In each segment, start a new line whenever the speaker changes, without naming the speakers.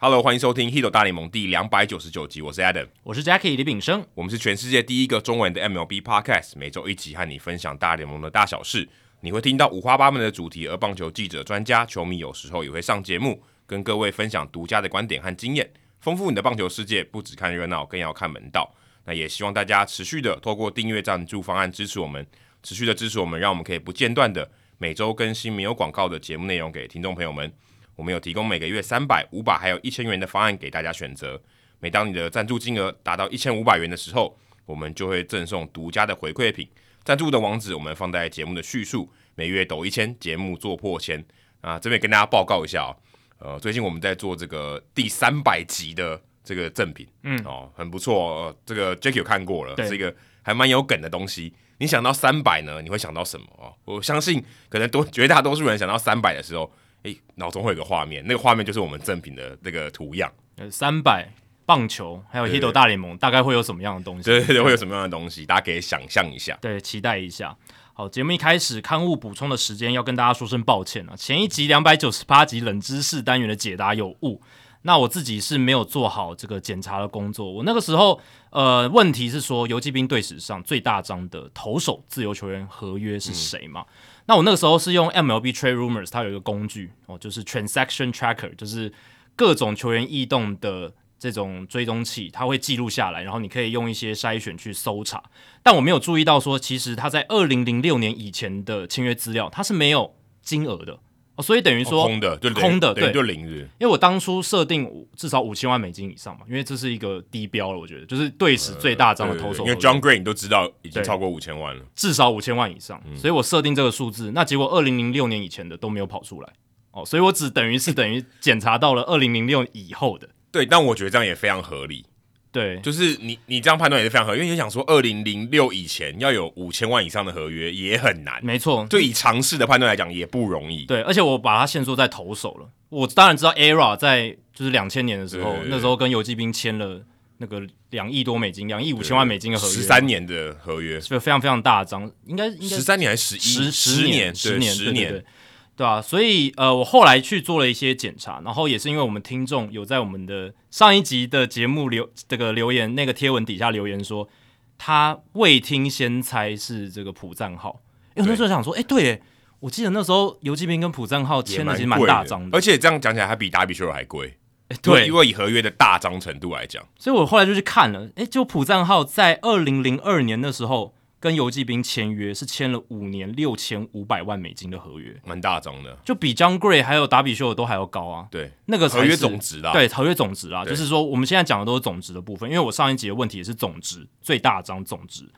Hello，欢迎收听《h i t o 大联盟》第两百九十九集，我是 Adam，
我是 Jackie 李炳生。
我们是全世界第一个中文的 MLB Podcast，每周一集和你分享大联盟的大小事。你会听到五花八门的主题，而棒球记者、专家、球迷有时候也会上节目，跟各位分享独家的观点和经验，丰富你的棒球世界。不只看热闹，更要看门道。那也希望大家持续的透过订阅赞助方案支持我们，持续的支持我们，让我们可以不间断的每周更新没有广告的节目内容给听众朋友们。我们有提供每个月三百、五百还有一千元的方案给大家选择。每当你的赞助金额达到一千五百元的时候，我们就会赠送独家的回馈品。赞助的网址我们放在节目的叙述。每月抖一千，节目做破千啊！这边跟大家报告一下哦，呃，最近我们在做这个第三百集的这个赠品，嗯，哦，很不错、哦。呃这个 Jacky 有看过了，
对
是一个还蛮有梗的东西。你想到三百呢，你会想到什么哦？我相信可能多绝大多数人想到三百的时候，诶，脑中会有个画面，那个画面就是我们赠品的那个图样。
呃，三百棒球还有
对
Hito 大联盟大概会有什么样的东西？
对对对，会有什么样的东西？大家可以想象一下。
对，期待一下。好，节目一开始刊物补充的时间要跟大家说声抱歉啊，前一集两百九十八集冷知识单元的解答有误，那我自己是没有做好这个检查的工作。我那个时候，呃，问题是说游击兵队史上最大张的投手自由球员合约是谁嘛？那我那个时候是用 MLB Trade Rumors，它有一个工具哦，就是 Transaction Tracker，就是各种球员异动的这种追踪器，它会记录下来，然后你可以用一些筛选去搜查。但我没有注意到说，其实他在二零零六年以前的签约资料，它是没有金额的哦，所以等于说、
空的，就等于
空的
等于
对
就零日。
因为我当初设定五至少五千万美金以上嘛，因为这是一个低标了，我觉得就是队史最大张的投手合
因
约、
为 John Gray 你都知道已经
对
超过五千万了。
至少五千万以
嗯
上，所以我设定这个数字。那结果二零零六年以前的都没有跑出来哦，所以我只等于是等于检查到了二零零六以后的。
对，但我觉得这样也非常合理，
对，
就是你你这样判断也是非常合理，因为你想说二零零六以前要有五千万以上的合约也很难，
没错，
就以尝试的判断来讲也不容易。
对，而且我把它限缩在投手了。我当然知道 ERA 在就是两千年的时候
对，
那时候跟游击兵签了那个两亿多美金、两亿五千万美金的合约，
十三年的合约，
就非常非常大张，应该应该
十三年还是十一
十
十
年
对
年
十
对对对对啊，所以呃，我后来去做了一些检查，然后也是因为我们听众有在我们的上一集的节目留这个留言那个贴文底下留言说，他未听先猜是这个朴赞浩，因为我那时候想说，哎、对耶，我记得那时候游击兵跟朴赞浩
也
签的其
贵
实蛮
的
大张的，
而且这样讲起来，它比达比修尔还贵。
诶
因
对，
为以合约的大张程度来讲，
所以我后来就去看了，哎、就朴赞浩在二零零二年的时候跟游击兵签约是签了五年六千五百万美金的合约。
蛮大张的。
就比 John Gray 还有达比修尔都还要高啊。
对，
那个才
合约
是
总值啦。，
对合约总值啊，
对
就是说我们现在讲的都是总值的部分，因为我上一集的问题也是总值最大张总值，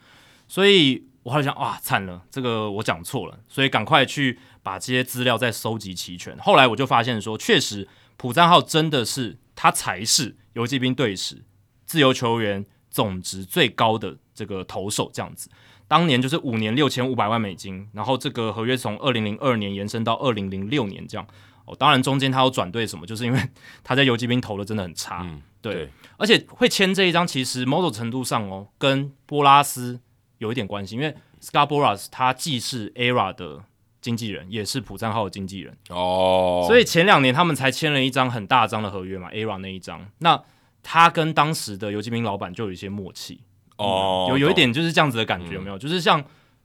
所以我后来想哇惨了，这个我讲错了，所以赶快去把这些资料再收集齐全。后来我就发现说，确实普赞浩真的是他才是游击兵队史自由球员总值最高的这个投手这样子。当年就是五年六千五百万美金，然后这个合约从二零零二年延伸到二零零六年这样。哦，当然中间他有转队什么，就是因为他在游击兵投的真的很差，
嗯
对，
对
而且会签这一张，其实某种程度上哦，跟波拉斯有一点关系，因为 Scarboroughs 他既是 ERA 的经纪人，也是普赞号的经纪人，
哦，
所以前两年他们才签了一张很大张的合约嘛，ERA 那一张，那他跟当时的游击兵老板就有一些默契，
哦，
有有一
懂嗯
点就是这样子的感觉，有没有？就是像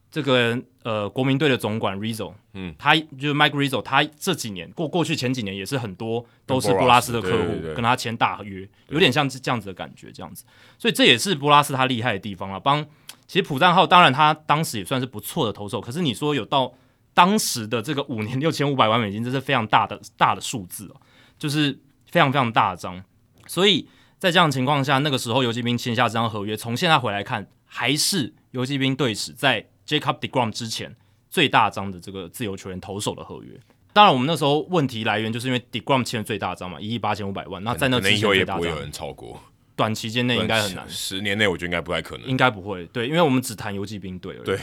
这个呃国民队的总管 Rizzo，
嗯
嗯，他就是 Mike Rizzo，他这几年过过去前几年也是很多都是
跟
波拉斯的客户
对对对
跟他签大约，有点像是这样子的感觉，这样子。所以这也是波拉斯他厉害的地方了。帮其实普赞浩当然他当时也算是不错的投手，可是你说有到当时的这个五年六千五百万美金，这是非常大的大的数字哦，就是非常非常大张。所以在这样的情况下，那个时候游击兵签下这张合约，从现在回来看，还是游击兵队史在 Jacob Degrom 之前最大张的这个自由球员投手的合约。当然，我们那时候问题来源就是因为 Degrom 签了最大张嘛，一亿八千五百万，那在那
可能
之
以
前
后
最
也
大
不会有
张，
人超过，
短期间内应该很难。
十年内我觉得应该不太可能。
应该不会，对，因为我们只谈游击兵队而已。
对，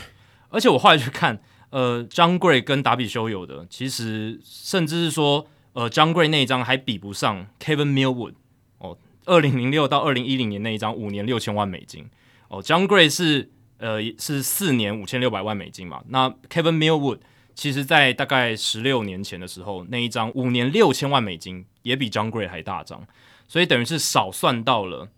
而且我后来去看，呃，John Gray 跟达比修有的，其实甚至是说，呃，John Gray 那一张还比不上 Kevin Millwood 哦，二零零六到二零一零年那一张五年六千万美金哦，John Gray 是呃是四年五千六百万美金嘛，那 Kevin Millwood 其实在大概十六年前的时候，那一张五年六千万美金也比 John Gray 还大张，所以等于是少算到了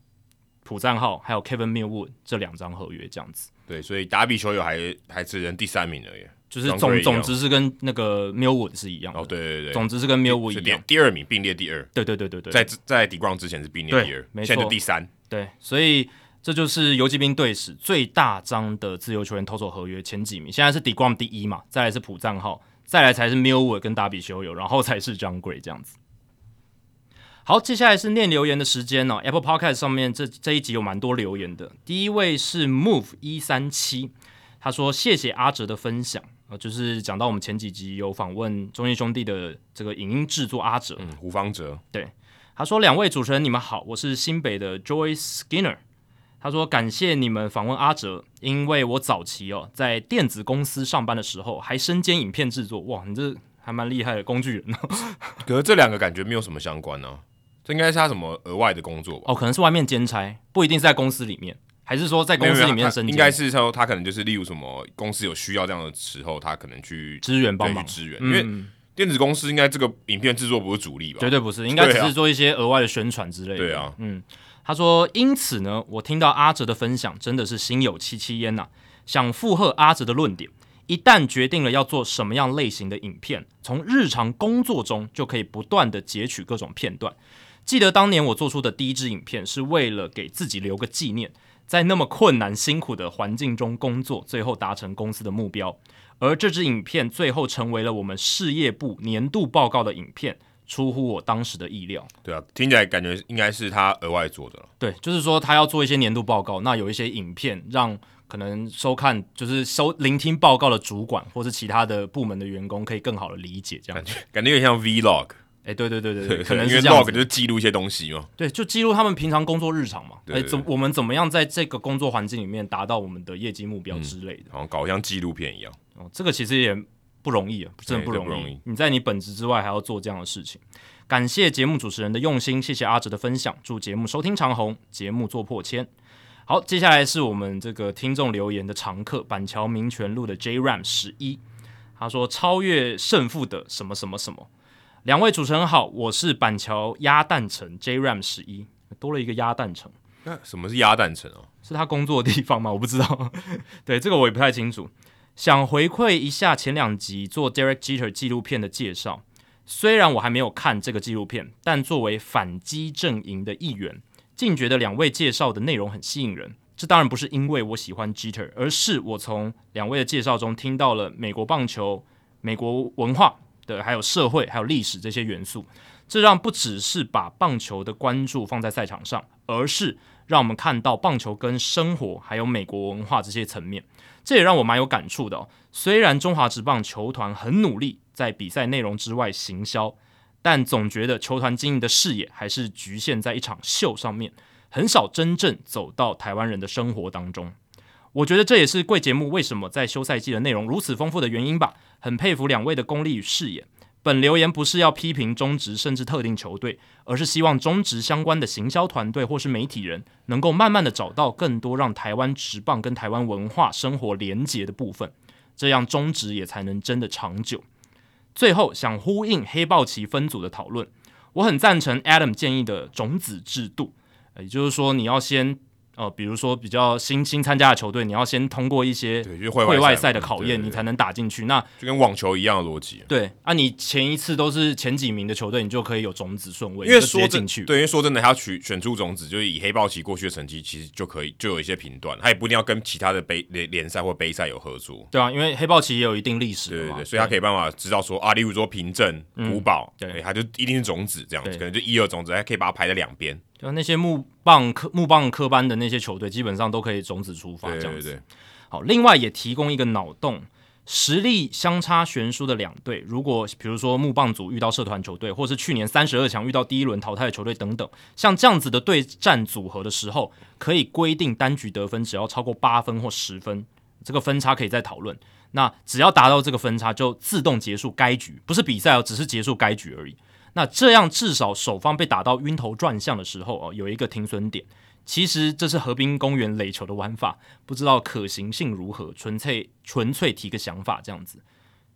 朴赞浩还有 Kevin Millwood 这两张合约这样子。
对，所以打比球友还还只人第三名而已。
就是
John
总
Gray
总
一样
之是跟那个 Millwood 是一样的，
哦，对对对，
总之是跟 Millwood
是
一
第
样，
第二名，并列第二，
对对对对对，
在在 d e g r o n 之前是并列
对
第二，
没
现在
错
就第三。
对，所以这就是游击兵队史最大张的自由球员投手合约前几名，现在是 Degrom 第一嘛，再来是普藏号，再来才是 Millwood 跟达比修友，然后才是 John Gray 这样子。好，接下来是念留言的时间哦。Apple Podcast 上面这这一集有蛮多留言的，第一位是 Move 一三七，他说谢谢阿哲的分享。呃，就是讲到我们前几集有访问中信兄弟的这个影音制作阿哲，
嗯，胡方哲，
他说：“两位主持人，你们好，我是新北的 Joyce Skinner。”他说：“感谢你们访问阿哲，因为我早期哦在电子公司上班的时候，还身兼影片制作。哇，你这还蛮厉害的工具人哦。
可是这两个感觉没有什么相关呢、啊，这应该是他什么额外的工作吧？
哦，可能是外面兼差，不一定是在公司里面，还是说在公
没
司
有没有
里面
他
身兼？
应该是说他可能就是例如什么公司有需要这样的时候，他可能去
支援帮
对去
忙，
支援，因为
嗯，
电子公司应该这个影片制作不是主力吧？
绝对不是，应该只
对啊
是做一些额外的宣传之类的。
对啊，
嗯，他说，因此呢，我听到阿哲的分享，真的是心有戚戚焉呐、啊想附和阿哲的论点。一旦决定了要做什么样类型的影片，从日常工作中就可以不断的截取各种片段。记得当年我做出的第一支影片，是为了给自己留个纪念，在那么困难辛苦的环境中工作，最后达成公司的目标。而这支影片最后成为了我们事业部年度报告的影片，出乎我当时的意料。
对啊，听起来感觉应该是他额外做的了。
对，就是说他要做一些年度报告，那有一些影片让可能收看就是收聆听报告的主管或是其他的部门的员工可以更好的理解这样
感。觉感觉有点像 vlog，
哎、对对对对
对
对，可能
因为
是这样
log 就
子。
是记录一些东西嘛。
对，就记录他们平常工作日常嘛。
对
哎，
对
怎我们怎么样在这个工作环境里面达到我们的业绩目标之类的？
好像搞得像纪录片一样。
哦，这个其实也不容易啊，真的不
对
容
哎这
易。
不容易
你在你本职之外还要做这样的事情，感谢节目主持人的用心，谢谢阿哲的分享，祝节目收听长虹，节目做破千。好，接下来是我们这个听众留言的常客，板桥民权路的 J Ram 十一，他说超越胜负的什么什么什么。两位主持人好，我是板桥鸭蛋城 J Ram 十一，多了一个鸭蛋城。
那什么是鸭蛋城啊？
是他工作的地方吗？我 不知道，对这个我也不太清楚。想回馈一下前两集做 Derek Jeter 纪录片的介绍，虽然我还没有看这个纪录片，但作为反击阵营的一员，竟觉得两位介绍的内容很吸引人。这当然不是因为我喜欢 Jeter，而是我从两位的介绍中听到了美国棒球、美国文化的，还有社会、还有历史这些元素。这让不只是把棒球的关注放在赛场上，而是让我们看到棒球跟生活还有美国文化这些层面。这也让我蛮有感触的、哦。虽然中华职棒球团很努力在比赛内容之外行销，但总觉得球团经营的视野还是局限在一场秀上面，很少真正走到台湾人的生活当中。我觉得这也是贵节目为什么在休赛季的内容如此丰富的原因吧。很佩服两位的功力与视野。本留言不是要批评中职甚至特定球队，而是希望中职相关的行销团队或是媒体人能够慢慢的找到更多让台湾职棒跟台湾文化生活连结的部分，这样中职也才能真的长久。最后想呼应黑豹旗分组的讨论，我很赞成 Adam 建议的种子制度，呃也就是说你要先呃，比如说比较新新参加的球队，你要先通过一些
对，就是
会
外
外
嘛
赛的考验，
对对对
你才能打进去。那
就跟网球一样的逻辑。
对啊，你前一次都是前几名的球队，你就可以有种子顺位，
因为
你就直接
说真
进去。
对，因为说真的，他取选出种子，就是以黑豹旗过去的成绩，其实就可以就有一些评断，他也不一定要跟其他的杯联联赛或杯赛有合作。
对啊，因为黑豹旗也有一定历史
对
了
对
嘛，
对，所以他可以办法知道说啊，例如说凭证、古堡，
嗯对
哎他就一定是种子这样子，
对
可能就一二种子，还可以把它排在两边。
就啊那些木棒科木棒科班的那些球队，基本上都可以种子出发
对
这样
对
子。
对，
好，另外也提供一个脑洞，实力相差悬殊的两队，如果比如说木棒组遇到社团球队，或是去年三十二强遇到第一轮淘汰的球队等等，像这样子的对战组合的时候，可以规定单局得分只要超过八分或十分，这个分差可以再讨论。那只要达到这个分差，就自动结束该局，不是比赛哦，只是结束该局而已。那这样至少守方被打到晕头转向的时候哦，有一个停损点。其实这是河滨公园垒球的玩法，不知道可行性如何，纯粹纯粹提个想法这样子。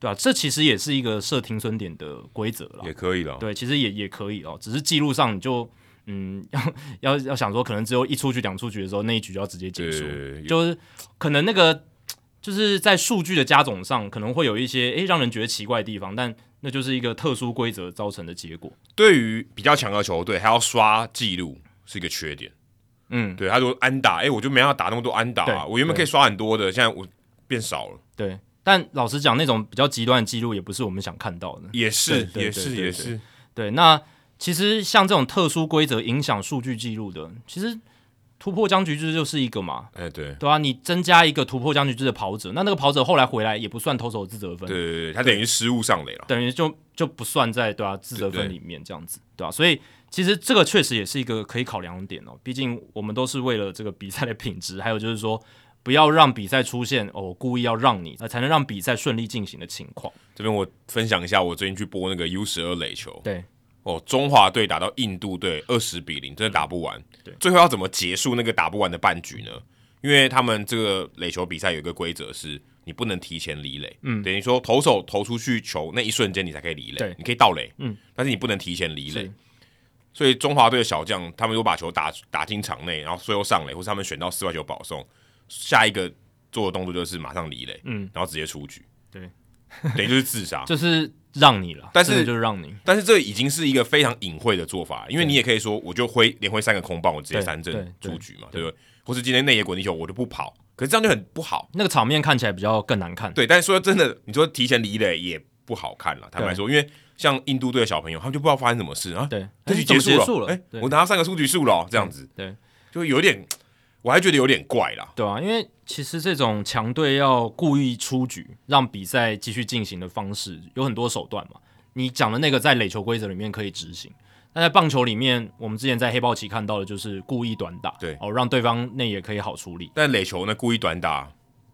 对啊，这其实也是一个设停损点的规则了。
也可以了。
对，其实也也可以哦，只是记录上你就嗯，要要要想说，可能只有一出局、两出局的时候，那一局就要直接结束，
对
就是可能那个就是在数据的加总上，可能会有一些诶让人觉得奇怪的地方，但那就是一个特殊规则造成的结果。
对于比较强的球队，还要刷记录是一个缺点。
嗯，
对，他说安打，哎、我就没要打那么多安打、
对
啊，我原本可以刷很多的，现在我变少了。
对。但老实讲，那种比较极端的记录也不是我们想看到的。
也是，
对对
也
对
是，
对
也是，
对，那其实像这种特殊规则影响数据记录的，其实突破僵局制就是一个嘛，
哎、对，
对啊，你增加一个突破僵局制的跑者，那那个跑者后来回来也不算投手自责
对
分，
对对，他等于失误上垒了。
等于就就不算在对啊自责分里面这样子，对吧、啊所以其实这个确实也是一个可以考量的点哦，毕竟我们都是为了这个比赛的品质，还有就是说。不要让比赛出现哦，我故意要让你，呃，才能让比赛顺利进行的情况。
这边我分享一下，我最近去播那个 U 十二垒球，
对，
哦，中华队打到印度队二十比零，真的打不完。
嗯对
最后要怎么结束那个打不完的半局呢？因为他们这个垒球比赛有一个规则是，你不能提前离垒，嗯，等于说投手投出去球那一瞬间你才可以离垒
对，
你可以到垒，
嗯，
但是你不能提前离垒
是。
所以中华队的小将他们如果把球打打进场内，然后最后上垒，或是他们选到室外球保送，下一个做的动作就是马上离垒，
嗯，
然后直接出局，
对，
等于就是自杀，
就是让你了，
啊但是
真的就是让你
但是这已经是一个非常隐晦的做法，因为你也可以说，我就挥连挥三个空棒，我直接
对
三振
对
出局嘛，对不对？或是今天内野滚地球，我就不跑，可是这样就很不好。
那个场面看起来比较更难看。
对，但是说真的，你说提前离垒也不好看了。坦白说，因为像印度队的小朋友，他们就不知道发生什么事啊，
对，
这
哎
局
怎么
结
结
束
了，
哎，
对
我拿到三个出局数了哦，这样子
对
就有点，我还觉得有点怪啦。
对啊，因为其实这种强队要故意出局让比赛继续进行的方式有很多手段嘛。你讲的那个在垒球规则里面可以执行，但在棒球里面，我们之前在黑豹旗看到的就是故意短打，
对
哦，让对方内野可以好处理，
但垒球呢，故意短打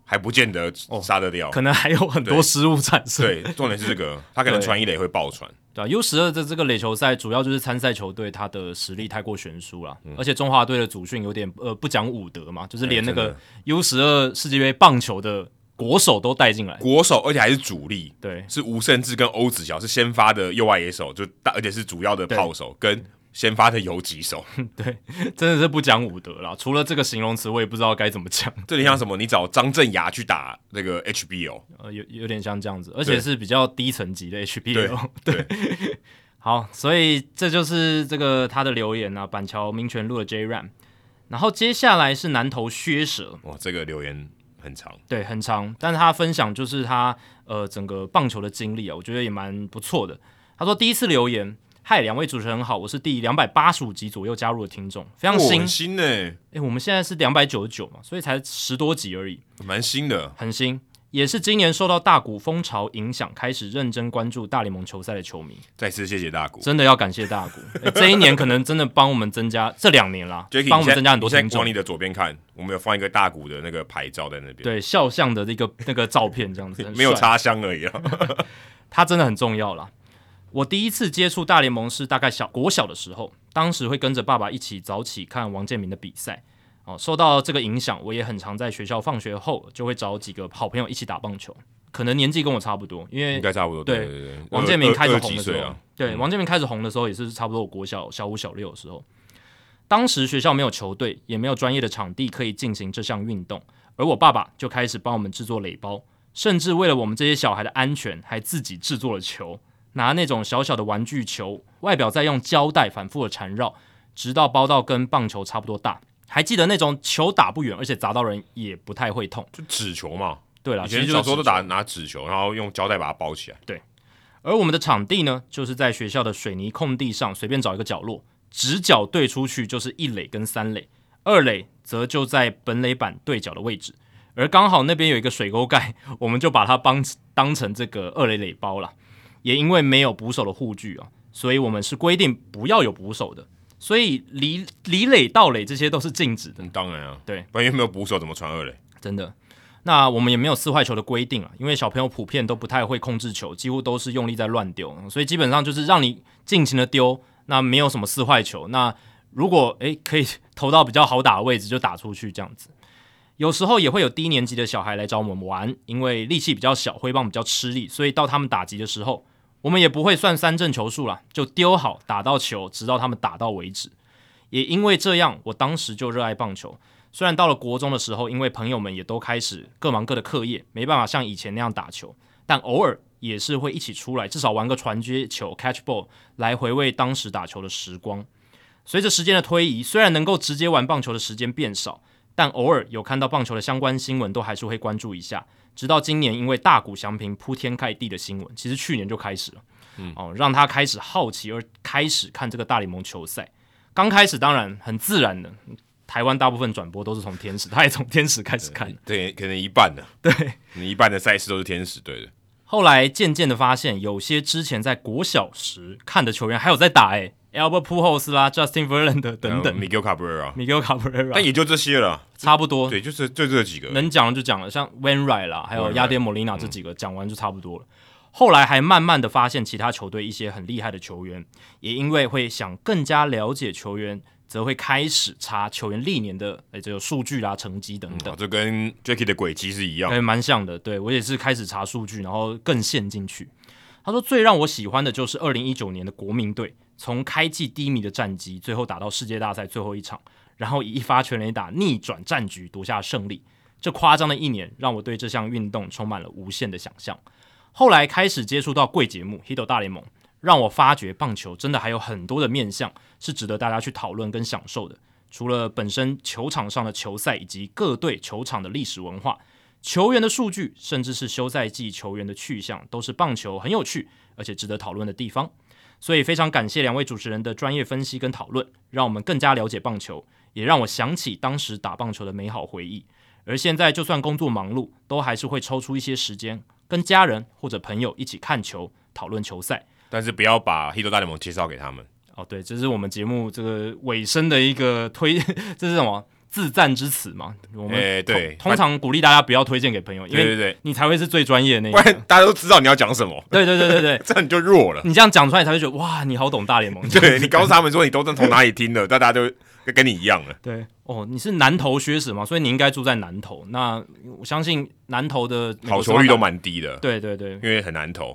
还不见得杀得掉。
哦可能还有很多失误产生，
对，重点是这个，他可能
对
传一垒会爆传。
对啊，U 十二的这个垒球赛主要就是参赛球队他的实力太过悬殊了，而且中华队的主训有点呃不讲武德嘛，就是连
嗯
那
哎
个
真
U 十二世界杯棒球的国手都带进来，
国手，而且还是主力，
对
是吴胜志跟欧子乔是先发的右外野手，就大而且是主要的炮手跟先发的游击手，
对，真的是不讲武德啦。除了这个形容词，我也不知道该怎么讲，
这点像什么？你找张镇雅去打那个 HBO，
呃，有有点像这样子，而
对
且是比较低层级的 HBL。
对
好，所以这就是这个他的留言啊，板桥民权路的 J Ram。然后接下来是南投薛蛇，
哇，这个留言很长，
对，很长，但是他分享就是他呃整个棒球的经历啊，我觉得也蛮不错的。他说第一次留言，嗨，两位主持人好，我是第两百八十五集左右加入的听众，非常
哇
新
哦很。新呢、
诶，我们现在是两百九十九嘛，所以才十多集而已，
蛮新的，
很新。也是今年受到大股风潮影响，开始认真关注大联盟球赛的球迷，
再次谢谢大谷。
真的要感谢大股。诶这一年可能真的帮我们增加，这两年啦
Jacky，，
帮我
你现
们增加很多
在
听
你现在往
众
你。的左边看，我们有放一个大谷的那个牌照在那边，
对肖像的那个那个照片这样 子，很
没有
帅
插香而已啊。
它真的很重要啦。我第一次接触大联盟是大概小国小的时候，当时会跟着爸爸一起早起看王建民的比赛。哦，受到这个影响，我也很常在学校放学后就会找几个好朋友一起打棒球，可能年纪跟我差不多，因为
应该差不多。
对
对对对，
王建民开始
二
红
几
的时
岁
候，
啊，
对，王建民开始红的时候也是差不多我国小小五小六的时候。当时学校没有球队，也没有专业的场地可以进行这项运动，而我爸爸就开始帮我们制作垒包，甚至为了我们这些小孩的安全，还自己制作了球，拿那种小小的玩具球，外表再用胶带反复的缠绕，直到包到跟棒球差不多大。还记得那种球打不远，而且砸到人也不太会痛。
就纸球嘛。
对了，
以
其实
前
就是
小时候都
纸球
打拿纸球，然后用胶带把它包起来。
而我们的场地呢，就是在学校的水泥空地上随便找一个角落，直角对出去就是一垒跟三垒，二垒则就在本垒板对角的位置。而刚好那边有一个水沟盖，我们就把它当当成这个二垒垒包了。也因为没有捕手的护具啊，所以我们是规定不要有捕手的，所以离离垒到垒这些都是禁止的。
嗯，当然啊，
对
不然又没有捕手怎么传二垒？
真的。那我们也没有四坏球的规定啊，因为小朋友普遍都不太会控制球，几乎都是用力在乱丢，所以基本上就是让你尽情的丢，那没有什么四坏球。那如果诶可以投到比较好打的位置就打出去这样子。有时候也会有低年级的小孩来找我们玩，因为力气比较小，挥棒比较吃力，所以到他们打击的时候，我们也不会算三振球数啦，就丢好打到球，直到他们打到为止。也因为这样，我当时就热爱棒球。虽然到了国中的时候，因为朋友们也都开始各忙各的课业，没办法像以前那样打球，但偶尔也是会一起出来，至少玩个传接球 （catch ball） 来回味当时打球的时光。随着时间的推移，虽然能够直接玩棒球的时间变少，但偶尔有看到棒球的相关新闻，都还是会关注一下。直到今年，因为大谷翔平铺天盖地的新闻，其实去年就开始了，嗯、哦，让他开始好奇而开始看这个大联盟球赛。刚开始当然很自然的，台湾大部分转播都是从天使，他也从天使开始看的。
对，可能一半的，
对，
你一半的赛事都是天使队的。
后来渐渐的发现，有些之前在国小时看的球员还有在打、欸，哎，Albert Pujols 啦，Justin Verlander 等等、
Miguel Cabrera，
，Miguel Cabrera，
但也就这些了。
差不多，
对，就是就这几个。
能讲的就讲了，像 Wainwright 嗯啦，还有
Wainwright，
亚典莫利纳这几个讲完就差不多了。后来还慢慢的发现其他球队一些很厉害的球员，也因为会想更加了解球员，则会开始查球员历年的哎诶这个数据啦、成绩等等
哦，。这跟 Jackie 的轨迹是一样
对，。哎蛮像的。对我也是开始查数据，然后更陷进去。他说最让我喜欢的就是二零一九年的国民队，从开季低迷的战绩，最后打到世界大赛最后一场，然后以一发全垒打逆转战局夺下胜利。这夸张的一年，让我对这项运动充满了无限的想象。后来开始接触到贵节目《Hit 大联盟》，让我发觉棒球真的还有很多的面向是值得大家去讨论跟享受的。除了本身球场上的球赛以及各队球场的历史文化，球员的数据，甚至是休赛季球员的去向，都是棒球很有趣而且值得讨论的地方。所以非常感谢两位主持人的专业分析跟讨论，让我们更加了解棒球，也让我想起当时打棒球的美好回忆。而现在就算工作忙碌，都还是会抽出一些时间跟家人或者朋友一起看球、讨论球赛。
但是不要把《黑 i 大联盟》介绍给他们。
哦，对，这是我们节目这个尾声的一个推， 这是什么自赞之词嘛？我们、
哎对
通通常鼓励大家不要推荐给朋友，因
对对
为
对，
你才会是最专业的那一
不
个。
然大家都知道你要讲什么，
对对对对对，
这样你就弱 了。
你这样讲出来，才会觉得哇，你好懂大联 盟。
对你告诉他们说你都是从哪里听的，大家都跟你一样了。
对哦，你是南投靴子嘛，所以你应该住在南投。那我相信南投的
好球率都
蛮……
蛮低的，
对对对，
因为很难投。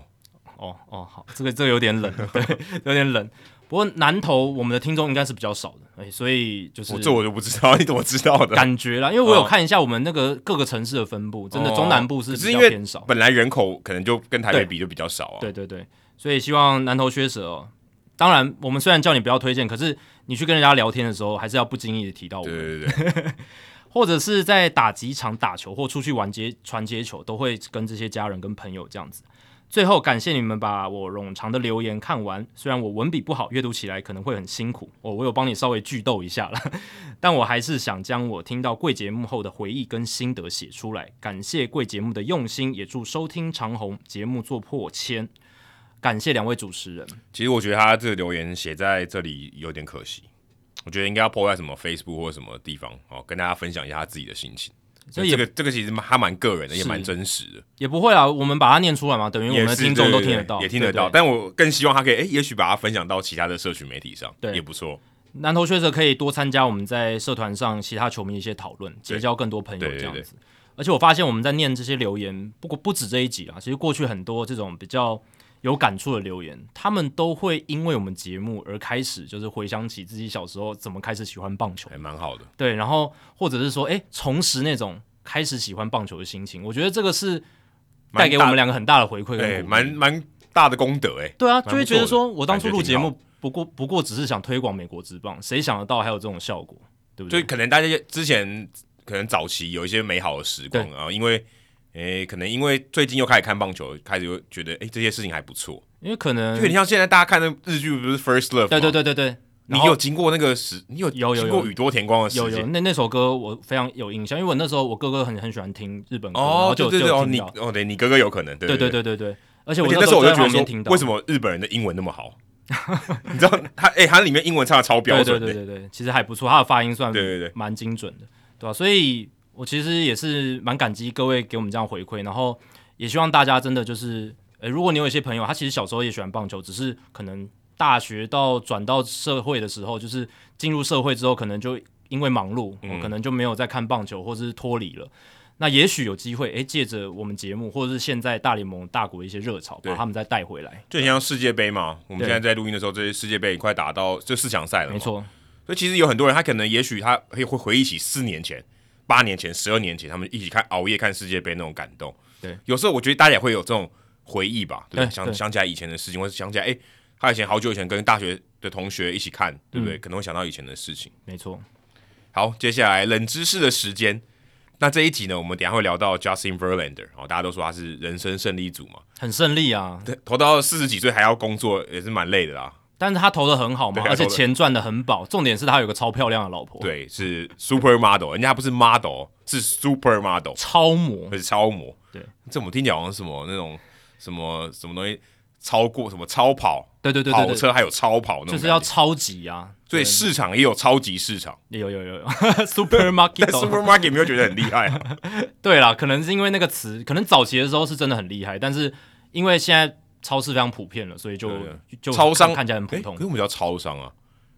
哦哦，好，这个这个有点 冷，对，有点冷。不过南投我们的听众应该是比较少的，哎，所以就是
我这我就不知道，你怎么知道的？
感觉啦，因为我有
哦
看一下我们那个各个城市的分布，真的
哦
中南部
可
是
是
比
因
较
为
偏少。
本来人口可能就跟台北
对
比就比较少啊。
对对对，所以希望南投靴子哦。当然，我们虽然叫你不要推荐，可是你去跟人家聊天的时候，还是要不经意的提到我们。
对对对，
或者是在打几场打球或出去玩接传接球，都会跟这些家人跟朋友这样子。最后感谢你们把我冗长的留言看完，虽然我文笔不好，阅读起来可能会很辛苦，我、我有帮你稍微剧透一下了， 但我还是想将我听到贵节目后的回忆跟心得写出来。感谢贵节目的用心，也祝收听长虹节目做破千。感谢两位主持人，
其实我觉得他这个留言写在这里有点可惜，我觉得应该要 po 在什么 Facebook 或者什么地方哦，跟大家分享一下他自己的心情。
这
这
也
个这个其实蛮他蛮个人的，也
是
蛮真实的，
也不会啊，我们把它念出来嘛，等于我
也
们的
是
听众
对
都
对
听得
对
到，
也听得
对对
到。但我更希望他可以，哎，也许把它分享到其他的社群媒体上，
对
也不错。
南投学者可以多参加我们在社团上其他球迷的一些讨论，结交更多朋友
对对
这样
对
子。而且我发现我们在念这些留言，不过不止这一集啦，其实过去很多这种比较有感触的留言，他们都会因为我们节目而开始就是回想起自己小时候怎么开始喜欢棒球，
还蛮好的。
对，然后或者是说，哎，重拾那种开始喜欢棒球的心情。我觉得这个是
蛮
带给我
大
们两个很大的回馈跟
对，
鼓励
蛮蛮大的功德哎、
对啊，
蛮不
就会觉
错
得
的
说我当初
感觉
录
挺
节
好
目不过不过只是想推广美国职棒，谁想得到还有这种效果，对不对
就？可能大家之前可能早期有一些美好的时光啊，因为诶、可能因为最近又开始看棒球，开始又觉得诶、这些事情还不错，
因为可能
就很像现在大家看的日剧不是 First Love，
对对
吗，
对对对，
你
然后
有经过那个时，你有
有有有
经过宇多田光的时
有有
间。
那那首歌我非常有印象，因为我那时候我哥哥很很喜欢听日本歌，然
哦
后，就
对对
就
对，哦
有
你
听到，
哦，对你哥哥有可能，对
对
对
对。对对对，而且
而
我
且
那
那时候我
就
就觉
在旁
得
边听
说，
到，
为什么日本人的英文那么好？ 你知道他诶，他里面英文唱的超标
对
准
对
的，
对对对，其实还不错，他的发音算
对对对
蛮精准的，对吧、所以我其实也是蛮感激各位给我们这样回馈，然后也希望大家真的就是，呃，如果你有一些朋友，他其实小时候也喜欢棒球，只是可能大学到转到社会的时候，就是进入社会之后，可能就因为忙碌，
嗯
我可能就没有在看棒球，或者是脱离了。那也许有机会，诶，借着我们节目，或者是现在大联盟大国的一些热潮，把
对
他们再带回来。
就很像世界杯嘛。我们现
对
在在录音的时候，这些世界杯也快打到就四强赛了，
没。错，
所以其实有很多人，他可能也许他会会回忆起四年前、八年前、十二年前，他们一起看熬夜看世界杯那种感动。
对，
有时候我觉得大家也会有这种回忆吧，对不对，
对
想
对
想起来以前的事情，或者想起来，哎、他以前好久以前跟大学的同学一起看，对不对？可能会想到以前的事情。
没错。
好，接下来冷知识的时间。那这一集呢，我们等一下会聊到 Justin Verlander，哦，大家都说他是人生胜利组嘛，
很胜利啊，
对投到四十几岁还要工作，也是蛮累的啦。
但是他投的很好嘛，
对啊
而且
投得
钱赚的很饱，重点是他有个超漂亮的老婆，，
对，是 super model，人家不是 model，是 super model，
超模
不，是超模。
对，
这我听起来好像什么那种什么什么东西超过什么超跑，
对对对
跑
对对，
车还有超跑那种感觉，
就是要超级啊，
所以市场也有超级市场，
有有 有有
但
supermarket，哦
supermarket 没有觉得很厉害啊。
对啦，可能是因为那个词，可能早期的时候是真的很厉害，但是因为现在超市非常普遍了，所以就
对对
就
超商
看看起 来很普
诶
通
可是，我们叫超商啊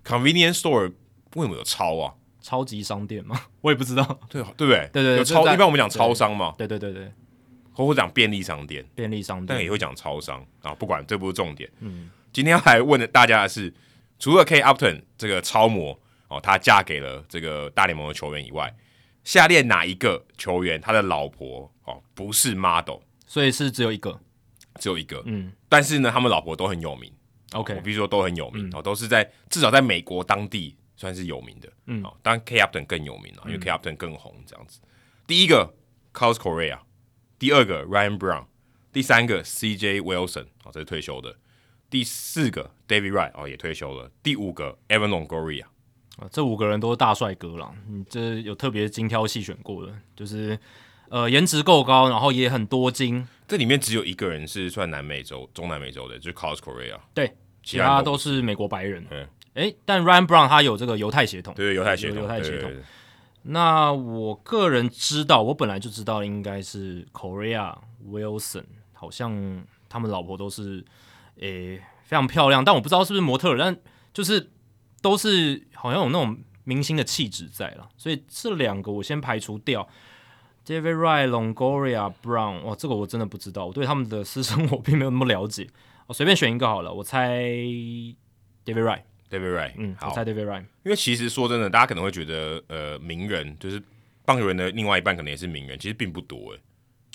，convenience store 为什么有超啊？
超级商店嘛， 我也不知道，
对对不对？
对对
有
就
超
在
一般我们讲超商嘛，
对对对对，
或者讲便利商店，
便利商
但
店，
也会讲超商啊。不管，这不是重点。嗯，今天要来问大家的是，除了 K Upton 这个超模哦，她嫁给了这个大联盟的球员以外，下列哪一个球员他的老婆哦不是 model，
所以是只有一个，
只有一个？
嗯
但是呢，他们老婆都很有名。我
，OK，
必须说都很有名、
嗯
哦，都是在至少在美国当地算是有名的。
嗯
哦，当然 K Upton 更有名了、因为 K Upton 更红这样子。第一个 Carlos Correa，第二个 Ryan Brown，第三个 C J Wilson，哦，这是退休的。第四个 David Wright 哦也退休了，第五个 Evan Longoria
啊这五个人都是大帅哥啦，你这有特别精挑细选过的，就是呃颜值够高，然后也很多金，
这里面只有一个人是算南美洲、中南美洲的，就是 Carlos Correa，
对，
其
其
他
他
人都
都是美国白人。
嗯
诶，但 Ryan Brown 他有这个犹太血统，
对犹太血统，
有犹太血
对
统
对。对
那我个人知道，我本来就知道应该是 Korea Wilson，好像他们老婆都是诶、非常漂亮，但我不知道是不是模特儿，但就是都是好像有那种明星的气质在了，所以这两个我先排除掉。David Wright、Longoria、Brown，哇，这个我真的不知道，我对他们的私生活并没有那么了解。我随便选一个好了，我猜 David Wright，
David Wright，
嗯，我
好，
猜 David Wright，
因为其实说真的，大家可能会觉得，呃，名人就是棒球人的另外一半，可能也是名人，其实并不多诶。欸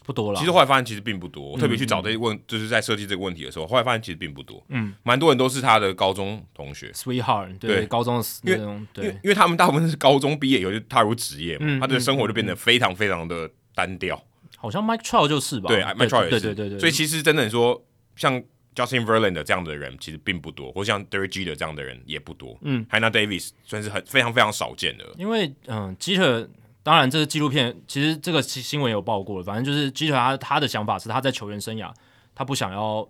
不多了。
其实后来发现其实并不多，
嗯
我特别去找这些问，就是在设计这个问题的时候，后来发现其实并不多。
嗯，
蛮多人都是他的高中同学，
Sweetheart，对，
对
高中的
因为
那种，
因为
对，
因为他们大部分是高中毕业以后就踏入职业嘛，
嗯
他的生活就变得非常非常的单调。
好像 Mike Trout 就是吧？
对，Mike 啊 Trout 也是，
对对对对，
所以其实真的你说，像 Justin Verlander 这样的人其实并不多，或像 Derek Jeter 这样的人也不多。
嗯
，Hannah Davis 算是很非常非常少见的了。
因为嗯，基特当然这个纪录片其实这个新新闻有报过，反正就是基特他他的想法是他在球员生涯他不想要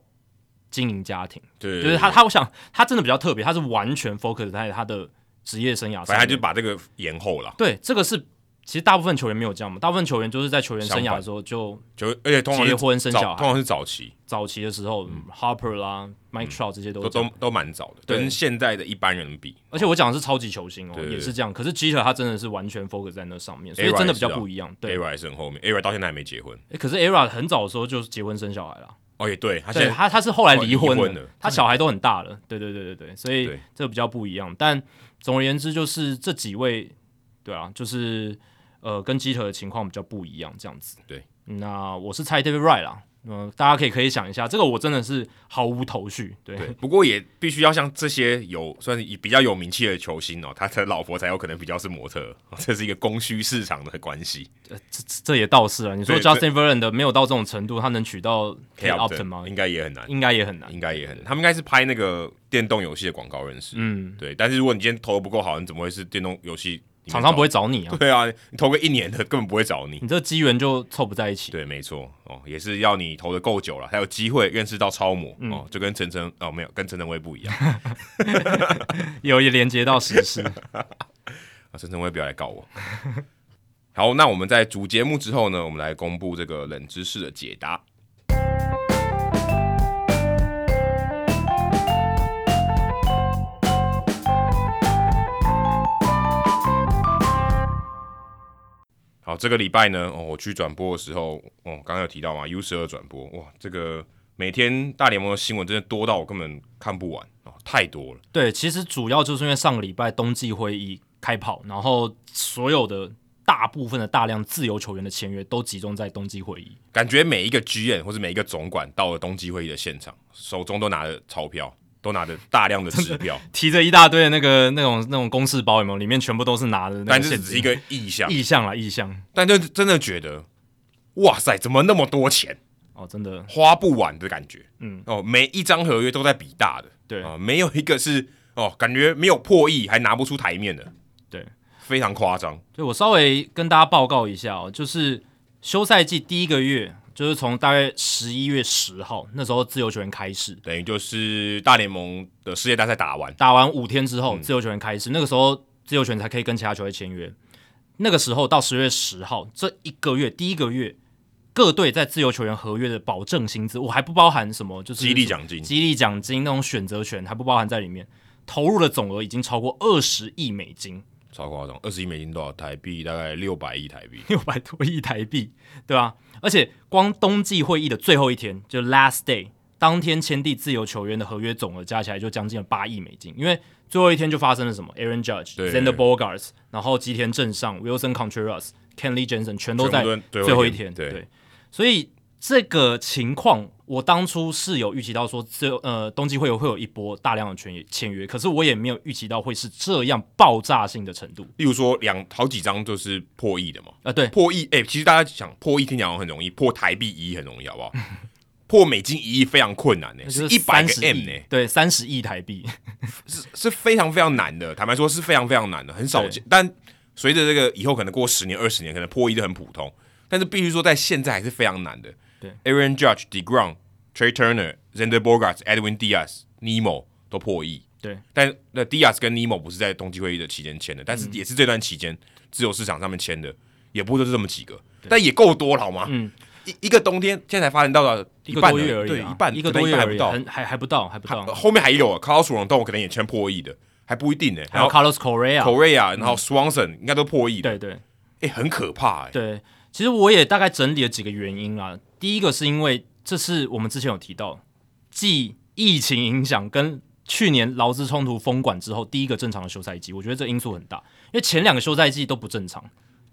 经营家庭，
对，
就是他他我想他真的比较特别，他是完全 focus 在他的职业生涯上面，
反正他就把这个延后了。
对这个是其实大部分球员没有这样嘛，大部分球员就是在球员生
相
涯
反
的时候就
就而且通常是
结婚生
早
小孩
通常是早期，
早期的时候、h a r p e r 啦、Mike Trout 这些都
嗯都
是这样
都都蛮早的，
对
跟现在的一般人比，
而且我讲的是超级球星哦，
对对对
也是这样。可是 Jeter 他真的是完全 focus 在那上面，所
A-Rod
以真的
也
比
是啊
较不一样。对
a，r a 是很后面 a r a 到现在还没结婚。
诶可是 ERA 很早的时候就结婚生小孩了，
哦，也对，他现
对
在
他他是后来离婚
后来离婚了嗯
的，他小孩都很大了。对对对对对，所以
对
这个比较不一样。但总而言之，就是这几位，对啊，就是呃跟 Jeter 的情况比较不一样，这样子。
对，
那我是猜 David Wright 啦。嗯、大家可以可以想一下，这个我真的是毫无头绪。对，
对，不过也必须要像这些有算是比较有名气的球星哦， 他的老婆才有可能比较是模特儿，这是一个供需市场的关系。
这这这也倒是啊。你说
对
Justin Verlander 没有到这种程度，他能娶到 K
Upton
Upton 吗？
应该也很难，
应该也很难。
应该也很难，他们应该是拍那个电动游戏的广告认识。
嗯，
对，但是如果你今天投的不够好，你怎么会是电动游戏里面
厂商
找
不会找你啊，
对啊，你投个一年的根本不会找你。
你这机缘就凑不在一起。
对，没错哦，也是要你投的够久了，才有机会认识到超模、哦，就跟陈晨哦没有跟陈晨威不一样啊，
有也连接到时事，
陈啊晨威不要来告我。 好，那我们在主节目之后呢，我们来公布这个冷知识的解答。好，这个礼拜呢，哦，我去转播的时候，哦，刚刚有提到嘛，U 十二转播，哇，这个每天大联盟的新闻真的多到我根本看不完哦，太多了。
对，其实主要就是因为上个礼拜冬季会议开跑，然后所有的大部分的大量自由球员的签约都集中在冬季会议。
感觉每一个 GM 或者每一个总管到了冬季会议的现场，手中都拿着钞票，都拿着大量的支票，
提着一大堆的那个那种那种公事包，有没有？里面全部都是拿的 那
但
个
这
现
只是
金
一个意向，
意向啦，意向
但就真的觉得，哇塞，怎么那么多钱，
哦，真的
花不完的感觉。
嗯，
哦，每一张合约都在比大的，
对
啊、没有一个是哦，感觉没有破亿还拿不出台面的，
对，
非常夸张。
对我稍微跟大家报告一下哦，就是休赛季第一个月，就是从大概十一月十号那时候自由球员开始，
等于就是大联盟的世界大赛打完，
打完五天之
嗯
后，自由球员开始，那个时候自由球员才可以跟其他球队签约。那个时候到十月十号这一个月，第一个月各队在自由球员合约的保证薪资，我还不包含什么就是
激励奖金
激励奖金那种选择权还不包含在里面，投入的总额已经超过二十亿美金。
超夸张，二十亿美金多少台币？大概六百亿台币。
六百多亿台币，对吧、而且光冬季会议的最后一天，就 last day，当天签订自由球员的合约总额加起来就将近了八亿美金。因为最后一天就发生了什么？Aaron Judge、
对
Zander Bogarts，然后吉田正尚、Wilson Contreras、Kenley Jensen 全都在
全部都最
最后一
后一天
天。
对
对，所以这个情况，我当初是有预期到说，这呃冬季会有会有一波大量的签约签约，可是我也没有预期到会是这样爆炸性的程度。
例如说两好几张就是破亿的嘛，
啊、对，
破亿哎、其实大家想破亿听起来好像很容易，破台币一亿很容易，好不 好？破美金一亿非常困难呢、
那
是
就
一百个
30
M
亿
呢、
对，三十亿台币，
是非常非常难的。坦白说，是非常非常难的，很少见。但随着这个以后可能过十年、二十年，可能破亿就很普通。但是必须说，在现在还是非常难的。
对
，Aaron Judge、Degrom、Trey Turner、Zander Bogarts、Edwin Diaz、Nemo 都破亿。
对，
但那 Diaz 跟 Nemo 不是在冬季会议的期间签的，但
嗯
是也是这段期间自由市场上面签的，也不过就是这么几个，但也够多了好吗？
嗯，
一一个冬天现在才发展到了
一
一
个
半
多月而已、啊，
对，一半
一个
可能
多月
半还
而
不
已，
到
很，还还不到，还不到。
啊后面还有 Carlos r o n d o 可能也签破亿的，还不一定呢、
还
然
有
后
Carlos Correa，
Korea，然后 Swanson 应该都破亿的，
嗯对对
哎、很可怕哎、
对，其实我也大概整理了几个原因啦。第一个是因为这是我们之前有提到，继疫情影响跟去年劳资冲突封管之后，第一个正常的休赛季，我觉得这因素很大，因为前两个休赛季都不正常。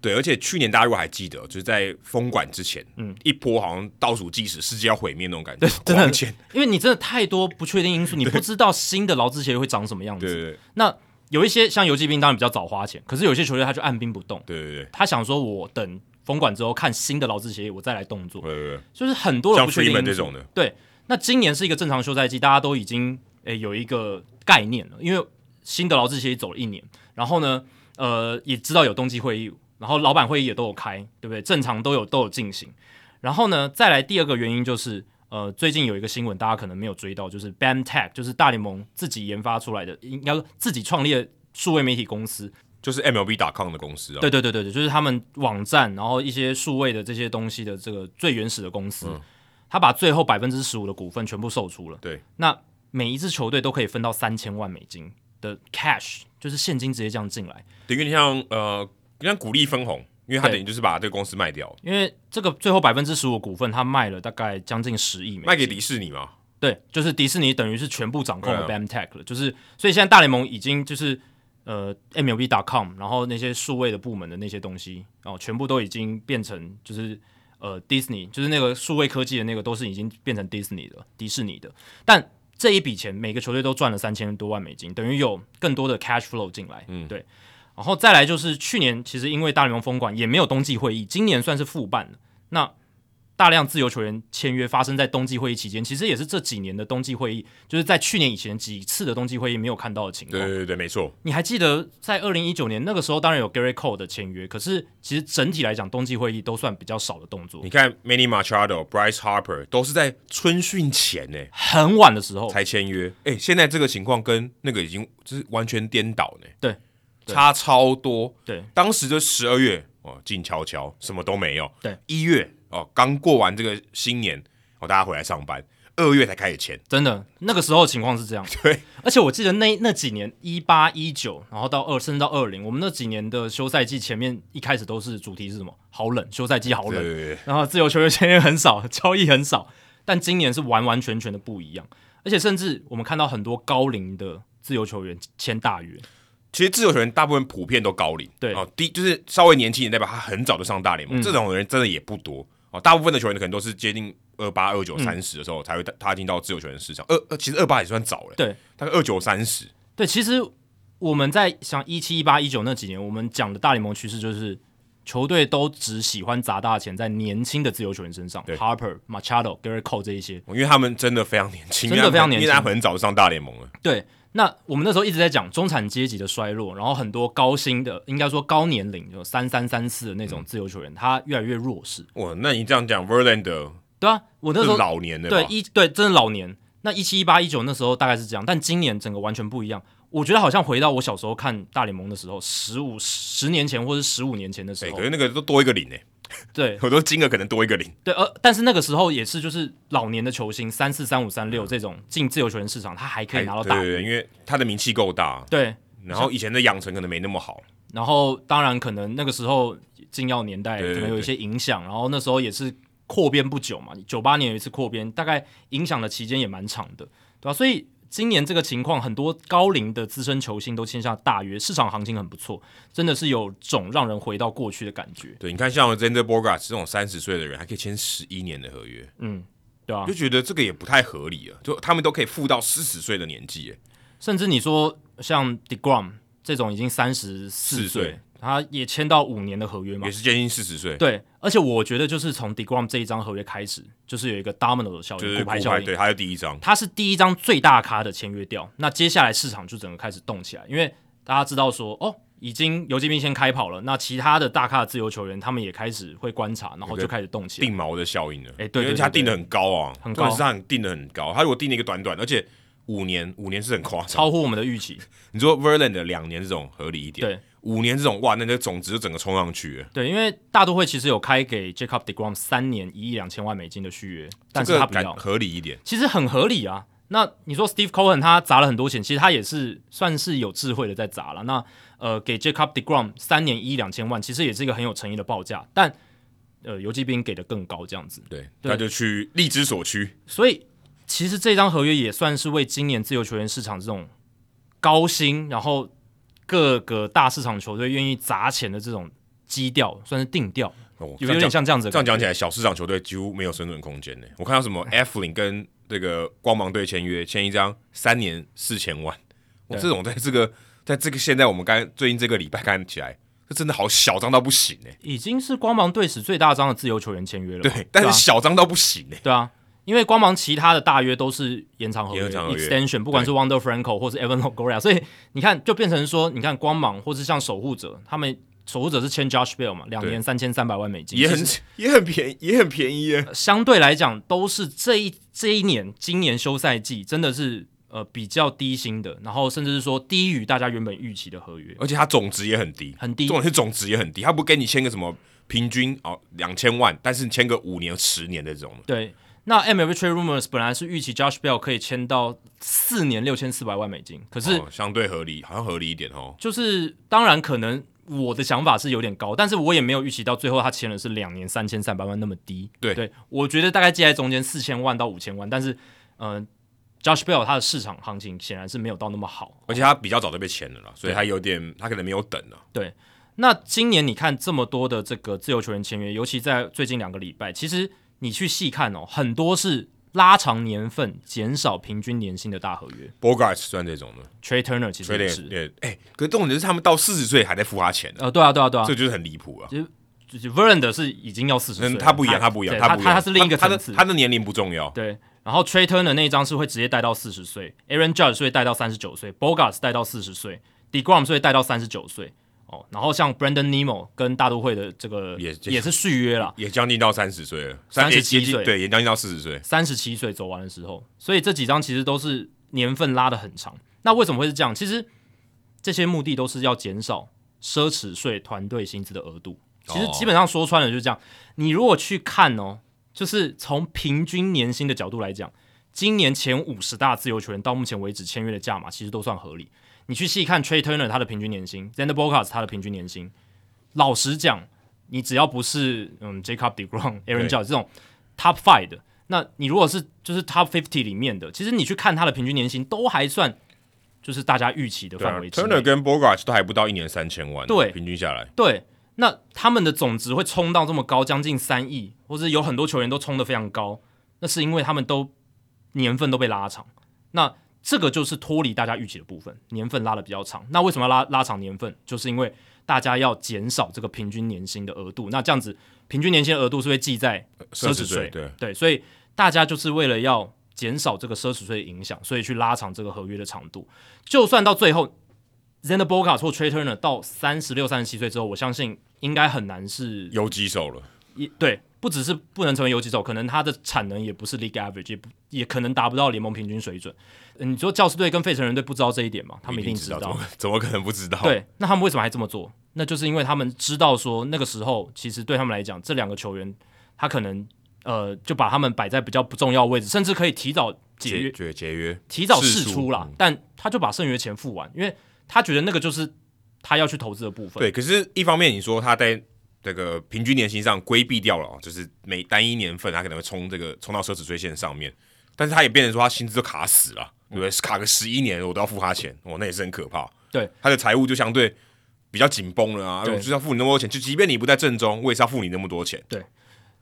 对，而且去年大家如果还记得，就是在封馆之前，嗯，一波好像倒数计时，世界要毁灭那种感觉，
真的
狂签
因为你真的太多不确定因素，你不知道新的劳资协议会长什么样
对
子。
对对
那有一些像游击兵当然比较早花钱，可是有些球队他就按兵不动，
对对对
他想说我等封管之后看新的劳资协议，我再来动作，
对对
就是很
对，
多的
像
不确定
Freeman
因
这
素。
种的，
对，那今年是一个正常休赛季，大家都已经诶、有一个概念了，因为新的劳资协议走了一年，然后呢，呃，也知道有冬季会议，然后老板会议也都有开，对不对？正常都有都有进行。然后呢，再来第二个原因就是，呃，最近有一个新闻大家可能没有追到，就是 Bam Tech，就是大联盟自己研发出来的，应该说自己创立的数位媒体公司，
就是 MLB.com 的公司啊，
对对对对对，就是他们网站，然后一些数位的这些东西的这个最原始的公
嗯
司，他把最后百分之十五的股份全部售出了。
对，
那每一支球队都可以分到三千万美金的 cash，就是现金直接这样进来。
等于你像呃，你像鼓励分红，因为他
对
等于就是把这个公司卖掉，
因为这个最后百分之十五股份，他卖了大概将近十亿美金，
卖给迪士尼嘛，
对，就是迪士尼等于是全部掌控了
对
Bam Tech 了，就是所以现在大联盟已经就是呃 MLB.com，然后那些数位的部门的那些东西哦，全部都已经变成就是呃 Disney，就是那个数位科技的那个都是已经变成 Disney 的迪士尼的，但这一笔钱每个球队都赚了三千多万美金，等于有更多的 cash flow 进来，嗯，对。然后再来就是去年其实因为大联盟封管也没有冬季会议，今年算是复办了，那大量自由球员签约发生在冬季会议期间，其实也是这几年的冬季会议，就是在去年以前几次的冬季会议没有看到的情
对
况。
对对对，没错，
你还记得在二零一九年那个时候，当然有 Gary Cole 的签约，可是其实整体来讲，冬季会议都算比较少的动作
你，看 Manny Machado、Bryce Harper 都是在春训前呢、
很晚的时候，
才签约。哎、现在这个情况跟那个已经就是完全颠倒呢、
对，对
差超多。
对
当时就十二月哦，静悄悄，什么都没有。
对，
一月哦，刚过完这个新年哦，大家回来上班。二月才开始签，
真的，那个时候情况是这样。
对，
而且我记得那那几年一八一九，然后到二甚至到二零，我们那几年的休赛季前面一开始都是主题是什么？好冷，休赛季好
对
冷。
对对，
然后自由球员签约很少， 交易很少，但今年是完完全全的不一样。而且甚至我们看到很多高龄的自由球员签大约，
其实自由球员大部分普遍都高龄，
对嗯
哦，第就是稍微年轻一点代表他很早就上大联盟，这种人真的也不多哦，大部分的球员可能都是接近二八、二九、三十的时候才会踏进到自由球员市场，二二其实二八也算早了，
对，
大概二九、三十，
对，其实我们在想一七、一八、一九那几年，我们讲的大联盟趋势就是球队都只喜欢砸大钱在年轻的自由球员身上
对
，Harper、Machado、Gary Cole 这一些。
因为他们真的非常年轻，
真的非常年轻
因为他们很早就上大联盟了，
对，那我们那时候一直在讲中产阶级的衰落，然后很多高薪的，应该说高年龄，就三三三四的那种自由球员，他越来越弱势。
哇，那你这样讲，Verlander
对啊，我那时
是
候
老年的吧，
对一对真的老年，那一七一八一九那时候大概是这样，但今年整个完全不一样。我觉得好像回到我小时候看大联盟的时候，十五十年前或是十五年前的时
对，
候
哎可，是那个都多一个零诶，
对
我都金额可能多一个零，
对，而但是那个时候也是就是老年的球星三四三五三六这种进自由球员市场，他还可以拿到
对嗯
大
哎对对，因为他的名气够大，
对，
然后以前的养成可能没那么好，
然后当然可能那个时候禁药年代
对对
可
对
能有一些影响，然后那时候也是扩编不久嘛，九八年有一次扩编，大概影响的期间也蛮长的，对吧、所以今年这个情况，很多高龄的资深球星都签下大约，市场行情很不错，真的是有种让人回到过去的感觉，
对，你看像 z e n d e r b o g a r t 这种三十岁的人，还可以签十一年的合约，
嗯，对吧、
就觉得这个也不太合理了。就他们都可以付到四十岁的年纪哎耶，
甚至你说像 Degrom 这种已经三十四
四岁
岁，他也签到五年的合约嘛
也，是接近四十岁，
对，而且我觉得就是从 Degrom 这一张合约开始，就是有一个 domino 的效
就
应，
是
骨牌
骨
效
牌，
应。
对，他是第一张，
它是第一张最大咖的签约掉，那接下来市场就整个开始动起来，因为大家知道说，哦，已经游击兵先开跑了，那其他的大咖的自由球员他们也开始会观察，然后就开始动起来。
定毛的效应了。
哎对对
因为
对
他定的很高啊，
很
重点
高
是他很定的很高。他如果定了一个短短，而且五年，五年是很夸张。
超乎我们的预期，
你说 Verland 的两年这种合理一点，
对
五年这种哇，那那总值就整个冲上去了，
对，因为大都会其实有开给 Jacob Degrom 三年一亿两千万美金的续约，但是
这
他
个
不要
感，合理一点。
其实很合理啊。那你说 Steve Cohen 他砸了很多钱，其实他也是算是有智慧的在砸了。那呃，给 Jacob Degrom 三年一两千万，其实也是一个很有诚意的报价，但呃，游击兵给的更高这样子。
对，
对
那就去力之所趋。
所以其实这张合约也算是为今年自由球员市场这种高薪，然后各个大市场球队愿意砸钱的这种基调，算是定调，
哦这
有
样讲
有点像这样子的
这样
感觉。
讲起来，小市场球队几乎没有生存空间呢。我看到什么 F 零跟这个光芒队签约，签一张三年四千万，我
对
这种在这个在这个现在我们刚最近这个礼拜看起来，这真的好小张到不行呢。
已经是光芒队史最大张的自由球员签约了吧，
对，但是
吧
小张到不行欸呢。
对啊，因为光芒其他的大约都是延长合约
延长合约
extension，不管是 Wonder Franco 或是 Evan Longoria，所以你看就变成说，你看光芒或是像守护者，他们守护者是签 Josh Bell 嘛，两年三千三百万美金，
也
其
很
实
也很便宜，也很便宜耶。
相对来讲都是这一这一年今年休赛季真的是。呃，比较低薪的，然后甚至是说低于大家原本预期的合约，
而且它总值也很低，
很低
重点是总值也很低，他不给你签个什么平均哦两千万，但是你签个五年、十年的这种，
对，那 MLB Trade Rumors 本来是预期 Josh Bell 可以签到四年六千四百万美金，可是
哦相对合理，好像合理一点哦。
就是当然可能我的想法是有点高，但是我也没有预期到最后他签的是两年三千三百万那么低。
对
我觉得大概介在中间四千万到五千万，但是呃，Josh Bell 他的市场行情显然是没有到那么好。
而且他比较早就被签了啦，所以他有点，他可能没有等啊。
那今年你看这么多的这个自由球员签约，尤其在最近两个礼拜，其实你去细看哦，很多是拉长年份、减少平均年薪的大合约。
Bogarts 算这种的
Trey Turner 其实
t r
也是，
对，哎、可是重点是他们到四十岁还在付他钱呢、
呃，对啊，对啊，对啊
这，就是很离谱啊。
就是 Verlander 是已经要四十岁
嗯，
了，
他不一样，他不一样，
对
他
他
不一样，
他是另一个
他的
层次，
他的年龄不重要，
对，然后 Trey Turner 那一张是会直接带到四十岁，Aaron Judge 是会带到三十九岁，Bogarts 带到四十岁，Degrom 是会带到三十九岁。哦，然后像 Brandon Nemo 跟大都会的这个
也
也是续约啦，
也将近到三十岁了，
37
也接近
岁
对，也将近到四十岁。
三十七岁走完的时候，所以这几张其实都是年份拉的很长。那为什么会是这样？其实这些目的都是要减少奢侈税团队薪资的额度。其实
哦
基本上说穿了就是这样。你如果去看哦，就是从平均年薪的角度来讲，今年前五十大自由球员到目前为止签约的价码其实都算合理。你去细看 Trey Turner 他的平均年薪 z a n d e r b o g a s 他的平均年薪，老实讲，你只要不是嗯 Jacob Degrom、Aaron Judge 这种 Top Five 的，那你如果是就是 Top Fifty 里面的，其实你去看他的平均年薪都还算就是大家预期的
对啊
范围之内。
，Turner 跟 Bogart 都还不到一年三千万，
对
平均下来，
对，那他们的总值会冲到这么高，将近三亿，或者有很多球员都冲得非常高，那是因为他们都年份都被拉长。那这个就是脱离大家预期的部分，年份拉的比较长。那为什么要拉拉长年份？就是因为大家要减少这个平均年薪的额度。那这样子，平均年薪的额度是会记在奢侈税，
对，
对，所以大家就是为了要减少这个奢侈税的影响，所以去拉长这个合约的长度。就算到最后 z e n d e r b o g a 或 Trey Turner 到三十六、三十七岁之后，我相信应该很难是
游击手了，
一对，不只是不能成为游击手，可能他的产能也不是 league average，也不也可能达不到联盟平均水准。呃你说教士队跟费城人队不知道这一点吗？他们
一
定
定
知
道，怎么 怎么可能不知道？，
对，那他们为什么还这么做？那就是因为他们知道说那个时候，其实对他们来讲，这两个球员他可能呃就把他们摆在比较不重要的位置，甚至可以提早解
节
约、
节节约，
提早
释
释出嗯啦。
嗯
但他就把剩余的钱付完，因为他觉得那个就是他要去投资的部分。
对，可是一方面你说他在这个平均年薪上规避掉了哦，就是每单一年份他可能会冲这个冲到奢侈税线上面，但是他也变成说他薪资都卡死了，对不对？卡个十一年我都要付他钱，哇，那也是很可怕。
对，
他的财务就相对比较紧绷了啊，我
对
就是要付你那么多钱，就即便你不在正中，我也是要付你那么多钱。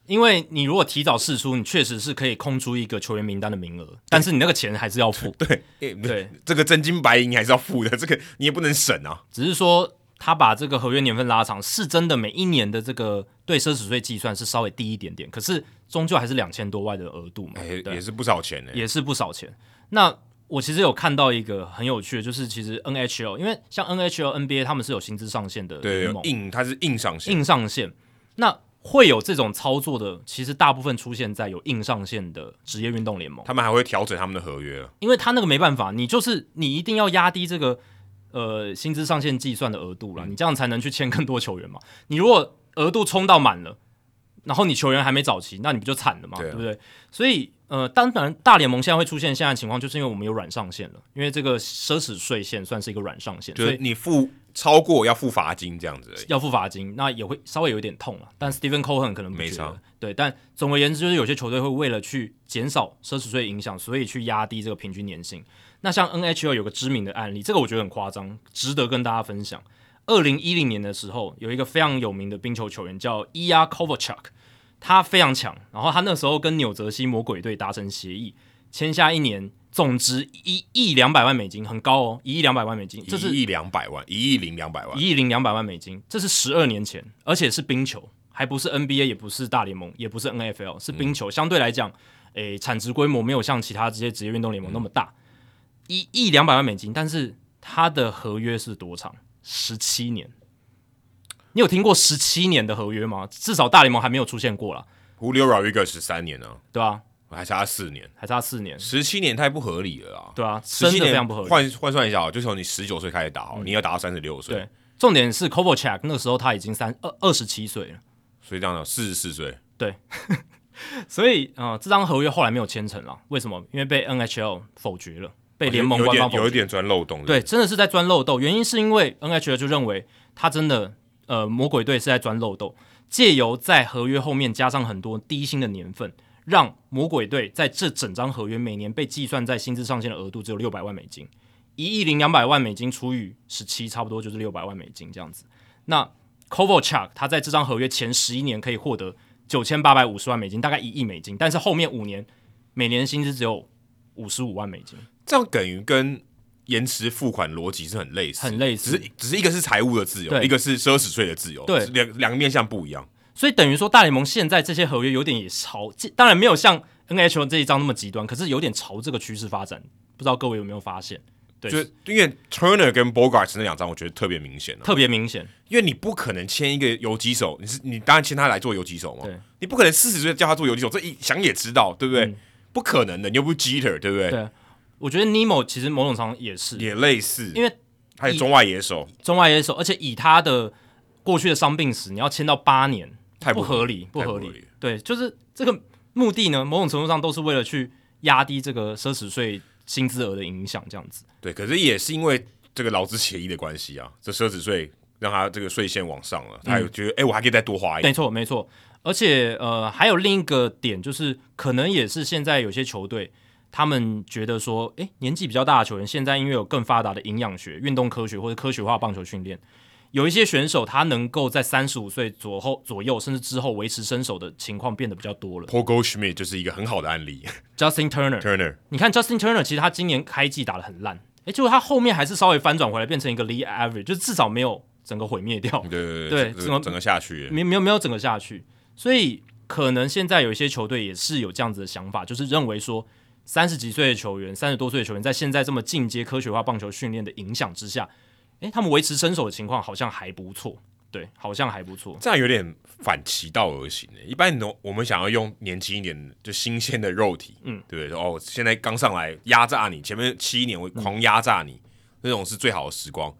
因为你如果提早释出，你确实是可以空出一个球员名单的名额，但是你那个钱还是要付。
对，诶
对，
这个真金白银还是要付的，这个你也不能省啊。
只是说他把这个合约年份拉长，是真的每一年的这个对奢侈税计算是稍微低一点点，可是终究还是两千多万的额度嘛，
哎
对
也是不少钱呢、
也是不少钱。那我其实有看到一个很有趣的，就是其实 NHL，因为像 NHL、NBA 他们是有薪资上限的
对，
联
有
盟，
硬它是硬上限，
硬上限，那会有这种操作的，其实大部分出现在有硬上限的职业运动联盟。
他们还会调整他们的合约了。
因为他那个没办法，你就是你一定要压低这个呃薪资上限计算的额度
嗯
了，你这样才能去签更多球员嘛。你如果额度冲到满了，然后你球员还没找齐，那你不就惨了嘛，
对
对
啊
不对？所以呃，当然大联盟现在会出现现在的情况，就是因为我们有软上限了，因为这个奢侈税线算是一个软上限，
就
所
是
以
你付超过要付罚金这样子而已。嗯
要付罚金，那也会稍微有一点痛了。但 Stephen Cohen 可能不
没
觉
差
得，对。但总而言之，就是有些球队会为了去减少奢侈税影响，所以去压低这个平均年薪。那像 NHL 有个知名的案例，这个我觉得很夸张，值得跟大家分享。二零一零年的时候，有一个非常有名的冰球球员叫伊亚 Kovachuk，他非常强，然后他那时候跟纽泽西魔鬼队达成协议，签下一年总值一亿两百万美金，很高哦，一亿两百万美金，这是
一亿两百万，一亿零两百万，
一亿零两百万美金，这是十二年前，而且是冰球，还不是 NBA，也不是大联盟，也不是 NFL，是冰
嗯
球。相对来讲，诶，产值规模没有像其他这些职业运动联盟那
嗯
么大，一亿两百万美金，但是他的合约是多长？十七年。你有听过十七年的合约吗？至少大联盟还没有出现过啦，
胡留 Rodriguez 十三年呢、
对吧、啊？
还差四年，
还差四年，
十七年太不合理了啊！
对啊，
17
真的
年
非常不合理。嗯
换换算一下哦，就从你十九岁开始打好，你要打到三十六岁，
对，重点是 Kovacic 那个时候他已经三二二十七岁了。
所以这样的四十四岁，
所以，呃，这张合约后来没有签成了，为什么？因为被 NHL 否决了，被联盟
哦有有
官
一
方
点有
否决。
一点钻漏洞。
对，真的是在钻漏洞。原因是因为 NHL 就认为他真的，呃，魔鬼队是在钻漏洞，借由在合约后面加上很多低薪的年份，让魔鬼队在这整张合约每年被计算在薪资上限的额度只有六百万美金，一亿零两百万美金除以十七，差不多就是六百万美金这样子。那 Kovalchuk 他在这张合约前十一年可以获得九千八百五十万美金，大概一亿美金，但是后面五年每年薪资只有五十五万美金。
这样等于跟延迟付款逻辑是很类似，
很类似
只是只是一个是财务的自由，
对
一个是奢侈税的自由，
对
是两两个面向不一样。
所以等于说，大联盟现在这些合约有点也朝，当然没有像 NHL 这一张那么极端，可是有点朝这个趋势发展。不知道各位有没有发现？对，
就是因为 Turner 跟 Bogart 那两张，我觉得特别明显啊
特别明显。
因为你不可能签一个游击手，你是你当然签他来做游击手嘛
对，嗯
你不可能四十岁叫他做游击手，这一想也知道，对不对？不可能的，你又不是 Jeter，对不对？
对，我觉得 Nemo 其实某种程度也是，
也类似，
因为
还有中外野手，
中外野手，而且以他的过去的伤病史，你要签到八年，
太
不
不合
合理，不
太不
合
合理
理。对，就是这个目的呢，某种程度上都是为了去压低这个奢侈税薪资额的影响，这样子。
对，可是也是因为这个劳资协议的关系啊，这奢侈税让他这个税线往上了，
嗯
他有觉得哎、诶我还可以再多花一点。
没错，没错。而且呃，还有另一个点就是，可能也是现在有些球队他们觉得说，诶，年纪比较大的球员，现在因为有更发达的营养学、运动科学或者科学化棒球训练，有一些选手他能够在三十五岁左后左右，甚至之后维持身手的情况变得比较多了。
Pogo Schmidt 就是一个很好的案例
Justin Turner，
，Turner
你看 Justin Turner，其实他今年开季打得很烂，诶，结果他后面还是稍微翻转回来，变成一个 league average，就至少没有整个毁灭掉。
对
对
整
怎么
个整个下去了，
没没有没有整个下去，所以可能现在有一些球队也是有这样子的想法，就是认为说三十几岁的球员、三十多岁的球员，在现在这么进阶科学化棒球训练的影响之下，诶，他们维持身手的情况好像还不错，对，好像还不错，
这样有点反其道而行欸一般你都我们想要用年轻一点的，就新鲜的肉体，
嗯
嗯，对不对？说哦，现在刚上来压榨你，前面七年我狂压榨你，那种是最好的时光。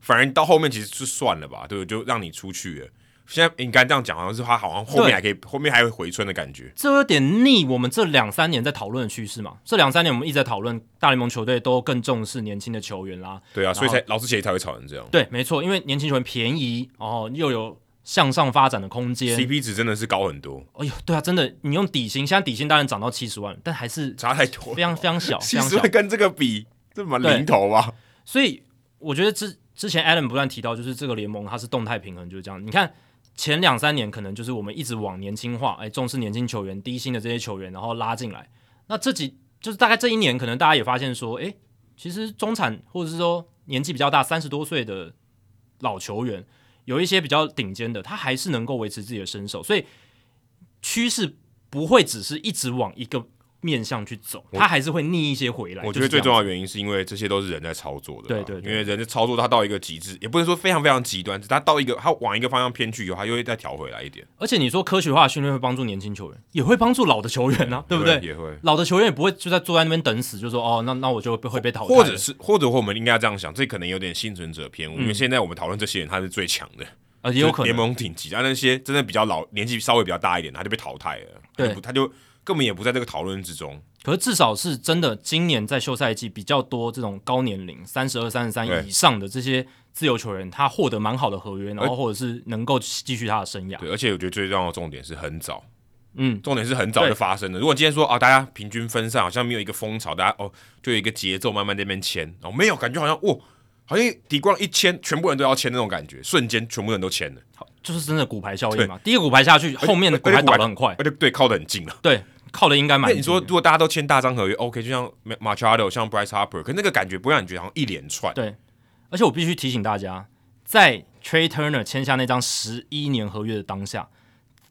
反而到后面其实就算了吧，对不对？就让你出去了。现在你刚才这样讲，好像是他好像后
对
面还可以，后面还会回春的感觉。
这有点逆我们这两三年在讨论的趋势嘛。这两三年我们一直在讨论大联盟球队都更重视年轻的球员啦，
对啊，所以
然后
才老师协议才会吵成这样。
对，没错，因为年轻球员便宜，哦，又有向上发展的空间。
CP 值真的是高很多，
哎呦，对啊，真的，你用底薪，现在底薪当然涨到七十万，但还是
差太多了。
非常非常小，非
其
常
实
小
会。跟这个比，这么
对
零头吧？
所以我觉得之之前 Adam 不断提到，就是这个联盟它是动态平衡，就是这样。你看前两三年可能就是我们一直往年轻化，哎，重视年轻球员、低薪的这些球员，然后拉进来。那这几就是大概这一年，可能大家也发现说，哎，其实中产或者是说年纪比较大、三十多岁的老球员，有一些比较顶尖的，他还是能够维持自己的身手，所以趋势不会只是一直往一个。面向去走，他还是会逆一些回来。
我觉
就
得
是
最
这样
重要的原因是因为这些都是人在操作的啦，
对对对
因为人的操作它到一个极致，也不能说非常非常极端，只是它到一个它往一个方向偏去以后，它又会再调回来一点，
而且你说科学化训练会帮助年轻球员，也会帮助老的球员啊，对不对？
也会。
老的球员也不会就在坐在那边等死，就说哦，那那我就会被会被淘汰了，
或者是，或者我们应该这样想，这可能有点幸存者偏误，因为现在我们讨论这些人，他是最强的，
嗯呃也有
就
可
是联
能，
盟顶级，啊但那些真的比较老、年纪稍微比较大一点，他就被淘汰了，他就
对
不他就根本也不在这个讨论之中，
可是至少是真的，今年在休赛季比较多这种高年龄三十二、三十三
对哎
以上的这些自由球员，他获得蛮好的合约，然后或者是能够继续他的生涯。
对，而且我觉得最重要的重点是很早，
嗯，
重点是很早
对
就发生了。如果今天说啊，大家平均分散，好像没有一个风潮，大家哦，就有一个节奏慢慢在那边签，然后没有感觉好像哦，好像底光一签，全部人都要签那种感觉，瞬间全部人都签了，
就是真的骨牌效应嘛。第一个骨牌下去，后面的骨牌倒得很快，
而且对靠得很近了。
对，靠的应该蛮
那
近的。
你说，如果大家都签大张合约，OK，就像 Machado、像 Bryce Harper，可那个感觉不会让你觉得好像一连串。
对，而且我必须提醒大家，在 Trey Turner 签下那张十一年合约的当下，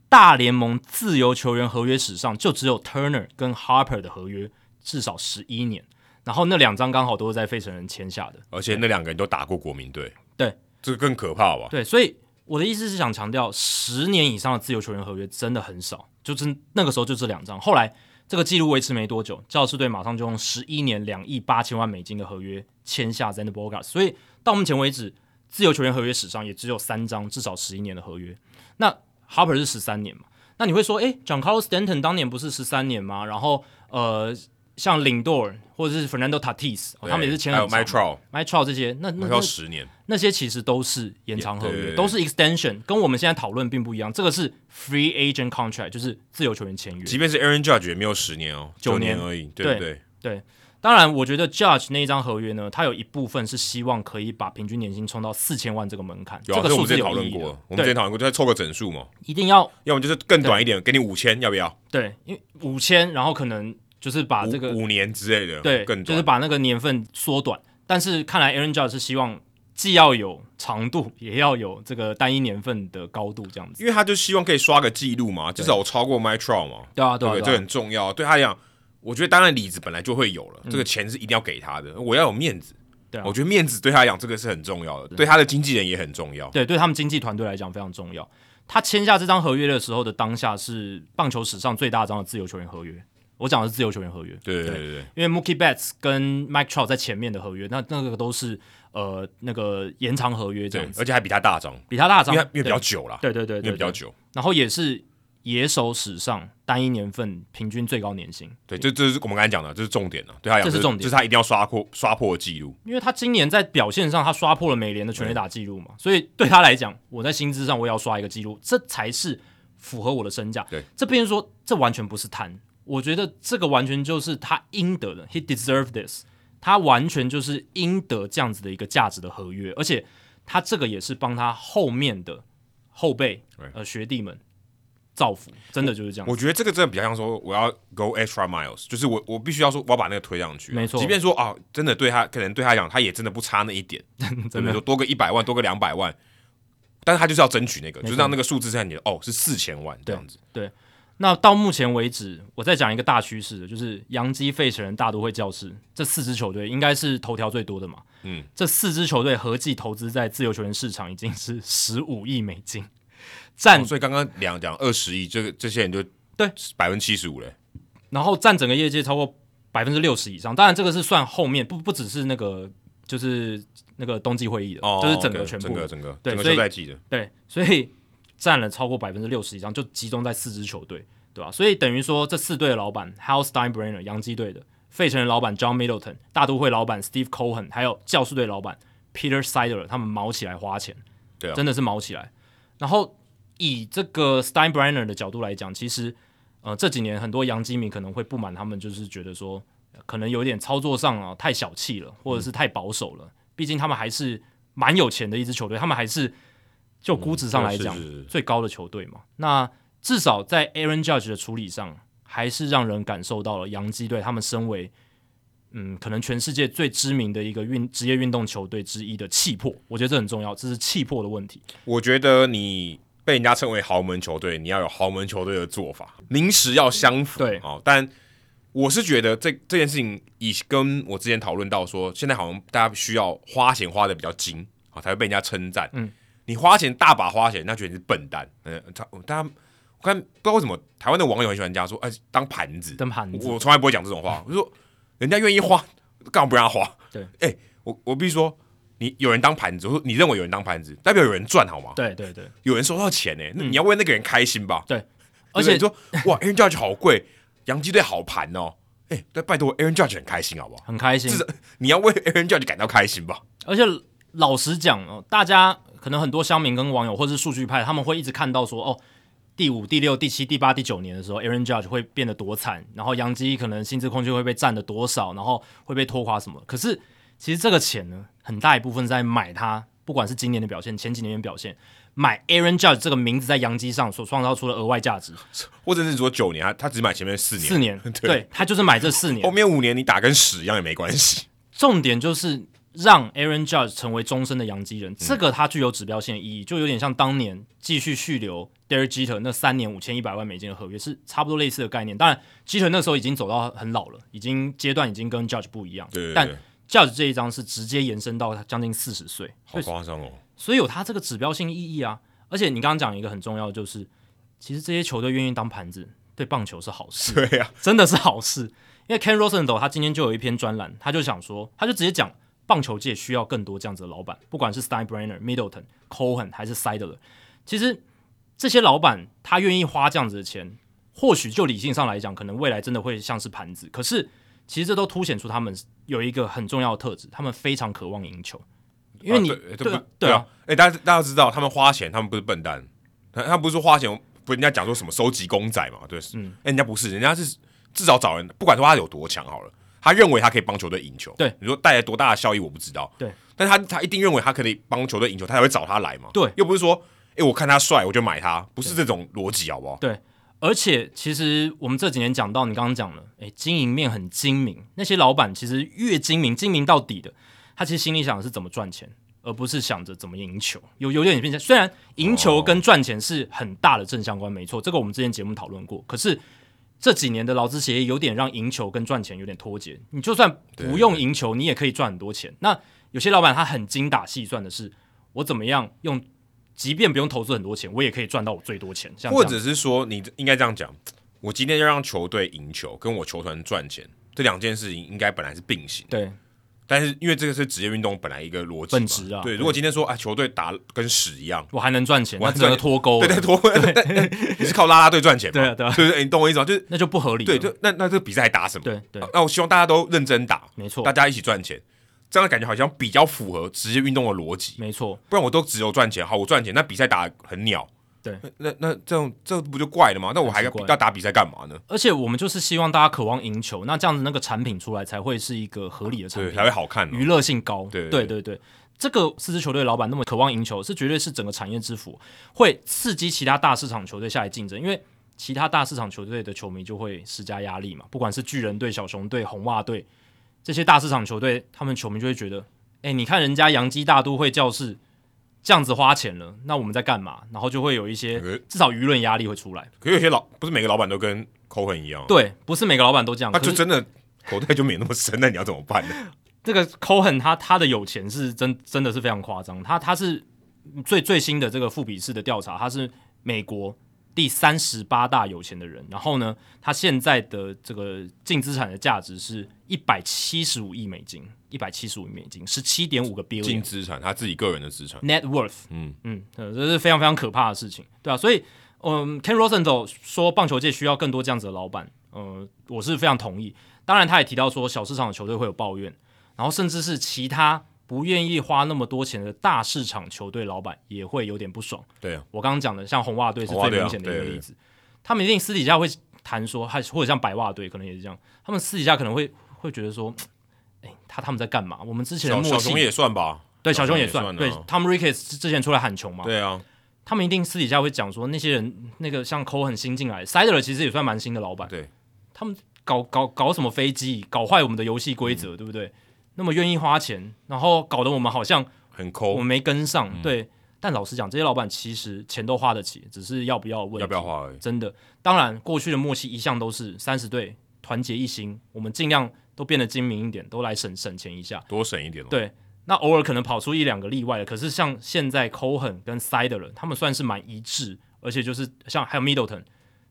大联盟自由球员合约史上就只有 Turner 跟 Harper 的合约至少十一年，然后那两张刚好都是在费城人签下的。
而且那两个人都打过国民队，
对，
这个更可怕吧？
对，所以我的意思是想强调，十年以上的自由球员合约真的很少，就真那个时候就这两张。后来这个记录维持没多久，教士队马上就用十一年两亿八千万美金的合约签下 z e n d b o g a r t 所以到目前为止，自由球员合约史上也只有三张至少十一年的合约。那 Harper 是十三年嘛？那你会说，诶 j o h n Carlos Stanton 当年不是十三年吗？然后呃，像 Lindor 或者是 Fernando Tatis，、哦他们也是签
还
很
有 My
长嗯
Trout，
m y t r o 这些，那那
My
那
Trout 十年，
那些其实都是延长合
对
约，
对对
都是 extension，跟我们现在讨论并不一样。这个是 free agent contract，就是自由球员签约。
即便是 Aaron Judge 也没有十年哦，
九
九
年
而已，对不
对
对？
当然，我觉得 Judge 那一张合约呢，它有一部分是希望可以把平均年薪冲到四千万这个门槛，
有啊，
个
这我
数
们之前
字有
讨
意
论
义的
过，我们之前讨论过，就再凑个整数嘛，
一定要
要么就是更短一点，给你五千，要不要？
对，因为五千，然后可能就是把
五
啊这个
五年之类的，
对，
更
就
短。
是把那个年份缩短。但是看来 Aaron Judge 是希望既要有长度，也要有这个单一年份的高度，这样子。
因为他就希望可以刷个记录嘛，至少我超过 My Trial 嘛，
对啊，
对
啊，
不对？这
对啊，
很重要。对他来讲，我觉得当然里子本来就会有了，这个钱是一定要给他的，我要有面子。
嗯对啊
我觉得面子对他来讲这个是很重要的，对他的经纪人也很重要。
对，对他们经纪团队来讲非常重要。他签下这张合约的时候的当下是棒球史上最大张的自由球员合约。我讲的是自由球员合约，
对对对对，
因为 Mookie Betts 跟 Mike Trout 在前面的合约，那那个都是呃那个延长合约这
对
样子，
而且还比他大张，
比他大张，
因为他因为比较
对
久啦，
对对对
因为
对
比较
对，
久。
然后也是野手史上单一年份平均最高年薪。
对，这这是我们刚才讲的，这是重点了，对他讲，
这是重点
就是他一定要刷破刷破纪录。
因为他今年在表现上，他刷破了美联的全垒打记录嘛，所以对他来讲，我在薪资上我也要刷一个记录，这才是符合我的身价。
对，
这边说这完全不是贪，我觉得这个完全就是他应得的，he deserve this，他完全就是应得这样子的一个价值的合约，而且他这个也是帮他后面的后辈
对
呃学弟们造福，真的就是这样子。
我觉得这个真的比较像说，我要 go extra miles，就是我我必须要说，我要把那个推上去。
没错
即便说啊，真的对他可能对他讲，他也真的不差那一 点，真的说多个一百万，多个两百万，但是他就是要争取那个，就是让那个数字在你的哦是四千万这样子。
那到目前为止，我再讲一个大趋势，就是洋基、费城人、大都会、教士这四支球队应该是头条最多的嘛。
嗯，
这四支球队合计投资在自由球员市场已经是十五亿美金，占、
哦所以刚刚两讲二十亿，这个这些人就
对
百分之七十五嘞，
然后占整个业界超过百分之六十以上。当然，这个是算后面，不不只是那个就是那个冬季会议的，
哦，
就是整个
OK，
全部
整个整个
对
整个
所以
休赛季的，
对，所以占了超过百分之六十以上，就集中在四支球队，对吧、所以等于说这四队的老板 Hal Steinbrenner 洋基队的，费城人老板 John Middleton，大都会老板 Steve Cohen，还有教士队老板 Peter Sider，他们毛起来花钱，
对啊
真的是毛起来。然后以这个 Steinbrenner 的角度来讲，其实呃这几年很多洋基迷可能会不满他们，就是觉得说可能有点操作上啊太小气了，或者是太保守了。毕竟他们还是蛮有钱的一支球队，他们还是就估值上来讲、
嗯啊是是是
最高的球队嘛。那至少在 Aaron Judge 的处理上，还是让人感受到了洋基队他们身为嗯，可能全世界最知名的一个运职业运动球队之一的气魄，我觉得这很重要，这是气魄的问题。
我觉得你被人家称为豪门球队，你要有豪门球队的做法，临时要相符。
对
哦，但我是觉得这这件事情，以跟我之前讨论到说，现在好像大家需要花钱花的比较精，啊、才会被人家称赞。
嗯，
你花钱大把花钱，那觉得你是笨蛋。嗯，他大家。我看不知道为什么台湾的网友很喜欢讲说，哎、当盘子，
当盘子
我我从来不会讲这种话。我就说，人家愿意花，干嘛不让他花？
对
哎、我我必须说，你有人当盘子，我说你认为有人当盘子，代表有人赚好吗？
对对对，
有人收到钱呢、那你要为那个人开心吧？
对
对不
而
对
且
你说哇，Aaron Judge 好贵，洋基队好盘哦，哎、但拜托，Aaron Judge 很开心好不好？
很开心，
至少你要为 Aaron Judge 感到开心吧？
而且老实讲哦，大家可能很多乡民跟网友或是数据派，他们会一直看到说哦，第五、第六、第七、第八、第九年的时候，Aaron Judge 会变得多惨，然后杨基可能薪资空间会被占的多少，然后会被拖垮什么。可是其实这个钱呢，很大一部分是在买他，不管是今年的表现，前几年的表现。买 Aaron Judge 这个名字在洋基上所创造出的额外价值，
或者是说九年，他他只买前面四年，
四年，对他就是买这 四年
后，面五年你打跟屎一样也没关系。
重点就是让 Aaron Judge 成为终身的洋基
嗯
人，这个它具有指标性的意义，就有点像当年继续续留 Derek Jeter 那三年五千一百万美金的合约是差不多类似的概念。当然，Jeter 那时候已经走到很老了，已经阶段已经跟 Judge 不一样，
对对对
但 Judge 这一张是直接延伸到他将近四十岁，
好夸张哦！
所以有它这个指标性意义啊。而且你刚刚讲一个很重要的就是，其实这些球队愿意当盘子，对棒球是好 事。
对啊呀、
真的是好事。因为 Ken Rosenthal 他今天就有一篇专栏，他就想说，他就直接讲棒球界需要更多这样子的老板，不管是 Steinbrenner、Middleton、Cohen 还是 Seidler，其实这些老板他愿意花这样子的钱，或许就理性上来讲，可能未来真的会像是盘子。可是其实这都凸显出他们有一个很重要的特质，他们非常渴望赢球，因为你、
啊对
对
不
啊
对
对啊
啊，，哎、大家大家知道他们花钱，他们不是笨蛋，他他不是说花钱，不人家讲说什么收集公仔嘛，对，嗯，哎、人家不是，人家是至少找人，不管说他有多强好了，他认为他可以帮球队赢球，
对，
你说带来多大的效益我不知道，
对，
但他他一定认为他可以帮球队赢球，他才会找他来嘛，
对
又不是说，哎、我看他帅我就买他，不是这种逻辑好不好？
对，而且其实我们这几年讲到，你刚刚讲了，诶，经营面很精明，那些老板其实越精明，精明到底的，他其实心里想的是怎么赚钱，而不是想着怎么赢球。有有点变成，虽然赢球跟赚钱是很大的正相关，没错，这个我们之前节目讨论过，可是。这几年的劳资协议有点让赢球跟赚钱有点脱节。你就算不用赢球，你也可以赚很多钱。那有些老板他很精打细算的是，我怎么样用，即便不用投资很多钱，我也可以赚到我最多钱。像这
或
样
者是说，你应该这样讲，我今天要让球队赢球，跟我球团赚钱这两件事情应该本来是并行的。
对
但是因为这个是职业运动本来一个逻辑嘛，
本质啊
对，
对
如果今天说啊，球队打跟屎一样，
我还能赚钱，
我还
那只能
赚
脱钩了，
对对，脱裤，你是靠拉拉队赚钱嘛？
哦对啊对啊
对对，你懂我意思吗？就是
那就不合理了。
对，就那那这个比赛还打什么？
对对
啊那我希望大家都认真打，
没错
大家一起赚钱，这样的感觉好像比较符合职业运动的逻辑。
没错，
不然我都只有赚钱，好，我赚钱，那比赛打得很鸟，
对。
那那这样这不就怪了吗？那我还
很
要
奇怪
要打比赛干嘛呢？
而且我们就是希望大家渴望赢球，那这样子那个产品出来才会是一个合理的产
对，
品，
才会好看嘛。
娱乐性高。
对
对对对这个四支球队老板那么渴望赢球，是绝对是整个产业之福，会刺激其他大市场球队下来竞争，因为其他大市场球队的球迷就会施加压力嘛，不管是巨人队、小熊队、红袜队这些大市场球队，他们球迷就会觉得，哎，你看人家洋基大都会教室这样子花钱了，那我们在干嘛？然后就会有一些
呃哦
至少舆论压力会出来。
可是有些老不是每个老板都跟抠痕一样啊，
对，不是每个老板都这样，
那
可
就是真的口袋就没那么深，那你要怎么办呢？
这个 Cohen 他他的有钱是真真的是非常夸张，他他是最最新的这个富比士的调查，他是美国第三十八大有钱的人。然后呢，他现在的这个净资产的价值是一百七十五亿美金，一百七十五亿美金，十七点五个 billion
净资产，他自己个人的资产，
net worth，
嗯
嗯，呃这是非常非常可怕的事情，对啊，所以，嗯，Ken Rosenthal 说棒球界需要更多这样子的老板，呃，我是非常同意。当然，他也提到说小市场的球队会有抱怨，然后甚至是其他不愿意花那么多钱的大市场球队老板也会有点不爽。
对啊，
我刚刚讲的，像红袜队是
红袜
最
队啊
明显的一个
对
例子，他们一定私底下会谈说，还或者像白袜队可能也是这样，他们私底下可能会会觉得说，哎、他他们在干嘛？我们之前的
小
默
小
契
熊。也算吧，
对，
小
小熊
熊
也
也
算。
算啊
对，Tom Ricketts 之前出来喊穷嘛，
对啊，
他们一定私底下会讲说，那些人那个像 Cole 很新进来，Sider 其实也算蛮新的老板，
对，
他们搞搞搞什么飞机，搞坏我们的游戏规
嗯
则，对不对？那么愿意花钱，然后搞得我们好像
很
我
抠
们，没跟上，
嗯
对。但老实讲，这些老板其实钱都花得起，只是要不要问，
要不要？花而已。
真的，当然过去的默契一向都是三十队团结一心，我们尽量都变得精明一点，都来省省钱一下。
多省一点哦。
对那偶尔可能跑出一两个例外的，可是像现在 Cohen 跟 Side 的人，他们算是蛮一致，而且就是像还有 Middleton，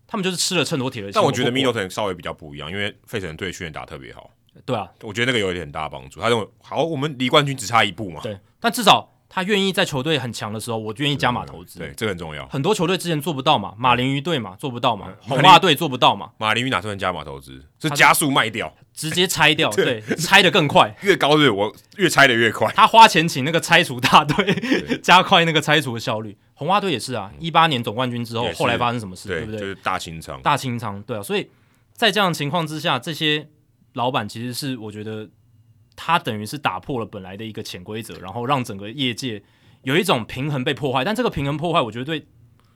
他们就是吃了秤砣铁了心。
但我觉得
不过
Middleton 稍微比较不一样，因为费城队训练打得特别好，
对啊，
我觉得那个有一点很大帮助。他认为好，我们离冠军只差一步嘛，
对，但至少他愿意在球队很强的时候，我愿意加码投资。
对，这个很重要。
很多球队之前做不到嘛，马林鱼队嘛做不到嘛，红袜队做不到嘛，
马林鱼哪算加码投资？是加速卖掉，
直接 拆掉，对，拆的更快。
越高日我越拆的越快。
他花钱请那个拆除大队， 加快那个拆除的效率。红袜队也是啊，一八年总冠军之后
也，是
后来发生什么事，对不
就
对？
是大清仓。
大清仓，对啊，所以在这样的情况之下，这些老板其实是我觉得他等于是打破了本来的一个潜规则，然后让整个业界有一种平衡被破坏，但这个平衡破坏，我觉得对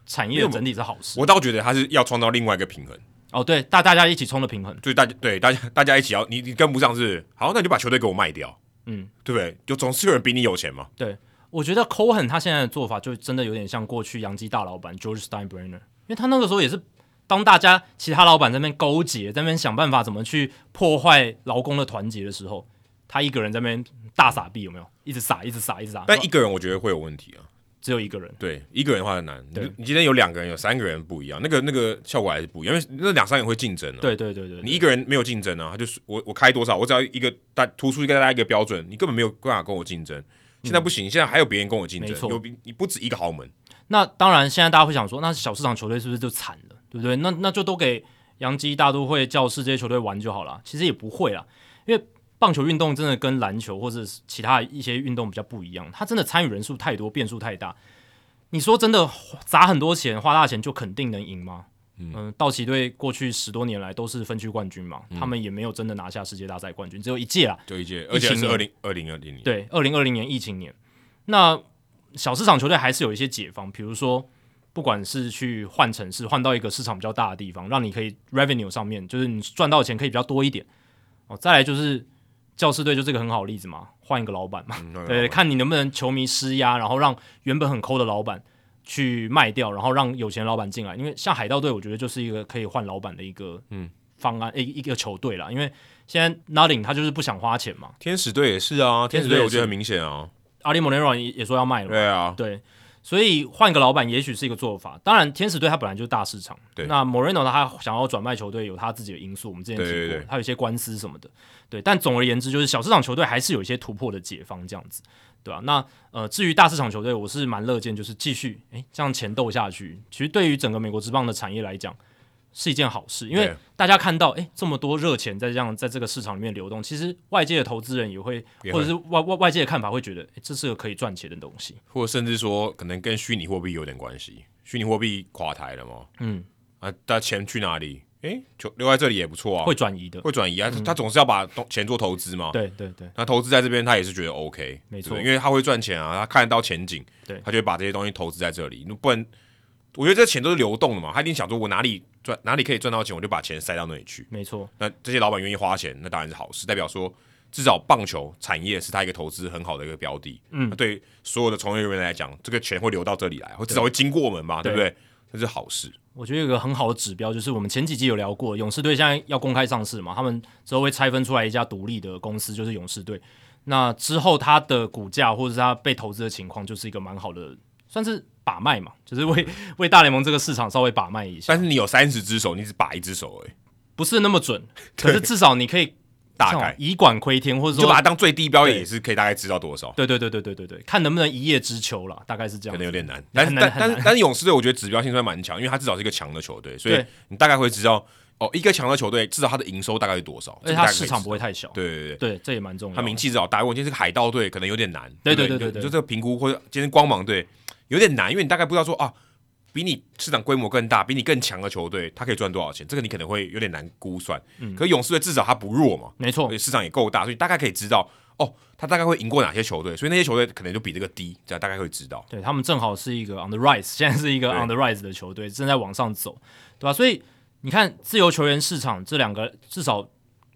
产业的整体是好事。
我倒觉得他是要创造另外一个平衡，
哦，对，大大家一起冲的平衡，
就是大家对大家大家一起要你你跟不上是不是好，那你就把球队给我卖掉，
嗯，
对不对？就总是有人比你有钱嘛，
对。我觉得 Cohen 他现在的做法就真的有点像过去洋基大老板 George Steinbrenner，因为他那个时候也是当大家其他老板在那边勾结，在那边想办法怎么去破坏劳工的团结的时候，他一个人在那边大撒币，有没有？一直撒，一直撒，一直撒。
但一个人我觉得会有问题啊。
只有一个人，
对，一个人的话很难。
对
你你今天有两个人，有三个人不一样，那个那个效果还是不一样，因为那两三个人会竞争啊。
对对对对，
你一个人没有竞争啊，他就是我我开多少，我只要一个大突出一个大家一个标准，你根本没有办法跟我竞争。现在不行，现在还有别人跟我竞
没
争，
错
有比你不止一个豪门，
那当然，现在大家会想说，那小市场球队是不是就惨了，对不对？那那就都给洋基、大都会、教室这些球队玩就好了。其实也不会啦，因为棒球运动真的跟篮球或者是其他一些运动比较不一样，它真的参与人数太多，变数太大。你说真的砸很多钱、花大钱就肯定能赢吗？嗯、道奇队过去十多年来都是分区冠军嘛，他们也没有真的拿下世界大赛冠军，只有一届啊啦。
就一届，
而
而
且
且
是
是二零二零二零年，
对，二零二零年疫情年，那小市场球队还是有一些解放，比如说不管是去换城市，换到一个市场比较大的地方，让你可以 revenue 上面，就是你赚到的钱可以比较多一点。哦，再来就是教师队就是个很好的例子嘛，换一个老板嘛，
嗯那
对，
个
看你能不能球迷施压，然后让原本很抠的老板去卖掉，然后让有钱老板进来。因为像海盗队，我觉得就是一个可以换老板的一个嗯方案，一一个球队啦。因为现在 Nothing 他就是不想花钱嘛，
天使队也是啊，天使
天使
队
队也是
我觉得很明显啊，
阿里莫雷罗也也说要卖了嘛，
对啊，
对，所以换个老板也许是一个做法。当然，天使队他本来就是大市场，
对
那 Moreno 他想要转卖球队有他自己的因素，我们之前提过，
对对对
他有一些官司什么的，对。但总而言之，就是小市场球队还是有一些突破的解放这样子，对吧、那呃，至于大市场球队，我是蛮乐见，就是继续诶这样前斗下去。其实对于整个美国职棒的产业来讲。是一件好事，因为
对
大家看到，诶这么多热钱在这样在这个市场里面流动，其实外界的投资人也会，
也
或
会
者是外外外界的看法会觉得，诶这是个可以赚钱的东西。
或者甚至说可能跟虚拟货币有点关系。虚拟货币垮台了嘛，
嗯，
啊，但钱去哪里？诶，就留在这里也不错啊，
会转移的。
会转移啊，他总是要把东钱做投资嘛。
对对对，
那投资在这边，他也是觉得 OK，
没错
对因为他会赚钱啊，他看得到前景，
对
他就会把这些东西投资在这里。那不然，我觉得这钱都是流动的嘛，他一定想说，我哪里赚哪里可以赚到钱，我就把钱塞到那里去。
没错，
那这些老板愿意花钱，那当然是好事，代表说至少棒球产业是他一个投资很好的一个标的。
嗯
那对所有的从业人员来讲，这个钱会流到这里来，或至少会经过我们嘛，对
对
不对？这是好事。
我觉得有个很好的指标，就是我们前几集有聊过，勇士队现在要公开上市嘛，他们之后会拆分出来一家独立的公司，就是勇士队。那之后它的股价或者是它被投资的情况，就是一个蛮好的，算是把脉嘛，就 是为、为大联盟这个市场稍微把脉一下，
但是你有三十只手，你只把一只手而已，
不是那么 准，可是至少你可以
大
像
概
以管窥天，或者
你就把它
说。
当最低标
对
也是可以大概知道多少。
对对对对对对对，看能不能一叶知秋啦，大概是这
可能
样子。
有点难，但是
很难
但
很
但
难
是但是勇士队，我觉得指标性算蛮强，因为他至少是一个强的球队，所以
对
你大概会知道哦，一个强的球队至少它的营收大概是多少，
而且
这个大
它
概可以
市场
知
不会太小，
对对对对，
对，这也蛮重要的。
他名气至少大。如果今天是个海盗队，可能有点难，
对
对
对
不
对
你
对对
就这个评估或者今天光芒队有点难，因为你大概不知道说啊，比你市场规模更大、比你更强的球队，它可以赚多少钱，这个你可能会有点难估算。可勇士队至少它不弱嘛，
嗯没错
所以，市场也够大，所以大概可以知道哦，它大概会赢过哪些球队，所以那些球队可能就比这个低，这样大概会知道。
对他们正好是一个 on the rise，现在是一个
对
on the rise 的球队，正在往上走，对吧、所以你看，自由球员市场这两个至少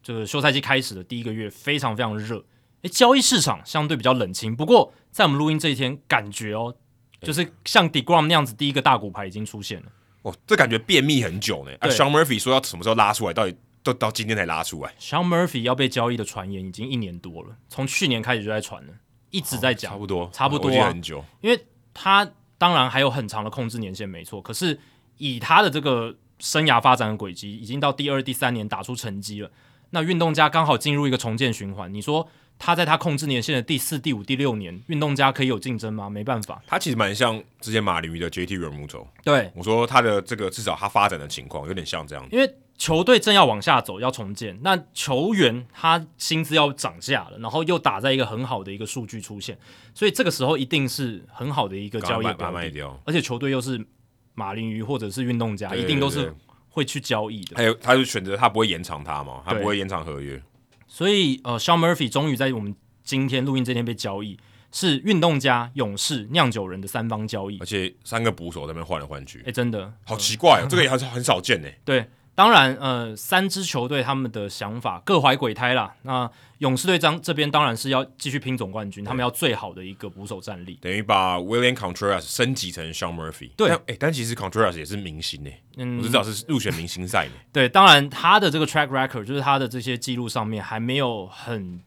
这个休赛期开始的第一个月非常非常热，诶，交易市场相对比较冷清。不过在我们录音这一天，感觉哦，就是像 Degrom 那样子，第一个大骨牌已经出现了。
哦，这感觉便秘很久呢。啊
对
，Sean Murphy 说要什么时候拉出来，到底都到今天才拉出来，
Sean Murphy 要被交易的传言已经一年多了，从去年开始就在传了，一直在讲
哦差。不多，
差不多啊
我记得很久。
因为他当然还有很长的控制年限，没错。可是以他的这个生涯发展的轨迹，已经到第二、第三年打出成绩了。那运动家刚好进入一个重建循环，你说他在他控制年限的第四、第五、第六年，运动家可以有竞争吗？没办法，
他其实蛮像之前马林鱼的 JT 软木轴。
对，
我说他的这个至少他发展的情况有点像这样。
因为球队正要往下走，要重建，那球员他薪资要涨价了，然后又打在一个很好的一个数据出现，所以这个时候一定是很好的一个交易
赶快
的
把把它
标的
卖掉，
而且球队又是马林鱼或者是运动家，
对
啊一定都是
对
会去交易的。
还有他就选择他不会延长他嘛，他
对
不会延长合约。
所以呃，Sean Murphy 终于在我们今天录音这天被交易，是运动家、勇士、酿酒人的三方交易
而。且三个捕手在那边换来换去，
哎，真的，
好奇 怪哦，这个也很很少见呢。
对，当然呃，三支球队他们的想法各怀鬼胎啦。那勇士队当这边当然是要继续拼总冠军，他们要最好的一个捕手战力。
等于把 William Contreras 升级成 Sean Murphy。
对
哎，但其实 Contreras 也是明星呢，
嗯
我知道是入选明星赛呢。
对，当然他的这个 track record 就是他的这些记录上面还没有很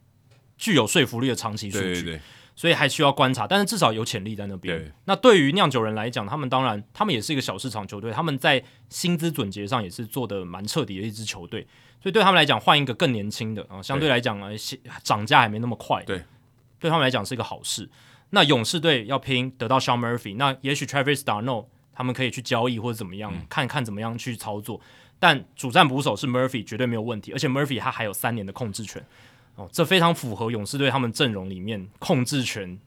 具有说服力的长期数据。
对对对，
所以还需要观察，但是至少有潜力在那边。
对
那对于酿酒人来讲，他们当然他们也是一个小市场球队，他们在薪资准结上也是做的蛮彻底的一支球队，所以对他们来讲，换一个更年轻的啊，相对来讲啊，薪涨价还没那么快，
对，
对他们来讲是一个好事。那勇士队要拼得到 Sean Murphy，那也许 Travis Darno 他们可以去交易或者怎么
嗯
样，看看怎么样去操作。但主战捕手是 Murphy 绝对没有问题，而且 Murphy 他还有三年的控制权，哦，这非常符合勇士队他们阵容里面控制权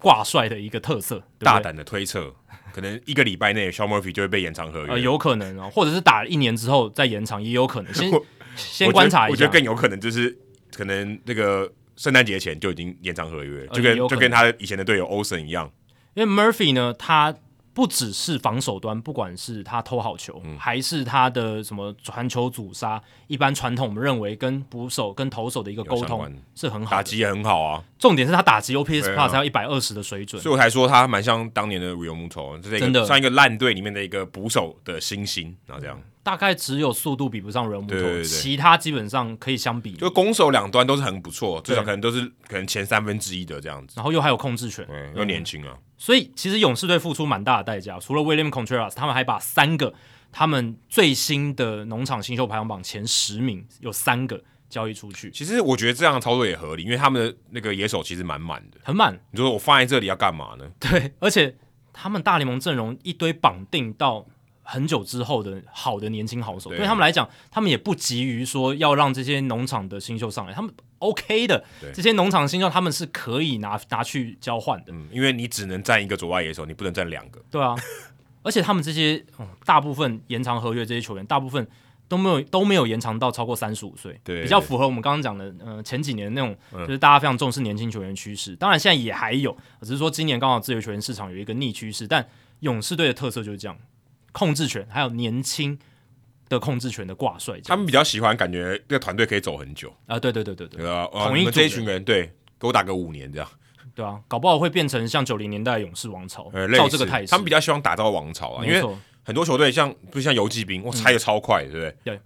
挂帅的一个特色，对不对
大胆的推测，可能一个礼拜内 Sean Murphy 就会被延长合约。
呃有可能哦，或者是打了一年之后再延长也有可能，先
我
先观察一
我觉
下
得。我觉得更有可能就是可能那个圣诞节前就已经延长合约，
呃
就跟
也有可
就
能
跟他以前的队友 Olsen 一样，
因为 Murphy 呢，他不只是防守端，不管是他偷好球，
嗯
还是他的什么传球阻杀，一般传统我们认为跟捕手跟投手的一个沟
有相
通
关
是很好
打
的。
击也很好啊，
重点是他打击 OPS
对
Plus
啊
才要一百二十的水准
所以。我才说他蛮像当年的 Real Muto，就是一
真的
个像一个烂队里面的一个捕手的新星，然后这样，
大概只有速度比不上人物头，
对对对
其他基本上可以相比，
就攻守两端都是很不错，
对
至少可能都是可能前三分之一的这样子，
然后又还有控制权，
对，又年轻啊，
所以其实勇士队付出蛮大的代价。除了 William Contreras，他们还把三个他们最新的农场新秀排行榜前十名有三个交易出去，
其实我觉得这样的操作也合理，因为他们的那个野手其实蛮满的。
很满。
你说我放在这里要干嘛呢？
对，而且他们大联盟阵容一堆绑定到很久之后的好的年轻好手，
对
对他们来讲，他们也不急于说要让这些农场的新秀上来，他们 OK 的
对，
这些农场新秀他们是可以拿拿去交换的，
嗯，因为你只能站一个左外野手，你不能站两个。
对啊，而且他们这些、嗯大部分延长合约这些球员，大部分。都没有都没有延长到超过三十五岁，
对嗯
比较符合我们刚刚讲的，呃，前几年那种、就是大家非常重视年轻球员的趋势。当然现在也还有，只是说今年刚好自由球员市场有一个逆趋势，但勇士队的特色就是这样，控制权还有年轻的控制权的挂帅这样，
他们比较喜欢感觉这个团队可以走很久，
啊、对对对对对
对吧？
同一
啊，你们
组
这
的
一群人，对，给我打个五年这样。
对啊，搞不好会变成像九零年代的勇士王朝，
呃，类
照
似
这个态势，
他们比较希望打造王朝啊，因
没
为
错嗯
很多球队像不是像游击兵，我拆的超快，对不对？对，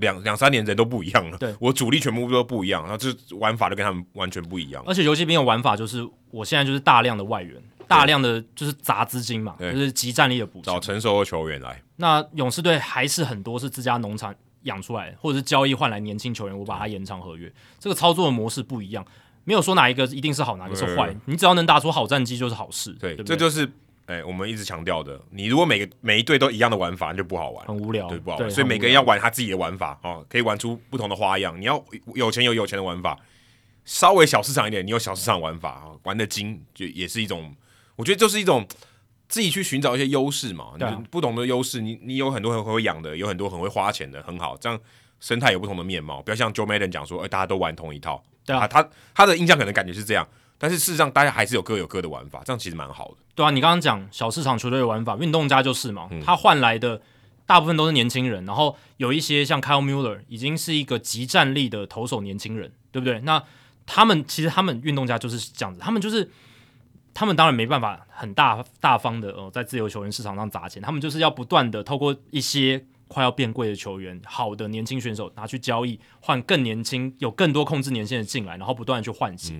两两三年人都不一样了，
对
我主力全部都不一样，然后这玩法就跟他们完全不一样。
而且游击兵的玩法就是，我现在就是大量的外援，大量的就是砸资金嘛，就
对
是集战力的补
找
强。
成熟的球员来，
那勇士队还是很多是自家农场养出来的，或者是交易换来年轻球员，我把它延长合约。这个操作的模式不一样，没有说哪一个一定是好，哪个是坏
对。
你只要能打出好战绩就是好事，
呃对，
不
这
对？
就是哎、我们一直强调的，你如果每个每一队都一样的玩法，那就不好玩，
很无聊，
对，不好
对
玩。所以
很
每个
无
人
聊
要玩他自己的玩法哦，可以玩出不同的花样。你要有钱有有钱的玩法，稍微小市场一点，你有小市场玩法啊，玩的精就也是一种，我觉得就是一种自己去寻找一些优势嘛。
对啊
你不同的优势，你你有很多很会养的，有很多很会花钱的，很好，这样生态有不同的面貌。不要像 Joe Madden 讲说，哎、大家都玩同一套，
对啊
他他的印象可能感觉是这样。但是事实上，大家还是有各有各的玩法，这样其实蛮好的。
对啊，你刚刚讲小市场球队的玩法，运动家就是嘛，他换来的大部分都是年轻人，然后有一些像 Kyle Mueller 已经是一个极战力的投手年轻人，对不对？那他们其实他们运动家就是这样子，他们就是他们当然没办法很大大方的呃在自由球员市场上砸钱，他们就是要不断的透过一些快要变贵的球员、好的年轻选手拿去交易，换更年轻、有更多控制年限的进来，然后不断的去换血。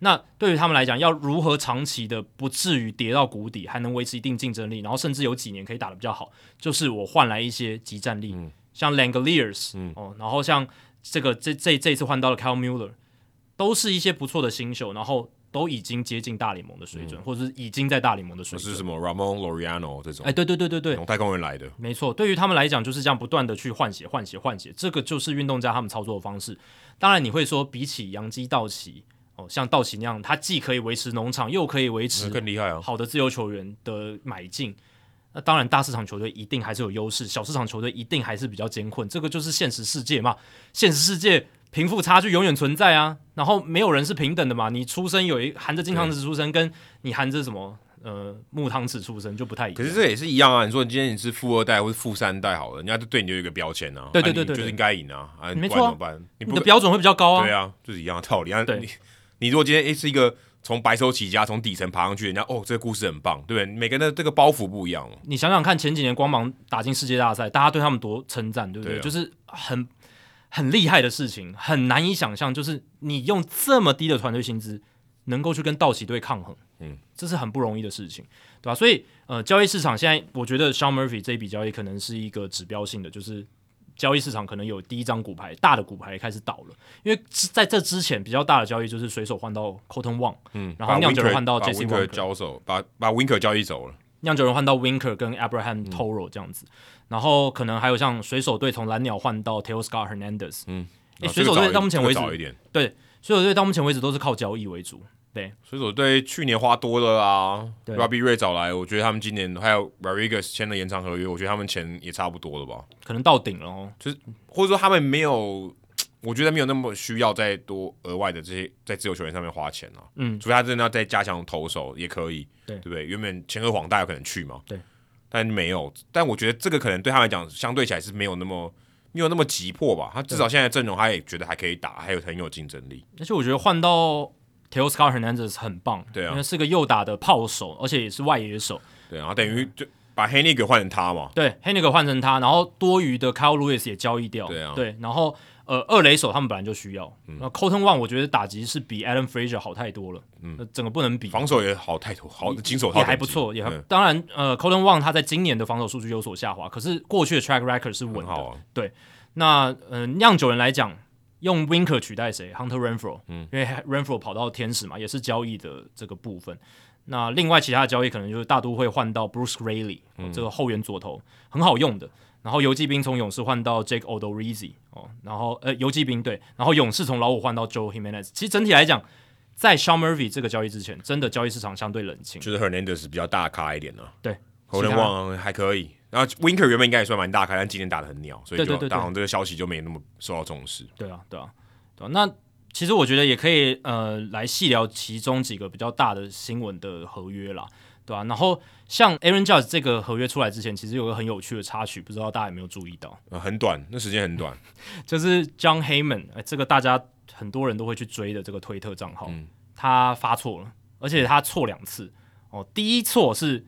那对于他们来讲，要如何长期的不至于跌到谷底，还能维持一定竞争力，然后甚至有几年可以打得比较好，就是我换来一些集战力，
嗯
像 Langoliers，、哦，然后像这个这这这一次换到了 Kyle Mueller，都是一些不错的新秀，然后都已经接近大联盟的水准，或者是已经在大联盟的水
嗯哦就是
准。
什么 Ramon Loriano 这种
哎，，对对对对对，
从太空人来的，
没错，对于他们来讲就是这样不断的去换血、换血、换血，这个就是运动家他们操作的方式。当然，你会说比起洋基、道奇，哦，像道奇那样，他既可以维持农场，又可以维持
更厉害啊！
好的自由球员的买进。那当然，大市场球队一定还是有优势，小市场球队一定还是比较艰困，这个就是现实世界嘛。现实世界贫富差距永远存在啊，然后没有人是平等的嘛。你出生有一含着金汤匙出生，跟你含着什么呃木汤匙出生就不太一样。
可是这也是一样啊！你说你今天你是富二代或是富三代好了，人家就对你就有一个标签啊，
对对
啊
对
你
对
就是
对
应该赢啊，啊，
没
不然
错啊
怎么办？你
你
不
的标准会比较高啊，
对啊，就是一样的道理啊。
对
你你如果今天诶是一个从白手起家，从底层爬上去，人家哦这个故事很棒，对不对？每个人的这个包袱不一样嘛，哦
你想想看，前几年光芒打进世界大赛，大家对他们多称赞，对不对？
对啊
就是很很厉害的事情，很难以想象，就是你用这么低的团队薪资，能够去跟道奇队抗衡，
嗯，
这是很不容易的事情，对吧、所以，呃，交易市场现在，我觉得 Sean Murphy 这一笔交易可能是一个指标性的，就是交易市场可能有第一张骨牌，大的骨牌开始倒了，因为在这之前比较大的交易就是水手换到 Cotton Wong，
嗯，
然后
把
酿酒人
Winker-
换到
把
Jesse
Winker
Winker
交手，把把 Winker 交易走了，
酿酒人换到 Winker 跟
嗯
Abraham Toro 这样子，然后可能还有像水手队从蓝鸟换到 Teoscar Hernandez，
嗯，
诶
啊这
水手
个
队
早
到目前为
这个早一
止，
点，
对水手队到目前为止都是靠交易为主，对，
水手队去年花多了啊
对
，Robbie Ray 找来，我觉得他们今年还有 Rodriguez 签了延长合约，我觉得他们钱也差不多了吧。
可能到顶了哦。
或者说他们没有，我觉得没有那么需要再多额外的这些在自由球员上面花钱啊。
嗯
除非他真的要再加强投手也可以，
对
不对？原本前和黄大有可能去嘛，
对，
但没有。但我觉得这个可能对他来讲，相对起来是没有那么没有那么急迫吧。他至少现在阵容他也觉得还可以打，还有很有竞争力。
而且我觉得换到 Teoscar Hernandez 很棒，
对啊
因为是个右打的炮手，而且也是外野手。
对，然后等于
啊
就把黑尼给换成他嘛，
对 h e n n i g 换成他，然后多余的 Kyle Lewis 也交易掉，
对啊嗯
然后呃，二垒手他们本来就需要，那、Colton One 我觉得打击是比 Adam Fraser 好太多了，嗯，整个不能比，
防守也好太多，好金手套
也还
等级
不错，也还、
嗯
当然呃，Colton One 他在今年的防守数据有所下滑，可是过去的 track record 是稳
很
的。
好啊。
那呃，酿酒人来讲，用 Winker 取代谁？Hunter Renfro，嗯，因为 Renfro 跑到天使嘛，也是交易的这个部分。那另外其他的交易可能就是大都会换到 Bruce Raley、这
嗯
个后援左投，很好用的。然后游击兵从勇士换到 Jake Odorizzi 哦，然后呃游击兵对，然后勇士从老虎换到 Joe Jimenez。其实整体来讲，在 Sean Murphy 这个交易之前，真的交易市场相对冷清。
就是 Hernandez 比较大咖一点啊，
对，
侯
其
能
他
旺还可以。然后 Winker 原本应该也算蛮大咖，但今年打的很鸟，所以
对
就
对对对
大红这个消息就没那么受到重视。
对啊，对啊，对啊。那其实我觉得也可以呃来细聊其中几个比较大的新闻的合约啦，对啊，然后像 Aaron Judge 这个合约出来之前，其实有个很有趣的插曲，不知道大家有没有注意到，
呃，很短，那时间很 短，
就是 John Heyman，、呃、这个大家很多人都会去追的这个推特账号，
嗯
他发错了，而且他错两次哦。第一错是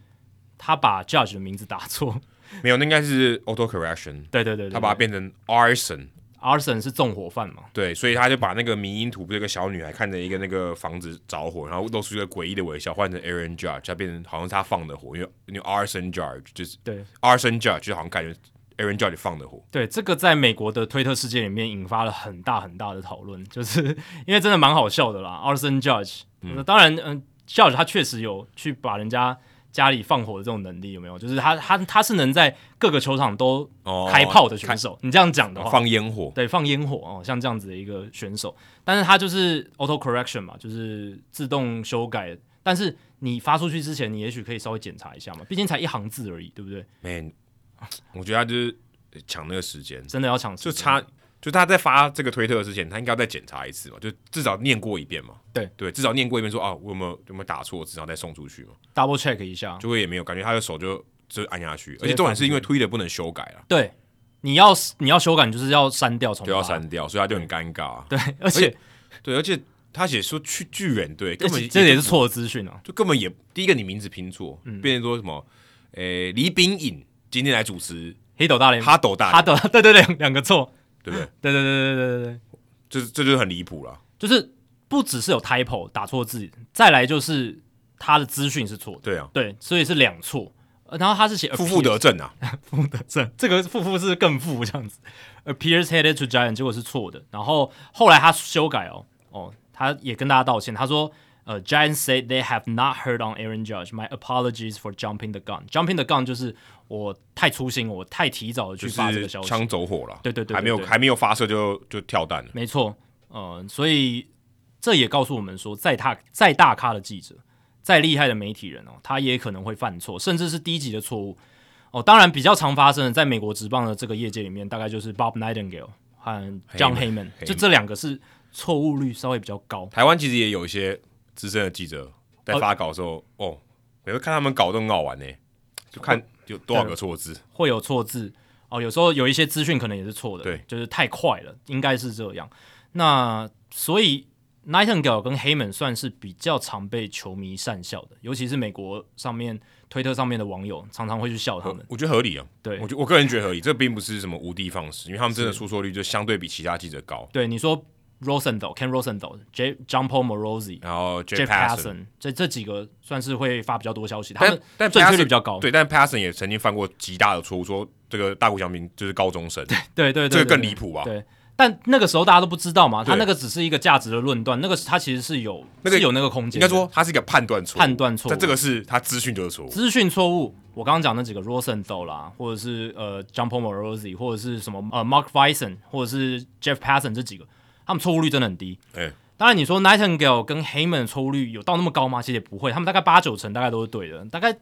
他把 Judge 的名字打错，
没有，那应该是 auto correction，
对对对对
他把它变成 arson，
Arson 是纵火犯嘛，
对，所以他就把那个迷因图，这个小女孩看着一个那个房子着火，然后露出一个诡异的微笑，换成 Aaron Judge，他变成好像是他放的火，因为因为 arson Judge 就是
对
arson Judge，就好像感觉 Aaron Judge 放的火，
对，这个在美国的推特事件里面引发了很大很大的讨论， 就是因为真的蛮好笑的啦。Arson Judge，、那当然，嗯，Judge 他确实有去把人家家里放火的这种能力，有没有？就是他他他是能在各个球场都
哦
开炮的选手。你这样讲的话，
放烟火，
对，放烟火哦，像这样子的一个选手，但是他就是 auto correction 嘛，就是自动修改。但是你发出去之前，你也许可以稍微检查一下嘛，毕竟才一行字而已，对不对？
man，我 觉得他就是抢那个时间，
真的要抢时
就
间，
差就他在发这个推特之前，他应该要再检查一次嘛，就至少念过一遍嘛。
对
对，至少念过一遍说啊，我有没有有没有打错字，然后再送出去嘛，
double check 一下，
就会也没有感觉他的手就就按下去，而
接
且重点是因为推的不能修改啊，
对，你要你要修改，你就是要删掉重
就要
发。
删掉，所以他就很尴尬、啊。
哦对，而且
对，而且他写说去巨人队，根
而且
本
哎这也是，嗯错的资讯啊。
就根本也第一个你名字拼错，变成说什么，诶、李炳颖今天来主持
黑斗大联盟，
哈斗大
嗯哈
联，
斗， 对对对，两个错，
对不对？
对对对对对对对，
这这就是很离谱了。
就是不只是有 typo 打错字，再来就是他的资讯是错的，
对啊，
对，所以是两错。呃然后他是写
负负得正啊，
这这个负负是更负这样子，appears headed to giant，结果是错的。然后后来他修改哦哦，他也跟大家道歉，他说呃，Giants said they have not heard on Aaron Judge. My apologies for jumping the gun. Jumping the gun 就是我太粗心，我太提早的去
就
发这个
是
消息，
枪走火了，
对对对对
还没有
对
还没有发射就就跳弹了，
没错，呃，所以这也告诉我们说，再大再大咖的记者，再厉害的媒体人哦，他也可能会犯错，甚至是低级的错误。哦，当然比较常发生的，在美国职棒的这个业界里面，大概就是 Bob Nightingale 和 John Heyman，
Heyman
就这两个是错误率稍微比较高。
台湾其实也有一些资深的记者在发稿的时候，
嗯
哦，每次看他们稿都很好玩呢、就看有多少个错字，
会有错字哦，有时候有一些资讯可能也是错的，
对
就是太快了，应该是这样。那所以 Nightingale 跟 Heyman 算是比较常被球迷善笑的，尤其是美国上面推特上面的网友常常会去笑他们。
我觉得合理啊。
对
我觉我个人觉得合理，这并不是什么无的放矢，因为他们真的出错率就相对比其他记者高。
对，你说 Rosenthal、Ken Rosenthal、J. John Paul Morosi、
然后 Jeff
Jeff
Passon，
Passan 这这几个算是会发比较多消息，他
但
们
但
准确率
Passon
比较高。
对，但 Passon 也曾经犯过极大的错误，说这个大谷翔平就是高中生，
对对对，
这个
对
更
对
离谱吧？
对，但那个时候大家都不知道嘛，他
对
那个只是一个价值的论断，那个他其实是有
那个
是有那个空间
应
的。
该说他是一个判断错误，
判断错误
但这个是他资讯就是错误。
资讯错误，我刚刚讲那几个 Rosenthal 啦，或者是呃 j u m p o Morosi，或者是什么呃 Mark Bison，或者是 Jeff Passan 这几个，他们错误率真的很低。
哎
当然，你说 Nightingale 跟 Heyman 的错误率有到那么高吗？其实也不会，他们大概八九成大概都是对的，大概就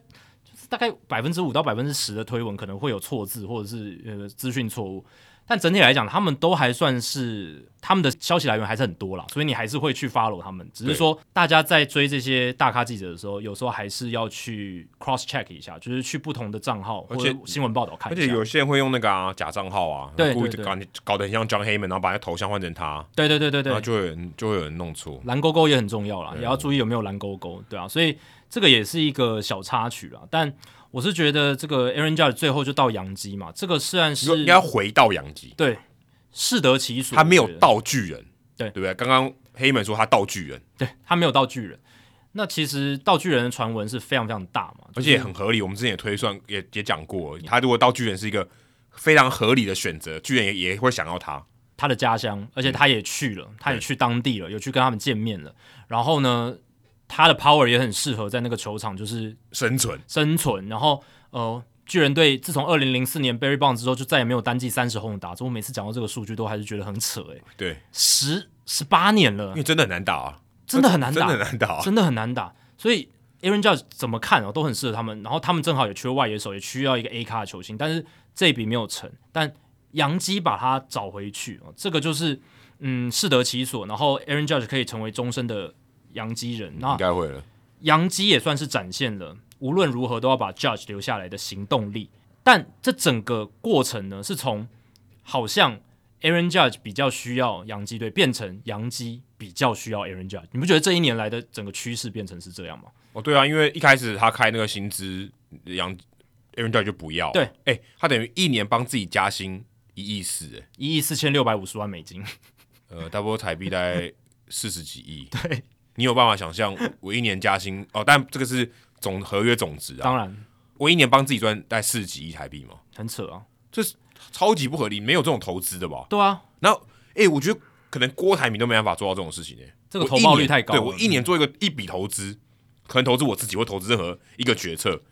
是大概百分之五到百分之十的推文可能会有错字或者是呃资讯错误，但整体来讲，他们都还算是他们的消息来源还是很多啦，所以你还是会去 follow 他们。只是说大家在追这些大咖记者的时候，有时候还是要去 cross check 一下，就是去不同的账号
而
或
且
者新闻报道看
而
一
且
下。
有些人会用那个啊假账号啊，
对
故意
对对
搞你搞得很像 John Heyman，然后把他头像换成他，
对对对对对，
然后就会有人就会有人弄错。
蓝勾勾也很重要啦，
对啊
也要注意有没有蓝勾勾，对啊，所以这个也是一个小插曲啦。但我是觉得这个 Aaron Judge 最后就到洋基嘛，这个虽然
你说
是
应该回到杨基，
对适得其所，
他没有
我觉得，
道具人，
对
对不对？刚刚黑门说他道具人，
对他没有到巨人。那其实到巨人的传闻是非常非常大嘛，
而且也很合理。我们之前也推算也也讲过，
嗯
他如果道具人是一个非常合理的选择，巨人也也会想要他。
他的家乡，
嗯
而且他也去了，他也去当地了，有去跟他们见面了。然后呢，他的 power 也很适合在那个球场，就是
生存，
生存。然后呃，巨人队自从二零零四年 Barry Bonds 之后，就再也没有单季三十轰的打者。我每次讲到这个数据，都还是觉得很扯诶、
对，
十十八年了
因为，真的很难打啊，
真的很嗯难
真
打，
的很难打啊。
真的很难打。所以 Aaron Judge 怎么看哦，都很适合他们。然后他们正好也缺外野手，也需要一个 A 卡的球星，但是这一笔没有成。但杨基把他找回去哦，这个就是嗯适得其所。然后 Aaron Judge 可以成为终身的杨基人。那
应该会了。
杨基也算是展现了无论如何都要把 Judge 留下来的行动力。但这整个过程呢，是从好像 Aaron Judge 比较需要洋基队，变成洋基比较需要 Aaron Judge。你不觉得这一年来的整个趋势变成是这样吗？
哦，对啊，因为一开始他开那个薪资，杨 Aaron Judge 就不要。
对，
哎、他等于一年帮自己加薪一亿四，哎，
一亿四千六百五十万美金，
呃，差不多台币大 概四十几亿。对，你有办法想象我一年加薪哦？但这个是总合约总值啊，
当然
我一年帮自己赚大概四十几亿台币嘛，
很扯啊。
这是超级不合理，没有这种投资的吧？
对啊，
然后，哎、我觉得可能郭台铭都没办法做到这种事情、哎，
这个
我
投
一
报率
年
太高
对
了
我一年做一个一笔投资，可能投资我自己，或投资任何一个决策，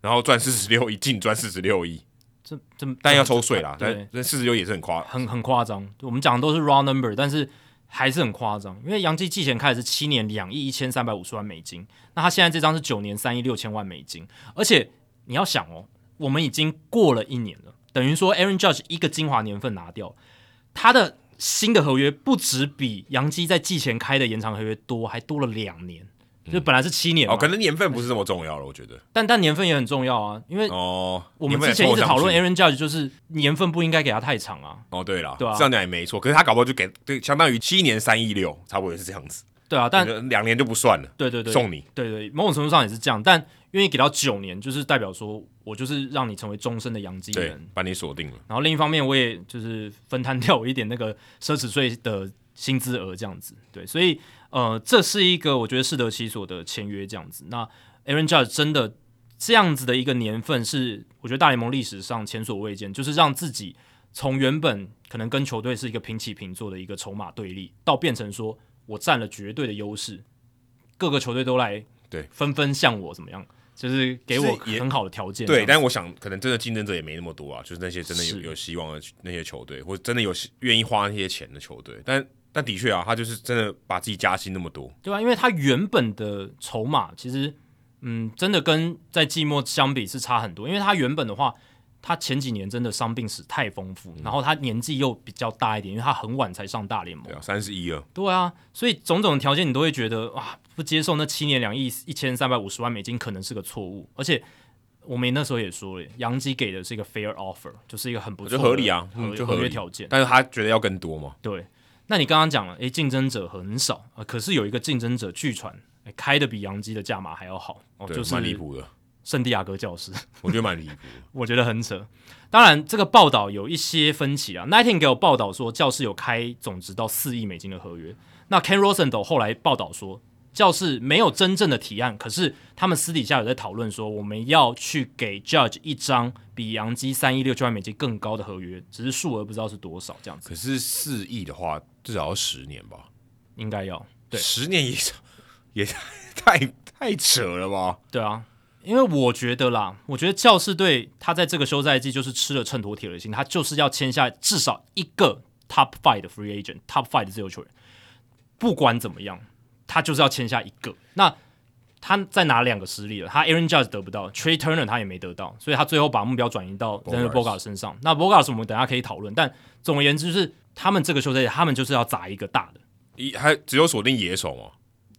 然后赚四十六亿，净赚四十六亿，
这这
但要抽税啦，
对
但但四十六也是很夸，哦
很很夸张。我们讲的都是 raw number，但是还是很夸张，因为杨基季前开始是七年两亿一千三百五十万美金，那他现在这张是九年三亿六千万美金，而且你要想哦，我们已经过了一年了，等于说 Aaron Judge 一个精华年份拿掉，他的新的合约不只比杨基在季前开的延长合约多，还多了两年。就本来是七年嘛，
哦，可能年份不是这么重要了，我觉得
但但年份也很重要啊，因为
哦，
我们
年份
之
也
前一直
凑上
讨论
去
Aaron Judge 就是年份不应该给他太长啊，
哦，对啦，
对啊
这样讲也没错，可是他搞不好就给对，相当于七年三亿六，差不多也是这样子，
对啊，但
可能两年就不算了，
对对对，
送你，
对对，某种程度上也是这样，但愿意给到九年，就是代表说我就是让你成为终身的洋基
对
人。，
把你锁定了，
然后另一方面，我也就是分摊掉我一点那个奢侈税的薪资额这样子。对，所以呃，这是一个我觉得适得其所的签约这样子。那 Aaron Judge 真的这样子的一个年份是，我觉得大联盟历史上前所未见，就是让自己从原本可能跟球队是一个平起平坐的一个筹码对立，到变成说我占了绝对的优势，各个球队都来
对
纷纷向我怎么样，就是给我
是也
很好的条件这样
对，
子。
但是我想，可能真的竞争者也没那么多啊，就是那些真的有
是
有希望的那些球队，或者真的有愿意花那些钱的球队。但但的确啊，他就是真的把自己加薪那么多，
对啊，因为他原本的筹码其实，嗯，真的跟在季末相比是差很多。因为他原本的话，他前几年真的伤病史太丰富，
嗯
然后他年纪又比较大一点，因为他很晚才上大联盟
对。啊，三十一了，
对啊，所以种种条件你都会觉得哇，不接受那七年两亿一千三百五十万美金可能是个错误，而且。我们那时候也说了，杨基给的是一个 fair offer，就是一个很不
我
错
觉
的
得合理啊，嗯，
合
就
合
合
约
理
条件。
但是他觉得要更多嘛，
对，那你刚刚讲了，诶，竞争者很少啊、呃可是有一个竞争者，据传诶开的比杨基的价码还要好，哦，
对，
就是
蛮离谱的，
圣地亚哥教师，
我觉得蛮离谱的。
我觉得很扯。当然，这个报道有一些分歧啊。Nightingale 报道说，教室有开总值到四亿美金的合约。那 Ken Rosenthal 后来报道说，教室没有真正的提案，可是他们私底下有在讨论说，我们要去给 Judge 一张比杨基三亿六千万美金更高的合约，只是数额不知道是多少，这样子
可是四亿的话，至少要十年吧，
应该要对
十年以上也太太扯了吧？
对啊，因为我觉得啦，我觉得教士队他在这个休赛季就是吃了秤砣铁了心，他就是要签下至少一个 top five 的 free agent、top five 的自由球员，不管怎么样，他就是要签下一个。那他再拿两个失利了，他 Aaron Judge 得不到，Trey Turner 他也没得到，所以他最后把目标转移到 d a n i
Bogarts
Bogart 身上。那 Bogart 我们等一下可以讨论，但总而言之就是他们这个休赛季他们就是要砸一个大的，
一还只有锁定野手嘛，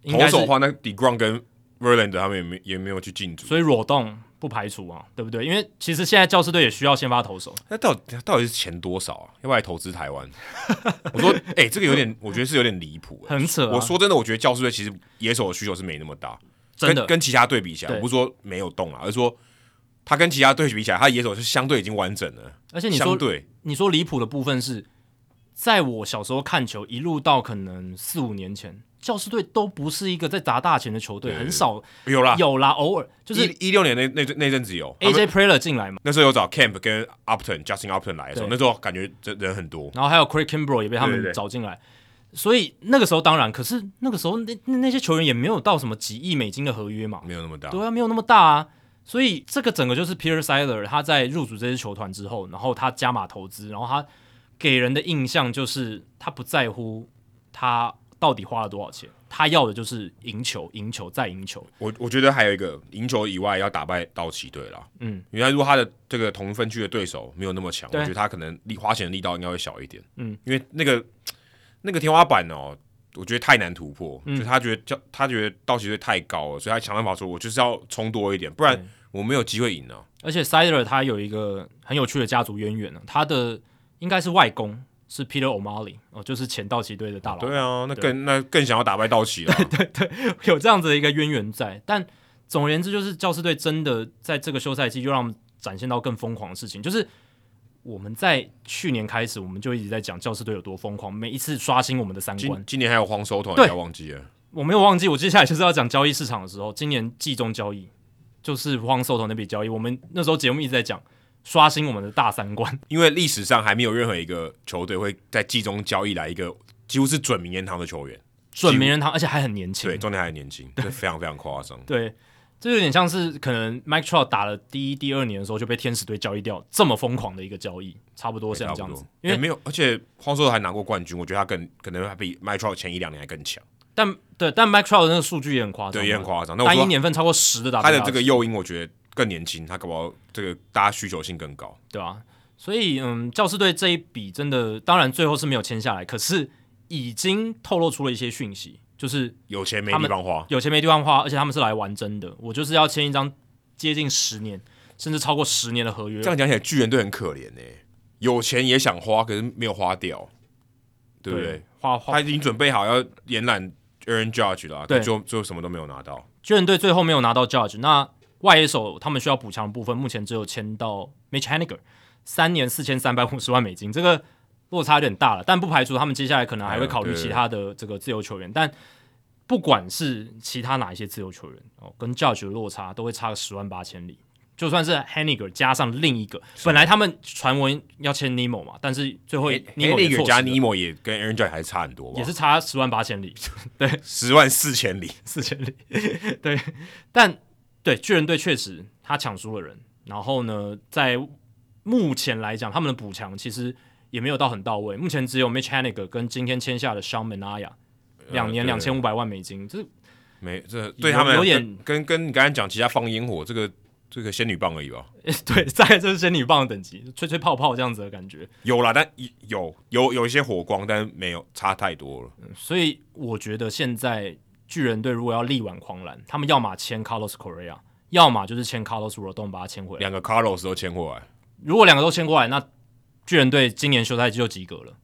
应
投
该是
手的话，那 Degrom 跟 Verlander 他们也没也没有去进组，
所以裸动不排除啊，对不对？因为其实现在教师队也需要先发投手，
那到底到底是钱多少啊？要不要来投资台湾？ 我说，哎、这个有点，我觉得是有点离谱、欸。
很扯、啊。
我说真的，我觉得教师队其实野手的需求是没那么大，
真的
跟跟其他队比起来，
对
我不是说没有动啊，而是说他跟其他队比起来，他野手是相对已经完整了。
而且你
相
说
对
你说离谱的部分是，在我小时候看球，一路到可能四五年前，教师队都不是一个在砸大钱的球队，
对
很少
有啦，
有啦，偶尔就是
一一六年那那那阵子有他们
AJ Preller 进来嘛，
那时候有找 Camp 跟 Upton、Justin Upton 来的时候，
对
那时候感觉人人很多，
然后还有 Craig Kimbrel 也被他
对对
们
对
找进来，所以那个时候当然，可是那个时候那那那些球员也没有到什么几亿美金的合约嘛，
没有那么大。
对啊，没有那么大啊。所以这个整个就是 Peter Siler 他在入主这支球团之后，然后他加码投资，然后他给人的印象就是他不在乎他到底花了多少钱，他要的就是赢球、赢球再赢球。
我我觉得还有一个赢球以外，要打败道奇队啦。
嗯，
因为如果他的这个同分区的对手没有那么强，我
对
觉得他可能力花钱的力道应该会小一点。
嗯，
因为那个那个天花板哦，我觉得太难突破，
嗯
就他觉得叫他觉得道奇队太高了，所以他想办法说，我就是要冲多一点，不然
对
我没有机会赢啊。
而且 Siler 他有一个很有趣的家族渊源呢、他的应该是外公是 Peter O'Malley 哦，就是前道奇队的大佬。
对啊，那更那更想要打败道奇啊了。
有这样子的一个渊源在。但总而言之，就是教师队真的在这个休赛季就让我们展现到更疯狂的事情，就是我们在去年开始我们就一直在讲教师队有多疯狂，每一次刷新我们的三观
今。今年还有黄收头，你
对
不要忘记了。
我没有忘记，我接下来就是要讲交易市场的时候，今年季中交易就是荒兽头那笔交易，我们那时候节目一直在讲刷新我们的大三观，
因为历史上还没有任何一个球队会在季中交易来一个几乎是准名人堂的球员，
准名人堂，而且还很年轻
对，。重点还很年轻，这非常非常夸张。
对，这有点像是可能 Mike Trout 打了第一、第二年的时候就被天使队交易掉，这么疯狂的一个交易，差不多是
差
像
不多
这样子。因
也
为
没有，而且荒兽还拿过冠军，我觉得他更可能还比 m i t r o 前一两年还更强，
但对，但 Mike Trout 的那个数据也很夸张嘛，
对，也很夸张。那我
单一
说
年份超过十的打
他
击
的
打
这
击
个诱因，我觉得更年轻，他搞不好这个大家需求性更高。
对啊，所以嗯，教师队这一笔真的，当然最后是没有签下来，可是已经透露出了一些讯息，就是
有钱没
他
地
们
方花，
有钱没地方花，而且他们是来玩真的，我就是要签一张接近十年甚至超过十年的合约
这，样讲起来，巨人队很可怜呢、有钱也想花，可是没有花掉，对不对？？他
花花
已经准备好要延揽 Aaron Judge 了啊，
对
可就就什么都没有拿到。
巨人队最后没有拿到 Judge，那外野手他们需要补强的部分，目前只有签到 Mitch Haniger，三年四千三百五十万美金，这个落差有点大了，但不排除他们接下来可能还会考虑
对
其他的这个自由球员，但不管是其他哪一些自由球员哦，跟 Judge 的落差都会差个十万八千里。就算是 Haniger 加上另一个，本来他们传闻要签 Nemo 嘛，但是最后 Nemo 也
那个
错失
哎加
了
Nemo 啊也跟 Aaron Judge 还是差很多吧，
也是差十万八千里。
十万四千里。
四千里。对，但对巨人队确实他抢输了人，然后呢，在目前来讲，他们的补强其实也没有到很到位，目前只有 Mitch Haniger 跟今天签下的 Shawn Manaya 两年
对
两千五百万美金，这
没，这对他们
有点
跟跟你刚才讲其他放烟火这个这个仙女棒而已吧。
对，大概就是仙女棒的等级，吹吹泡泡这样子的感觉。
有啦，但有有有一些火光，但没有差太多了。
所以我觉得现在巨人队如果要力挽狂澜，他们要么签 Carlos Correa，要么就是签 Carlos Rodon 把他签回来。
两个 Carlos 都签过来
如果两个都签过来，那巨人队今年休赛季就及格了。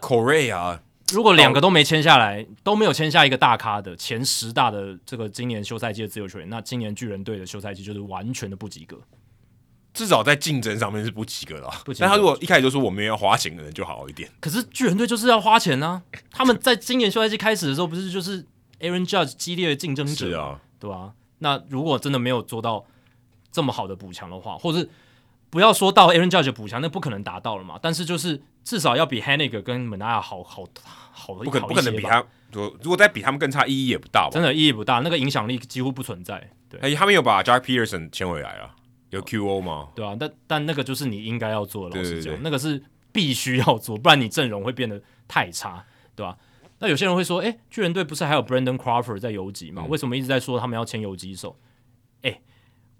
，Korea
如果两个都没签下来，都没有签下一个大咖的前十大的这个今年休赛季的自由球员，那今年巨人队的休赛季就是完全的不及格。
至少在竞争上面是不及格的啊、
不及格
但他如果一开始就说我们要花钱，可能就好一点。
可是巨人队就是要花钱啊！他们在今年休赛季开始的时候，不是就是 Aaron Judge 激烈的竞争者，
是啊，
对啊，那如果真的没有做到这么好的补强的话，或是不要说到 Aaron Judge 的补强，那不可能达到了嘛。但是就是至少要比 Haniger 跟 m a n a 好好好的，
不可
好一
不可能
些
比
吧
他，如如果再比他们更差，意义也不大吧
真。的意义不大，那个影响力几乎不存在。对。
哎、他们有把 Jack Peterson 签回来啊，有 QO 吗？
对啊，但但那个就是你应该要做的，老
对对
实讲，
对
那个是必须要做，不然你阵容会变得太差，对吧、那有些人会说，哎、巨人队不是还有 Brandon Crawford 在游击吗？
嗯
为什么一直在说他们要签游击手？哎、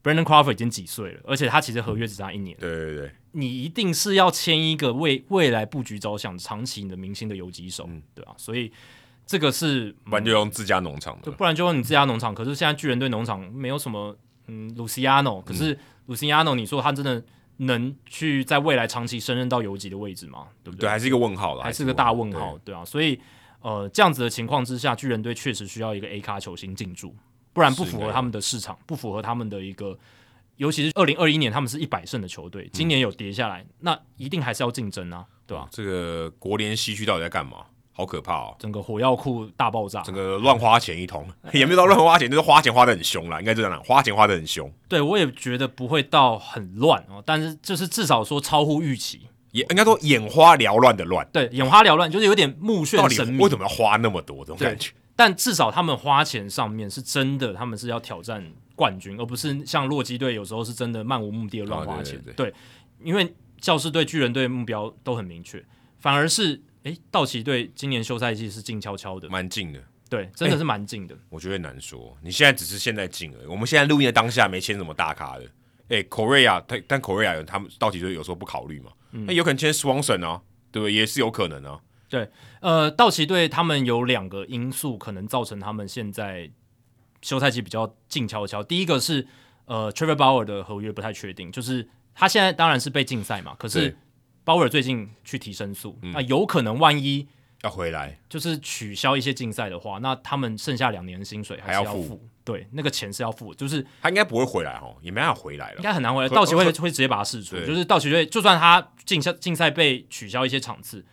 b r a n d o n Crawford 已经几岁了，而且他其实合约只差一年，
对对对，
你一定是要签一个为未来布局着想、长期你的明星的游击手，
嗯
对吧、所以这个是
不然就用自家农场的
对，
了，
不然嗯就用你自家农场。可是现在巨人队农场没有什么，嗯，Luciano，可是 Luciano，你说他真的能去在未来长期胜任到游击的位置吗？对不
对，还是一个问号了，
还是个大问
对
号，对啊，所以呃，这样子的情况之下，巨人队确实需要一个 A 卡球星进驻，不然不
是
符
应该
合他们的市场，不符合他们的一个，尤其是二零二一年他们是一百胜的球队，今年有跌下来，那一定还是要竞争啊，对吧、
这个国联西区到底在干嘛？好可怕哦！
整个火药库大爆炸，
整个乱花钱一通， 也没有到乱花钱，就是花钱花的很凶啦，应该这样讲，花钱花的很凶，
对我也觉得不会到很乱哦，但是就是至少说超乎预期，
也应该说眼花缭乱的乱，
对，眼花缭乱，就是有点目眩
到底
神迷
为。什么要花那么多这种感觉？
但至少他们花钱上面是真的，他们是要挑战冠军，而不是像洛基队有时候是真的漫无目的的乱花钱。
哦对
因为教士队、巨人队目标都很明确，反而是诶，道奇队今年休赛季是静悄悄的，
蛮近的，
对，真的是蛮近的。
我觉得难说。你现在只是现在近而已，我们现在录音的当下没签什么大咖的。哎、k o r e a 他但 Korea 有他们到底就有时候不考虑嘛？
嗯
那、有可能签 Swanson 啊，对不对？也是有可能啊。
呃，道奇队他们有两个因素可能造成他们现在休赛期比较静悄悄。第一个是呃，Trevor Bauer 的合约不太确定，就是他现在当然是被禁赛嘛，可
对嗯
是 Bauer 最近去提申诉，那有可能万一
要回来，
就是取消一些竞赛的话，那他们剩下两年的薪水还是
还要付
付对，那个钱是要付的，就是
他应该不会回来哦，也没办法回来
应
了。
该很难回来。
和
道奇会
和
会直接把他释出，
对
就是道奇队就算他竞赛竞赛被取消一些场次，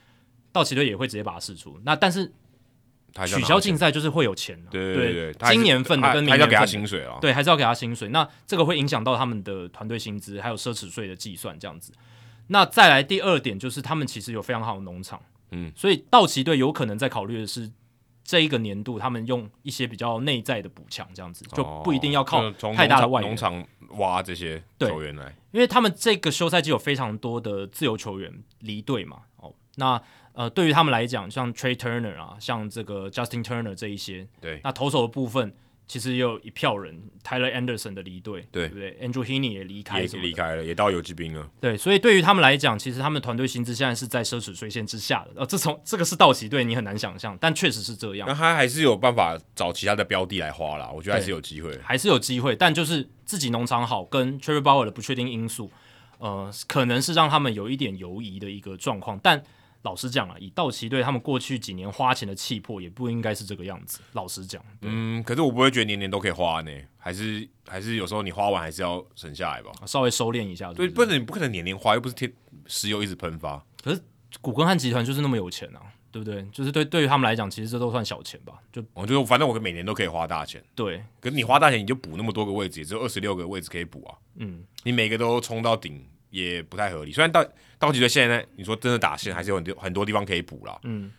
道奇队也会直接把他释出。那但是
他还是要
取
拿
消
他
竞
钱
赛就是会有钱的、
对对对，他还是
今年份的
他
跟明
他还
年
是要给他
份的
薪水啊。
对，还是要给他薪水。那这个会影响到他们的团队薪资，还有奢侈税的计算这样子。那再来第二点就是，他们其实有非常好的农场，
嗯，
所以道奇队有可能在考虑的是这一个年度他们用一些比较内在的补强，这样子就不一定要靠
哦就从
太大的
农场
外
农
援，
场挖这些
对
球员来，
因为他们这个休赛季有非常多的自由球员离队嘛，哦，那呃对于他们来讲，像 Trey Turner 啊，像这个 Justin Turner 这一些，
对
那投手的部分其实也有一票人，Tyler Anderson 的离队，
对
不对？Andrew Heaney 也离开
也
什么的哦
离开了，也到游击兵了。
对，所以对于他们来讲，其实他们团队薪资现在是在奢侈税线之下的。呃，这从这个是道奇队，你很难想象，但确实是这样
那，他还是有办法找其他的标的来花啦，我觉得还是
对
有机会。
还是有机会，但就是自己农场好跟 Trevor Bauer 的不确定因素，呃，可能是让他们有一点犹疑的一个状况，但。老实讲啊，以道奇队他们过去几年花钱的气魄，也不应该是这个样子。老实讲，
嗯，可是我不会觉得年年都可以花呢，还是还是有时候你花完还是要省下来吧。
稍微收敛一下是
对，
是
不然你不可能年年花，又不是天石油一直喷发。
古根汉集团就是那么有钱啊，对不对？就是对对于他们来讲，其实这都算小钱吧。就
我就反正我每年都可以花大钱，
对，
可是你花大钱你就补那么多个位置，也只有二十六个位置可以补啊。
嗯，
你每个都冲到顶也不太合理。虽然道道奇队现在你说真的打线还是有很多很多地方可以补啦，
嗯，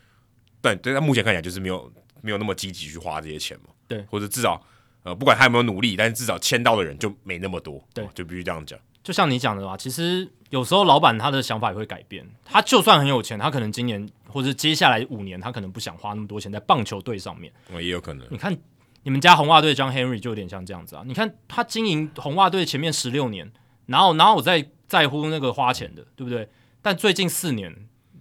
但但目前看起来就是没有没有那么积极去花这些钱嘛，
对
或者至少呃不管他有没有努力，但是至少签到的人就没那么多，
对
哦就必须这样讲，
就像你讲的吧，其实有时候老板他的想法也会改变。他就算很有钱，他可能今年或者接下来五年，他可能不想花那么多钱在棒球队上面。
嗯也有可能，
你看你们家红袜队张 Henry 就有点像这样子啊。你看他经营红袜队前面十六年，哪有哪有在在乎那个花钱的，对不对？但最近四年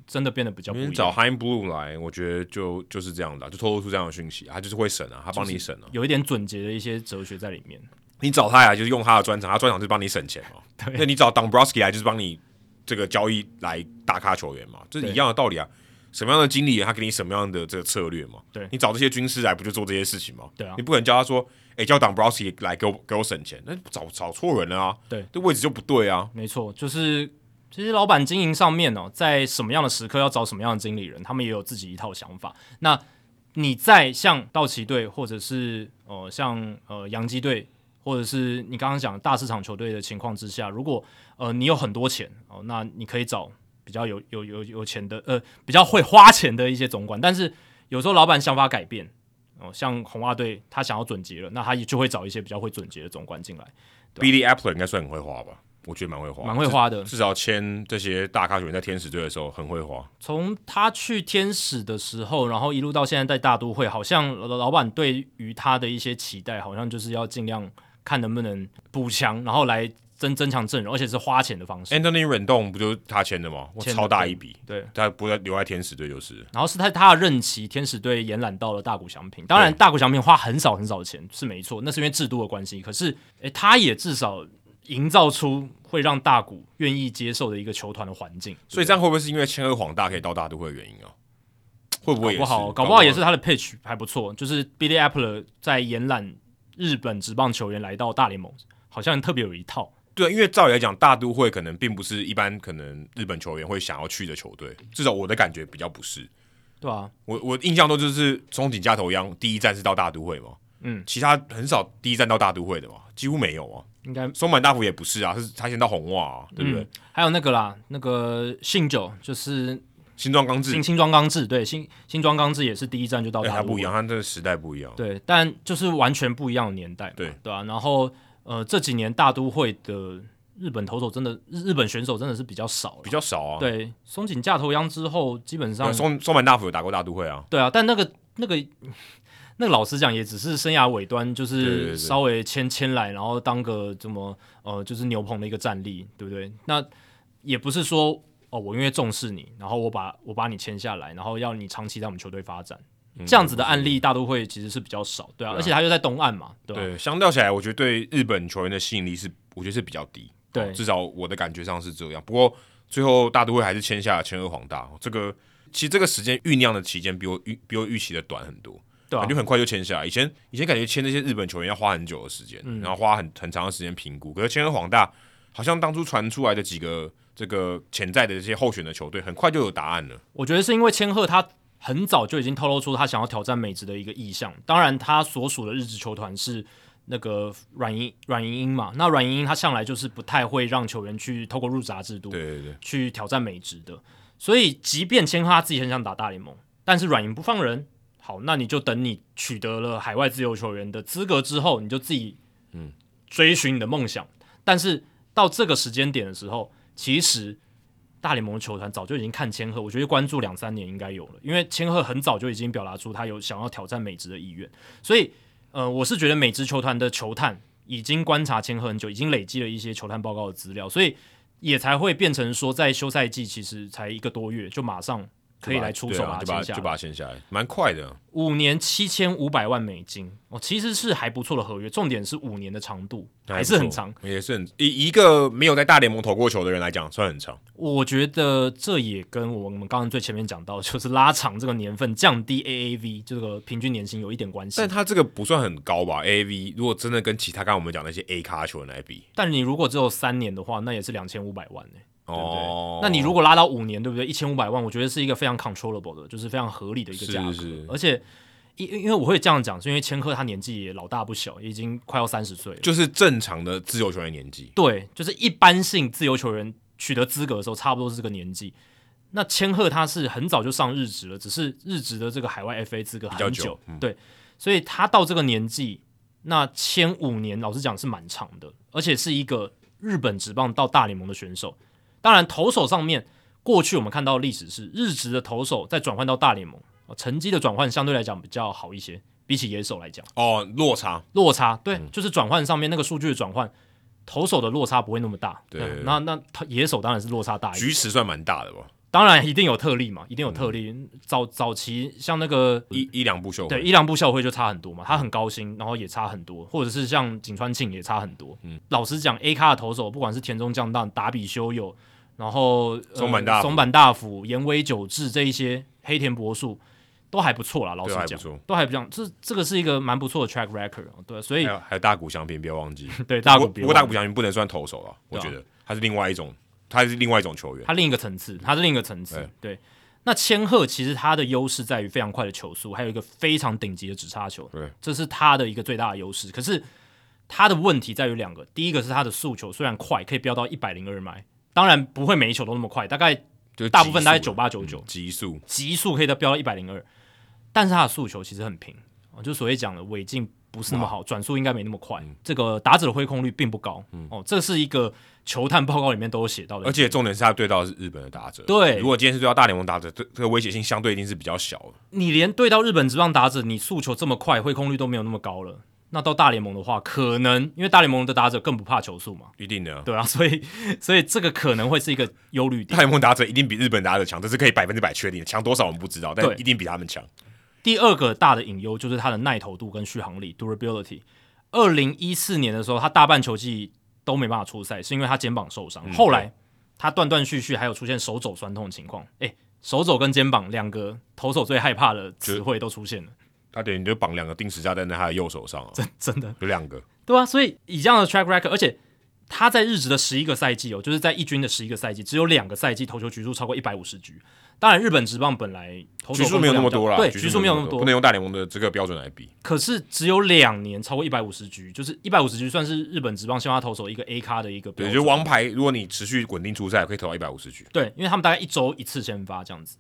真的变得比较不一
因为
样。
找 Hein Blue 来，我觉得就就是这样的啊、就透露出这样的讯息，他就是会审啊，他帮你审啊，
有一点准结的一些哲学在里面，
你找他来就是用他的专长，他专长就是帮你省钱 嘛，那你找 Dombrowski 来就是帮你这个交易来大咖球员嘛，这是一
对
样的道理啊。什么样的经理，他给你什么样的这个策略嘛？
对
你找这些军师来，不就做这些事情吗？
对啊
你不可能叫他说，哎、叫 Dombrowski 来给我给我省钱，那找找错人了啊。
对，
这位置就不对啊。
没错，就是其实老板经营上面哦，在什么样的时刻要找什么样的经理人，他们也有自己一套想法。那你在像道奇队，或者是呃像呃洋基队，或者是你刚刚讲的大市场球队的情况之下，如果呃你有很多钱哦，那你可以找比较有有有有钱的呃比较会花钱的一些总管，但是有时候老板想法改变。哦，像红袜队，他想要准结了，那他也就会找一些比较会准结的总管进来。
Billy Apple 应该算很会花吧我觉得蛮会花，
啊蛮会花的
至。至少签这些大咖球员在天使队的时候很会花，
从他去天使的时候，然后一路到现在在大都会，好像老老板对于他的一些期待，好像就是要尽量看能不能补强，然后来增增强阵容，而且是花钱的方式。
Anthony Rendon 不就是他签的吗？哇，
签的
超大一笔，
对，
他不在留在天使队就是。
然后是在他的任期，天使队延揽到了大谷翔平。当然，大谷翔平花很少很少钱是没错，那是因为制度的关系。可是，诶，他也至少营造出会让大谷愿意接受的一个球团的环境。
所以这样会不会是因为签了黄大可以到大都会的原因啊？会不会也
不
是？
好，搞不好也是他的 pitch 还不错。就是 Billy Apple 在延揽日本职棒球员来到大联盟，好像特别有一套。
对，因为照理来讲，大都会可能并不是一般可能日本球员会想要去的球队，至少我的感觉比较不是。
对啊，
我我印象中就是松井加头一样，第一站是到大都会嘛，
嗯，
其他很少第一站到大都会的嘛，几乎没有啊。
应该
松坂大辅也不是啊，是他先到红袜、啊，对不对？
嗯还有那个啦，那个信九就是
新庄刚志，
新新庄刚志，对新新庄刚志也是第一站就到
哎
大
他
陆
不一样，他这个时代不一样。
对，但就是完全不一样的年代嘛，
对
对啊。然后呃，这几年大都会的日本投手真的日日本选手真的是比较少了，
比较少啊。
对松井架头央之后，基本
对，
上
松松坂大辅有打过大都会啊，
对啊，但那个那个那个老实讲，也只是生涯尾端，就
对对对
是稍微牵牵来，然后当个怎么呃，就是牛棚的一个战力，对不对？那也不是说哦，我因为重视你，然后我把我把你签下来，然后要你长期在我们球队发展，这样子的案例大都会其实是比较少，对啊，
嗯对啊
而且他又在东岸嘛，对吧、啊
对，相较起来，我觉得对日本球员的吸引力是，我觉得是比较低。
对
至少我的感觉上是这样。不过最后大都会还是签下了前二皇大，这个其实这个时间酝酿的期间比我预比我预期的短很多。
对啊
感觉很快就签下来。以前以前感觉签那些日本球员要花很久的时间，
嗯
然后花很很长的时间评估。可是签了皇大，好像当初传出来的几个这个潜在的这些候选的球队，很快就有答案了。
我觉得是因为千鹤他很早就已经透露出他想要挑战美职的一个意向。当然，他所属的日职球团是那个软银软银鹰嘛。那软银鹰他向来就是不太会让球员去透过入闸制度
对对对，
去挑战美职的。所以，即便千鹤他自己很想打大联盟，但是软银不放人。好，那你就等你取得了海外自由球员的资格之后，你就自己
嗯
追寻你的梦想。但是到这个时间点的时候，其实大联盟球团早就已经看千鹤，我觉得关注两三年应该有了，因为千鹤很早就已经表达出他有想要挑战美职的意愿，所以呃，我是觉得美职球团的球探已经观察千鹤很久，已经累积了一些球探报告的资料，所以也才会变成说在休赛季其实才一个多月就马上可以来出手
对啊就
签
把
下来
就把它签下来，蛮快的。啊
五年七千五百万美金哦，其实是还不错的合约，重点是五年的长度还是很长。，
也是很以一个没有在大联盟投过球的人来讲，算很长。
我觉得这也跟我们刚刚最前面讲到，就是拉长这个年份，降低 AAV 这个平均年薪有一点关系
但。他这个不算很高吧？A V 如果真的跟其他刚刚我们讲那些 A 咖球员来比，
但你如果只有三年的话，那也是两千五百万呢、对不对？
哦，
那你如果拉到五年，对不对？一千五百万，我觉得是一个非常 controllable 的，就是非常合理的一个价格。
是是
而且，因因为我会这样讲，是因为千鹤他年纪也老大不小，也已经快要三十岁了。
就是正常的自由球员年纪，
对，就是一般性自由球员取得资格的时候，差不多是这个年纪。那千鹤他是很早就上日职了，只是日职的这个海外 FA 资格很
较
久，
久嗯
对，所以他到这个年纪，那前五年老实讲是蛮长的，而且是一个日本职棒到大联盟的选手。当然，投手上面过去我们看到的历史是日职的投手再转换到大联盟，呃成绩的转换相对来讲比较好一些，比起野手来讲。
哦，落差
落差，对，
嗯
就是转换上面那个数据的转换，投手的落差不会那么大。
对
嗯那那他野手当然是落差大一点，
局尺算蛮大的吧？
当然一定有特例嘛，一定有特例。
嗯
早早期像那个
一一两部秀
哎对
会，
伊良部校会就差很多嘛，他很高薪，然后也差很多，或者是像井川庆也差很多。嗯，老实讲，A 咖的投手不管是田中将大、达比修有，然后、呃
松坂大辅
松坂大辅、岩尾久志这一些黑田博树。都还不错啦，老实
对还不
讲
错，
都还不讲，这这个是一个蛮不错的 track record，对，所
还
以
有还有大谷翔平，不要忘记。
对 大
哎不
谷
过
别
不过大
忘
谷翔平不能算投手了，我
对啊
觉得他是另外一种，他是另外一种球员。
他另一个层次，他是另一个层次。对，那千鹤其实他的优势在于非常快的球速，还有一个非常顶级的直插球，
对，
这是他的一个最大的优势。可是他的问题在于两个，第一个是他的速球虽然快，可以飙到一百零二迈，当然不会每一球都那么快，大概
就是
大部分大概
极
九
速嗯
八九九，
极速，
极速可以到飙到一百零二，但是他的速球其实很平，哦就所谓讲的尾劲不是那么好，转速应该没那么快，
嗯
这个打者的挥空率并不高。哦，这是一个球探报告里面都有写到的
而。且重点是他对到的是日本的打者，
对
如果今天是对到大联盟打者，这这个威胁性相对一定是比较小的。
你连对到日本职棒打者，你速球这么快，挥空率都没有那么高了。那到大联盟的话，可能因为大联盟的打者更不怕球速嘛，
一定的。
对啊， 所以所以这个可能会是一个忧虑点
大。联盟打者一定比日本打者强，这是可以百分之百确定的。强多少我们不知道，但
对
一定比他们强。
第二个大的隐忧就是它的耐投度跟续航力 （durability）。二零一四年的时候，他大半球季都没办法出赛，是因为他肩膀受伤。后来他断断续续还有出现手肘酸痛的情况。诶、手肘跟肩膀两个投手最害怕的词汇都出现了，
他等于就绑两个定时炸弹在他的右手上、啊，
真真的
有两个。
对啊，所以以这样的 track record，而且他在日职的十一个赛季哦，就是在一军的十一个赛季，只有两个赛季投球局数超过一百五十局。当然，日本职棒本来投手
局数没有那么多啦，
对，
局
局数没有那么
不能用大联盟的这个标准来比。
可是只有两年超过一百五十局，就是一百五十局算是日本职棒先发投手一个 A 咖的一个
对，
标准。
就是王牌，如果你持续稳定出赛，可以投到一百五十局。
对，因为他们大概一周一次先发这样子。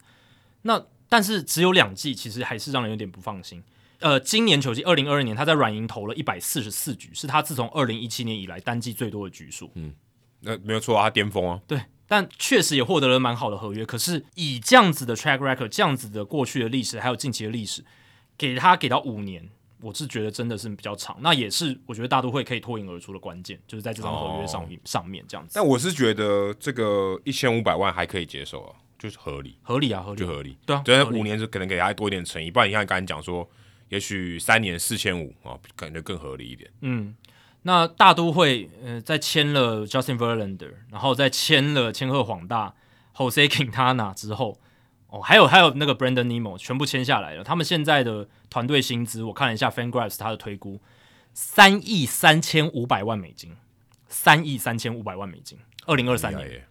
那但是只有两季，其实还是让人有点不放心。呃，今年球季二零二二年，他在软银投了一百四十四局，是他自从二零一七年以来单季最多的局数。
那没有错啊，他巅峰啊，
对，但确实也获得了蛮好的合约。可是以这样子的 track record，这样子的过去的历史，还有近期的历史，给他给到五年，我是觉得真的是比较长。那也是我觉得大都会可以脱颖而出的关键，就是在这张合约上面、上面这样子
但我是觉得这个一千五百万还可以接受啊，就是合理，
合理啊，合理
就。合理。
对啊
只要
合理
五年是可能给他多一点诚意，不然你看刚才讲说，也许三年四千五啊，感觉更合理一点。
那大都会呃，在签了 Justin Verlander，然后再签了千鹤晃大、Jose Quintana 之后，哦，还有还有那个 Brandon Nemo 全部签下来了。他们现在的团队薪资，我看了一下 FanGraphs 它的推估，三亿三千五百万美金，三亿三千五百万美金，二零二三
厉害
年，
耶，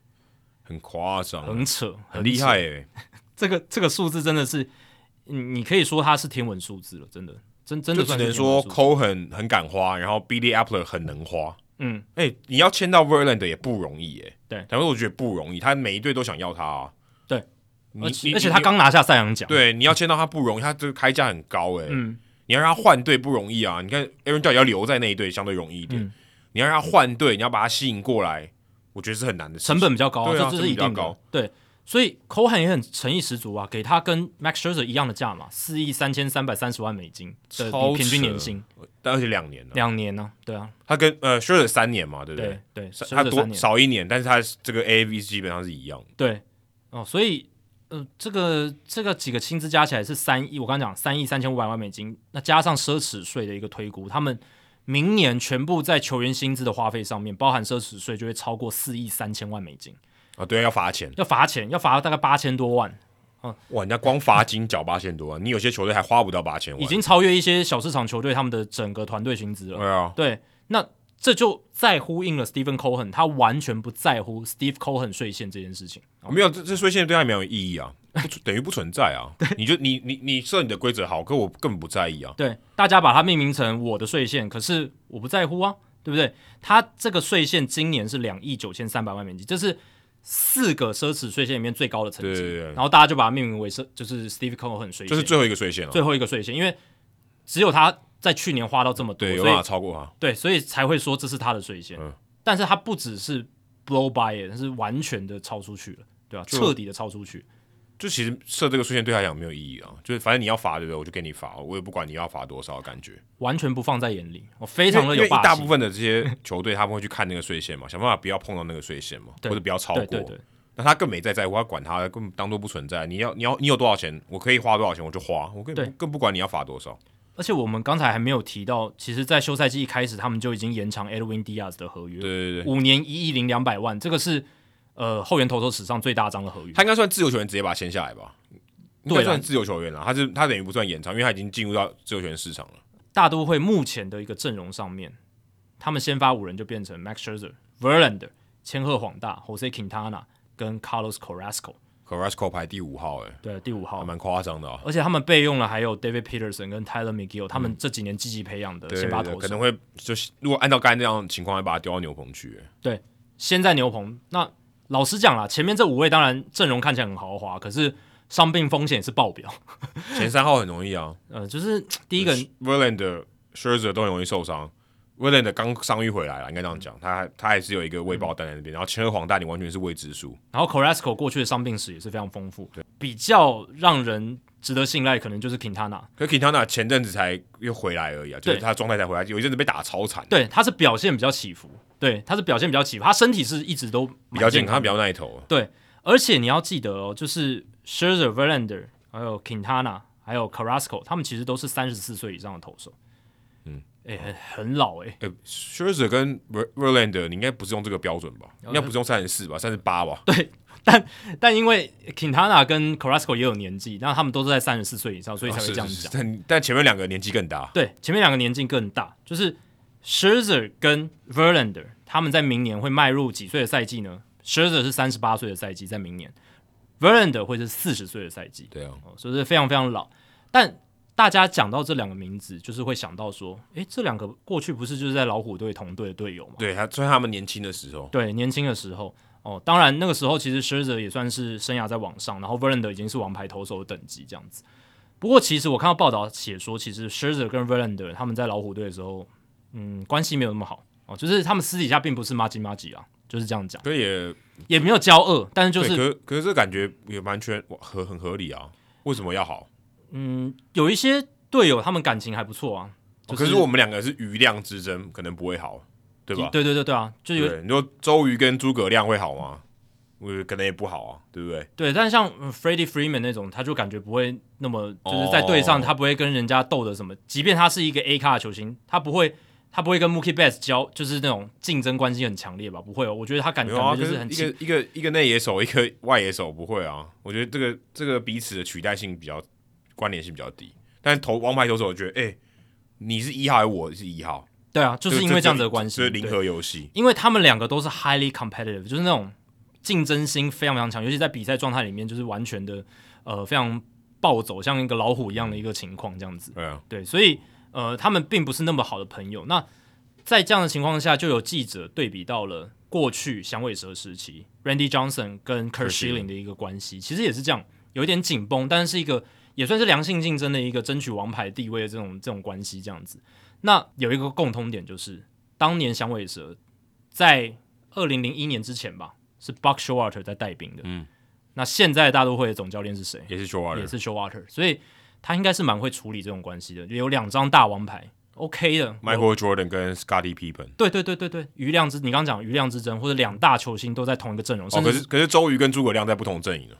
很夸张，啊
很扯，
哎很厉
扯
害耶。
这个这个数字真的是，你你可以说它是天文数字了，真的，真真
就
的
只
算是
能
天
说
文数字
Cole 很很敢花，然后 Billy Apple 很能花。
嗯，
哎、你要签到 Verland 也不容易耶、
对
但是我觉得不容易，他每一队都想要他啊。
对
你，
而
你
且而且
你
他刚拿下赛扬奖，
对你要签到他不容易，他这个开价很高哎、
嗯
你要让他换队不容易啊。你看 Aaron 要留在那一队相对容易一点，
嗯
你要让他换队，你要把他吸引过来，我觉得是很难的事情
成本比较高、
对啊
这这是一
成本
定
比较
的
高。
对，所以 Cohen 也很诚意十足啊，给他跟 Max Scherzer 一样的价嘛，四亿三千三百三十万美金
超
的
扯啊
平均年薪，
但而且两年了、
两年呢、对啊，
他跟呃 s h i r t 三年嘛，对不
对对，
三
休
他
了三
多
年，
少一年，但是他这个 A V 基本上是一样的。
对哦，所以呃，这个这个几个薪资加起来是三亿，我刚刚讲三亿三千五百万美金，那加上奢侈税的一个推估，他们。明年全部在球员薪资的花费上面，包含奢侈税，就会超过四亿三千万美金，
啊，对，要罚钱
要罚钱，要罚大概八千多万。
哇！人家光罚金缴八千多万，你有些球队还花不到八千万，
已经超越一些小市场球队他们的整个团队薪资了。
对啊，
对，那这就再呼应了 Stephen Cohen，他完全不在乎 Steve Cohen 税线这件事情。
没有这这税线对他没有意义啊，不存等于不存在 啊。你就你你你设你的规则好，可我根本不在意啊。
对，大家把它命名成我的税线，可是我不在乎啊，对不对？他这个税线今年是两亿九千三百万美金，这是四个奢侈税线里面最高的成
对
绩。
对对
然后大家就把它命名为是就是 Steve Cohen 税线，
就是最后一个税线了、
最后一个税线，因为只有他在去年花到这么多，
对，有
所以
办法超过他。啊
对，所以才会说这是他的水线。
嗯
但是他不只是 blow by it，他是完全的超出去了，对吧、
就
彻底的超出去。
就其实设这个税线对他来讲没有意义啊，就是反正你要罚对不对？我就给你罚，我也不管你要罚多少，感觉
完全不放在眼里，我非
因为
常的
因为
有
一
霸
大
气
部分的这些球队他们会去看那个税线嘛，想办法不要碰到那个税线嘛，或
对
者不要超
对
过。
对对，
那他更没在在乎，他管他，根本当做不存在。你要你要你有多少钱，我可以花多少钱我就花，我更
对
更不管你要罚多少。
而且我们刚才还没有提到，其实，在休赛季一开始，他们就已经延长 Edwin Diaz 的合约，
对对对，
五年一亿零两百万，这个是呃后援投手史上最大张的合约。
他应该算自由球员，直接把他签下来吧？应
对
该
啦
算自由球员了。他是他等于不算延长，因为他已经进入到自由球员市场了。
大都会目前的一个阵容上面，他们先发五人就变成 Max Scherzer、Verlander、千鹤晃大、Jose Quintana 跟 Carlos Carrasco，
Carrasco 排第五号、欸，哎，
对，第五号
还。蛮夸张的、啊。
而且他们备用了还有 David Peterson 跟 Tyler McGill，他们这几年积极培养的
嗯对
先
对
发
对，
投
可
手，
能会就是如果按照刚才那样的情况，会把他丢到牛棚 去、欸
先在牛棚。那老实讲啦，前面这五位当然阵容看起来很豪华，可是伤病风险也是爆表。
前三号很容易啊。
呃，就是第一个
Verlander Scherzer 都很容易受伤。威廉的刚伤愈回来了，应该这样讲，他他还是有一个未爆弹在那边。然后前二黄大你完全是未知数，
然后 Corasco 过去的伤病史也是非常丰富，比较让人值得信赖，可能就是 Quintana。
可 Kitana 前阵子才又回来而已啊，就是
对
他状态才回来，有一阵子被打得超惨，
对，他是表现比较起伏，对，他是表现比较起伏，他身体是一直都
比
比
较健
康
康，比较耐投啊。
而且你要记得哦，就是 Scherzer、Verlander、还有 Quintana、还有 Carrasco，他们其实都是三十四岁以上的投手。嗯，哎、很很老哎、
呃 s c h e r z e r 跟 Ver- Verlander 你应该不是用这个标准吧？
哦
应该不是用三十四吧，三十八吧？哦
但因为 Quintana 跟 Carrasco 也有年纪，那他们都是在三十四岁以上，所以才会
哦是
这样
是
讲
是。但但前面两个年纪更大，
对，前面两个年纪更大，就是 Scherzer 跟 Verlander，他们在明年会迈入几岁的赛季呢？Scherzer 是三十八岁的赛季，在明年，Verlander 会是四十岁的赛季，
对啊，
哦，所以是非常非常老。但大家讲到这两个名字，就是会想到说，诶，这两个过去不是就是在老虎队同队的队友吗？
对他，虽然他们年轻的时候，
对，年轻的时候哦，当然那个时候其实 Scherzer 也算是生涯在往上，然后 Verlander 已经是王牌投手的等级这样子。不过其实我看到报道写说，其实 Scherzer 跟 Verlander 他们在老虎队的时候，嗯，关系没有那么好哦，就是他们私底下并不是妈吉妈吉啊，就是这样讲，
可也
也没有交恶，但是就
对，
是
可可是这感觉也完全合很合理啊，为什么要好？
嗯，有一些队友他们感情还不错啊，就
可是我们两个是余量之争，可能不会好，对吧？
对对对对啊，就有
对，你说周瑜跟诸葛亮会好吗？我可能也不好啊，对不对？
对，但像嗯 Freddie Freeman 那种，他就感觉不会那么，就是在队上
哦
他不会跟人家斗的什么，即便他是一个 A 咖的球星，他不会。他不会跟 Mookie Betts 交，就是那种竞争关系很强烈吧？不会哦，我觉得他感
没
感
有啊，
觉
可
就是很
一
亲
个一个一个内野手，一个外野手不会啊。我觉得这个这个彼此的取代性比较关联性比较低。但投王牌投手，我觉得哎、你是一号还是我是一号？
对啊，就是因为这样子的关系，
就是零
对
和游戏。
因为他们两个都是 highly competitive，就是那种竞争心非常非常强，尤其在比赛状态里面，就是完全的呃非常暴走，像一个老虎一样的一个情况这样子。
对啊，
对，所以呃，他们并不是那么好的朋友。那在这样的情况下，就有记者对比到了过去响尾蛇时期 Randy Johnson 跟 Kurt
Kurt
Schilling 的一个关系，其实也是这样，有一点紧绷，但是一个也算是良性竞争的一个争取王牌地位的这种这种关系这样子。那有一个共通点就是，当年响尾蛇在二零零一年之前吧，是 Buck Showalter 在带兵的。
嗯，
那现在大都会的总教练是谁？
也是 s h o w a t e
也
r
是 Showalter，所以他应该是蛮会处理这种关系的，有两张大王牌，OK 的。
Michael Jordan 跟 Scotty Pippen。
对对对对对，余量之你刚刚讲余量之争，或者两大球星都在同一个阵容，
哦，
甚
可
至
是可是周瑜跟诸葛亮在不同阵营了，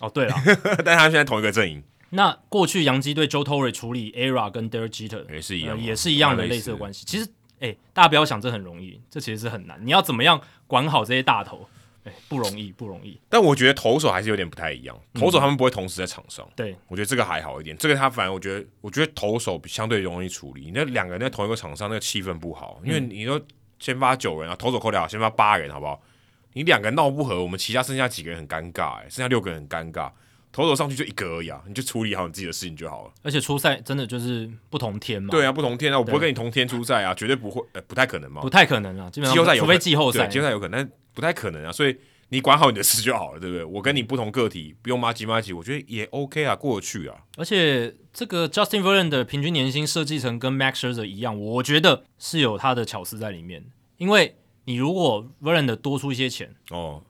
哦对了，
但他们现在同一个阵营，
那过去洋基队 Joe Torre 处理 ERA 跟 Derek Jeter
哎也是一
呃
样嘛，
也是一样的
蛮
类似的关
系。
系。其实，哎、大家不要想这很容易，这其实是很难。你要怎么样管好这些大头，哎、不容易，不容易。
但我觉得投手还是有点不太一样，
嗯
投手他们不会同时在场上，
对
我觉得这个还好一点。这个他反而我觉得，我觉得投手相对容易处理。那两个人在同一个场上，那个气氛不好，因为你说先发九人啊，投手扣掉，先发八人，好不好？你两个闹不和，我们其他剩下几个人很尴尬、欸，剩下六个人很尴尬。投手上去就一个而已啊，你就处理好你自己的事情就好了。
而且初赛真的就是不同天嘛，
对啊，不同天啊，我不会跟你同天出赛啊，绝对不会，呃，不太可能嘛
不。太可能啊，基本
季后赛
上
有
除
可能
非季后赛
对，季后赛有可能，但不太可能啊。所以你管好你的事就好了，对不对？我跟你不同个体，不用妈吉妈吉，我觉得也 OK 啊，过得去啊。
而且这个 Justin Verlander 的平均年薪设计成跟 Max Scherzer 一样，我觉得是有他的巧思在里面。因为你如果 Verlander 多出一些钱，
哦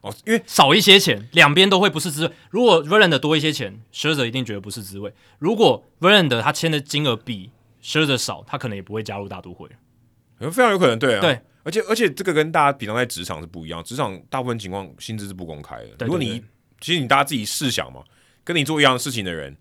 哦，因为
少一些钱，两边都会不是滋味。如果 Verlander 多一些钱，Scherzer 一定觉得不是滋味；如果 Verlander 他签的金额比 Scherzer 少，他可能也不会加入大都会。
非常有可能对啊，
对，
而且而且这个跟大家平常在职场是不一样，职场大部分情况薪资是不公开的。
对
如果
对
你其实你大家自己试想嘛，跟你做一样的事情的人，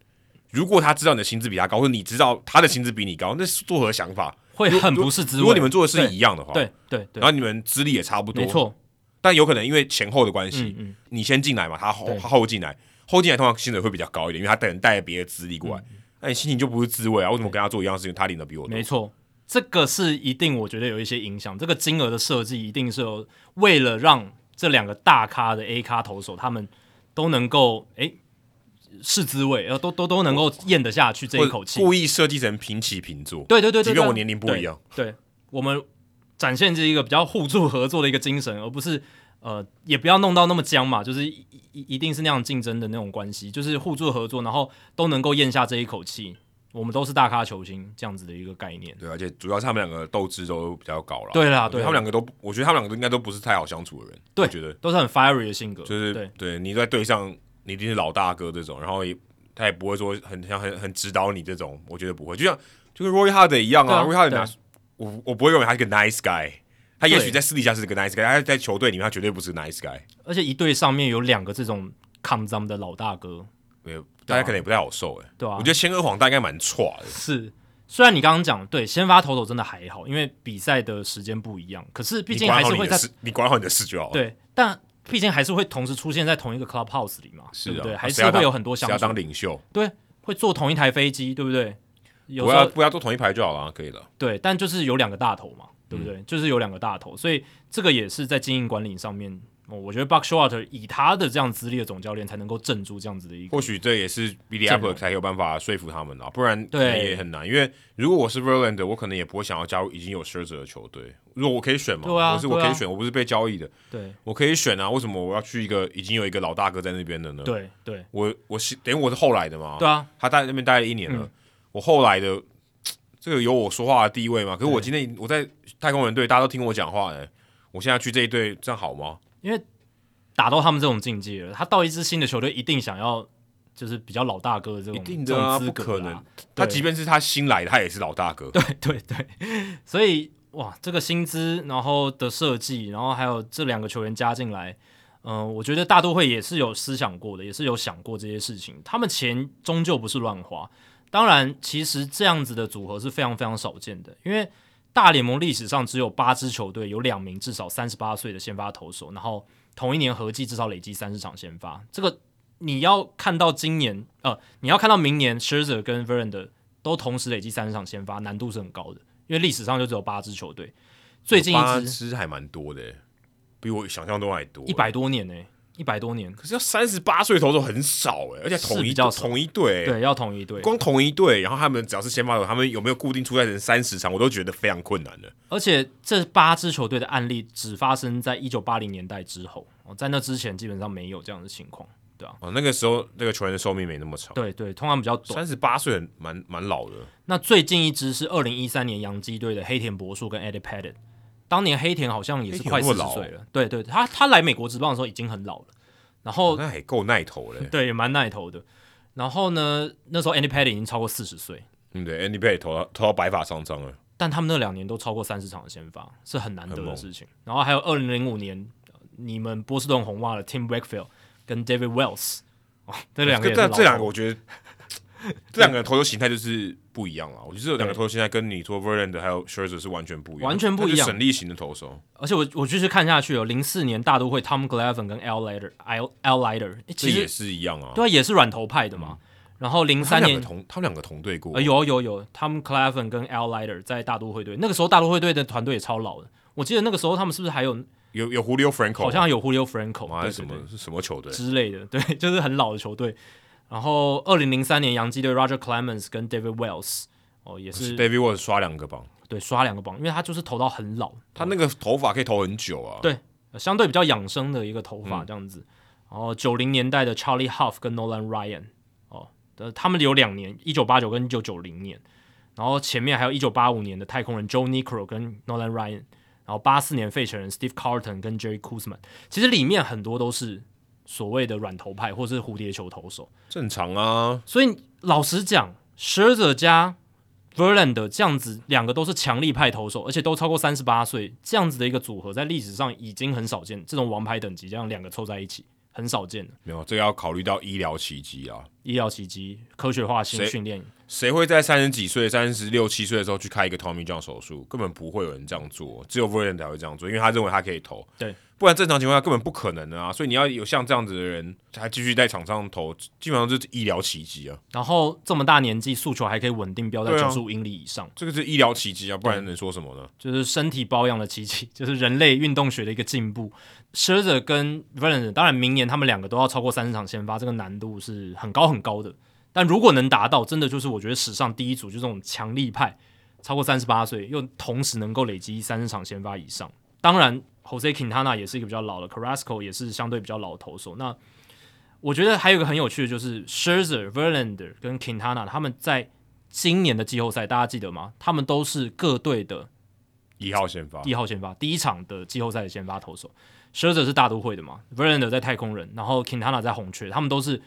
如果他知道你的薪资比他高，或者你知道他的薪资比你高，那是作何想法？
会
如
很不是滋味。
如果你们做的是一样的话，，
对对对
然后你们资历也差不多，
没，错，
但有可能因为前后的关系，
嗯嗯，
你先进来嘛，他后
对
他后进来，后进来通常薪水会比较高一点，因为他等人带了别的资历过来，那你心情就不是滋味啊！为什么跟他做一样的事情，他领的比我多？
嗯没错，这个是一定，我觉得有一些影响。这个金额的设计一定是有为了让这两个大咖的 A 咖投手他们都能够诶试滋味，呃，都都都能够咽得下去这一口气
或。故意设计成平起平坐。
对对对
即
对，对
便我年龄不一，样，
对对我们展现这一个比较互助合作的一个精神，而不是。呃，也不要弄到那么僵嘛，就是一一一定是那样竞争的那种关系，就是互助合作，然后都能够咽下这一口气。我们都是大咖球星这样子的一个概念。
对，啊而且主要是他们两个斗志都比较高了。
对
我
啦，
觉
对
得
啦，
他们两个都，我觉得他们两个应该都不是太好相处的人。
对
我觉得
都是很 fiery 的性格，
就是
对
你在队上你一定是老大哥这种，然后也他也不会说很像很很指导你这种，我觉得不会，就像就跟 Roy Hard 一样啊
对
，Roy
啊
Hard 拿我我不会认为他是个 nice guy，他也许
对
在私底下是个 nice guy，他在球队里面他绝对不是个 nice guy，
而且一队上面有两个这种 come down 的老大哥，
没有大家可能也不太好受哎、
啊对啊
我觉得千鹤黄大应该蛮差的，
是。虽然你刚刚讲对先发投手真的还好，因为比赛的时间不一样，可是毕
你
竟
管
还
好
是
你
会
的
在
事，哦你管好你的事就好了。
对，但毕竟还是会同时出现在同一个 clubhouse 里嘛，
是
对
啊，
不对？还
谁
是
要当
会有很多
谁
相
要
处
当，领袖，
对，会坐同一台飞机，对不对？有
不
时
要
候
不要坐同一排就好了啊，可以了。
对，但就是有两个大头嘛，对不
嗯
对？就是有两个大头，所以这个也是在经营管理上面，哦我觉得 Buck Showalter 以他的这样资历的总教练才能够镇住这样子的一个
或许这也是 Billy
阵
Apple
容
才有办法说服他们啊，不然可
对
能也很难。因为如果我是 Verlander，我可能也不会想要加入已经有 s h i r t 的球队。如果我可以选嘛，
对啊
我是我
对啊
可以选，我不是被交易的，
对
我可以选啊。为什么我要去一个已经有一个老大哥在那边的呢？，
对对
我我是等于我是后来的嘛，
对啊，
他在那边待了一年了，
嗯
我后来的这个有我说话的地位嘛？可是我
对
今天我在太空人队，大家都听我讲话哎、我现在去这一队，这样好吗？
打到他们这种境界了，他到一支新的球队一定想要就是比较老大哥的这种
一定的啊，不
这种资格
可
啦
能。他即便是他新来的，他也是老大哥。
对对， 所以哇，这个薪资，然后的设计，然后还有这两个球员加进来，嗯、我觉得大都会也是有思想过的，也是有想过这些事情。他们钱终究不是乱花，当然，其实这样子的组合是非常非常少见的，因为大联盟历史上只有八支球队有两名至少三十八岁的先发投手，然后同一年合计至少累积三十场先发，这个。你要看到今年，呃，你要看到明年 Scherzer 跟 Verlander 都同时累积三十场先发，难度是很高的，因为历史上就只有八支球队，最近
八
一支
支还蛮多的，欸比我想象中还多。欸
一，百多年呢、一百多年，
可是要三十八岁投手很少哎，而且
是
统一
比较少
统一队，
对，要同一队，
光统一队，然后他们只要是先发手，他们有没有固定出赛人三十场，我都觉得非常困难的。
而且这八支球队的案例只发生在一九八零年代之后，哦，在那之前基本上没有这样的情况。
哦，那个时候那个球员的寿命没那么长，
对对，通常比较短。
三十八岁很蛮蛮老的。
那最近一支是二零一三年洋基队的黑田博树跟 Eddie Pettit，当年黑田好像也是快
黑
四
田有那
十
么老
岁了。对对，他他来美国职棒的时候已经很老了，然后、
哦那还够耐投嘞，
对也蛮耐投的。然后呢，那时候 Eddie Pettit 已经超过四十岁，
嗯对，Andy Pettit 投到投到白发苍苍了，
但他们那两年都超过三十场的先发，是很难得
很
的
猛
事情。然后还有二零零五年，呃你们波士顿红袜的 Tim Wakefield 跟 David Wells，哦，这两个也是
这
老
这两个
头
我 觉得这两个投球形态就是不一样了。啊我觉得这两个投球形态跟你说 Verlander 还有 Scherzer 是完全不一样，
完全不一样
他就是省力型的投手。
而且我我继续看下去哦，零四年大都会 Tom Glavine 跟 L Lighter L L Lighter，诶
这
其
也
实
是一样啊。
对啊，也是软头派的嘛。然后零
他
三
们两
年
个同他们两个同队过，
呃，有有有，Tom Clavin 跟 Al Lighter 在大都会队，那个时候大都会队的团队也超老的。我记得那个时候他们是不是还有
有有 Julio Franco，
好像有 Julio Franco
吗还
对
是什
对对
么是什么球队？
之类的，对， 就是很老的球队。然后二零零三年洋基队 Roger Clemens 跟 David Wells 哦也是
是 David Wells 刷两个榜，
对刷两个榜，因为他就是投到很老，
他那个头发可以投很久啊。
对呃相对比较养生的一个头发这样子。然后九零年代的 Charlie Huff 跟 Nolan Ryan 哦，呃，他们有两年，一九八九跟一九九零年，然后前面还有一九八五年的太空人 Joe Necro 跟 Nolan Ryan，然后八四年费城人 Steve Carlton 跟 Jerry Kuzman，其实里面很多都是所谓的软头派或是蝴蝶球投手。
正常啊。
所以老实讲 s h i r z e r 加 Verlander 这样子两个都是强力派投手，而且都超过三十八岁，这样子的一个组合在历史上已经很少见。这种王牌等级这样两个凑在一起很少见的，
没有，这个要考虑到医疗奇迹啊。
医疗奇迹、科学化性
谁
训练，
谁会在三十几岁、三十六七岁的时候去开一个 Tommy John 手术？根本不会有人这样做，只有 Verlander 才会这样做，因为他认为他可以投。
对，
不然正常情况下根本不可能的啊。所以你要有像这样子的人，还继续在场上投，基本上就是医疗奇迹啊。
然后这么大年纪诉求还可以稳定飙在
对
九
啊
十五英里以上，
这个是医疗奇迹啊，不然能说什么呢？
就是身体保养的奇迹， 就是人类运动学的一个进步。s h i r z e r 跟 v e r l a n d e r 当然明年他们两个都要超过三十场先发，这个难度是很高很高的。但如果能达到，真的就是我觉得史上第一组，就这种强力派，超过三十八岁又同时能够累积三十场先发以上。当然，Jose Quintana 也是一个比较老的，Carrasco 也是相对比较老的投手。那我觉得还有一个很有趣的就是 s h i r z e r Verlander 跟 Quintana 他们在今年的季后赛，大家记得吗？他们都是各队的
一号先发，
一号先发，第一场的季后赛的先发投手。s h i r z e r 是大都会的嘛 v e r l a n d e r 在太空人，然后 Quintana 在红雀，他们都是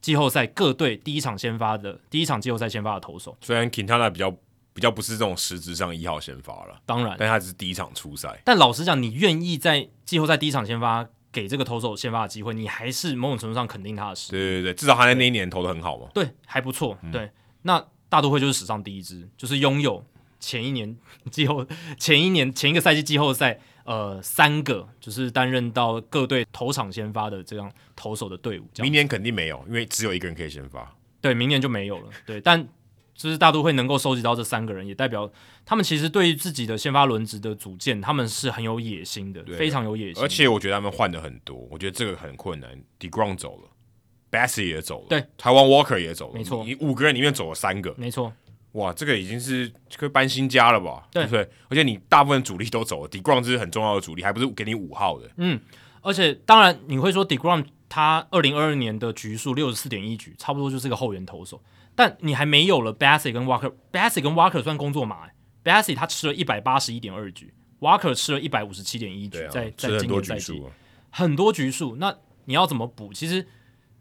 季后赛各队第一场先发的，第一场季后赛先发的投手。
虽然 Quintana 比较比较不是这种实质上一号先发了，
当然，
但他只是第一场出赛，
但老实讲，你愿意在季后赛第一场先发给这个投手先发的机会，你还是某种程度上肯定他的实力。
对对对，至少他在那一年投的很好嘛。
对，还不错。
嗯
对，那大都会就是史上第一支，就是拥有前一年季后前一年前一个赛季季后赛呃三个就是担任到各队头场先发的这样投手的队伍。这样
明年肯定没有，因为只有一个人可以先发。
对，明年就没有了。对，但就是大都会能够收集到这三个人，也代表他们其实对于自己的先发轮值的组建，他们是很有野心的，
对
非常有野心。
而且我觉得他们换的很多，我觉得这个很困难。Degrom 走了 b a s s e 也走了，
对，
台湾 Walker 也走了，
没错
你五个人里面走了三个，
没错，
哇，这个已经是可以搬新家了吧？
对
不对？而且你大部分主力都走了，Degrom 这是很重要的主力，还不是给你五号的，
而且当然你会说 Degrom 他二零二二年的局数六十四点一局，差不多就是个后援投手，但你还没有了 Bassett 跟 Walker，Bassett 跟 Walker 算工作码、欸、，Bassett 他吃了一百八十一点二局，Walker 吃了一百五十七点一局，
对啊，
嗯在
吃
在
很
今
多
年赛
局
季
数啊，
很多局数，那你要怎么补？其实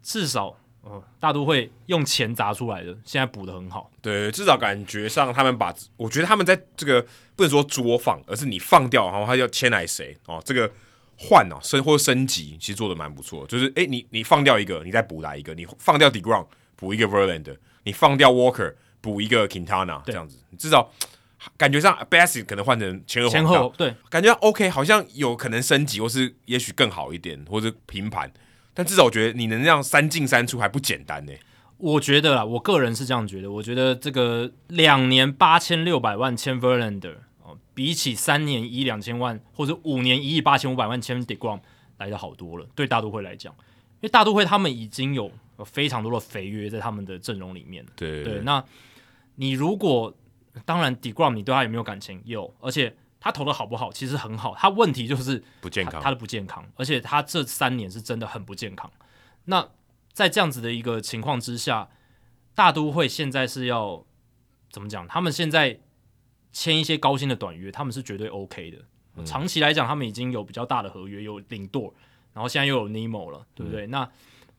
至少，呃，大都会用钱砸出来的，现在补的很好。
对，至少感觉上他们把，我觉得他们在这个不能说作放，而是你放掉，然后他要签来谁哦，这个换哦升或升级，其实做的蛮不错的。就是诶，你你放掉一个，你再补来一个，你放掉 Degrom 补一个 Verlander，你放掉 Walker 补一个 Quintana，这样子，至少感觉上 Bass 可能换成前后
前
黄道
后对，
感觉 OK，好像有可能升级，或是也许更好一点，或者平盘。但至少我觉得你能让三进三出还不简单呢、
我觉得啦，我个人是这样觉得。我觉得这个两年八千六百万签 Verlander 哦，比起三年一亿两千万或者五年一亿八千五百万签 Degrom 来的好多了。对大都会来讲，因为大都会他们已经有呃非常多的肥约在他们的阵容里面了。
对
对，那你如果当然 Degrom 你对他有没有感情？有，而且他投的好不好其实很好，他问题就是
不健
他
康
他。的不健康，而且他这三年是真的很不健康。那在这样子的一个情况之下，大都会现在是要怎么讲？他们现在签一些高薪的短约，他们是绝对 OK 的。
嗯
长期来讲，他们已经有比较大的合约，有领舵，然后现在又有 Nemo 了，对
嗯
不对？那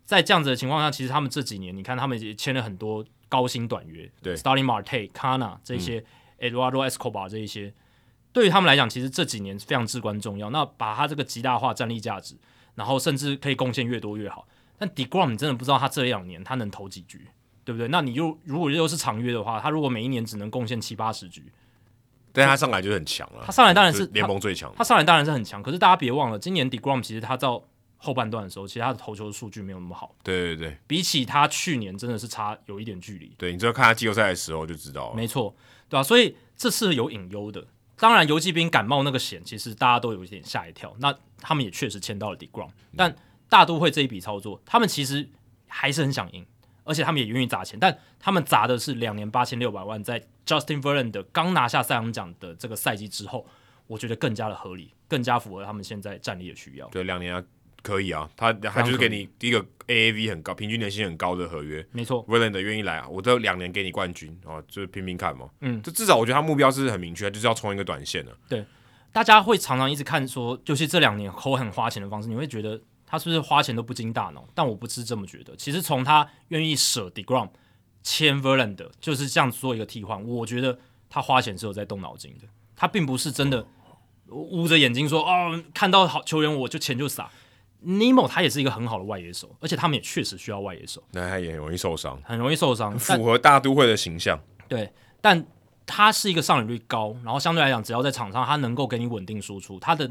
在这样子的情况下，其实他们这几年，你看他们也签了很多高薪短约，
对
s t a r l i n Marte、Kana 这些、Eduardo Escobar 这一些，对于他们来讲，其实这几年非常至关重要。那把他这个极大化战力价值，然后甚至可以贡献越多越好。但 Degrom 你真的不知道他这两年他能投几局，对不对？那你又如果又是长约的话，他如果每一年只能贡献七八十局，
但他上来就很强啊了，
他上来当然
就是联盟最强的。
他上来当然是很强，可是大家别忘了，今年 Degrom 其实他到后半段的时候，其实他的投球数据没有那么好，
对对对
比起他去年真的是差有一点距离。
对，你只要看他季后赛的时候就知道了。
没错，对啊，所以这次有隐忧的。当然，游击兵感冒那个险，其实大家都有一点吓一跳。那他们也确实签到了 Degrom，但大都会这一笔操作，他们其实还是很想赢，而且他们也愿意砸钱，但他们砸的是两年八千六百万，在 Justin Verlander 刚拿下赛扬奖的这个赛季之后，我觉得更加的合理，更加符合他们现在战力的需要。
对，两年啊，可以啊，他他就是给你第一个 AAV 很高、平均年薪很高的合约。
没错，
威廉的愿意来啊，我这两年给你冠军啊，就是拼拼看嘛。
嗯
这至少我觉得他目标是很明确，就是要冲一个短线的、
大家会常常一直看说，尤其这两年口很花钱的方式，你会觉得他是不是花钱都不经大脑？但我不是这么觉得。其实从他愿意舍 Degrom 签 Verlander 就是这样做一个替换，我觉得他花钱是有在动脑筋的，他并不是真的捂着眼睛说哦，看到好球员我就钱就撒。Nemo 他也是一个很好的外野手，而且他们也确实需要外野手，
那他也很容易受伤，
很容易受伤。但
符合大都会的形象。
对，但他是一个上垒率高，然后相对来讲，只要在场上他能够给你稳定输出，他的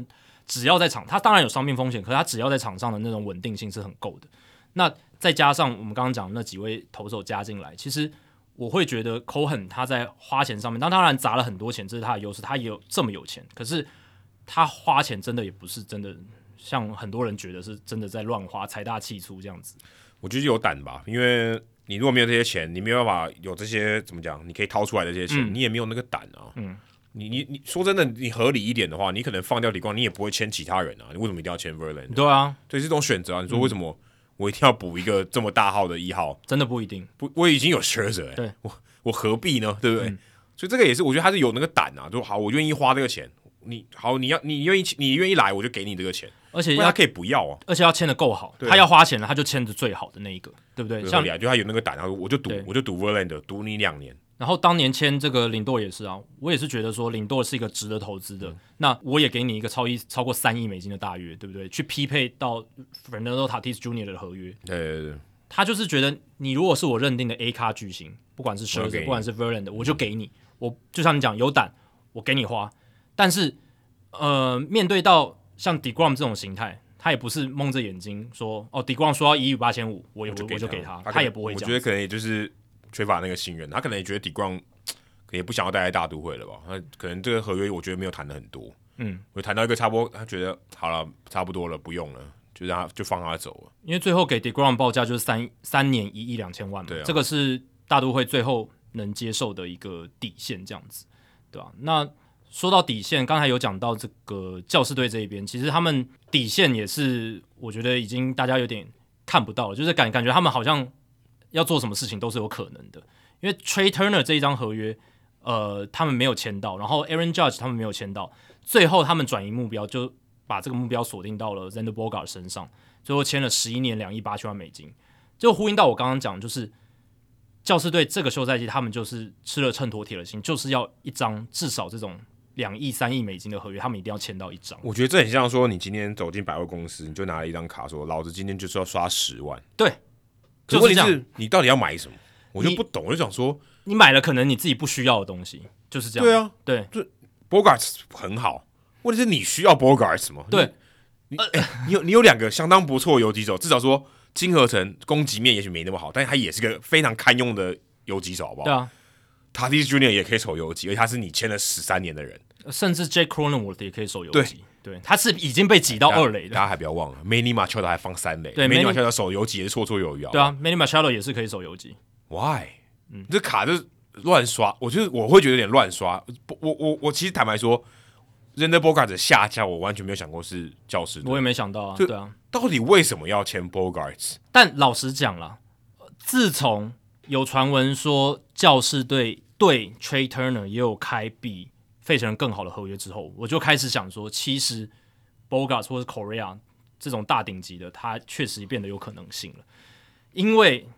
只要在场，他当然有伤病风险，可是他只要在场上的那种稳定性是很够的。那再加上我们刚刚讲的那几位投手加进来，其实我会觉得 Cohen 他在花钱上面，那当然砸了很多钱，这是他的优势，他也有这么有钱，可是他花钱真的也不是真的。像很多人觉得是真的在乱花，财大气粗这样子。
我觉得有胆吧，因为你如果没有这些钱，你没有办法有这些怎么讲，你可以掏出来的这些钱，
嗯
你也没有那个胆啊。嗯，你你你说真的，你合理一点的话，你可能放掉李光，你也不会签其他人啊。你为什么一定要签 Verland？
对啊，
对，是一种选择啊。你说为什么我一定要补一个这么大号的一号？
真的不一定。
不，我已经有 s h i r z e
对嗯
我我何必呢？对不对？所以这个也是，我觉得他是有那个胆啊，就好，我愿意花这个钱。你好，你要你愿意你愿意来，我就给你这个钱，
而且
不然他
要
可以不要啊，
而且要签的够好，
对
他要花钱了，他就签的最好的那一个，对不对？
对
像
合理啊，就他有那个胆，然后我就赌
对，
我就赌 Verlander，赌你两年，
然后当年签这个领舵也是啊，我也是觉得说领舵是一个值得投资
嗯
的，那我也给你一个超一超过三亿美金的大约，对不对？去匹配到 Fernando Tatis Jr. 的合约，
对对对，
他就是觉得你如果是我认定的 A 咖巨星，不管是 s h
我
e
就给
r z
你
不管是 Verland，我就给你，我就像你讲有胆，我给你花。但是呃，面对到像 Degrom 这种形态，他也不是蒙着眼睛说哦，Degrom 说要一亿八千五，我也我就给他，
可
他也
能
不会
我
这
觉
样。
得可能也就是缺乏那个信任，他可能也觉得底光可能也不想要待在大都会了吧，他可能这个合约我觉得没有谈的很多，
嗯，
我谈到一个差不多，他觉得好了，差不多了，不用了，就让他就放他走了，
因为最后给 Degrom 报价就是三三年一亿两千万嘛，
对啊
这个是大都会最后能接受的一个底线，这样子，对吧、那说到底线，刚才有讲到这个教士队这一边，其实他们底线也是，我觉得已经大家有点看不到了，就是感感觉他们好像要做什么事情都是有可能的，因为 Trey Turner 这一张合约，呃，他们没有签到，然后 Aaron Judge 他们没有签到，最后他们转移目标就把这个目标锁定到了 Zander Bogart 身上，最后签了十一年两亿八千万美金，就呼应到我刚刚讲，就是教师队这个休赛季他们就是吃了秤砣铁了心，就是要一张至少这种两亿三亿美金的合约，他们一定要签到一张。
我觉得这很像说你今天走进百货公司，你就拿了一张卡说，老子今天就是要刷十万，
对，
可
就是
问
这
题
样
是你到底要买什么？我就
你
不懂，我就想说，
你买了可能你自己不需要的东西，就是这样。
对啊
对，
Bogarts 很好，问题是你需要 Bogarts 吗？
对
你，你哎、你有你有两个相当不错的游击手，至少说金合成攻击面也许没那么好，但他也是个非常堪用的游击手，好不
对
好？
啊，
塔蒂 Junior 也可以守游击，而且他是你签了十三年的人，
甚至 J. a c Cronin 我也可以手游
对
击，对，他是已经被挤到哦二
大
垒
家
的。
大家还不要忘了 Many m a c h e l 还放三垒
对
，Many
Manny-
m a c h e l 守游击也是绰绰有余啊。
对啊 m a n y Machado 也是可以手游击，
Why？嗯，这卡就是乱刷，我就是我会觉得有点乱刷。不我我我其实坦白说 r a n d e r Bogart 的下家，我完全没有想过是教师队
我也没想到啊，
就
对啊。
到底为什么要签 Bogarts？
但老实讲啦，呃自从有传闻说教士队对 Trey Turner 也有开比费城人更好的合约之后，我就开始想说，其实 Bogarts 或是 Korea 这种大顶级的，他确实变得有可能性了，因为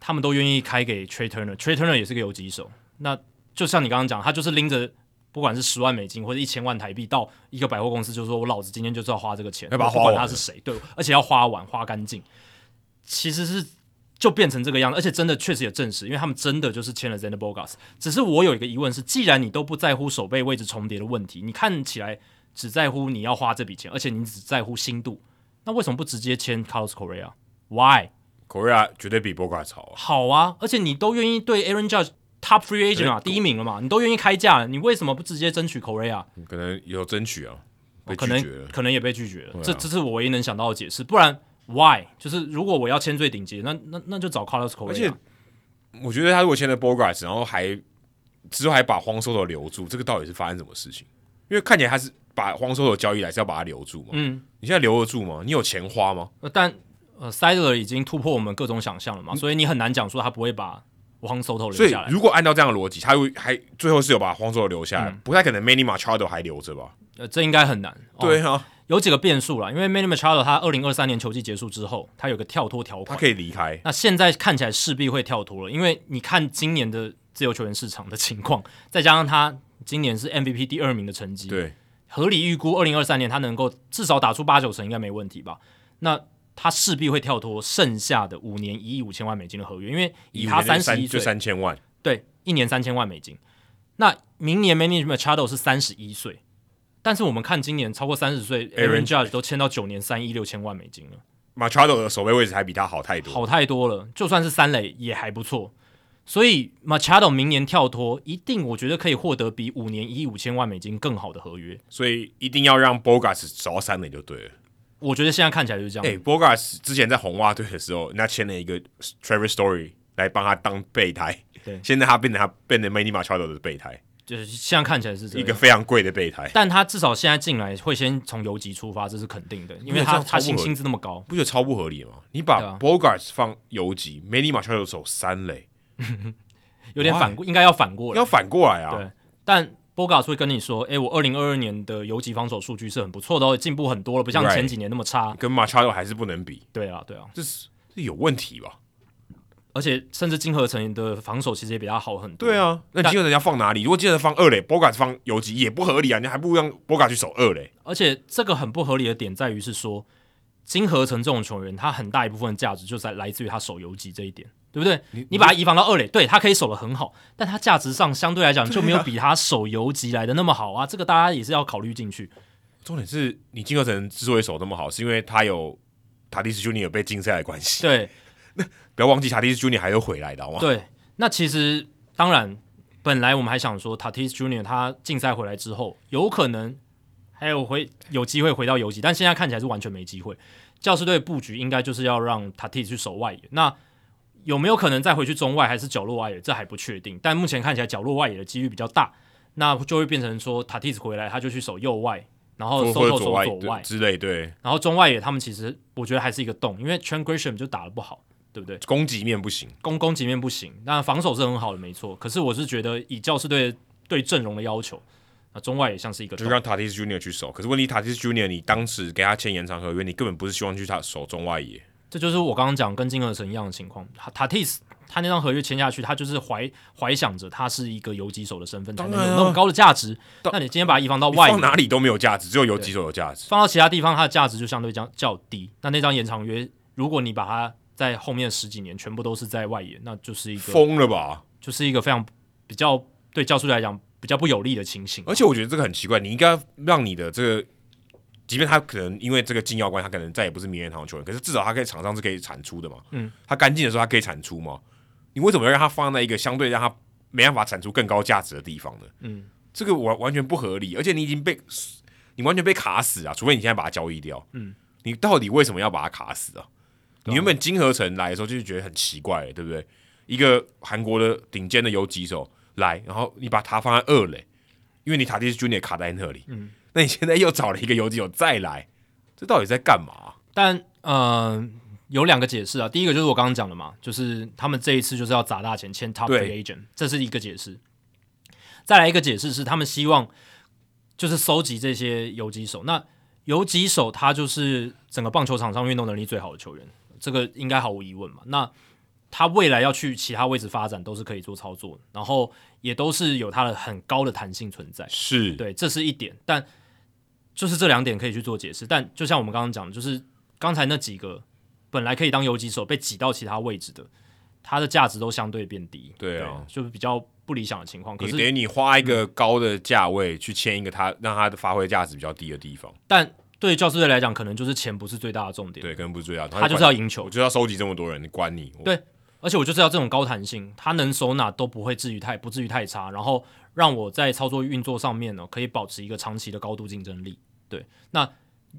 他们都愿意开给 Trey Turner，Trey Turner 也是个游击手。那就像你刚刚讲，他就是拎着不管是十万美金或者一千万台币到一个百货公司，就说我老子今天就是要花这个钱，
要把它
我不管
花完
他是谁，对，而且要花完花干净，其实是。就变成这个样子，而且真的确实也证实，因为他们真的就是签了 Zander Bogarts。只是我有一个疑问是，既然你都不在乎手背位置重叠的问题，你看起来只在乎你要花这笔钱，而且你只在乎心度，那为什么不直接签 Carlos Correa？Why？
Korea 绝对比 Bogarts 好、啊，
好啊，而且你都愿意对 Aaron Judge Top Free Agent 啊
哎对
第一名了嘛，你都愿意开价了，你为什么不直接争取 Correa？
可能有争取啊，被
哦可
拒
能
绝了。
可能也被拒绝了，
啊
这这是我唯一能想到的解释。不然 Why？就是如果我要签最顶级，那那那就找 Carlos
而且
Correa。啊
我觉得他如果签了 Bogarts，然后还之后还把黄收头留住，这个到底是发生什么事情？因为看起来他是把黄收头交易来是要把他留住嘛。
嗯，
你现在留得住吗？你有钱花吗？
呃但呃 Sider 已经突破我们各种想象了嘛，所以你很难讲说他不会把 Juan
所
Soto 留
以
下来。
如果按照这样的逻辑，他会还最后是有把黄收头留下来，
嗯
不太可能 Many Machado 还留着吧？
呃，这应该很难。哦
对啊，
有几个变数啦，因为 Manny Machado 他二零二三年球季结束之后，他有个跳脱条
他
款，
可以离开。
那现在看起来势必会跳脱了，因为你看今年的自由球员市场的情况， 再加上他今年是 MVP 第二名的成绩，
对，
合理预估二零二三年他能够至少打出八九成，应该没问题吧？那他势必会跳脱剩下的五年一亿五千万美金的合约，因为以他
三
三十一
就
岁，
三千万，
对，一年三千万美金。那明年 Manny Machado 是三十一岁，但是我们看今年超过三十岁
Aaron
，Aaron Judge 都签到九年三亿六千万美金了。
Machado 的守备位置还比他好太多。
好太多了，就算是三垒也还不错。所以 Machado 明年跳脱，一定我觉得可以获得比五年一亿五千万美金更好的合约。
所以一定要让 Bogarts 找到三垒就对了。
我觉得现在看起来就是这样。
哎、b o g a r t s 之前在红袜队的时候，人家签了一个 Trevor Story 来帮他当备胎，
对
现在他变成他变成 Manny Machado 的备胎，
就是现在看起来是这
一个
样。
非常贵的备胎，
但他至少现在进来会先从游击出发，这是肯定的，因为
这
他
样超
他
不合
薪
理
薪资那么高，
不觉得超不合理吗？你
对
把
啊
Bogarts 放游击，Manny Machado 守三垒，
有点反，应该要反过来
要。反过来啊
对，但 Bogas 会跟你说，诶，我二零二二年的游击防守数据是很不错的哦，进步很多了，不像
Right
前几年那么差。
跟马查 o 还是不能比，
对啊，对啊，
这是这有问题吧？
而且甚至金合成的防守其实也比他好很多。
对啊，那
但
金人要放哪里？如果金人放二垒，Boga 放游击也不合理啊，你还不如让 Boga 去守二垒。
而且这个很不合理的点在于是说，金合成这种球员，他很大一部分价值就在来自于他守游击这一点，对不对？你把他移防到二垒，对他可以守得很好，但他价值上相对来讲就没有比他守游击来的那么好啊。这个大家也是要考虑进去。
重点是你金合成之所以守那么好，是因为他有塔蒂斯 Junior 被禁赛的关系。
对，
不要忘记塔蒂斯 Junior 还有回来的 好吗？
对，那其实当然，本来我们还想说，Tatis Junior 他竞赛回来之后，有可能还有回有机会回到游击，但现在看起来是完全没机会。教师队布局应该就是要让 Tatis 去守外野，那有没有可能再回去中外还是角落外野，这还不确定。但目前看起来角落外野的几率比较大，那就会变成说 Tatis 回来他就去守右外，然后
或
Soto
或者
守
左
左
外
外，
对之类，对
然后中外野他们其实我觉得还是一个洞，因为 t r a n g r i s h a m 就打得不好，对不对？
攻击面不行。
攻攻击面不行，那防守是很好的，没错。可是我是觉得以教士队对阵容的要求，那中外也像是一个
就是
洞
让 Tatis Junior 去守。可是问题，Tatis Junior 你当时给他签延长合约，你根本不是希望去他守中外野，
这就是我刚刚讲跟金河神一样的情况。塔塔蒂斯他那张合约签下去，他就是怀怀想着他是一个游击手的身份，才
当
能
然啊
有那么高的价值。
当
那你今天把他移防到
你
外
放
野，
哪里都没有价值，只有游击手有价值。
放到其他地方，它的价值就相对较较低。那那张延长约，如果你把它在后面十几年全部都是在外野，那就是一个
疯了吧？
就是一个非常比较对教士队来讲比较不有利的情形。
而且我觉得这个很奇怪，你应该让你的这个，即便他可能因为这个禁药关，他可能再也不是名人堂的球员，可是至少他可以场上是可以产出的嘛。
嗯，
他干净的时候他可以产出吗？你为什么要让他放在一个相对让他没办法产出更高价值的地方呢？
嗯，
这个完完全不合理，而且你已经被你完全被卡死啊！除非你现在把他交易掉，
嗯，
你到底为什么要把他卡死啊？
对啊
你原本金合成来的时候就是觉得很奇怪了，对不对？一个韩国的顶尖的游击手来，然后你把他放在二垒，因为你塔蒂斯 Junior 卡在那里，
嗯，
那你现在又找了一个游击手再来，这到底在干嘛？
但呃，有两个解释啊。第一个就是我刚刚讲的嘛，就是他们这一次就是要砸大钱签 top
对
free agent，这是一个解释。再来一个解释是，他们希望就是收集这些游击手。那游击手他就是整个棒球场上运动能力最好的球员，这个应该毫无疑问嘛。那他未来要去其他位置发展，都是可以做操作的，然后也都是有他的很高的弹性存在。
是，
对，这是一点，但就是这两点可以去做解释。但就像我们刚刚讲的，就是刚才那几个本来可以当游击手被挤到其他位置的，它的价值都相对变低。
对啊
就是比较不理想的情况。可
你
是
等于你花一个高的价位去签一个他，让他的发挥价值比较低的地方，
但对教师队来讲，可能就是钱不是最大的重点，
对，可能不是最大。
他就是
管
要赢球
我。就要收集这么多人，你管你？我
对而且我就是要这种高弹性，他能手哪都不会至于太不至于太差，然后让我在操作运作上面呢，可以保持一个长期的高度竞争力。对，那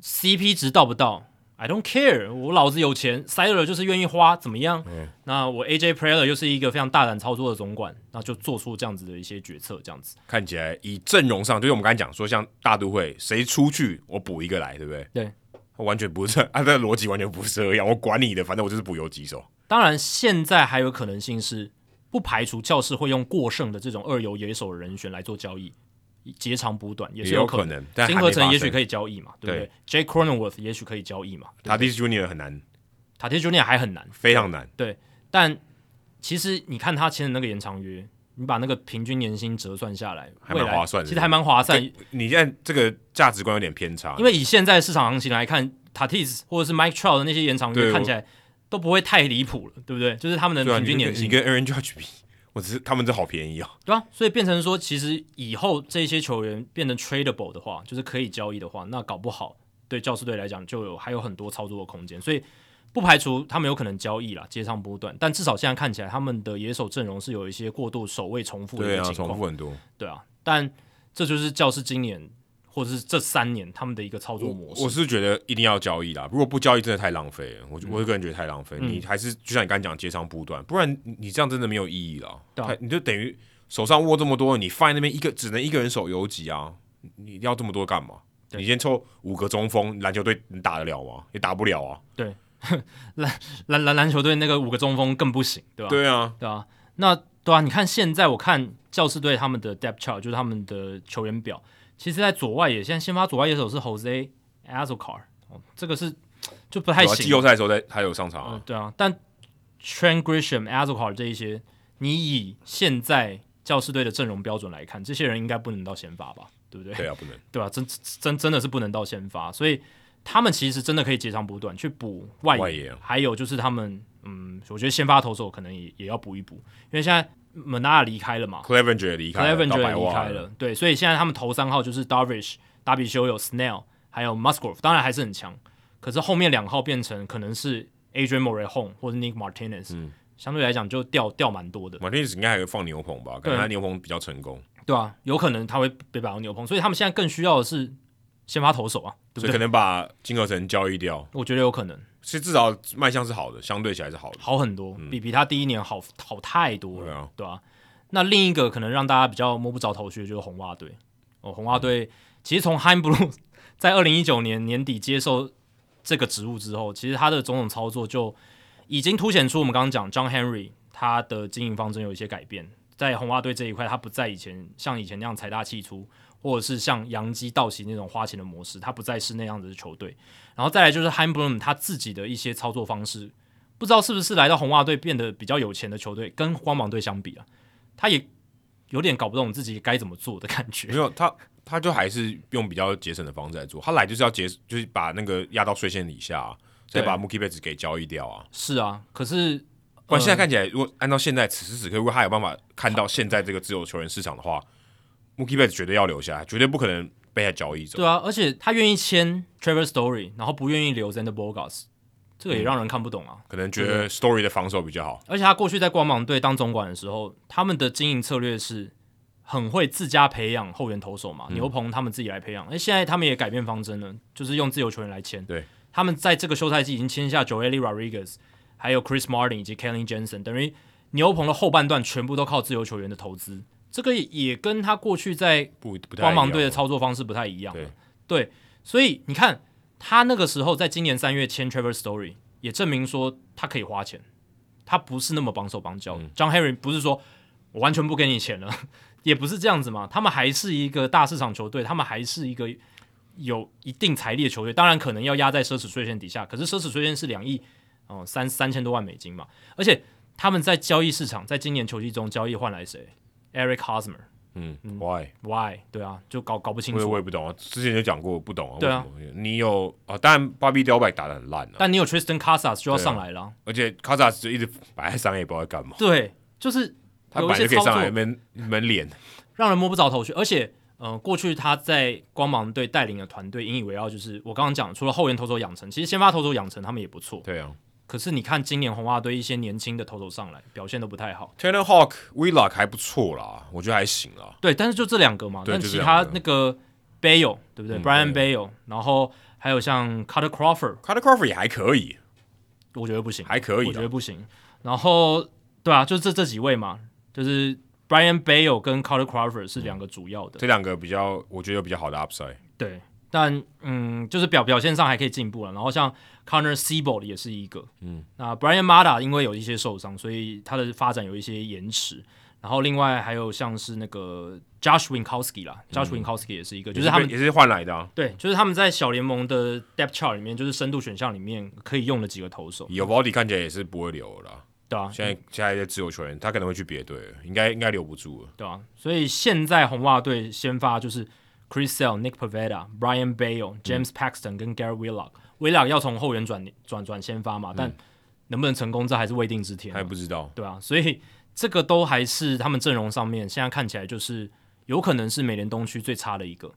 CP 值到不到？I don't care，我老子有钱 s i l e r 就是愿意花，怎么样？
嗯
那我 AJ Player 又是一个非常大胆操作的总管，那就做出这样子的一些决策，这样子。
看起来以阵容上，就是我们刚才讲说，像大都会谁出去我补一个来，对不对？
对，
完全不是这啊，这逻辑完全不是这样。我管你的，反正我就是补游击手。
当然，现在还有可能性是不排除教室会用过剩的这种二游野手的人选来做交易，截长补短也是
也有
可
可
能。
能，但
金合成也许可以交易嘛，对不对
对
j a k Cronenworth 也许可以交易嘛，
塔蒂斯 Junior 很难，
塔贴 Junior 还很难，
非常难。
但其实你看他签的那个延长约，你把那个平均年薪折算下来，
还蛮
未来
划算的
其实还蛮划算，
这你现在这个价值观有点偏差，
因为以现在的市场行情来看，Tatis 或者是 Mike Trout 的那些延长
对
约
我
看起来都不会太离谱了，对不对？就是他们的
对啊，
平均
你跟
年薪
你，跟 Aaron Judge 比，我只是他们这好便宜哦。
对啊，所以变成说，其实以后这些球员变成 tradable 的话，就是可以交易的话，那搞不好对教师队来讲就有还有很多操作的空间，所以不排除他们有可能交易啦，接上波段。但至少现在看起来，他们的野手阵容是有一些过度守卫重复的
对
一个
啊，
情
重
况，
复很多。
对啊。但这就是教师今年或者是这三年他们的一个操作
我
模式。
我是觉得一定要交易啦，如果不交易真的太浪费了。我我个人觉得太浪费，
嗯
你还是就像你刚才讲截长补短，不然你你这样真的没有意义了。
对啊
太你就等于手上握这么多，你放在那边一个只能一个人守游击啊，你你要这么多干嘛？
对
你先抽五个中锋，篮球队你打得了吗？也打不了啊。
篮篮篮球队那个五个中锋更不行，对吧？
对啊，
对啊，那对啊，你看现在我看教士队他们的 depth chart 就是他们的球员表，其实在左外野现在先发左外野手是 Jose Azucar，、哦、这个是就不太
有啊季
行。
后赛的时候在还有上场
嗯
啊，
对啊，但 Trent Grisham、Azucar 这一些，你以现在教士队的阵容标准来看，这些人应该不能到先发吧？对不对？
对啊，不能。
对吧、真真真的是不能到先发，所以他们其实真的可以截长补短去补外野，
外野啊
还有就是他们嗯，我觉得先发投手可能也也要补一补，因为现在 Manara 离开了嘛
Clevenger 也离
c l
开
e
了
v e n
到
g e
白
离
袜
开了，对，所以现在他们头三号就是 Darvish、达比修有 Snell，还有 Musgrove，当然还是很强，可是后面两号变成可能是 Adrian m o r e h o m 或者 Nick Martinez，、
嗯
相对来讲就掉掉蛮多的。
，Martinez 应该还会放牛棚吧？可
对
能他牛棚比较成功，
对啊，有可能他会被摆到牛棚，所以他们现在更需要的是先发投手啊，
所
对不
以可
对？
能把金合成交易掉，
我觉得有可能
其实至少卖相是好的，相对起来是好的。
好很多，比比他第一年好好太多
嗯对
了，
啊，
对吧、那另一个可能让大家比较摸不着头绪的就是红袜队哦，红袜队、其实从 h i m b l u 在二零一九年年底接受这个职务之后，其实他的种种操作就已经凸显出我们刚刚讲 John Henry 他的经营方针有一些改变，在红袜队这一块，他不再以前像以前那样财大气粗，或者是像洋基、道奇那种花钱的模式，他不再是那样子的球队。然后再来就是 h i m b l u m 他自己的一些操作方式，不知道是不是来到红袜队变得比较有钱的球队，跟光芒队相比啊，他也有点搞不懂自己该怎么做的感觉
没。有他，他就还是用比较节省的方式来做。他来就是要节，就是把那个压到税线以下啊、再
对
把 Mookie Betts 给交易掉啊。
是啊，可是呃
不然现在
嗯
看起来，如果按照现在此时此刻，如果他有办法看到现在这个自由球员市场的话，Mookie Betts 绝对要留下来，绝对不可能被他交易走。
对啊，而且他愿意签 Trevor Story，然后不愿意留 Zander Bogarts，这个
嗯
也让人看不懂啊。
可能觉得 Story 的防守比较好，
而且他过去在光芒队当总管的时候，他们的经营策略是很会自家培养后援投手
嗯
嘛，牛棚他们自己来培养。哎、现在他们也改变方针了，就是用自由球员来签。
对，
他们在这个休赛季已经签下 Joely Rodriguez，还有 Chris Martin 以及 Kelly Jensen，等于牛棚的后半段全部都靠自由球员的投资。这个也跟他过去在
不不太一样哦
光芒队的操作方式不太一样了。对所以你看他那个时候在今年三月签 Trevor Story，也证明说他可以花钱，他不是那么绑手绑脚的。John
嗯
Henry 不是说我完全不给你钱了，也不是这样子嘛。他们还是一个大市场球队，他们还是一个有一定财力的球队，当然可能要压在奢侈税线底下，可是奢侈税线是两亿哦、三三千多万美金嘛，而且他们在交易市场在今年球季中交易换来谁？Eric Hosmer。
嗯，Why？
Why？对啊，就搞搞不清
我也
楚。
我也不懂啊，之前就讲过不懂啊。
对啊
为什么，你有啊？当然，芭比雕摆打的很烂啊，
但你有 Tristan Casas 就要上来了啊，
而且卡萨斯就一直摆在上也不知道在干嘛，
对，就是
他
有
本
一
来就
些
可以
操
上来
作
闷闷脸，
让人摸不着头绪。而且，呃，过去他在光芒队带领的团队引以为傲，就是我刚刚讲，除了后援投手养成，其实先发投手养成他们也不错。
对啊。
可是你看今年红袜队一些年轻的投手上来表现都不太好，
Tanner Hawk、Willock 还不错啦，我觉得还行啦。
对，但是就这两个嘛，
对
但
就
其
这
他
两个
那个 Bale 对不对、
嗯
b r i a n Bale，然后还有像 Carter Crawford，
Carter Crawford 也还可以，
我觉得不行，
还可以啊
我觉得
啦。
不行。然后对啊，就这这几位嘛，就是 Brian Bale 跟 Carter Crawford 是两个主要的。
这两个比较，我觉得有比较好的 upside。
对，但嗯，就是表表现上还可以进步了。然后像 Connor Siebold 也是一个，嗯，那 Brian Mada 因为有一些受伤，所以他的发展有一些延迟。然后另外还有像是那个 Josh Winkowski 啦、j o s h Winkowski 嗯也是一个，就是他们
也是被也是换来的、啊。
对，就是他们在小联盟的 depth chart 里面，就是深度选项里面可以用的几个投手，
有 Body 看起来也是不会留了啦。
对啊，
现在现在在自由球员，他可能会去别队了，应该应该留不住了。
对啊，所以现在红袜队先发就是 Chris Sale、Nick Pavetta、Brian Bale、James Paxton 跟 Gary Willock。Willock 要从后援转转转先发嘛，但能不能成功，这还是未定之天
嗯
啊、
还不知道，
对啊，所以这个都还是他们阵容上面现在看起来就是有可能是美联东区最差的一个。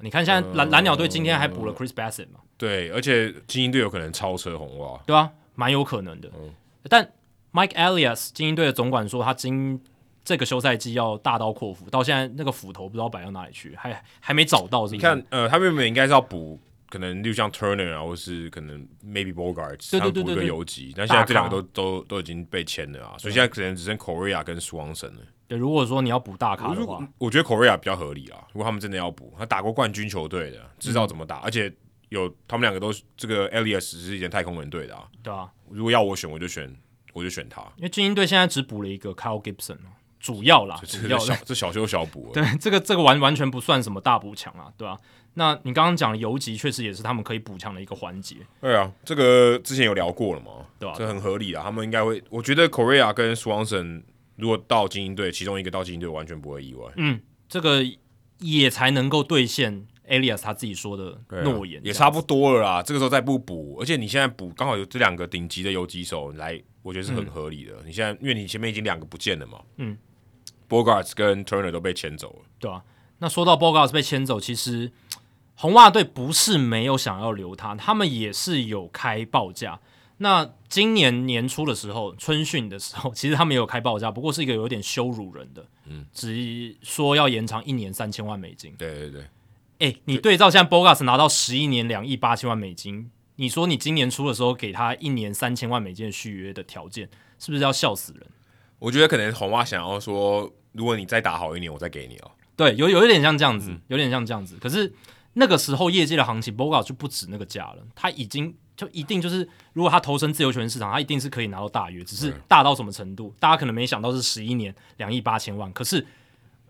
你看现在
呃
蓝、蓝鸟队今天还补了 Chris Bassett 嘛，
对，而且精英队有可能超车红袜，
对啊，蛮有可能的。
嗯
但 Mike Elias 精英队的总管说，他今这个休赛季要大刀阔斧，到现在那个斧头不知道摆到哪里去，还还没找到是不是。
你看，呃，他们原本应该是要补，可能就像 Turner 啊，或是可能 maybe Bogarts，
对对
他们
对
补一
对
个
对
游击，但
大
现在这
咖
两个都都都已经被签了啊，所以现在可能只剩 Korea 跟 Swanson 了。
对，如果说你要补大咖
我
的
如
话
果，我觉得 Korea 比较合理啊，如果他们真的要补，他打过冠军球队的，知道怎么打，
嗯
而且有他们两个都是这个 Elias 是以前太空人队的啊，
对啊，
如果要我选，我就选我就选他。
因为精英队现在只补了一个 Kyle Gibson 嘛主要啦，
这
主
这
要
小这小修小补，啊
对，这个这个完完全不算什么大补强啊，对吧、那你刚刚讲的游击确实也是他们可以补强的一个环节，
对啊，这个之前有聊过了嘛，
对啊
这很合理啊，他们应该会，我觉得 Korea 跟 Swanson 如果到精英队，其中一个到精英队，完全不会意外。
嗯，这个也才能够兑现 Elias 他自己说的
对啊
诺言、
也差不多了啦，这个时候再不补，而且你现在补刚好有这两个顶级的游击手来，我觉得是很合理的。你现在因为你前面已经两个不见了嘛，
嗯
，Bogarts 跟 Turner 都被牵走了，
对啊，那说到 Bogarts 被牵走，其实红袜队不是没有想要留他，他们也是有开报价。那今年年初的时候，春训的时候，其 实他们也有开报价，不过是一个有点羞辱人的，嗯，只说要延长一年三千万美金。
对对对，
哎，你对照现在 Bogarts 拿到十一年两亿八千万美金，你说你今年初的时候给他一年三千万美金的续约的条件，是不是要笑死人？
我觉得可能红袜想要说，如果你再打好一年，我再给你哦。
对，有有一点像这样子，
嗯
有点像这样子。可是那个时候业界的行情 b o g a 就不止那个价了，他已经就一定就是，如果他投身自由球员市场，他一定是可以拿到大约，只是
啊
大到什么程度，大家可能没想到是十一年两亿八千万，可是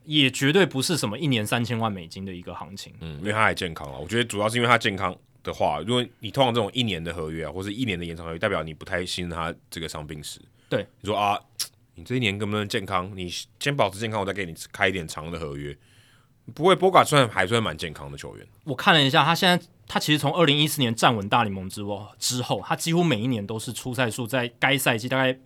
也绝对不是什么一年三千万美金的一个行情。
嗯，因为他还健康了，我觉得主要是因为他健康的话，如果你通常这种一年的合约啊，或是一年的延长合约，代表你不太信任他这个伤病史。
对，
你说啊，你这一年能不能健康？你先保持健康，我再给你开一点长的合约。不会，波卡算还算蛮健康的球员，
我看了一下，他现在他其实从二零一四年站稳大联盟之后之后，他几乎每一年都是出赛数在该赛季大概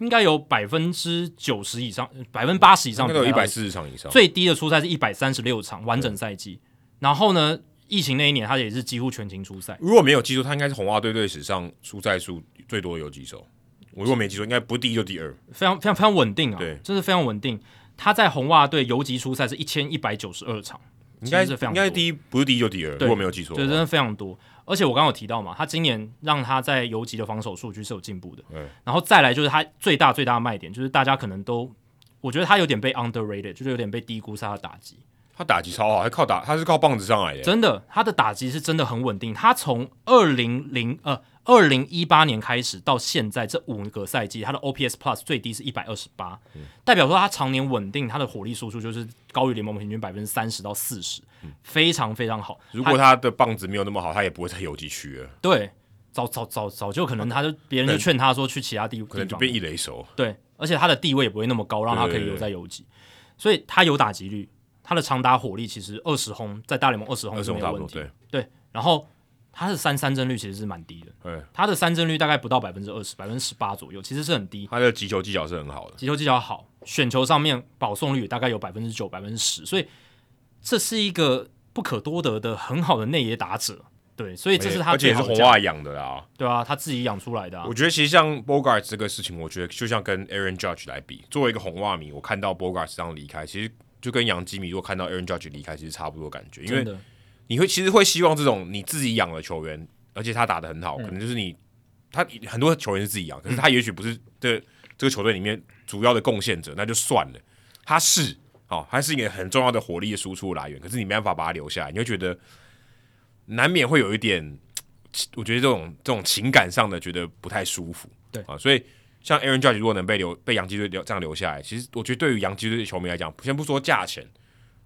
应该有百分之九十以上，百分之八十以上
那
比
个
较
有一
大的
百四十场以上。
最低的出赛是一百三十六场完整赛季，然后呢，疫情那一年他也是几乎全勤出赛，
如果没有记错，他应该是红袜队队史上出赛数最多的游击手。我如果没记错，应该不是第一就第二。
非常非常非常稳定啊，
对
真是非常稳定。他在红袜队游击出赛是一千一百九十二场，
应该
其实是非常
应该是
多
第一，不是第一就第二。
对
如果没有记错的
对，真
话，
的非常多。而且我刚刚有提到嘛，他今年让他在游击的防守数据是有进步的，
嗯
然后再来就是他最大最大的卖点，就是大家可能都我觉得他有点被 underrated，就是有点被低估是他的打击。
他打击超好，他靠打他是靠棒子上来的。
真的，他的打击是真的很稳定。他从二零零呃二零一八年开始到现在这五个赛季，他的 OPS Plus 最低是一百二十八，
嗯
代表说他常年稳定，他的火力输出就是高于联盟平均百分之三十到四十、非常非常好。
嗯如果他的棒子没有那么好，他也不会在游击区了，
对，早早早早就可能他就别人就劝他说去其他地
啊可
地
能就
方，
变一垒手。
对，而且他的地位也不会那么高，让他可以留在游击，所以他有打击率，他的长打火力其实二十轰在大联盟二十轰
二
是
十
没
种
有
差不
问
多，
题的。
对，
对，然后他的三三帧率其实是蛮低的，
嗯，
他的三帧率大概不到百分之二十，百分之十八左右，其实是很低。
他的击球技巧是很好的，
击球技巧好，选球上面保送率大概有百分之九、百分之十，所以这是一个不可多得的很好的内野打者。对，所以这是他
而且
最
也是
好的
红
价
袜养的啦。
对啊，他自己养出来的、啊
我。觉得其实像 Bogart 这个事情，我觉得就像跟 Aaron Judge 来比，作为一个红袜迷，我看到 Bogart 这样离开，其实就跟杨基迷如果看到 Aaron Judge 离开，其实差不多的感觉，因
真
为
的，
你会其实会希望这种你自己养的球员，而且他打的很好，可能就是你他很多球员是自己养，可是他也许不是这这个球队里面主要的贡献者，那就算了。他是哦，他是一个很重要的火力的输出来源，可是你没办法把他留下来，你会觉得嗯难免会有一点，我觉得这种这种情感上的觉得不太舒服。
对
啊，所以。像 Aaron Judge 如果能被留被洋基队留这样留下来，其实我觉得对于洋基队的球迷来讲，先不说价钱，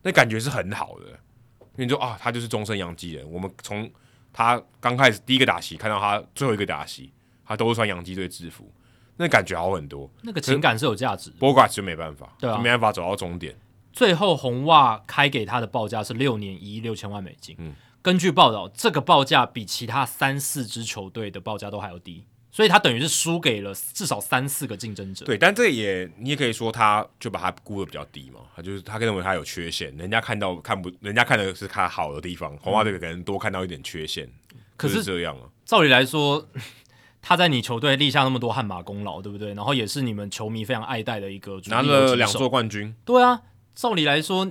那感觉是很好的。因为你说啊，他就是终身洋基人。我们从他刚开始第一个打席看到他最后一个打席，他都是穿洋基队制服，那感觉好很多。
那个情感是有价值的。
b o g a r t 就没办法，
对啊
就没办法走到终点。
最后红袜开给他的报价是六年一亿六千万美金。
嗯
根据报道，这个报价比其他三四支球队的报价都还要低，所以他等于是输给了至少三四个竞争者。
对，但这也你也可以说，他就把他估的比较低嘛，他就是他认为他有缺陷，人家看到看不，人家看的是他好的地方，红袜队可能多看到一点缺陷，
可
就是这样啊。
照理来说， 他在你球队立下那么多汗马功劳，对不对？然后也是你们球迷非常爱戴的一个主力
拿
游击手
了两座，冠军，哎
对啊，照理来说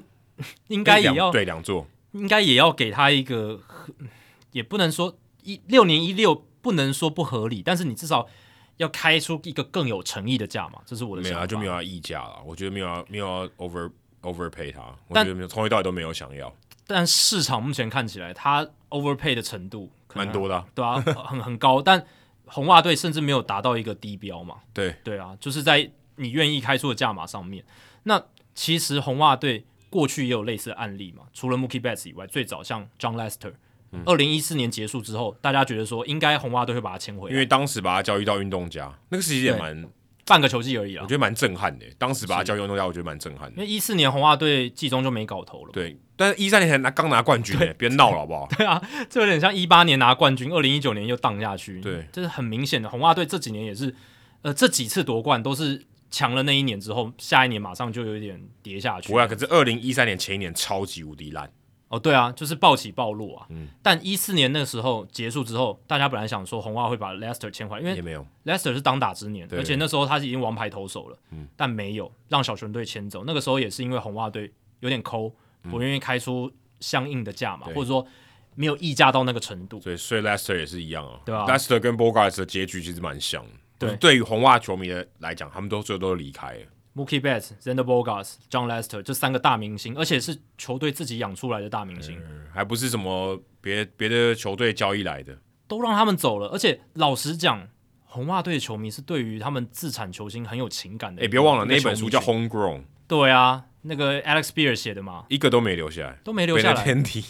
应该也
两
要
对两座，
应该也要给他一个合，也不能说一六年一六不能说不合理，但是你至少要开出一个更有诚意的价嘛，这是我的
没
想
有
法。
啊，就没有要溢价了。我觉得没有要没有要 over overpay 他，我觉
但
得没有，从头到尾都没有想要，
但市场目前看起来，他 overpay 的程度可能
蛮多的啊、
对啊，很很高。但红袜队甚至没有达到一个低标嘛。
对，
对啊，就是在你愿意开出的价码上面。那其实红袜队过去也有类似的案例嘛，除了 Mookie Betts 以外，最早像 John Lester，二
嗯
零一四年结束之后，大家觉得说应该红袜队会把他签回
因
来，
为当时把他交易到运动家，那个时间也蛮，
半个球季而已
我
啊
觉。得蛮震撼的。当时把他交易到运动家，我觉得蛮震撼
因
的。
为一四年红袜队季中就没搞头了嘛，
对，但是一三年才拿刚拿冠军耶，别闹了好不好？
这有点像一八年拿冠军，二零一九年又荡下去，
对，
这是很明显的。红袜队这几年也是，呃，这几次夺冠都是强了那一年之后，下一年马上就有点跌下去
不。会啊，可是二零一三年前一年超级无敌烂，
哦，对啊，就是暴起暴落啊。
嗯
但一四年那个时候结束之后，大家本来想说红袜会把 Lester 签回来，因
也
为
没有。
Lester 是当打之年，
对嗯
而且那时候他是已经王牌投手了，但没有让小熊队签走。那个时候也是因为红袜队有点抠，不愿意开出相应的价嘛，
嗯对
或者说没有溢价到那个程度。
所以，所以 Lester 也是一样啊。
对啊
Lester 跟 Bogarts 的结局其实蛮像的。
对
就是对于红袜球迷的来讲，他们都最后都离开了。
Mookie Betts、Zander Bogarts、John Lester 这三个大明星，而且是球队自己养出来的大明星，
还不是什么别别的球队交易来的，
都让他们走了。而且老实讲，红袜队的球迷是对于他们自产球星很有情感的
哎、
一个。
别忘了
一个
那本书叫《
球迷群
Homegrown》，
对啊，那个 Alex Beer 写的嘛，
一个都没留下来，
都没留下来，
Benintendi、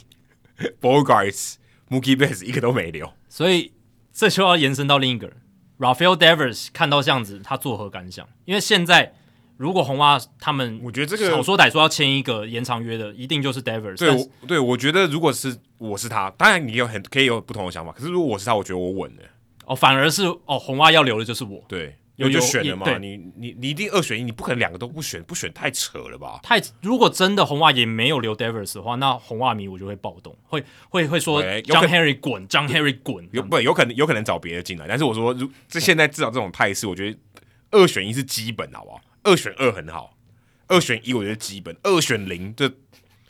Bogarts、Mookie Betts 一个都没留。
所以这就要延伸到另一个人，Rafael Devers 看到这样子，他作何感想？因为现在如果红袜他们，
我觉得这个
好说歹说要签一个延长约的，一定就是 Devers
对
但是。
我对，我觉得如果是我是他，当然你有很可以有不同的想法，可是如果我是他，我觉得我稳了。
哦，反而是哦，红袜要留的就是我。
对，
有
我就
有
选了嘛，
对
你你你一定二选一，你不可能两个都不选，不选太扯了吧？
太如果真的红袜也没有留 Devers 的话，那红袜迷我就会暴动，会会会说
喂有
John
可
Henry 滚，John Henry 滚。
有不有可能有可能找别的进来，但是我说如这现在至少这种态势，我觉得二选一是基本，好不好？二选二很好，二选一我觉得基本，二选零这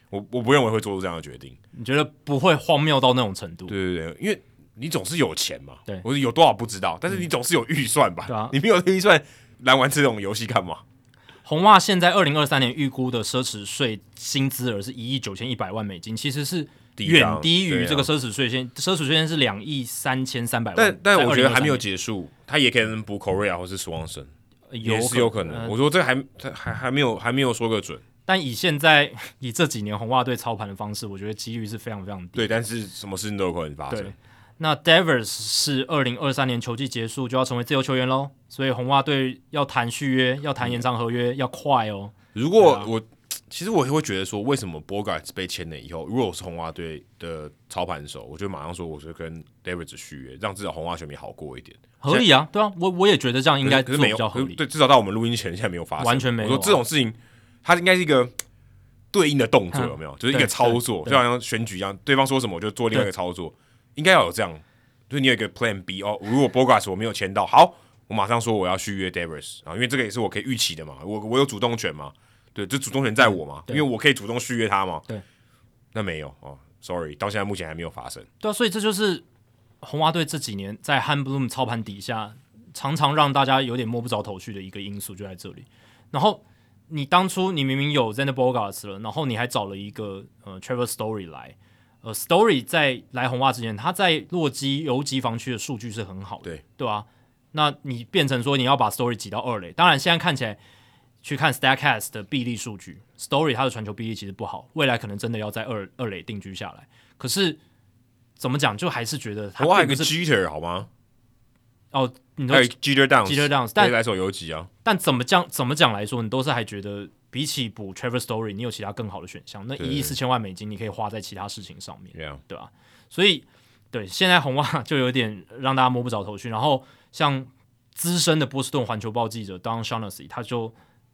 我我不认为会做出这样的决定。
你觉得不会荒谬到那种程度？
对对对，因为你总是有钱嘛，
对嗯
我说有多少不知道，但是你总是有预算吧？
对啊
你没有预算来玩这种游戏干嘛？
红袜现在二零二三年预估的奢侈税薪资额是一亿九千一百万美金，其实是
低
远
档
低
对
于
啊
这个奢侈税线，奢侈税线是两亿三千三百万。
但但
在
我觉得
2023
还没有结束，他也可能补 Korea 或是 Swanson，也
年
是有可能。
呃
我说这还他还还没有还没有说个准，
但以现在以这几年红袜队操盘的方式，我觉得几率是非常非常低的。
对，但是什么事情都有可能发生
对。，那 Devers 是二零二三年球季结束就要成为自由球员喽，所以红袜队要谈续约，要谈延长合约，要快哦。
如果
对啊
我、其实我也会觉得说，为什么 Bogarts 被签了以后，如果我是红袜队的操盘手，我就马上说，我就跟 Davis 续约，让至少红袜球迷好过一点。
合理啊，对啊，我我也觉得这样应该
可是可
做
是没
比
有
较合
可是
理。
对，至少到我们录音前，现在没有发生，
完全没有啊
我说这种事情，它应该是一个对应的动作，
嗯
有没有？就是一个
对
操作，
对
就好像选举一样，对方说什么我就做另外一个操作，应该要有这样，就是你有一个 Plan B 哦。如果 Bogarts 我没有签到，好，我马上说我要续约 Davis 啊，因为这个也是我可以预期的嘛，我我有主动权嘛，对，这主动权在我嘛，因
嗯对
为我可以主动续约他嘛。
对，
那没有哦，sorry，到现在目前还没有发生。
对啊，所以这就是红袜队这几年在 Han Bloom 操盘底下，常常让大家有点摸不着头绪的一个因素就在这里。然后你当初你明明有 Zander Bogarts 了，然后你还找了一个呃 Trevor Story 来，呃 Story 在来红袜之前，他在洛基游击防区的数据是很好的，
对
对啊，那你变成说你要把 Story 挤到二垒，当然现在看起来。去看 Statcast 的臂力数据，Story 他的传球臂力其实不好，未来可能真的要在二二垒定居下来。可是怎么讲，就还是觉得他
红袜有
并
个
不是
Jeter 好吗？
哦，你
还
说
有，Jeter Downs。
Jeter Downs，但
但来手游击啊，
但怎么讲怎么讲来说，你都是还觉得比起补 Trevor Story，你有其他更好的选项。那
对
一亿四千万美金，你可以花在其他事情上面，
这样。
对吧、所以对，现在红袜就有点让大家摸不着头绪。然后像资深的波士顿环球报记者 Don Shaughnessy，他就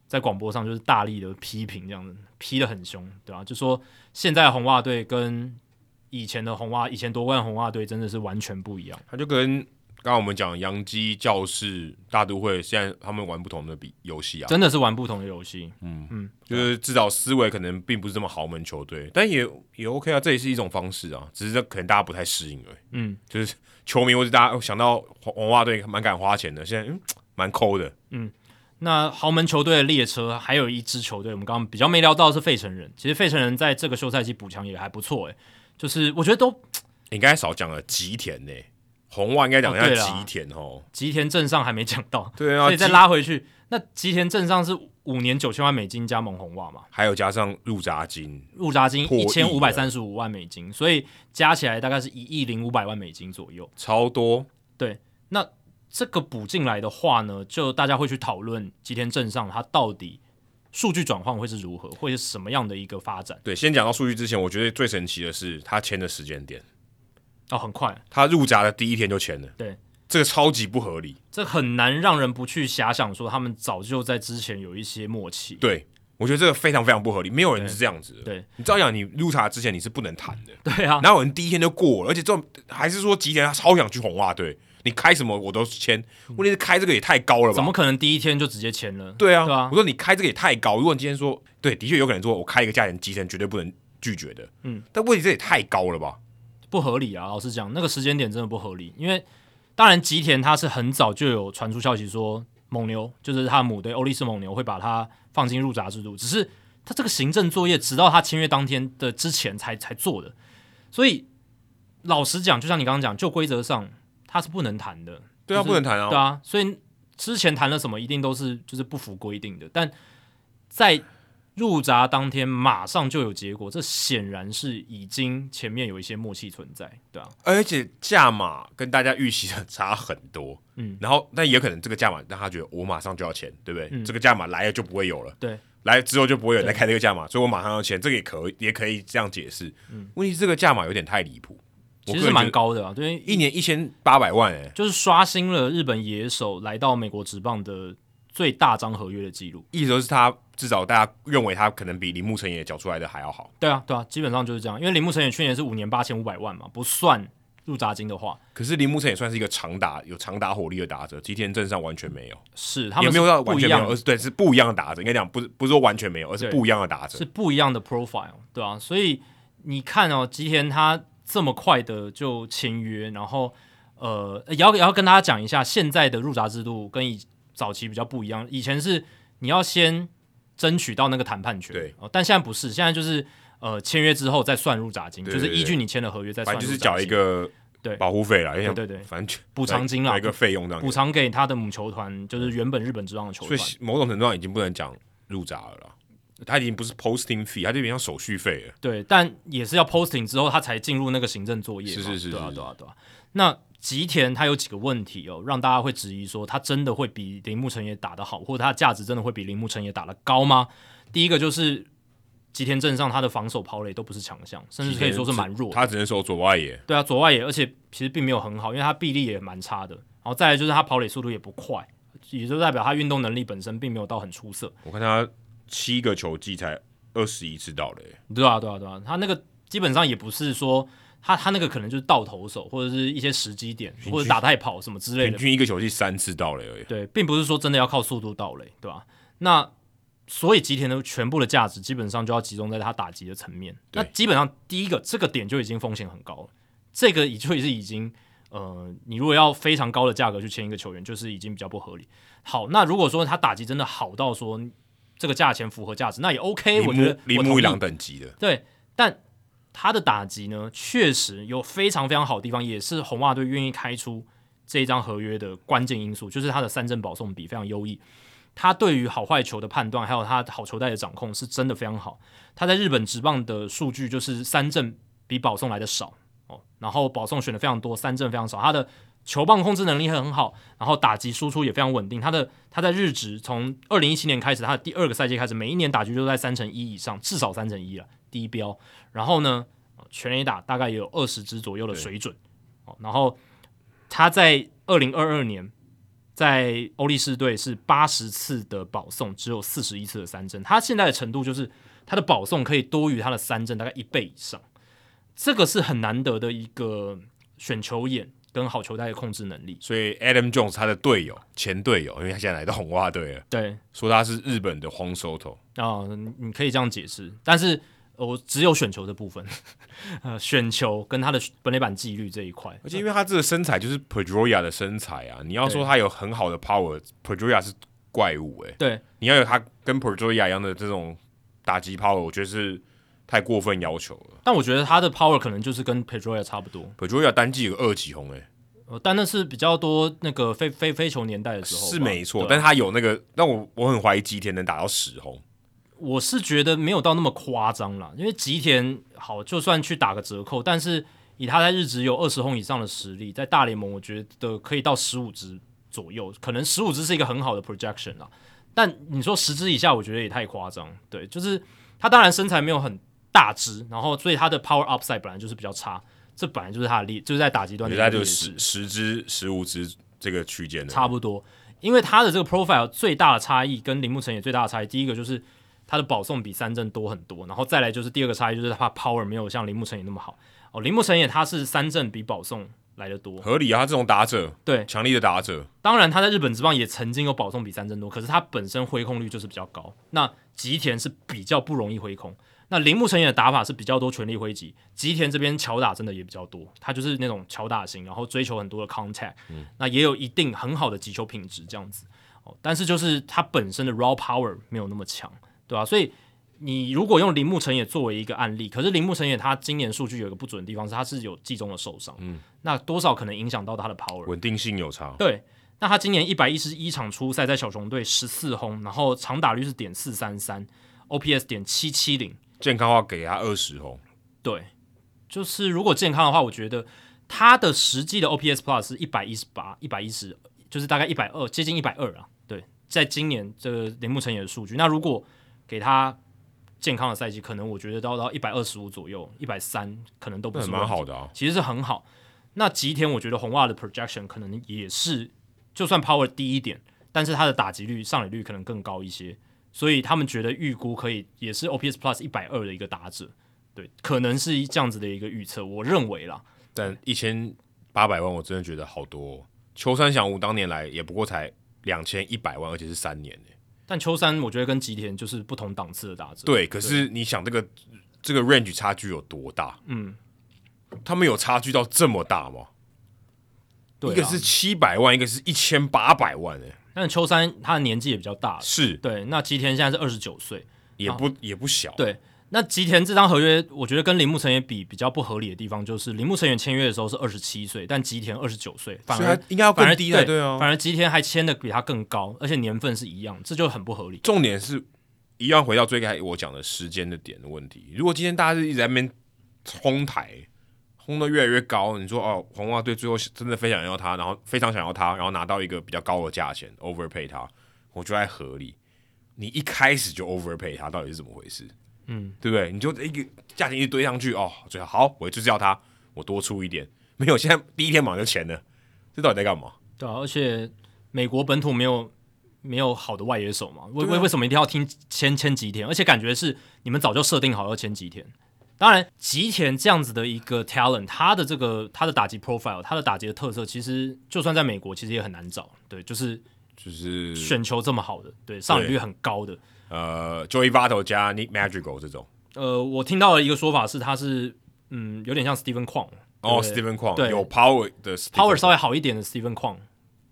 在广播上就是大力的批评，这样子批的很凶，对吧、啊就说现在的红袜队跟以前的红袜，以前夺冠的红袜队真的是完全不一样。
他就跟刚刚我们讲洋基、教室、大都会，现在他们玩不同的比游戏啊，
真的是玩不同的游戏，
就是至少思维可能并不是这么豪门球队，但也也 OK 啊，这也是一种方式啊，只是这可能大家不太适应而已。
嗯，
就是球迷或者大家想到红红袜队蛮敢花钱的，现在嗯蛮抠的，
那豪门球队的列车还有一支球队，我们刚刚比较没聊到的是费城人。其实费城人在这个欸休赛期补强也还不错，诶，就是我觉得都
你刚才少讲了吉田呢、红袜应该讲一
哦对
下
啦
吉田哦，
吉田镇上还没讲到，
对啊，
所以再
吉
拉回去，那吉田镇上是五年九千万美金加盟红袜嘛，
还有加上入闸金，
入闸金
破亿啊
一
了
千五百三十五万美金，所以加起来大概是一亿零五百万美金左右。
超多，
那这个补进来的话呢，就大家会去讨论吉田镇上它到底数据转换会是如何，会是什么样的一个发展？
对，先讲到数据之前，我觉得最神奇的是他签的时间点，
哦，很快，
他入闸的第一天就签了，
对，
这个超级不合理。
这很难让人不去遐想说他们早就在之前有一些默契。
对，我觉得这个非常非常不合理，没有人是这样子的。
对对
你照讲，你入闸之前你是不能谈的，
对啊，
哪有人第一天就过了？而且这种还是说吉田他超想去红袜队，你开什么我都签，问题是开这个也太高了
怎
吧
么？可能第一天就直接签了？
对啊，
对啊
我说你开这个也太高。如果你今天说对，的确有可能说我开一个价钱，吉田绝对不能拒绝的。
嗯，
但问题这也太高了吧？
不合理啊！老实讲，那个时间点真的不合理，因为当然吉田他是很早就有传出消息说蒙牛就是他的母队欧力士蒙牛会把他放进入闸制度，只是他这个行政作业直到他签约当天的之前才才做的，所以老实讲，就像你刚刚讲，就规则上他是不能谈的，
对啊，
就是
不能谈啊。
对啊，所以之前谈了什么，一定都是就是不符规定的，但在入闸当天马上就有结果，这显然是已经前面有一些默契存在，对啊，
而且价码跟大家预期的差很多，
嗯，
然后但也可能这个价码让他觉得我马上就要签，对不对？
嗯
这个价码来了就不会有了，
对，
来了之后就不会有人再开这个价码，所以我马上要签，这个也可以也可以这样解释。问题是这个价码有点太离谱，我
嗯其
个
实
人
是
觉
蛮
得，
高的啊，对，
一年一千八百万哎、
就是刷新了日本野手来到美国职棒的最大张合约的记录，
意思就是他欸至少大家认为他可能比铃木成也缴出来的还要好，
对啊，对啊，基本上就是这样，因为铃木成也去年是五年八千五百万嘛，不算入闸金的话，
可是铃木成也算是一个长打有长打火力的打者，吉田镇上完全没有，
是他
也
们
没有到
是
完
不一
全没
样
有，而是对是不一样的打者，应该讲不是不是说完全没有，而是
对
不一样的打者
是。不一样的 profile，对啊，所以你看哦，吉田他这么快的就签约，然后呃，也要也要跟大家讲一下，现在的入闸制度跟以早期比较不一样，以前是你要先争取到那个谈判权，
对
哦，但现在不是，现在就是呃签约之后再算入闸金，
对
就是
对
依据
对
你签的合约再
反
算入
正
闸
就
金，
是缴一个
对
保护费啦，对
对对对
反正就
补偿金啦
来一个费用这样
补
子。
偿给他的母球团，就是原本日本职棒的球
所
团
以，某种程度上已经不能讲入闸了啦，它已经不是 posting fee，它就有点像手续费了。
对，但也是要 posting 之后，他才进入那个行政作业
是
嘛。
是是
对啊，
是
对啊，对啊。那吉田他有几个问题哦，让大家会质疑说，他真的会比铃木成也打得好，或者他的价值真的会比铃木成也打得高吗？第一个就是吉田镇上他的防守跑垒都不是强项，甚至可以说是蛮弱的。
它只能守左外野，
对啊，左外野，而且其实并没有很好，因为他臂力也蛮差的。然后再来就是他跑垒速度也不快，也就代表他运动能力本身并没有到很出色。
我看他七个球季才二十一次到垒、
对啊，对啊，对啊，他那个基本上也不是说他他那个可能就是到投手或者是一些时机点，
均
或者打太跑什么之类
平
的，
均一个球季三次到垒而已。
对，并不是说真的要靠速度到垒，对吧、那所以吉田的全部的价值基本上就要集中在他打击的层面。
对
那基本上第一个这个点就已经风险很高了，这个也就是已经呃，你如果要非常高的价格去签一个球员，就是已经比较不合理。好，那如果说他打击真的好到说这个价钱符合价值，那也 OK，
铃
我觉
木
得
铃
我
木
同
一
意
郎等级的，
对，但他的打击呢，确实有非常非常好的地方，也是红袜队愿意开出这一张合约的关键因素，就是他的三振保送比非常优异。他对于好坏球的判断，还有他好球带的掌控，是真的非常好。他在日本职棒的数据就是三振比保送来的少哦，然后保送选的非常多，三振非常少。他的球棒控制能力很好，然后打击输出也非常稳定。他的他在日职从二零一七年开始，他的第二个赛季开始，每一年打局都在三成一以上，至少三成一了，低标。然后呢，呃全垒打大概也有二十支左右的水准。哦，然后他在二零二二年在欧力士队是八十次的保送，只有四十一次的三振。他现在的程度就是他的保送可以多于他的三振大概一倍以上，这个是很难得的一个选球眼跟好球带的控制能力。
所以 Adam Jones 他的队友前队友，因为他现在来到红袜队了，
对，
说他是日本的荒收头，
啊、你你可以这样解释，但是呃我只有选球的部分， 呃，选球跟他的本垒板纪律这一块，
而且因为他这个身材就是 Pedroia 的身材啊，你要说
对
他有很好的 power，Pedroia 是怪物哎、
对
你要有他跟 p e r d o i a 一样的这种打击 power，我觉得是太过分要求了。
但我觉得他的 power 可能就是跟 Pedroia 差不多，
p e r d o i a 单季有个二级红诶、
呃但那是比较多那个非非非球年代的时候吧，
是没错，
对
但
啊
他有那个，但我我很怀疑吉田能打到十红，
我是觉得没有到那么夸张啦，因为吉田好，就算去打个折扣，但是以他在日职有二十轰以上的实力，在大联盟我觉得可以到十五支左右，可能十五支是一个很好的 projection 啦。但你说十支以下，我觉得也太夸张。对，就是他当然身材没有很大只，然后所以他的 power upside 本来就是比较差，这本来就是他的劣，就是在打击
我
端
觉
的
得他
劣
就
势
十十支十五支这个区间的，
差不多。因为他的这个 profile 最大的差异跟铃木成也最大的差异，第一个就是他的保送比三振多很多，然后再来就是第二个差异就是他 power 没有像铃木成也那么好。哦，铃木成也他是三振比保送来的多，
合理啊，他这种打者，
对，
强力的打者，
当然，他在日本职棒也曾经有保送比三振多，可是他本身挥空率就是比较高。那吉田是比较不容易挥空，那铃木成也的打法是比较多全力挥击，吉田这边巧打真的也比较多，他就是那种巧打型，然后追求很多的 contact，、那也有一定很好的击球品质这样子。哦，但是就是他本身的 raw power 没有那么强，对吧、所以你如果用铃木成也作为一个案例，可是铃木成也他今年数据有一个不准的地方是他是有季中的受伤，嗯，那多少可能影响到他的 power。
稳定性有差，
对，那他今年一百一十一场出赛，在小熊队十四轰，然后长打率是点四三三，OPS 点七七零。
健康化给他二十红，
对，就是如果健康的话，我觉得他的实际的 OPS Plus 是一百一十八、一百一十，就是大概一百二，接近一百二啊。对，在今年这个铃木成也的数据，那如果给他健康的赛季，可能我觉得到到一百二十五左右，一百三可能都不
那
是
蛮
问题
好的啊，
其实是很好。那吉田，我觉得红袜的 projection 可能也是，就算 power 低一点，但是他的打击率、上垒率可能更高一些，所以他们觉得预估可以也是 OPS Plus 一百二的一个打者，对，可能是这样子的一个预测，我认为啦，
但一千八百万我真的觉得好多、哦。秋山翔吾当年来也不过才两千一百万，而且是三年欸
但秋山，我觉得跟吉田就是不同档次的打者，
对，可是你想这个这个 range 差距有多大？
嗯，
他们有差距到这么大吗？
对
一
啊，
个是七百万，一个是一千八百万、欸，
但秋山他的年纪也比较大了，
是
对，那吉田现在是二十九岁，
也不、也不小。
啊对，那吉田这张合约，我觉得跟铃木成也比比较不合理的地方，就是铃木成也签约的时候是二十七岁，但吉田二十九岁，反
所以
而
他应该要
反
更
而
低才
对
对啊。
反而吉田还签的比他更高，而且年份是一样，这就很不合理。
重点是一样回到最开始我讲的时间的点的问题。如果今天大家是一直在那边轰台，轰得越来越高，你说哦，红袜队最后真的非常要他，然后非常想要他，然后拿到一个比较高的价钱 overpay 他，我觉得还合理。你一开始就 overpay 他，到底是怎么回事？
嗯，
对不对？你就一个价钱一堆上去，哦，最后好，我就是要他，我多出一点。没有，现在第一天马上就签了，这到底在干嘛？
对啊，而且美国本土没有没有好的外野手嘛，为
对啊
为、为什么一定要听签签吉田？而且感觉是你们早就设定好要签吉田。当然，吉田这样子的一个 talent，他的这个他的打击 profile，他的打击的特色，其实就算在美国，其实也很难找。对，就是
就是
选球这么好的，对上垒率很高的。
呃，Joey Votto 加 Nick Magical 这种。
呃，我听到了一个说法是，他是嗯，有点像 Steven Kwong
哦
对
，Stephen Kwong
对
有 power 的 Stephen
power
Kwong
稍微好一点的 Steven Kwong，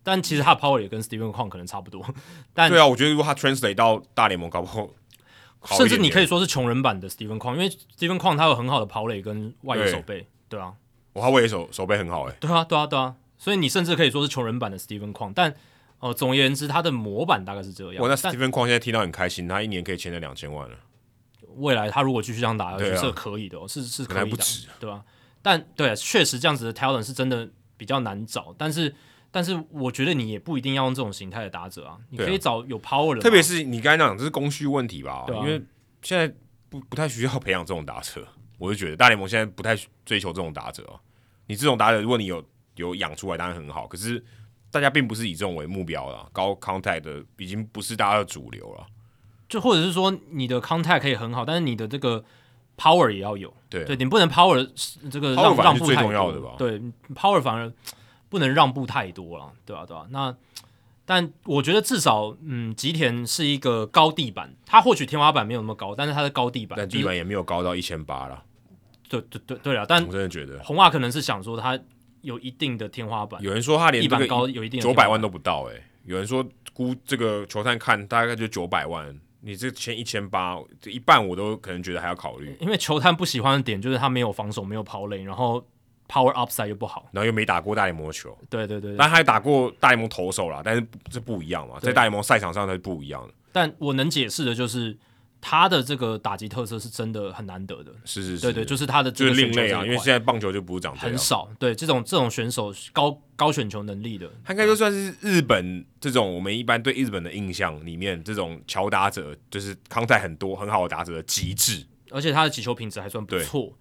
但其实他的 power 也跟 Steven Kwong 可能差不多，但
对啊，我觉得如果他 translate 到大联盟，搞不好好一
甚
点点
至你可以，说是穷人版的 Steven Kwong，因为 Steven Kwong 他有很好的跑垒跟外野手背，对啊，
我他也手手背很好哎、
对啊，对啊，对啊，所以你甚至可以说是穷人版的 Steven Kwong，但呃，总而言之，他的模板大概是这样。
我那
但
Stephen Kwong 现在听到很开心，他一年可以签了两千万了，
未来他如果继续这样打下去
对啊
是可以的、哦，是是
可
可
能还
以
不
的，
止
对吧、但对、啊，确实这样子的 talent 是真的比较难找，但是但是我觉得你也不一定要用这种形态的打者啊，你
对啊
可以找有 power 的嘛，
特别是你刚才讲这是供需问题吧，
对啊
因为现在不不太需要培养这种打者，我就觉得大联盟现在不太追求这种打者、啊。你这种打者，如果你有有养出来，当然很好，可是大家并不是以这种为目标了，高 contact 的已经不是大家的主流了。
就或者是说你的 contact 可以很好，但是你的这个 power 也要有，
对啊
对你不能 power 这个
power
让
反而
让
是
步
最
太
重要
多
的吧
对 power 反而不能让步太多了，对吧、对吧、那但我觉得至少嗯，吉田是一个高地板，他或许天花板没有那么高，但是他的高地板，
但
就
地
是
板也没有高到一千八了，
对对对对了，但
我真的觉得。
红袜可能是想说他有一定的天花板，
有人说他连
一
这个
板高有一定的
九
天花
百
板
万都不到哎、有人说估这个球探看大概就九百万，你这签一千八，这一
嗯
半我都可能觉得还要考虑。
因为球探不喜欢的点就是他没有防守，没有跑垒，然后 power upside 又不好。
然后又没打过大联盟的球，
对对对对，
但他也打过大联盟投手啦，但是这不一样嘛，
对
在大联盟赛场上它是不一样的，
但我能解释的就是他的这个打击特色是真的很难得的。
是是是，
对对，就是他的这
就
个
是另类
选球这
啊，
一
因为
块
现在棒球就不是长这
很
样，
少，对这种这种选手高高选球能力的，
他应该就算是日本这种我们一般对日本的印象里面，这种乔打者就是康泰很多很好的打者的极致，
而且他的击球品质还算不
对
错。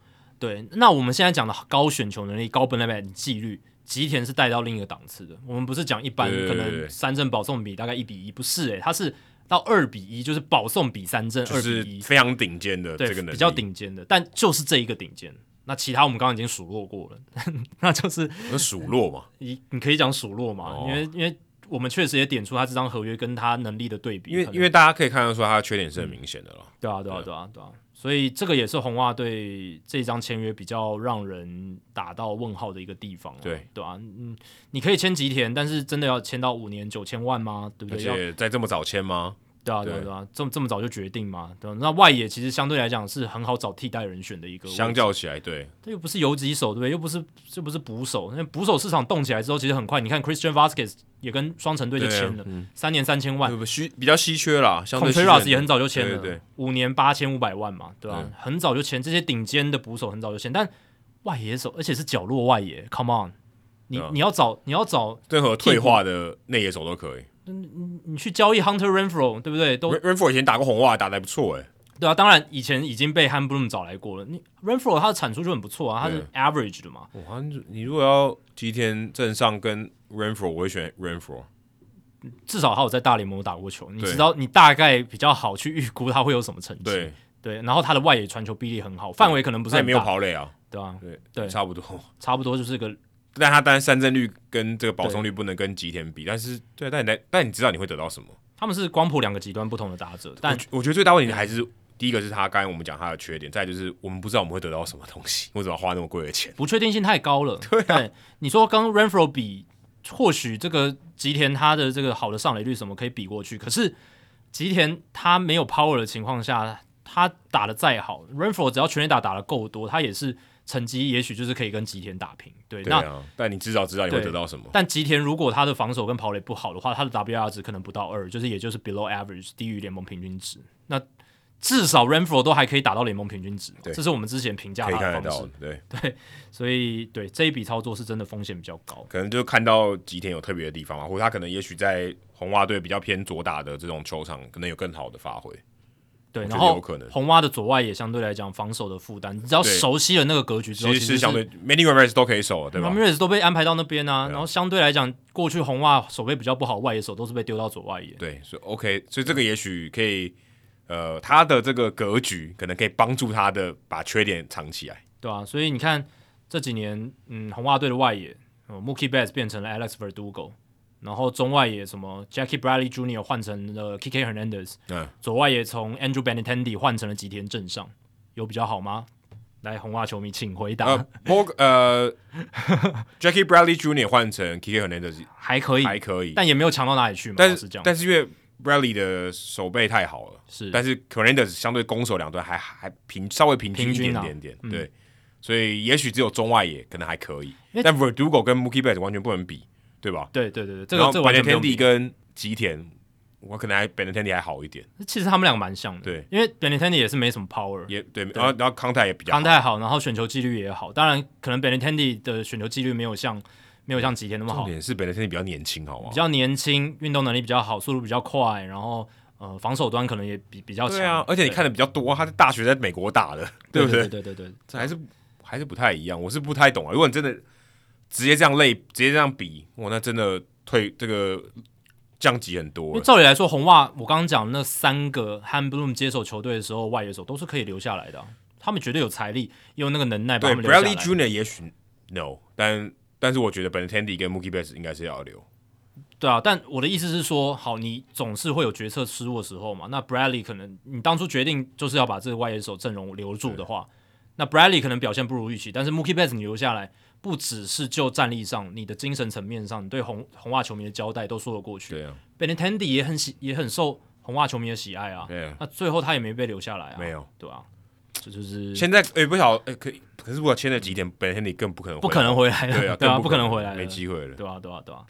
对，那我们现在讲的高选球能力、高本垒板纪律，吉田是带到另一个档次的。我们不是讲一般
对对
可
对对
能三振保送比大概一比一，不是诶、欸他是到二比一，就是保送比三振
就
二
是
比一，
非常顶尖的
对
这个，能力，
比较。顶尖的。但就是这一个顶尖，那其他我们刚刚已经数落过了， 那就是
数落嘛，
你你可以讲数落嘛，
哦
因为因为我们确实也点出他这张合约跟他能力的对比，
因为
可能
因为大家可嗯以看得出他的缺点是很明显的了。
对啊，对啊，对啊，对啊，所以这个也是红袜队这张签约比较让人打到问号的一个地方、啊。
对，
对啊，嗯，你可以签吉田，但是真的要签到五年九千万吗？对不
而
对？要
且在这么早签吗？
对啊，对啊，
呃对
对啊，这么这么早就决定嘛？对、啊，那外野其实相对来讲是很好找替代人选的一个位置，
相较起来，对，
他又不是游击手，对不对？又不是又不是捕手，那捕手市场动起来之后，其实很快，你看 Christian Vasquez 也跟双城队就
对啊
签了，三年三千万，
稀比较稀缺啦，相对稀缺
Contreras 也很早就签了，
对对
五年八千五百万嘛，对吧、
嗯
很早就签，这些顶尖的捕手很早就签，但外野手，而且是角落外野，Come on，你、
对啊
你要找你要找
任何退化的内野手都可以。
你去交易 Hunter Renfro，对不对？都
Ren- Renfro 以前打过红袜，打的还不错哎、
对啊，当然以前已经被 Han Bloom 找来过了，你 Renfro 他的产出就很不错啊，他是 average 的嘛，
哇，你你如果要吉田镇上跟 Renfro，我会选 Renfro。
至少他有在大联盟打过球，你
对
知道你大概比较好去预估他会有什么成绩，
对，
对然后他的外野传球比例很好，范围可能不是
他也
很
没有
大，
跑垒啊，
对啊，
对
对
差不多。
差不多就是个
但他当然三振率跟这个保送率不能跟吉田比，但是对，但你来但你知道你会得到什么？
他们是光谱两个极端不同的打者，但
我觉我觉得最大问题还是第一个是他刚才我们讲他的缺点，再来就是我们不知道我们会得到什么东西，为什么要花那么贵的钱？
不确定性太高了。对、
啊
你说跟 Renfro 比，或许这个吉田他的这个好的上垒率什么可以比过去，可是吉田他没有 power 的情况下，他打的再好，Renfro 只要全垒打打的够多，他也是成绩也许就是可以跟吉田打平。 对，
对
那
啊，但你至少知道你会
对
得到什么。
但吉田如果他的防守跟跑垒不好的话，他的 WR 值可能不到二，就是也就是 below average，低于联盟平均值。那至少 Renfro 都还可以打到联盟平均值，
对
这是我们之前评价
可以
他
看得
的方
到
式。，
对，
所以对这一笔操作是真的风险比较高。
可能就看到吉田有特别的地方嘛，或者他可能也许在红袜队比较偏左打的这种球场，可能有更好的发挥。
对，
我觉得
然后
有可能
红蛙的左外也相对来讲防守的负担，你只要
对
熟悉了那个格局之后，
其
其
实是
实
相对 many Ramirez 都可以守，对吧？
Ramirez 都被安排到那边啊。
对啊
然后相对来讲，过去红袜守备比较不好，外野手都是被丢到左外野。
对，所以 OK，所以这个也许可以，呃，他的这个格局可能可以帮助他的把缺点藏起来。
对啊，所以你看这几年，嗯，红袜队的外野，呃 Mookie Betts 变成了 Alex Verdugo，然后中外野什么 Jackie Bradley Jr. 换成了 K.K. Hernandez，
嗯，
左外野从 Andrew Benintendi 换成了吉田镇上，有比较好吗？来，红袜球迷请回答，
呃 b o 呃，Jackie Bradley Jr. 换成 Kike Hernandez
还可以，
还可以，
但也没有强到哪里去嘛，
但
老
是
实讲
但是因为 Bradley 的手背太好了，
是
但是 Hernandez 相对攻守两端还还平稍微平均
平
一
均
点
啊
点点，对，所以也许只有中外野可能还可以
因为，
但 Verdugo 跟 Mookie Betts 完全不能比，对吧？
对对对对，这
然
个
后
这个完全不用
Benintendi
比。
跟吉田，我可能还 Benintendi 还好一点，
其实他们两个蛮像的，
对，
因为 Benintendi 也是没什么 power，
也对，然后然后康泰也比较
康
好，
泰好，然后选球纪律也好，当然可能 Benintendi 的选球纪律没有像没有像吉田那么
重
好，
点是 Benintendi 比较年轻，好吗
比？较年轻，运动能力比较好，速度比较快，然后呃防守端可能也比比较强，
对啊，而且你看的比较多，他在大学在美国打的，
对
不
对对对对对，
这还是还是不太一样，我是不太懂啊。如果你真的直接这样类，直接这样比，哇，那真的退这个降级很
因
多
为
欸。
照理来说，红袜我刚刚讲那三个 Han Bloom 接手球队的时候，外野手都是可以留下来的啊、他们绝对有财力，也有那个能耐把
对
他们留下来
，Bradley。Junior 也许 no，但但是我觉得 b e n t e n d i 跟 Mookie Betts 应该是要留。
对啊，但我的意思是说，好，你总是会有决策失误的时候嘛。那 Bradley 可能你当初决定就是要把这个外野手阵容留住的话，那 Bradley 可能表现不如预期，但是 Mookie Betts 你留下来，不只是就战力上，你的精神层面上，你对红红袜球迷的交代都说得过去。
对啊，
Benintendi 也很喜也很受红袜球迷的喜爱啊，
对啊，
那最后他也没被留下来啊，
没有。
对啊，就就是嗯
现在哎，不晓得哎，可可是我签了几点，本身你更不可能
不可能
回
回
来，
来了，
对啊，
对啊，
更
不可能回来了，
没机会了。
对啊，对啊，对啊。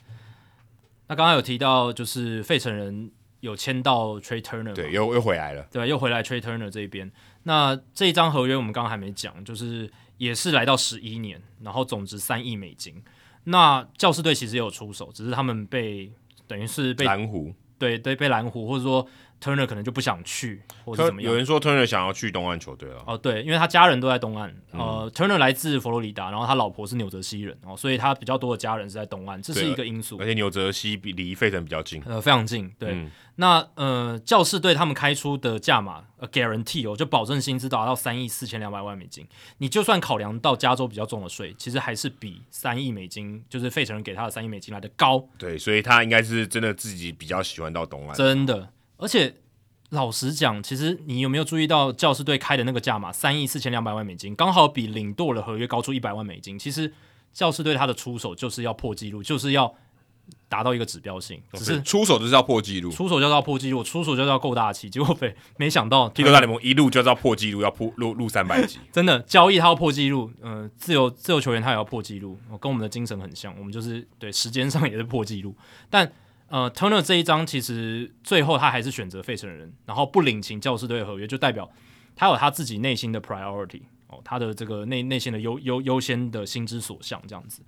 那刚刚有提到，就是费城人有签到 Trey Turner，嘛
对，又又回来了，
对，又回来 Trey Turner 这一边。那这一张合约我们刚刚还没讲，就是也是来到十一年，然后总值三亿美金。那教士队其实也有出手，只是他们被等于是被
蓝湖。
对对被蓝湖，或者说 Turner 可能就不想去，或者是怎么样
有。人说 Turner 想要去东岸球队啊了，
哦，对，因为他家人都在东岸，
嗯
呃，Turner 来自佛罗里达，然后他老婆是纽泽西人，哦，所以他比较多的家人是在东岸，这是
对啊
一个因素
而。且纽泽西比离费城比较近，
呃，非常近。对，
嗯
那呃，教士对他们开出的价码呃 guarantee 哦，就保证薪资达到三亿四千两百万美金。你就算考量到加州比较重的税，其实还是比三亿美金，就是费城人给他的三亿美金来的高，
对，所以他应该是真的自己比较喜欢到东岸。
真的。而且老实讲，其实你有没有注意到教士队开的那个价码三亿四千两百万美金，刚好比领舵的合约高出一百万美金。其实教士队他的出手就是要破纪录，就是要达到一个指标性，只是
出手就是要破纪录，
出手就是要破纪录，出手就是要够大气，结果被没想到
踢球大联盟一路就要破纪录，要破录录三百 集。
真的交易他要破纪录，呃，自由自由球员他也要破纪录、哦跟我们的精神很像，我们就是对时间上也是破纪录，但呃，Turner 这一张其实最后他还是选择费城人，然后不领情教士队的合约，就代表他有他自己内心的 priority 哦，他的这个内内心的优优优先的心之所向这样子。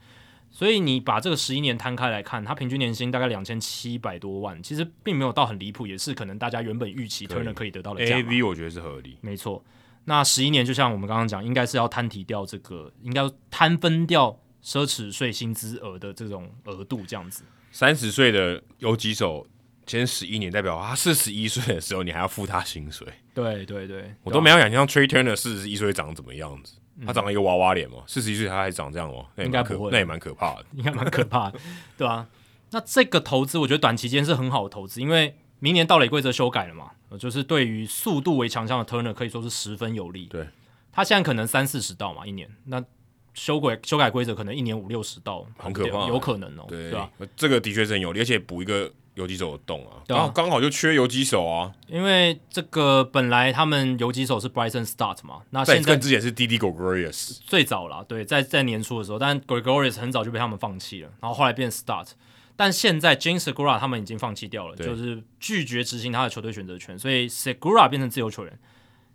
所以你把这个十一年摊开来看，他平均年薪大概两千七百多万，其实并没有到很离谱，也是可能大家原本预期
可以
Turner 可以得到的价
A
码。
V 我觉得是合理，
没错，那十一年就像我们刚刚讲，应该是要摊提掉这个，应该要摊分掉奢侈税薪资额的这种额度，这样子。
三十岁的游击手签十一年，代表他四十一岁的时候你还要付他薪水，
对对对，
我都没有想象 Trey Turner 四十一岁长怎么样子。他长了一个娃娃脸嘛，四十一岁他还长这样哦，那也
应该
蛮可
不会哦
那也蛮可怕的。
应该蛮可怕的，对啊？那这个投资，我觉得短期间是很好的投资，因为明年盗垒规则修改了嘛，呃就是对于速度为强项的 Turner 可以说是十分有利。
对，
他现在可能三四十道嘛一年，那修改修改规则可能一年五六十道，
很可怕
有可能哦，对
对
吧、，
这个的确是很有利，而且补一个游击手的洞啊，
对啊
刚好刚好就缺游击手啊。
因为这个本来他们游击手是 Bryson Start 嘛，那
在
现在
更之前是 D D Gregorius，
最早啦，对，在在年初的时候，但 Gregorius 很早就被他们放弃了，然后后来变 Start，但现在 James Segura 他们已经放弃掉了，
对
就是拒绝执行他的球队选择权，所以 Segura 变成自由球员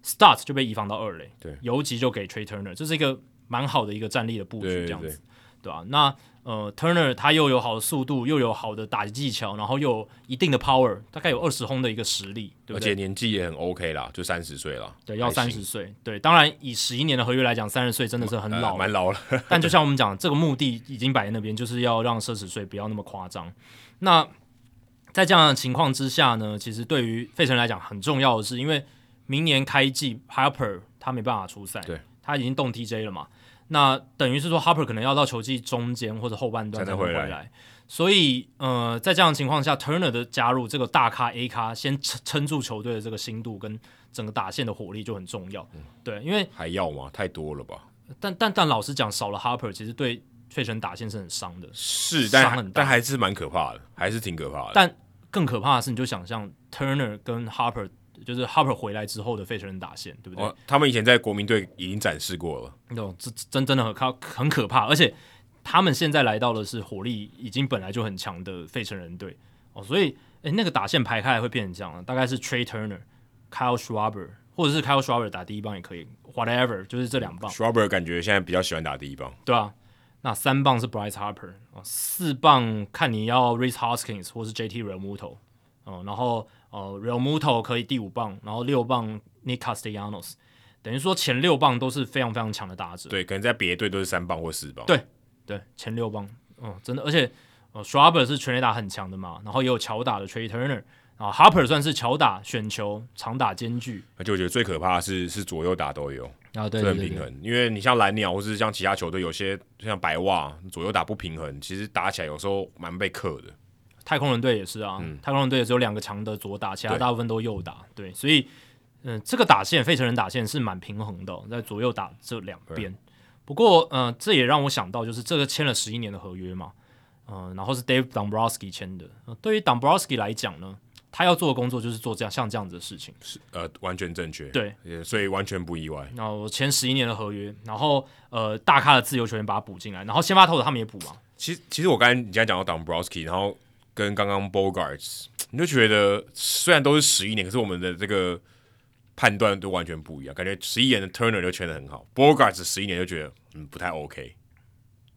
，Start 就被移防到二垒，
对
游击就给 Trey Turner，这是一个蛮好的一个战力的布局，
对
这样
对
子，对吧、那呃，Turner 他又有好的速度，又有好的打击技巧，然后又有一定的 power，大概有二十轰的一个实力，对
而
不
且
对？
年纪也很 OK 啦，就三十岁啦，
对，要
还行
三十岁，对，当然以十一年的合约来讲，三十岁真的是很
呃
老了
蛮老了。
但就像我们讲，这个目的已经摆在那边，就是要让奢侈税不要那么夸张。那在这样的情况之下呢，其实对于费城来讲很重要的是，因为明年开季 Harper 他没办法出赛，
对，
他已经动 TJ 了嘛，那等于是说 Harper 可能要到球季中间或者后半段
才
才
能
能回
回来
来。所以，呃，在这样的情况下，Turner 的加入，这个大咖 A 咖先撑撑住球队的这个心度跟整个打线的火力就很重
嗯
要。对，因为
还要吗？太多了吧？
但但但老实讲，少了 Harper，其实对费城打线是很伤的。
是，
伤
但
很大
但还是蛮可怕的，还是挺可怕的。
但更可怕的是，你就想象 Turner 跟 Harper，就是 Harper 回来之后的费城人打线，对不对？
哦，他们以前在国民队已经展示过了，
那种这真真的很可很可怕，而且他们现在来到的是火力已经本来就很强的费城人队哦，所以诶那个打线排开来会变成这样了，大概是 Trey Turner、Kyle Schwarber 或者是 Kyle Schwarber 打第一棒也可以，whatever，就是这两棒。
Schwarber 感觉现在比较喜欢打第一棒，
对啊，那三棒是 Bryce Harper 哦，四棒看你要 Reese Hoskins 或是 JT Real Muto 哦，然后呃 Real Muto 可以第五棒，然后六棒 Nick Castellanos，等于说前六棒都是非常非常强的打者。
对，可能在别的队都是三棒或四棒，
对对，前六棒，哦，真的，而且呃 Schwarber 是全垒打很强的嘛，然后也有巧打的 Trey Turner。啊，Harper 算是巧打、选球、长打兼具
而且我觉得最可怕的是是左右打都有，
啊，对
这很平衡。因为你像蓝鸟或是像其他球队，有些像白袜左右打不平衡，其实打起来有时候蛮被克的。
太空人队也是啊，太空人队也只有两个强的左打，其他
嗯对
大部分都右打，对，所以嗯、呃这个打线，费城人打线是蛮平衡的哦、在左右打这两边。不过，嗯、这也让我想到，就是这个签了十一年的合约嘛，嗯、然后是 Dave 呃 Dombrowski 签的。呃对于 Dombrowski 来讲呢，他要做的工作就是做这样像这样子的事情。
是呃，完全正确，
对
也，所以完全不意外。
那我签十一年的合约，然后呃大咖的自由球员把他补进来，然后先发投手他们也补嘛，
其实，其实我刚才你刚才讲到 Dombrowski，然后跟刚刚 Bogarts，你就觉得虽然都是十一年，可是我们的这个判断都完全不一样。感觉十一年的 Turner 就圈的很好，Bogarts 十一年就觉得嗯不太 OK，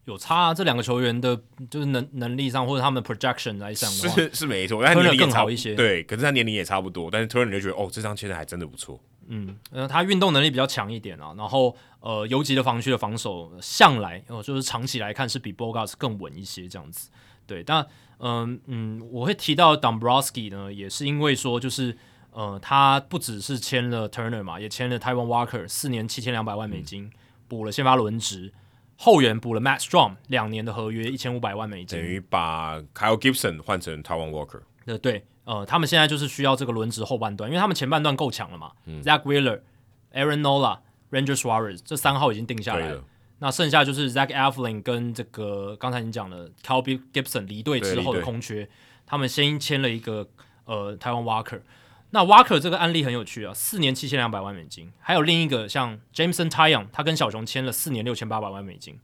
有差、啊、这两个球员的就是能能力上或者他们的 projection 来讲的话，
是是没错，但他年龄也
更
差
好
不
一些
对，可是他年龄也差不多，但是 Turner 就觉得哦这张签的还真的不错，
嗯，呃，他运动能力比较强一点啊，然后呃，游击的防区的防守呃向来，呃，就是长期来看是比 Bogarts 更稳一些这样子。对，但嗯、嗯，我会提到 Dombrowski 呢，也是因为说就是呃，他不只是签了 Turner 嘛，也签了 Taiwan Walker 四年七千两百万美金，补了先发轮值，后援补了 Matt Strom 两年的合约一千五百万美
等
金。
于把 Kyle Gibson 换成 Taiwan Walker，
呃，对，呃，他们现在就是需要这个轮值后半段，因为他们前半段够强了嘛。
嗯
Zach Wheeler、Aaron Nola、Ranger Suarez 这三号已经定下
对
来了
的，，
那剩下就是 Zach Eflin 跟这个刚才你讲的 c a l b y Gibson 离队
对
之后
离队
的空缺，他们先签了一个呃台湾 Walker。那 Walker 这个案例很有趣啊，四年七千两百万美金，还有另一个像 Jameson t y o n 他跟小熊签了四年六千八百万美金。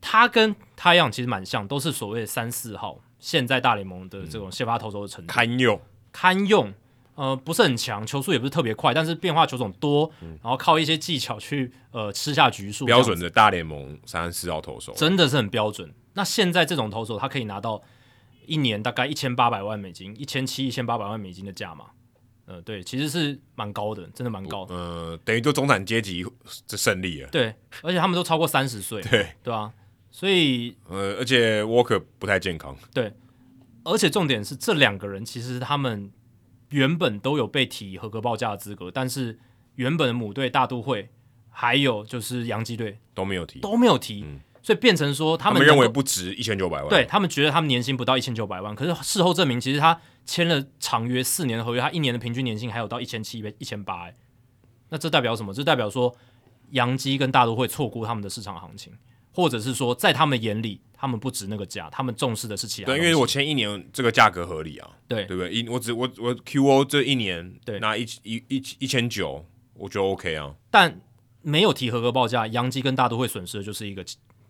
他跟 t y o n 其实蛮像，都是所谓的三四号，现在大联盟的
嗯
这种先发投手的程度。
堪用。
堪用，呃，不是很强，球速也不是特别快，但是变化球种多，然后靠一些技巧去呃吃下局数，
嗯标
这样
准
子
的大联盟三四号投手，
真的是很标准。那现在这种投手，他可以拿到一年大概一千八百万美金，一千七、一千八百万美金的价码，呃，对，其实是蛮高的，真的蛮高的。
呃，等于就中产阶级这胜利了。
对，而且他们都超过三十岁，
对，
对啊，所以
呃，而且 Walker 不太健康，
而且重点是，这两个人其实他们原本都有被提合格报价的资格，但是原本的母队大都会还有就是洋基队
都没有提，
都没有提，所以变成说他
嗯他
们
认
能
为
够
不值一千九百万。
对，他们觉得他们年薪不到一千九百万，可是事后证明，其实他签了长约四年的合约，他一年的平均年薪还有到一千七、一千八，哎，那这代表什么？这代表说洋基跟大都会错过他们的市场行情，或者是说在他们眼里，他们不值那个价，他们重视的是其他东
对，
西。
因为我签一年，这个价格合理啊，
对
对不对？一我只我我 QO 这一年
对
拿一一一一千九，我觉得 OK 啊。
但没有提合格报价，洋基跟大都会损失的就是一个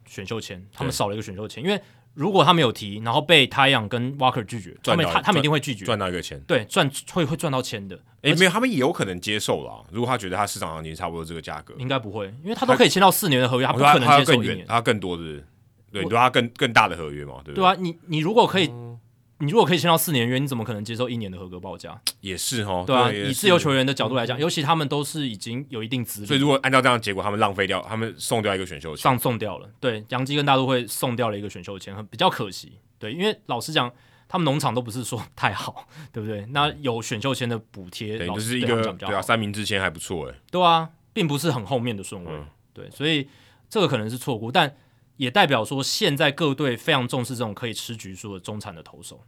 选秀签，他们少了一个选秀签，因为如果他没有提，然后被 t y o n 跟 Walker 拒绝，他
赚
们
到
他他们
赚
一定会拒绝，
赚到一个钱，
对赚会会赚到钱的，
诶，没有，他们也有可能接受啦。如果他觉得他市场行情差不多这个价格，
应该不会，因为他都可以签到四年的嗯合约，他
我哦
不
说他
可
他
能
要
接
更
受一
远，啊
年，
他要更多的，对，你说他更更大的合约嘛，对不嗯
对啊，你你如果可以，你如果可以签到四年约，你怎么可能接受一年的合格报价？
也是哈，
对啊，
也
以
是嗯
自由球员的角度来讲，尤其他们都是已经有一定资历，
所以如果按照这样的结果，他们浪费掉，他们送掉一个选秀权，
上送掉了。对，杨基跟大都会送掉了一个选秀签，很比较可惜。对，因为老实讲，他们农场都不是说 太好，对不对？那有选秀签的补贴，
等于
老
就
实
是一
对他们
个
讲比较
嗯对啊，
好
三明治签还不错哎、
对啊，并不是很后面的顺位。
嗯
对，所以这个可能是错估，但也代表说现在各队非常重视这种可以吃局数的中产的投手，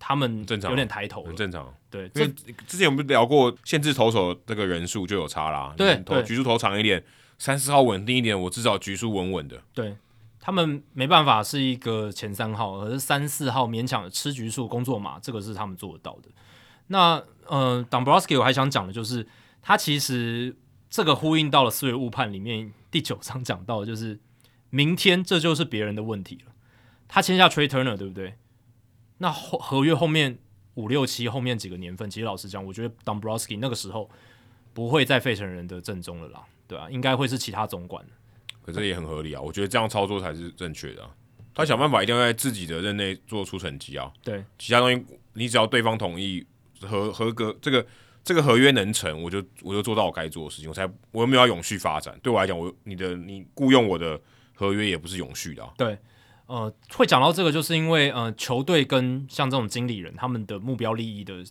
他们
正常啊
有点抬头
很
了。
正常。
对，
因
这
为之前我们不是聊过限制投手这个人数就有差啦，
对
你投
对
局数投长一点，三四号稳定一点，我至少局数稳稳的。
对他们没办法是一个前三号，而是三四号勉强的吃局数工作码，这个是他们做得到的。那呃，Dombrowski 我还想讲的就是，他其实这个呼应到了思维误判里面第九章讲到的，就是明天这就是别人的问题了。他签下 Trey Turner 对不对？那后合约后面五六七后面几个年份，其实老实讲，我觉得 Dombrowski 那个时候不会在费城人的阵中了啦，对啊，应该会是其他总管。
可是也很合理啊，我觉得这样操作才是正确的啊、他想办法一定要在自己的任内做出成绩啊，
对，
其他东西你只要对方同意合合格，这个这个合约能成，我就我就做到我该做的事情，我才我又没有要永续发展。对我来讲，我你的你雇佣我的合约也不是永续的、啊，
对，呃，会讲到这个，就是因为呃，球队跟像这种经理人他们的目标利益的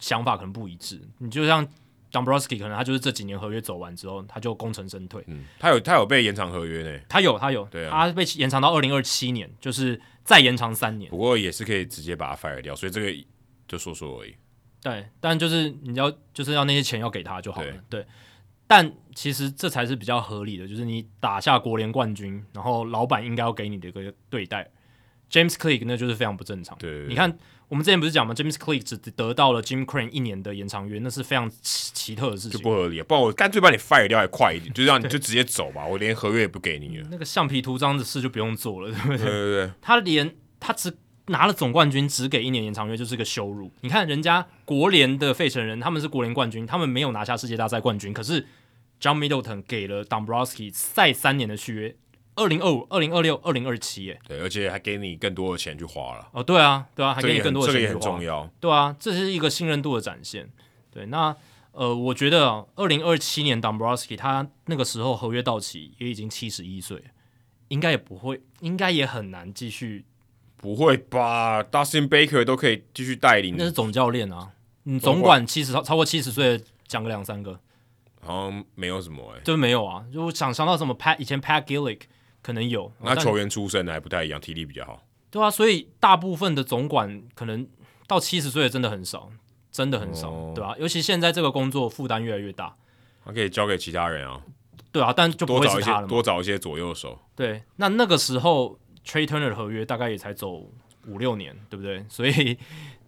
想法可能不一致。你就像 Dombrowski，可能他就是这几年合约走完之后，他就功成身退。
嗯，他有他有被延长合约呢，
他有，他有，
对啊
他被延长到二零二七年，就是再延长三年。
不过也是可以直接把他 fire 掉，所以这个就说说而已。
对，但就是你要就是要那些钱要给他就好了。对，但其实这才是比较合理的，就是你打下国联冠军，然后老板应该要给你的一个对待。James Click 那就是非常不正常。
对对对
你看我们之前不是讲吗？James Click 只得到了 Jim Crane 一年的延长约，那是非常奇奇特的事
就
情。
不合理啊。不然我干脆把你 fire 掉还快一点，就 让你就直接走吧，我连合约也不给你了。
那个橡皮图章的事就不用做了， 对不对？
对对对，
他连他只拿了总冠军，只给一年延长约，就是个羞辱。你看人家国联的费城人，他们是国联冠军，他们没有拿下世界大赛冠军，可是 John Middleton 给了 Dombrowski 再三年的续约，二零二五、二零二六、二零二七，耶！
对，而且还给你更多的钱去花了，
哦，对啊，对啊，还
这个
给你
也
更
很
多的
这个
钱
也
去
很
花
重，要。
对啊，这是一个信任度的展现。对，那呃，我觉得二零二七年 Dombrowski 他那个时候合约到期也已经七十一岁了，应该也不会，应该也很难继续
不会吧？Dustin Baker 都可以继续带领
那，是总教练啊，你
总
总管七十超超过七十岁的讲个两三个，
好像没有什么哎、
就没有啊。就我想想到什么 Pat 以前 Pat Gillick 可能有，
那
但
球员出身的还不太一样，体力比较好。
对啊，所以大部分的总管可能到七十岁的真的很少，真的很少，
哦
对啊？尤其现在这个工作负担越来越大，
他可以交给其他人啊，
对啊，但就不
多
会
找
是
一
他
些
了嘛。
多找一些左右手。
对，那那个时候 Trey Turner 的合约大概也才走五六年，对不对？ 所以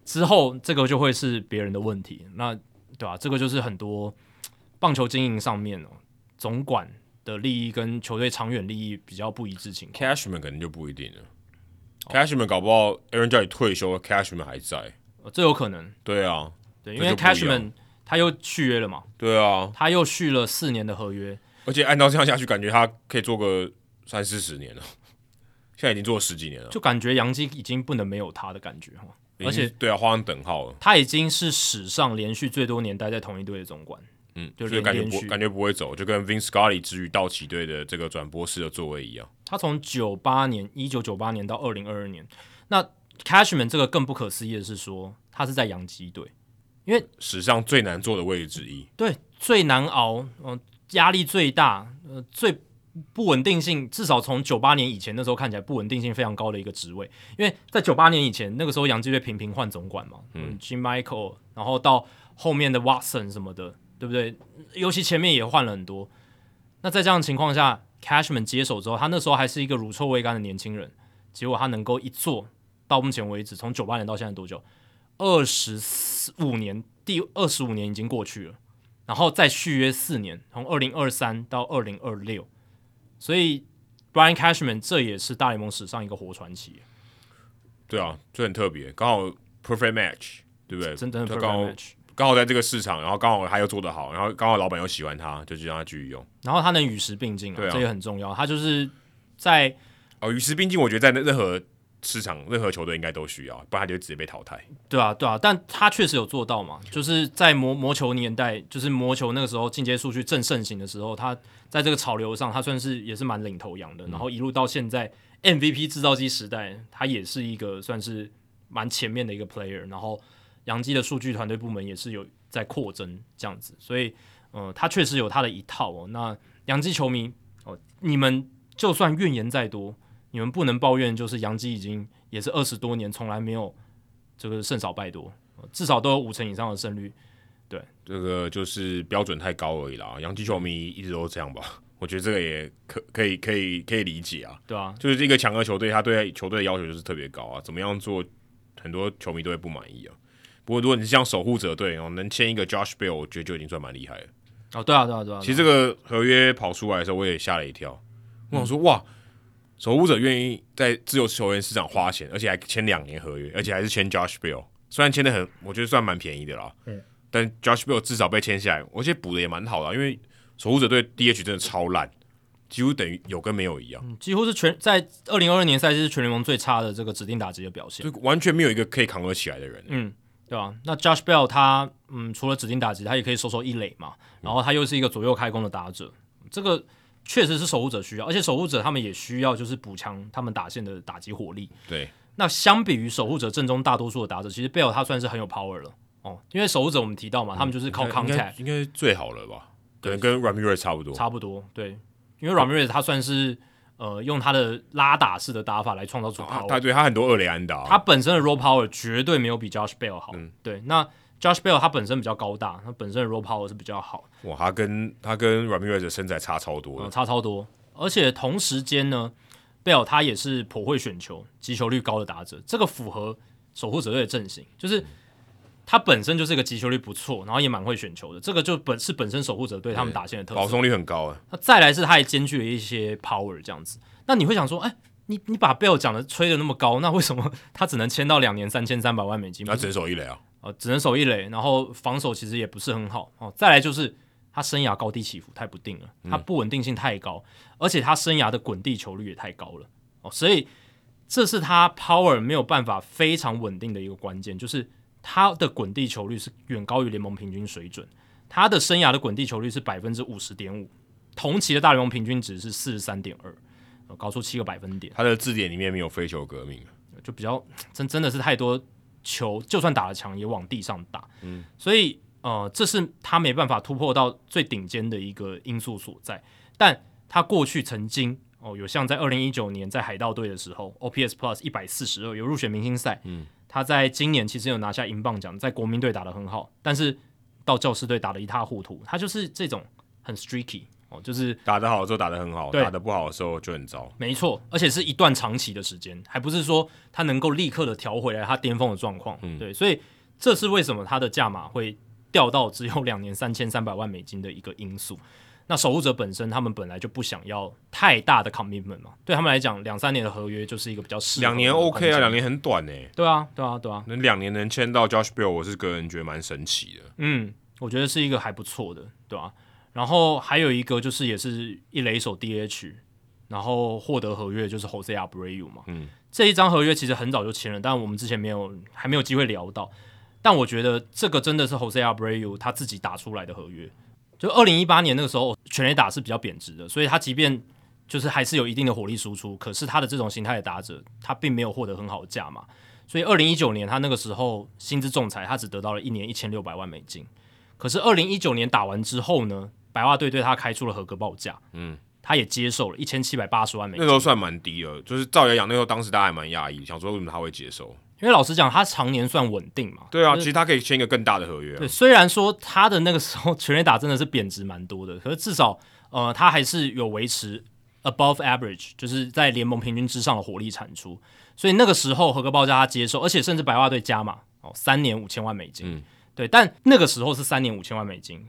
之后这个就会是别人的问题，那对吧、啊这个就是很多棒球经营上面哦，总管的利益跟球队长远利益比较不一致情况。
Cashman 可能就不一定了。Cashman
哦
搞不好 Aaron j 退休了，Cashman 还在。
呃这有可能，
对啊，
对，
这
因为
就不一样
Cashman 他又续约了嘛，
对啊，
他又续了四年的合约，
而且按照这样下去，感觉他可以做个三四十年了。 现在已经做了十几年了，
就感觉杨基已经不能没有他的感觉哈。而且
已经对啊，画上等号了。
他已经是史上连续最多年待在同一队的总管，
嗯，
就
所以感觉
连
不
续
感觉不会走，就跟 Vince Scully 之于道奇队的这个转播室的座位一样。
他从九八年一九九八年到二零二二年，那 Cashman 这个更不可思议的是说，他是在洋基队，
史上最难做的位置之一。
对，最难熬，嗯、压力最大，呃，最不稳定性，至少从九八年以前那时候看起来不稳定性非常高的一个职位，因为在九八年以前那个时候洋基队频频换总管嘛，嗯，Jim Michael，然后到后面的 Watson 什么的，对不对？尤其前面也换了很多，那在这样的情况下，Cashman 接手之后，他那时候还是一个乳臭未干的年轻人，结果他能够一做到目前为止，从九八年到现在多久？二十五年，第二十五年已经过去了，然后再续约四年，从二零二三到二零二六，所以 Brian Cashman 这也是大联盟史上一个活传奇，
对啊，这很特别，刚好 perfect match，对不对？
真的
他
perfect
刚好
match。
刚好在这个市场，然后刚好他又做得好，然后刚好老板又喜欢他，就就让他继续用。
然后他能与时并进、啊，
对啊
这也很重要。他就是在
哦，与时并进，我觉得在任何市场、任何球队应该都需要，不然他就直接被淘汰。
对啊，对啊，但他确实有做到嘛，就是在魔魔球年代，就是魔球那个时候进阶数据正盛行的时候，他在这个潮流上，他算是也是蛮领头羊的。然后一路到现在 MVP 制造机时代，他也是一个算是蛮前面的一个 player。然后杨基的数据团队部门也是有在扩增这样子，所以呃，他确实有他的一套哦。那杨基球迷哦，你们就算怨言再多，你们不能抱怨，就是杨基已经也是二十多年从来没有。这个胜少败多，呃至少都有五成以上的胜率。
这个就是标准太高而已啦。洋基球迷一直都这样吧，我觉得这个也可可以可以可以理解啊。
对啊，
就是这个强的球队，他对球队的要求就是特别高啊，怎么样做，很多球迷都会不满意啊。不过如果你是像守护者队哦，能签一个 Josh Bell，我觉得就已经算蛮厉害了。
哦，对啊，对啊，对啊。
其实
实
这个合约跑出来的时候，我也吓了一跳。我想说，哇，守护者愿意在自由球员市场花钱，而且还签两年合约，而且还是签 Josh Bell，虽然签的很，我觉得算蛮便宜的啦。
嗯。
但 Josh Bell 至少被签下来，而且补的也蛮好的啊、因为守护者队 DH 真的超烂，几乎等于有跟没有一样，
嗯几乎是全在二零二二年赛季是全联盟最差的这个指定打击的表现。
就完全没有一个可以扛得起来的人。
嗯，对啊。那 Josh Bell 他嗯，除了指定打击，他也可以收收一垒嘛，然后他又是一个左右开弓的打者，这个确实是守护者需要，而且守护者他们也需要就是补强他们打线的打击火力。
对，
那相比于守护者阵中大多数的打者，其实 Bell 他算是很有 power 了哦，因为守护者我们提到嘛，他们就是靠
应该
contact，
应该最好了吧？可能跟 Ramirez 差不多。
差不多，对，因为 Ramirez 他算是呃用他的拉打式的打法来创造出
啊
power，、
他对他很多二雷安打啊，
他本身的 raw power 绝对没有比 Josh Bell 好，
嗯
对，那 Josh Bell 他本身比较高大，他本身的 raw power 是比较好，
哇，他跟他跟 Ramirez 的身材差超多
呃
的。
差超多，而且同时间呢，Bell 他也是颇会选球、击球率高的打者，这个符合守护者队的阵型，就是
嗯
他本身就是一个击球率不错，然后也蛮会选球的，这个就本是本身守护者队他们打线的特
保
色。
送率很高啊，
那再来是他也兼具了一些 power 这样子，那你会想说，哎、你你把 Bell 讲的吹的那么高，那为什么他只能签到两年三千三百万美金？
那整手一垒啊，
呃，只能守一垒，然后防守其实也不是很好哦。再来就是他生涯高低起伏太不定了，他不稳定性太高，而且他生涯的滚地球率也太高了哦，所以这是他 power 没有办法非常稳定的一个关键，就是他的滚地球率是远高于联盟平均水准，他的生涯的滚地球率是百分之五十点五，同期的大联盟平均值是四十三点二，呃高出七个百分点。
他的字典里面没有非球革命啊，
就比较真真的是太多球，就算打得强也往地上打，嗯，所以呃，这是他没办法突破到最顶尖的一个因素所在。但他过去曾经哦，有像在二零一九年在海盗队的时候，OPS Plus 一百四十二有入选明星赛，嗯，他在今年其实有拿下银棒奖，在国民队打得很好，但是到教师队打得一塌糊涂，他就是这种很 streaky 哦，就是
打得好的时候打得很好，
对
打得不好的时候就很糟。
没错，而且是一段长期的时间，还不是说他能够立刻的调回来他巅峰的状况。
嗯
对，所以这是为什么他的价码会掉到只有两年三千三百万美金的一个因素。那守护者本身他们本来就不想要太大的 commitment 嘛，对他们来讲，两三年的合约就是一个比较适合的
两年 OK 啊，
空间
两。年很短呢、
对啊，对啊，对啊，
那两年能签到 Josh Bell，我是个人觉得蛮神奇的。
嗯，我觉得是一个还不错的，对吧、然后还有一个就是也是一垒手 DH，然后获得合约就是 Jose Abreu 嘛，
嗯，
这一张合约其实很早就签了，但我们之前没有还没有机会聊到。但我觉得这个真的是 Jose Abreu 他自己打出来的合约。就二零一八年那个时候，全垒打是比较贬值的，所以他即便就是还是有一定的火力输出，可是他的这种形态的打者，他并没有获得很好的价码。所以二零一九年他那个时候薪资仲裁，他只得到了一年一千六百万美金。可是二零一九年打完之后呢，白袜队对他开出了合格报价，
嗯，
他也接受了一千七百八十万美
那
金
时。候算蛮低了，就是赵雅养那时候当时大家还蛮讶异，想说为什么他会接受？
因为老实讲，他常年算稳定嘛，
对啊，
就
其
是
实他可以签一个更大的合约、啊
对，。虽然说他的那个时候全垒打真的是贬值蛮多的，可是至少呃，他还是有维持 above average，就是在联盟平均之上的火力产出。所以那个时候合格报价他接受，而且甚至白袜队加码哦，三年五千万美金。
嗯
对，但那个时候是三年五千万美金。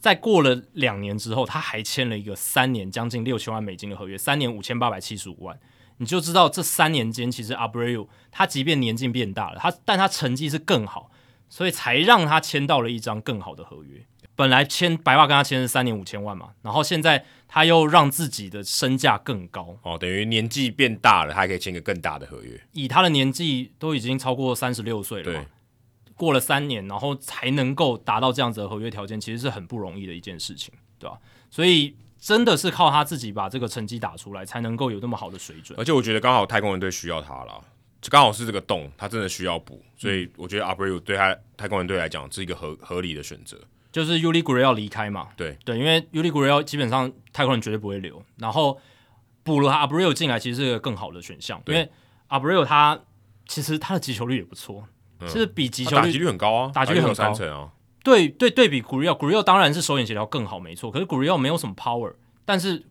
在过了两年之后，他还签了一个三年将近六千万美金的合约，三年五千八百七十五万。你就知道这三年间，其实 Abreu 他即便年纪变大了，他但他成绩是更好，所以才让他签到了一张更好的合约。本来签白袜跟他签是三年五千万嘛，然后现在他又让自己的身价更高，
哦，等于年纪变大了，他还可以签一个更大的合约。
以他的年纪都已经超过三十六岁了嘛
对，，
过了三年，然后才能够达到这样子的合约条件，其实是很不容易的一件事情，对吧、所以真的是靠他自己把这个成绩打出来，才能够有那么好的水准。
而且我觉得刚好太空人队需要他了，刚好是这个洞，他真的需要补，所
嗯
以我觉得 Abreu 对他太空人队来讲是一个合合理的选择。
就是 Uli g u r r e 要离开嘛，
对
对，因为 Uli g u r r e 要基本上太空人绝对不会留，然后补了 Abreu 进来，其实是个更好的选项，因
对
为 Abreu 他其实他的击球率也不错，其实比
嗯
击
他
球
打
率
击率很高啊，
打击率很
有三
高
成啊，
对对对比 g u r r e l g u r r e l 当然是手眼协调更好，没错。可是 g u r r e l 没有什么 power，但是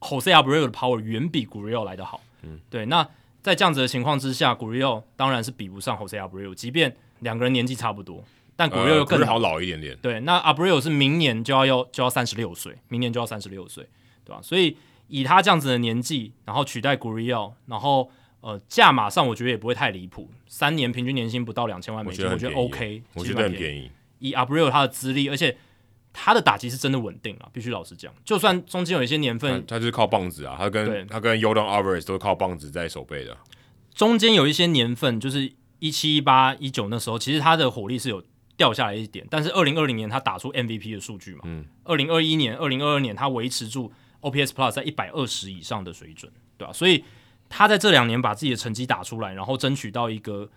Jose Abreu 的 power 远比 g u r r e l 来得好。嗯，对。那在这样子的情况之下 g u r r e l 当然是比不上 Jose Abreu，即便两个人年纪差不多，但 g u r r e l
呃
又更
可是好老一点点。
对，那 Abreu 是明年就要要就要三十六岁，明年就要三十六岁，对吧、所以以他这样子的年纪，然后取代 g u r r i e l 然后呃价码上我觉得也不会太离谱，三年平均年薪不到两千万美金，
我
我
觉
觉
得很
OK，
我
其
觉
实
得
蛮
很
便宜
便宜，
以 Abreu 他的资历，而且他的打击是真的稳定啊，必须老实讲，就算中间有一些年
他
份，
他就是靠棒子啊，他
对
跟他跟 Yordan Alvarez 都是靠棒子在守备的。
中间有一些年份，就是一七、一八、一九那时候，其实他的火力是有掉下来一点，但是二零二零年他打出 MVP 的数据嘛，
嗯，
二零二一年、二零二二年他维持住 OPS Plus 在一百二十以上的水准，对吧、所以他在这两年把自己的成绩打出来，然后争取到一个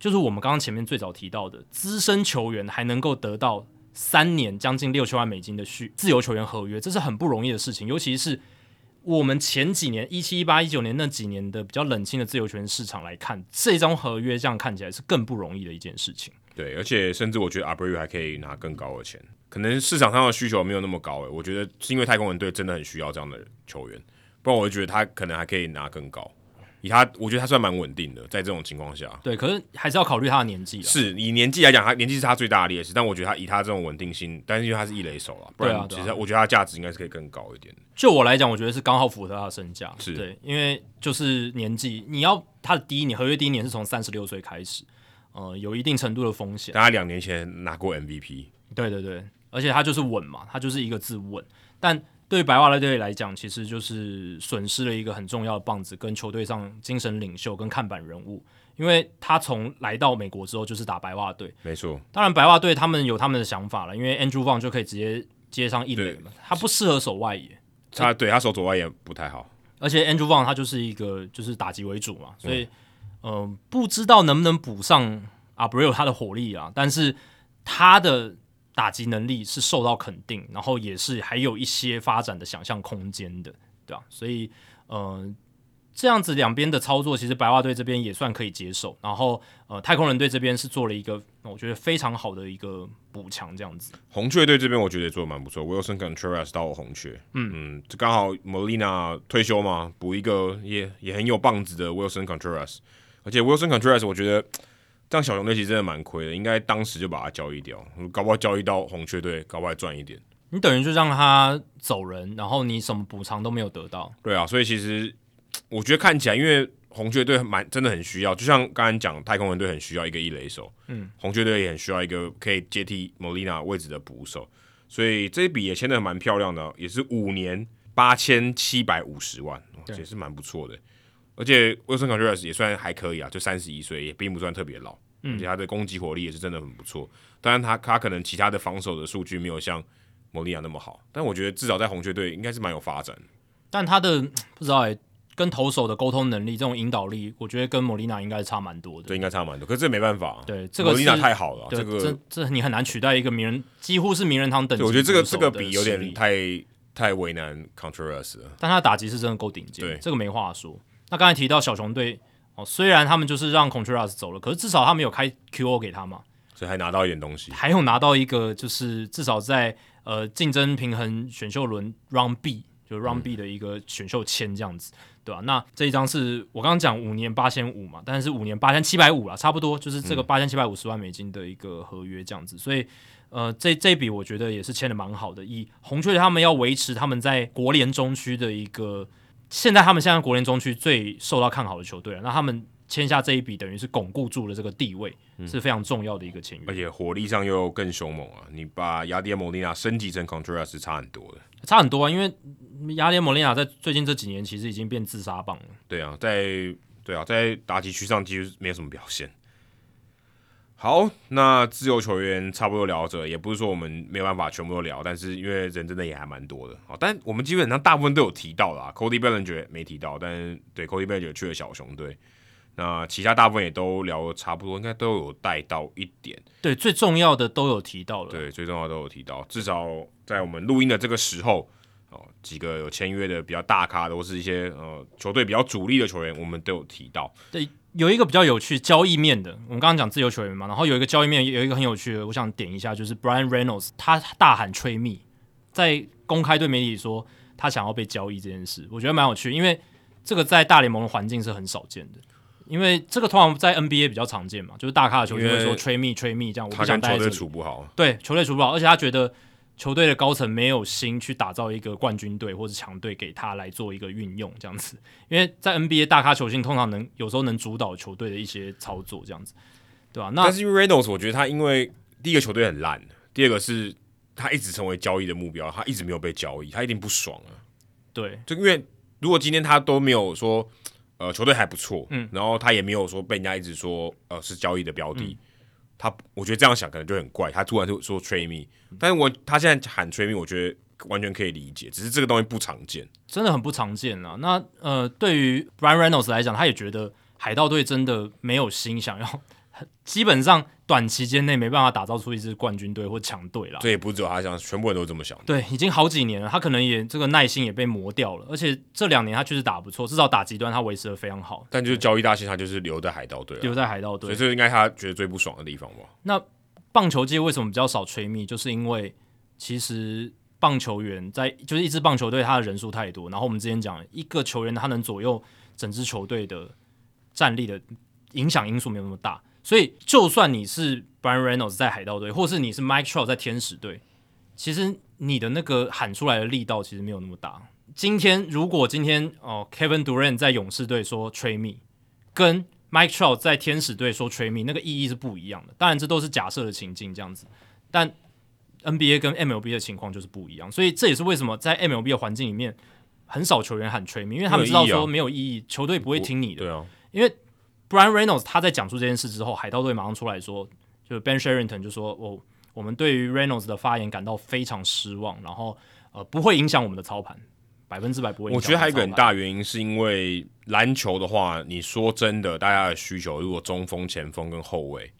就是我们刚刚前面最早提到的资深球员还能够得到三年将近六千万美金的续自由球员合约，这是很不容易的事情，尤其是我们前几年一七、一八、一九年那几年的比较冷清的自由球员市场来看，这张合约这样看起来是更不容易的一件事情。
对，而且甚至我觉得 Abreu 还可以拿更高的钱，可能市场上的需求没有那么高诶、欸我觉得是因为太空人队真的很需要这样的球员，不然我就觉得他可能还可以拿更高。以他，我觉得他算蛮稳定的，在这种情况下，
对，可是啊还是要考虑他的年纪啦。
是以年纪来讲，他年纪是他最大的劣势，但我觉得他以他这种稳定性，但是因为他是一垒手啊，不
对啊
然
对
其
啊
实我觉得他价值应该是可以更高一点的。
就我来讲，我觉得是刚好符合他的身价，
是
对，因为就是年纪，你要他的第一年合约第一年是从三十六岁开始，呃，有一定程度的风险，
但他两年前拿过 MVP，
对对对，而且他就是稳嘛，他就是一个字稳，但。对于白袜队来讲，其实就是损失了一个很重要的棒子，跟球队上精神领袖跟看板人物，因为他从来到美国之后就是打白袜队，
没错，
当然，白袜队他们有他们的想法了，因为 Andrew Vaughn 就可以直接接上一垒嘛，他不适合守外野，
他对他手左外也不太好，
而且 Andrew Vaughn 他就是一个就是打击为主嘛，所以嗯、呃不知道能不能补上 Abreu 他的火力啊，但是他的打击能力是受到肯定，然后也是还有一些发展的想象空间的，对吧、所以呃。这样子两边的操作，其实白袜队这边也算可以接受，然后呃，太空人队这边是做了一个我觉得非常好的一个补强，这样子。
红雀队这边我觉得也做的蛮不错，Wilson Contreras 到红雀，嗯嗯，就刚好 Molina 退休嘛，补一个也也很有棒子的 Wilson Contreras，而且 Wilson Contreras 我觉得这样小熊队其实真的蛮亏的，应该当时就把他交易掉，搞不好交易到红雀队，搞不好还赚一点。
你等于就让他走人，然后你什么补偿都没有得到。
对啊，所以其实我觉得看起来，因为红雀队蛮真的很需要，就像刚才讲，太空人队很需要一个一垒手，嗯，红雀队也很需要一个可以接替 Molina 位置的捕手，所以这一笔也签的蛮漂亮的，哦也是五年八千七百五十万，哦
对
也是蛮不错的。而且 Wilson Contreras 也算还可以啊，就三十一岁，也并不算特别老，而且他的攻击火力也是真的很不错。当然他，他可能其他的防守的数据没有像 Molina 那么好，但我觉得至少在红雀队应该是蛮有发展的。
但他的不知道哎、跟投手的沟通能力、这种引导力，我觉得跟莫莉娜应该是差蛮多的。
对，应该差蛮多。可是这没办法、啊，
对这个
莫
是
莉娜太好了啊、
对，
这个
这这你很难取代一个名人，几乎是名人堂等级
对我觉得这个
捕手
这
的
个比有
实
点
力
太太为难 Contreras 了。
但他的打击是真的够顶尖，
对
这个没话说。那刚才提到小熊队哦，虽然他们就是让 Contreras 走了，可是至少他们有开 QO 给他嘛，
所以还拿到一点东西，
还有拿到一个就是至少在呃竞争平衡选秀轮 Round B 就是 Round B 的一个选秀签这样子，对吧、那这一张是我刚刚讲五年八千五嘛，但是五年八千七百五啦，差不多就是这个八千七百五十万美金的一个合约这样子，所以。呃，这这一笔我觉得也是签的蛮好的。以红雀他们要维持他们在国联中区的一个，现在他们现在国联中区最受到看好的球队了，啊那他们签下这一笔，等于是巩固住了这个地位，是非常重要的一个签约
而。且火力上又更凶猛啊！你把雅典莫莉娜升级成 Contreras 是差很多的。
差很多啊，因为雅典莫利亚在最近这几年其实已经变自杀棒了。
对啊，在对啊，在打击区上几乎没有什么表现。好，那自由球员差不多聊着，也不是说我们没有办法全部都聊，但是因为人真的也还蛮多的啊。但我们基本上大部分都有提到啦，Cody Bellinger 没提到，但是对 Cody Bellinger 去了小熊队，那其他大部分也都聊得差不多，应该都有带到一点。
对，最重要的都有提到了。，
对，最重要的都有提到，至少在我们录音的这个时候，哦，几个有签约的比较大咖的，或是一些呃球队比较主力的球员，我们都有提到。
有一个比较有趣交易面的，我们刚刚讲自由球员嘛，然后有一个交易面有一个很有趣的，我想点一下，就是 Brian Reynolds 他大喊吹密，在公开对媒体说他想要被交易这件事，我觉得蛮有趣，因为这个在大联盟的环境是很少见的。因为这个通常在 NBA 比较常见嘛，就是大咖的球员会
因
说
为
吹密吹密这样，我
他
不
跟
想待
球
在这
队
里。
处不好，
对球队处不好，而且他觉得球队的高层没有心去打造一个冠军队或者强队给他来做一个运用，这样子。因为在 NBA 大咖球星通常能有时候能主导球队的一些操作，这样子，对吧、那
但是因为 Reynolds，我觉得他因为第一个球队很烂，第二个是他一直成为交易的目标，他一直没有被交易，他一定不爽啊。
对
就因为如果今天他都没有说，呃，球队还不错，
嗯
然后他也没有说被人家一直说，呃，是交易的标的，
嗯
他我觉得这样想可能就很怪，他突然就说 trade me，但是我他现在喊 trade me，我觉得完全可以理解，只是这个东西不常见，
真的很不常见啊。那呃，对于 Brian Reynolds 来讲，他也觉得海盗队真的没有心想要， 基本上短期间内没办法打造出一支冠军队或强队啦。
这也不是只有他想，全部人都这么想。
对，已经好几年了，他可能也这个耐心也被磨掉了，而且这两年他确实打得不错，至少打极端他维持的非常好，
但就是交易大线，他就是留在海盗队、啊，
留在海盗
所以
队。
这应该他觉得最不爽的地方吧。
棒球界为什么比较少吹密，就是因为其实棒球员在就是一支棒球队他的人数太多，然后我们之前讲一个球员他能左右整支球队的战力的影响因素没有那么大。所以，就算你是 Brian Reynolds 在海盗队，或是你是 Mike Trout 在天使队，其实你的那个喊出来的力道其实没有那么大。今天如果今天哦、Kevin Durant 在勇士队说 “Trade me”，跟 Mike Trout 在天使队说 “Trade me” 那个意义是不一样的。当然，这都是假设的情境这样子，但 NBA 跟 MLB 的情况就是不一样，所以这也是为什么在 MLB 的环境里面很少球员喊 “Trade me”，因为他们知道说没有意义，球队不会听你的。
对啊，
因为 Brian Reynolds 他在讲述这件事之后，海盗队马上出来说，就是 Ben Sherrington 就说，我、我们对于 Reynolds 的发言感到非常失望，然后呃不会影响我们的操盘，百分之百不会
我
影响们的操盘。
觉得还有一个很大原因，是因为篮球的话，你说真的，大家的需求如果中锋、前锋跟后卫，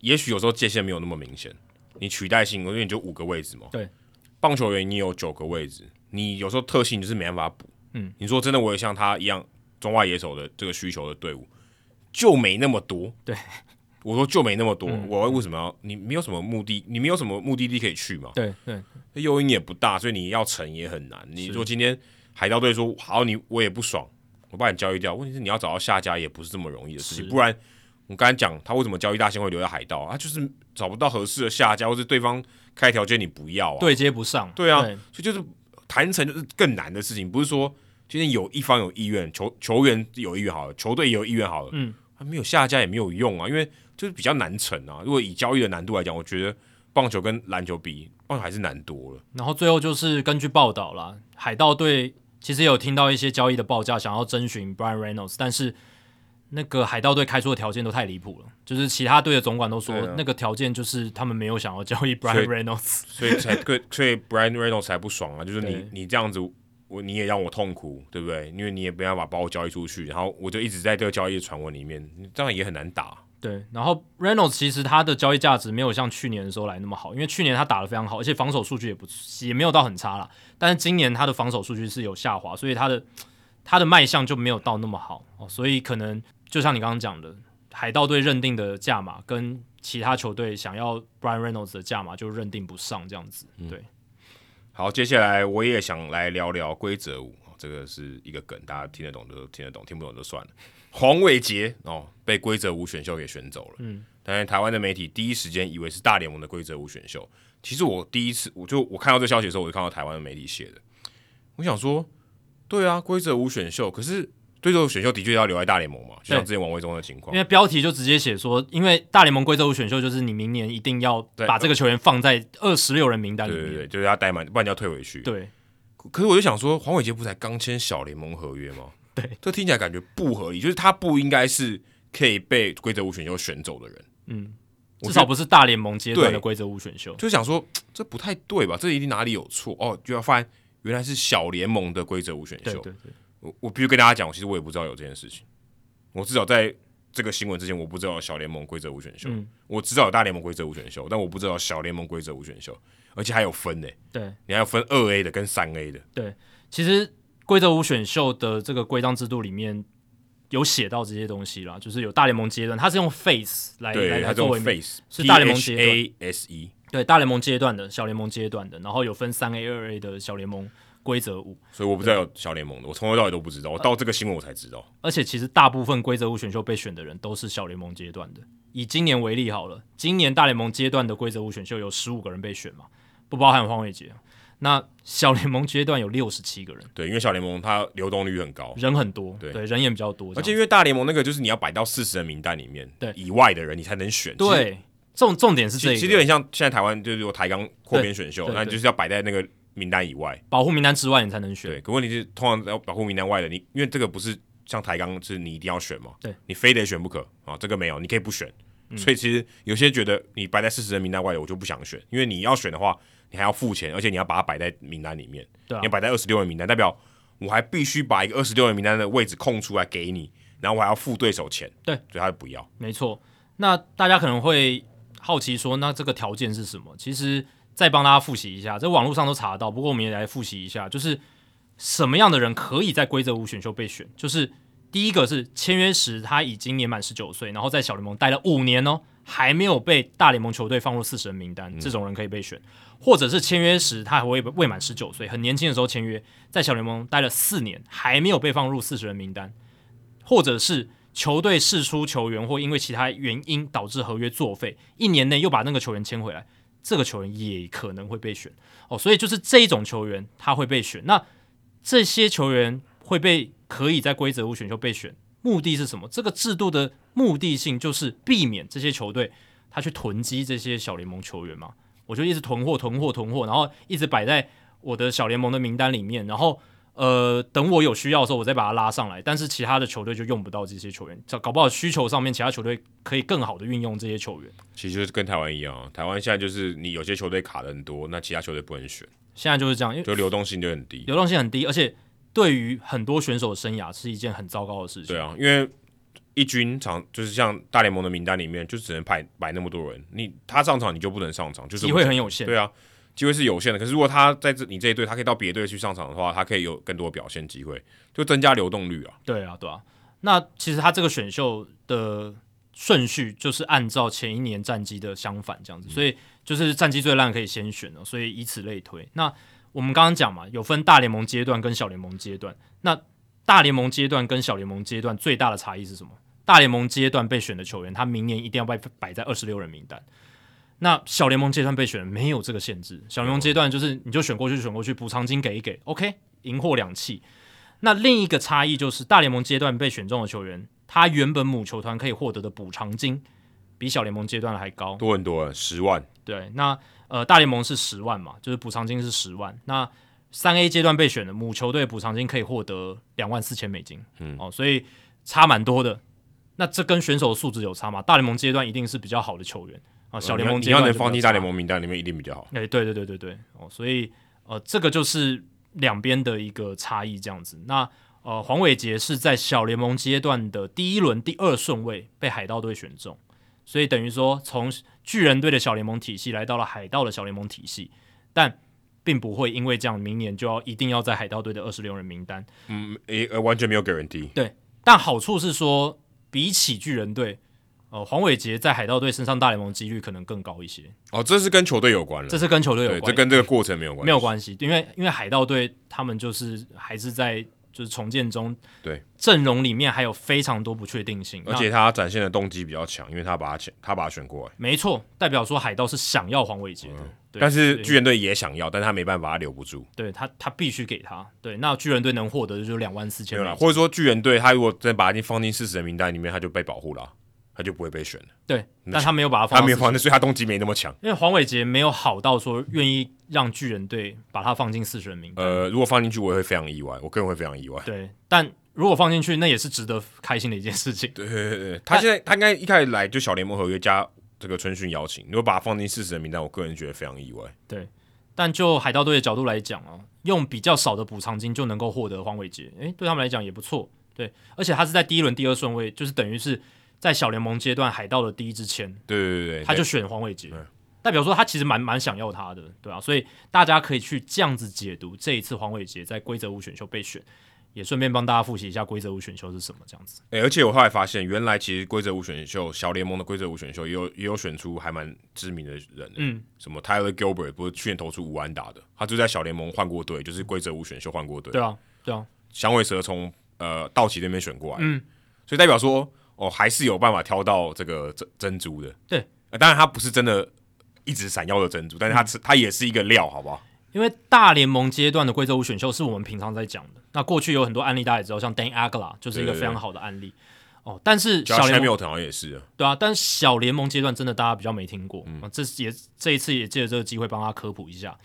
也许有时候界限没有那么明显。你取代性，因为你就五个位置嘛。
对，
棒球员你有九个位置，你有时候特性就是没办法补。
嗯，
你说真的，我也像他一样中外野手的这个需求的队伍就没那么多。
对，嗯
我说就没那么多，我为什么要？你没有什么目的，你没有什么目的地可以去嘛？
对对
那诱因也不大，所以你要成也很难。你说今天海盗队说好，你我也不爽，我把你交易掉。问题是你要找到下家也不是这么容易的事情，
是
不然我刚才讲他为什么交易大仙会留在海盗啊，他就是找不到合适的下家，或是对方开条件你不要啊。
对接不上。
对啊，所以就是谈成就是更难的事情，不是说今天有一方有意愿，球球员有意愿好了，球队也有意愿好了，
嗯，
他没有下家也没有用啊，因为就是比较难成啊。如果以交易的难度来讲，我觉得棒球跟篮球比，棒球还是难多了。
然后最后就是根据报道啦，海盗队其实也有听到一些交易的报价，想要征询 Brian Reynolds，但是那个海盗队开出的条件都太离谱了，就是其他队的总管都说、
对啊
那个条件就是他们没有想要交易
所
Brian
以
Reynolds。
所以才对，所以 Brian Reynolds 才不爽啊，就是你
对
你这样子，我你也让我痛苦，对不对？因为你也没办法把我交易出去，然后我就一直在这个交易的传闻里面，你这样也很难打。
对，然后 Reynolds 其实他的交易价值没有像去年的时候来那么好，因为去年他打得非常好，而且防守数据也不也没有到很差啦。但是今年他的防守数据是有下滑，所以他的他的卖相就没有到那么好哦，所以可能就像你刚刚讲的，海盗队认定的价码跟其他球队想要 Brian Reynolds 的价码就认定不上这样子。
嗯
对，
好，接下来我也想来聊聊规则五，哦这个是一个梗，大家听得懂就听得懂，听不懂就算了。黄伟杰哦，被规则五选秀给选走了。嗯，但是台湾的媒体第一时间以为是大联盟的规则五选秀。其实我第一次，我就我看到这消息的时候，我就看到台湾的媒体写的，我想说，对啊，规则五选秀，可是规则五选秀的确要留在大联盟嘛，就像之前王卫忠的情况
因。为标题就直接写说，因为大联盟规则五选秀就是你明年一定要
对
把这个球员放在二十六人名单里
对
面。
对对，就是要待满，不然就要退回去。
对
可是我就想说，黄伟杰不才刚签小联盟合约吗？
对，
这听起来感觉不合理，就是他不应该是可以被规则五选秀选走的人。
嗯，
我
至
觉
少
得
不是大联盟阶段
对
的规则五选秀。
就想说嘖这不太对吧？这一定哪里有错哦？就要发现原来是小联盟的规则五选秀。
对对对，
我我必须跟大家讲，其实我也不知道有这件事情。我至少在这个新闻之前，我不知道有小联盟规则五选秀，
嗯
我知道有大联盟规则五选秀，但我不知道有小联盟规则五选秀，而且还有分呢、
对
你还有分二 A 的跟三 A 的。
其实规则五选秀的这个规章制度里面有写到这些东西啦，就是有大联盟阶段，它是用 face 来哎来
对，
来
他
作
用
为名
face
是大联盟阶段
A S E，
对大联盟阶段的、小联盟阶段的，然后有分三 A、二 A 的小联盟规则五。
所以我不知道有小联盟的，我从头到尾都不知道，我到这个新闻我才知道。
而且其实大部分规则五选秀被选的人都是小联盟阶段的。以今年为例好了，今年大联盟阶段的规则五选秀有十五个人被选嘛，不包含黄伟杰。那小联盟阶段有六十七个人，
对，因为小联盟它流动率很高，
人很多，
对
人也比较多，
而且因为大联盟那个就是你要摆到四十人名单里面，
对
以外的人你才能选。
这样对重重点是
其
这
实，其实其
一个
实有点像现在台湾就是有台钢扩编选秀，
对对
那你就是要摆在那个名单以外。
保护名单之外你才能选，
对，可问题是通常要保护名单外的，你因为这个不是像台钢是你一定要选嘛，
对，嗯
你非得选不可啊，这个没有，你可以不选。所以其实有些觉得你摆在四十人名单外的，我就不想选，因为你要选的话，你还要付钱，而且你要把它摆在名单里面。
对啊
你要，摆在二十六人名单，代表我还必须把一个二十六人名单的位置空出来给你，然后我还要付对手钱。
对
所以他就不要。
没错。那大家可能会好奇说，那这个条件是什么？其实再帮大家复习一下，这网络上都查得到，不过我们也来复习一下，就是什么样的人可以在规则五选秀被选？就是第一个是签约时他已经年满十九岁，然后在小联盟待了五年哦，还没有被大联盟球队放入四十人名单，这种人可以被选；或者是签约时他还未未满十九岁，很年轻的时候签约，在小联盟待了四年，还没有被放入四十人名单，或者是球队释出球员或因为其他原因导致合约作废，一年内又把那个球员签回来，这个球员也可能会被选哦。所以就是这一种球员他会被选。那这些球员会被可以在规则屋选秀被选，目的是什么？这个制度的目的性就是避免这些球队他去囤积这些小联盟球员嘛。我就一直囤货、囤货、囤货，然后一直摆在我的小联盟的名单里面，然后呃，等我有需要的时候，我再把它拉上来。但是其他的球队就用不到这些球员，搞搞不好需求上面其他球队可以更好的运用这些球员。
其实就是跟台湾一样啊，台湾现在就是你有些球队卡的很多，那其他球队不能选，
现在就是这样，因为
就流动性就很低。
流动性很低，而且对于很多选手的生涯是一件很糟糕的事情。
对啊，因为一军场就是像大联盟的名单里面，就只能摆摆那么多人，你他上场你就不能上场，就是
机会很有限。
对啊，机会是有限的。可是如果他在这你这一队，他可以到别队去上场的话，他可以有更多表现机会，就增加流动率啊。
对啊，对啊。那其实他这个选秀的顺序就是按照前一年战绩的相反这样
嗯
子，所以就是战绩最烂可以先选哦，所以以此类推。那我们刚刚讲嘛，有分大联盟阶段跟小联盟阶段。那大联盟阶段跟小联盟阶段最大的差异是什么？大联盟阶段被选的球员，他明年一定要被摆在二十六人名单。那小联盟阶段被选没有这个限制，小联盟阶段就是你就选过去就选过去，补偿金给一给，OK，赢货两气。那另一个差异就是，大联盟阶段被选中的球员，他原本母球团可以获得的补偿金比小联盟阶段还高。
多很多人，十万，
对，那呃，大联盟是十万嘛，就是补偿金是十万。那三 A 阶段被选的母球队补偿金可以获得两万四千美金，嗯，哦，所以差蛮多的。那这跟选手的素质有差吗？大联盟阶段一定是比较好的球员啊，小联盟
哦你
阶
要
段
能
就比
放
较
进大
差
联。盟名单里面一定比较好。
哎、对对对对对，哦，所以呃，这个就是两边的一个差异这样子。那呃，黄伟杰是在小联盟阶段的第一轮第二顺位被海盗队选中，所以等于说从巨人队的小联盟体系来到了海盗的小联盟体系，但并不会因为这样明年就要一定要在海盗队的二十六人名单。
嗯，诶、呃完全没有 guarantee。
对，但好处是说，比起巨人队，呃，黄伟杰在海盗队身上大联盟几率可能更高一些，
哦，这是跟球队有关了，
这是跟球队有
对，
关
这跟这个过程没有关系，
没有关系，因为因为海盗队他们就是还是在就是重建中，
对
阵容里面还有非常多不确定性，
而且他展现的动机比较强，因为他把他选，他把他选过来
那。没错，代表说海盗是想要黄伟杰的，
嗯
对
但是
对
巨人队也想要，但他没办法，他留不住。
对他他必须给他，对，那巨人队能获得的就是两万四
没
千
有啦，
美
或
金，
者说巨人队他如果真的把他放进四十人名单里面，他就被保护了啊，他就不会被选了。
对，但他没有把它放
他
到
没有
40
放进，所以他动机没那么强。
因为黄伟杰没有好到说愿意让巨人队把他放进四十人名单，
呃，如果放进去，我也会非常意外，我个人会非常意外。
对，但如果放进去，那也是值得开心的一件事情，
对对对对，他现在他应该一开始来就小联盟合约加这个春训邀请，如果把他放进四十人名单，我个人觉得非常意外。
对，但就海盗队的角度来讲啊，用比较少的补偿金就能够获得黄伟杰，诶，对他们来讲也不错。对，而且他是在第一轮第二顺位，就是等于是在小联盟阶段海盗的第一支签，
对对对对，
他就选黄伟杰，代表说他其实蛮蛮想要他的，对啊，所以大家可以去这样子解读这一次黄伟杰在规则五选秀被选，也顺便帮大家复习一下规则五选秀是什么这样子。
诶、而且我后来发现，原来其实规则五选秀小联盟的规则五选秀也有也有选出还蛮知名的人、
嗯，
什么 Tyler Gilbert 不是去年投出五安打的，他就在小联盟换过队，就是规则五选秀换过队。
对啊，对啊，
响尾蛇从呃道奇那边选过来，
嗯，
所以代表说哦还是有办法挑到这个珍珍珠的。
对
呃当然他不是真的一直闪耀的珍珠，但是他
嗯
吃、他也是一个料，好不好？
因为大联盟阶段的规则五选秀是我们平常在讲的。那过去有很多案例，大家也知道，像 Dan Agla 就是一个
对对对
非常好的案例。哦，但是
j o
小
s
联
h
盟
Hamilton 好像也是啊，
对啊，但是小联盟阶段真的大家比较没听过，啊这是也这一次也借着这个机会帮他科普一下。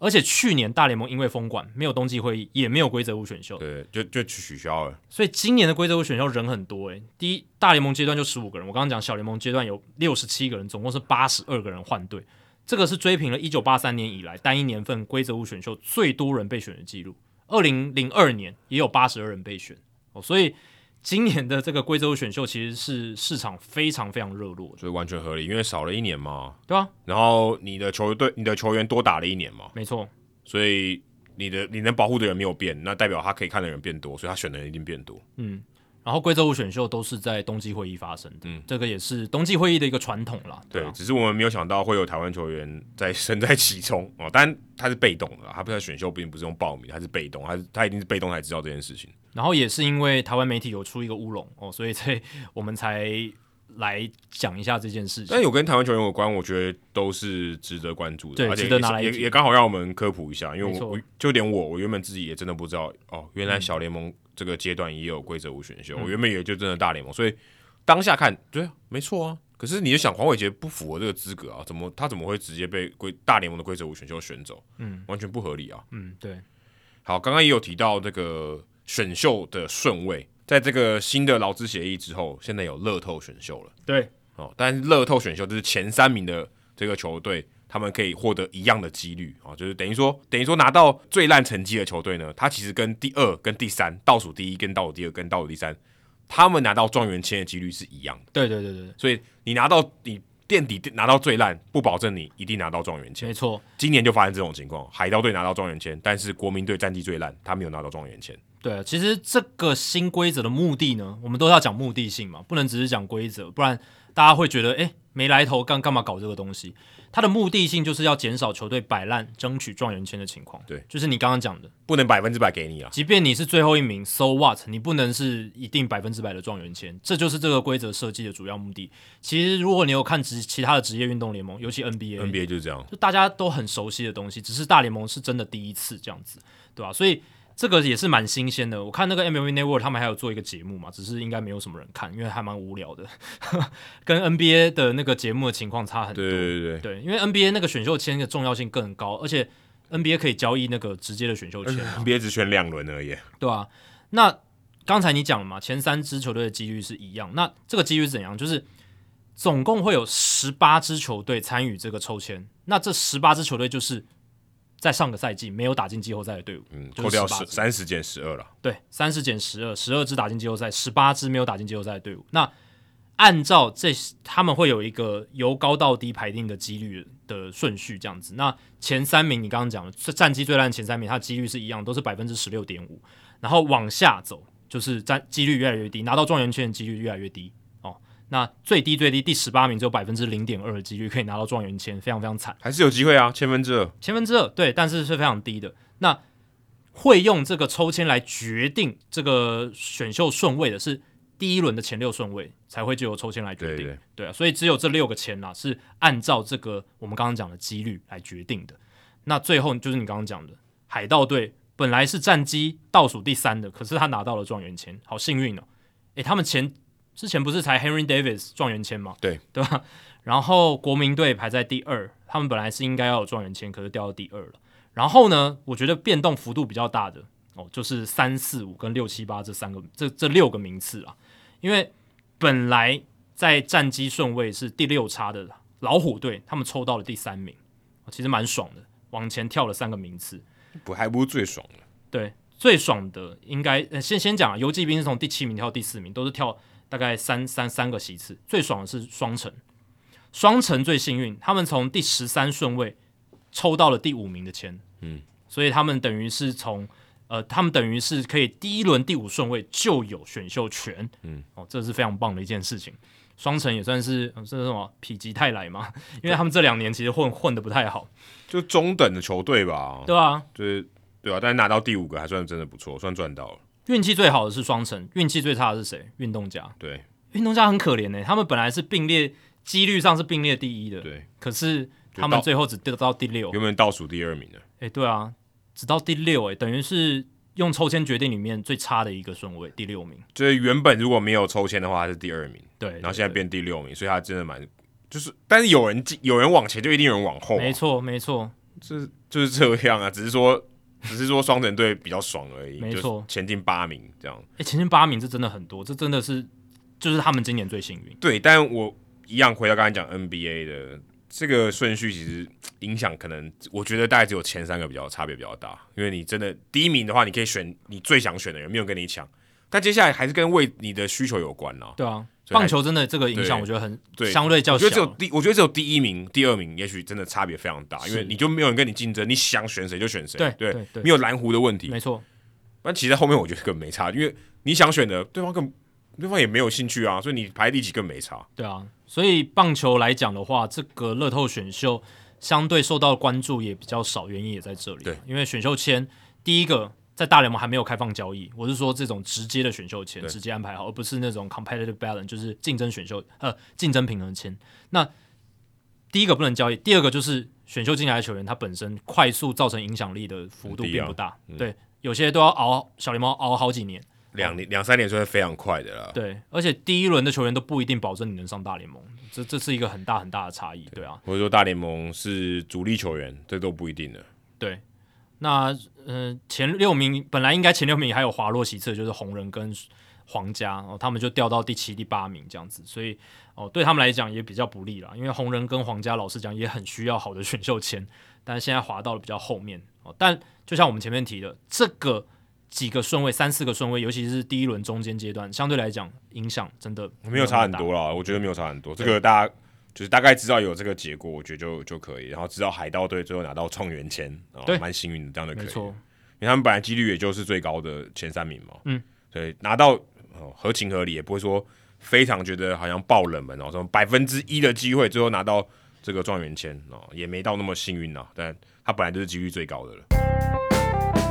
而且去年大联盟因为封馆，没有冬季会议，也没有规则五选秀，
对，就就取消了。
所以今年的规则五选秀人很多诶、欸第一，大联盟阶段就十五个人，我刚刚讲小联盟阶段有六十七个人，总共是八十二个人换队，这个是追平了一九八三年以来单一年份规则五选秀最多人被选的记录。二零零二年也有八十二人被选哦，所以今年的这个规则五选秀其实是市场非常非常热络的，
所以完全合理，因为少了一年嘛，
对啊，
然后你的球队、你的球员多打了一年嘛，
没错，
所以你的你能保护的人没有变，那代表他可以看的人变多，所以他选的人一定变多。
嗯，然后贵州五选秀都是在冬季会议发生的，
嗯
这个也是冬季会议的一个传统啦。
对
啊，
只是我们没有想到会有台湾球员在身在其中 哦。当然他是被动的啊啦，他不在选秀并不是用报名，他是被动，他是他一定是被动才知道这件事情。
然后也是因为台湾媒体有出一个乌龙哦，所以这我们才来讲一下这件事情
但。有跟台湾球员有关，我觉得都是值得关注的，
对
而且
值得拿来
也
提
也也刚好让我们科普一下，因为
没错嗯
我我就连我我原本自己也真的不知道哦，原来小联盟这个阶段也有规则五选秀，我原本也就真的大联盟，所以当下看对啊，没错啊。可是你就想黄伟杰不符合这个资格啊？怎么他怎么会直接被规大联盟的规则五选秀选走？
嗯，
完全不合理啊！
嗯，对，
好，刚刚也有提到这个选秀的顺位，在这个新的劳资协议之后，现在有乐透选秀了
对，
哦。但是乐透选秀就是前三名的这个球队，他们可以获得一样的几率啊、哦，就是等于说等于说拿到最烂成绩的球队呢，他其实跟第二、跟第三、倒数第一、跟倒数第二、跟倒数第三，他们拿到状元签的几率是一样的。
对对对对对，
所以你拿到你垫底拿到最烂，不保证你一定拿到状元签
没。错，
今年就发生这种情况，海盗队拿到状元签，但是国民队战绩最烂，他没有拿到状元签。
对。其实这个新规则的目的呢，我们都要讲目的性嘛，不能只是讲规则，不然大家会觉得诶没来头，干干嘛搞这个东西？它的目的性就是要减少球队摆烂、争取状元签的情况。
对，
就是你刚刚讲的，
不能百分之百给你啊。
即便你是最后一名，so what？你不能是一定百分之百的状元签，这就是这个规则设计的主要目的。其实，如果你有看职其他的职业运动联盟，尤其 NBA，,
NBA 就是这样，
就大家都很熟悉的东西，只是大联盟是真的第一次这样子，对吧、所以这个也是蛮新鲜的。我看那个 MLB Network 他们还有做一个节目嘛，只是应该没有什么人看，因为还蛮无聊的， 跟 NBA 的那个节目的情况差很多。
对对对对，
对，因为 NBA 那个选秀签的重要性更高，而且 NBA 可以交易那个直接的选秀签 嘛。
n b a 只选两轮而已。
对啊，那刚才你讲了嘛，前三支球队的几率是一样。那这个几率是怎样？就是总共会有十八支球队参与这个抽签。那这十八支球队就是在上个赛季没有打进季后赛的队伍，
嗯，
就是
扣掉
18
十三十减十二了。
对，三十减十二，十二支打进季后赛，十八支没有打进季后赛的队伍。那按照这，他们会有一个由高到低排定的几率的顺序，这样子。那前三名，你刚刚讲的是战绩最烂的前三名，它的几率是一样，都是百分之十六点五。然后往下走，就是战几率越来越低，拿到状元签的几率越来越低哦。那最低最低第十八名只有百分之零点二的几率可以拿到状元签，非常非常惨。
还是有机会啊，千分之二。
千分之二，对，但是是非常低的。那会用这个抽签来决定这个选秀顺位的是第一轮的前六顺位才会就由抽签来决定，
对对
啊，所以只有这六个签啦是按照这个我们刚刚讲的几率来决定的。那最后就是你刚刚讲的海盗队本来是战绩倒数第三的，可是他拿到了状元签，好幸运哦！诶，他们前之前不是才 Henry Davis 状元签吗？
对
对吧？然后国民队排在第二，他们本来是应该要有状元签，可是掉到第二了。然后呢，我觉得变动幅度比较大的哦，就是三四五跟六七八这三个这这六个名次啦，因为本来在战绩顺位是第六差的老虎队，他们抽到了第三名，哦其实蛮爽的，往前跳了三个名次。
不还不是最爽的。
对，最爽的应该、呃先先讲啊，游击兵是从第七名跳到第四名，都是跳大概三三三个席次。最爽的是双城，双城最幸运，他们从第十三顺位抽到了第五名的签，
嗯，
所以他们等于是从呃，他们等于是可以第一轮第五顺位就有选秀权，
嗯，
哦，这是非常棒的一件事情。双城也算是呃这是什么否极泰来嘛， 因为他们这两年其实混混的不太好，
就中等的球队吧，
对啊，
就是对啊，但是拿到第五个还算真的不错，算赚到了。
运气最好的是双城，运气最差的是谁？运动家，
对
运动家很可怜呢、他们本来是并列几率上是并列第一的，
对，
可是他们最后只得到第六。
原本倒数第二名的，
哎、对啊，只到第六、哎，等于是用抽签决定里面最差的一个顺位，第六名。
就是原本如果没有抽签的话，他是第二名，
对，
然后现在
对
变第六名，所以他真的蛮就是，但是有人进，有人往前就一定有人往后、
对
啊
没，错，没错，
就是就是这样啊，只是说只是说双城队比较爽而已，
没错
就是前进八名这样。
哎、前面八名这真的很多，这真的是就是他们今年最幸运。
对，但我一样回到刚才讲 NBA 的这个顺序，其实影响可能我觉得大概只有前三个比较差别比较大，因为你真的第一名的话，你可以选你最想选的人，没有跟你抢。但接下来还是跟为你的需求有关啦、
对啊，
所以还
棒球真的这个影响，
对
我觉得很
对
相对较
我觉
小
得只。有第，我觉得只有第一名、第二名，也许真的差别非常大，因为
是
你就没有人跟你竞争，你想选谁就选谁，
对
对
对对
没有蓝湖的问题。
没错，
但其实后面我觉得根本没差，因为你想选的对方更对方也没有兴趣啊，所以你排第几更没差。
对啊，所以棒球来讲的话，这个乐透选秀相对受到关注也比较少，原因也在这里。啊
对，
因为选秀签第一个在大联盟还没有开放交易，我是说这种直接的选秀签
对
直接安排好，而不是那种 competitive balance，就是竞争选秀呃竞争平衡签。那第一个不能交易，第二个就是选秀进来的球员他本身快速造成影响力的幅度
很低啊
并不大，对，有些都要熬小联盟熬好几年。
两年两三年算是非常快的啦。
对，而且第一轮的球员都不一定保证你能上大联盟，这这是一个很大很大的差异，对啊，
或者说大联盟是主力球员，这都不一定的。
对。那呃，前六名本来应该前六名还有滑落其次，就是红人跟皇家哦，他们就掉到第七、第八名这样子，所以哦，对他们来讲也比较不利啦，因为红人跟皇家老实讲也很需要好的选秀签，但是现在滑到了比较后面哦。但就像我们前面提的，这个几个顺位、三四个顺位，尤其是第一轮中间阶段，相对来讲影响真的
没有差很
那么大
多啦，我觉得没有差很多。这个大家就是大概知道有这个结果，我觉得就就可以。然后知道海盗队最后拿到状元签，啊、
对
蛮幸运的，这样就可以。
没错，
因为他们本来几率也就是最高的前三名嘛，
嗯，
所以拿到、哦、合情合理，也不会说非常觉得好像爆冷门哦，什么百分之一的机会最后拿到这个状元签哦，也没到那么幸运啊，但他本来就是几率最高的了。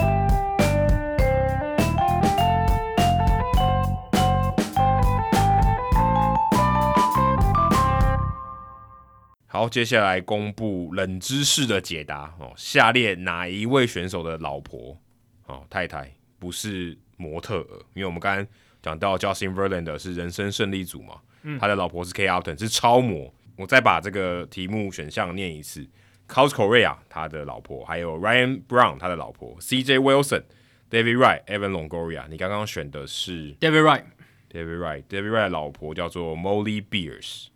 好，接下来公布冷知识的解答哦。下列哪一位选手的老婆哦太太不是模特儿？因为我们刚刚讲到 Justin Verlander 是人生胜利组嘛，
嗯
他的老婆是 K. Upton 是超模。我再把这个题目选项念一次 c o s Correa 他的老婆，还有 Ryan Brown 他的老婆，C.J. Wilson、David Wright、Evan Longoria。你刚刚选的是
David Wright。
David Wright，David Wright 的老婆叫做 Molly Beers，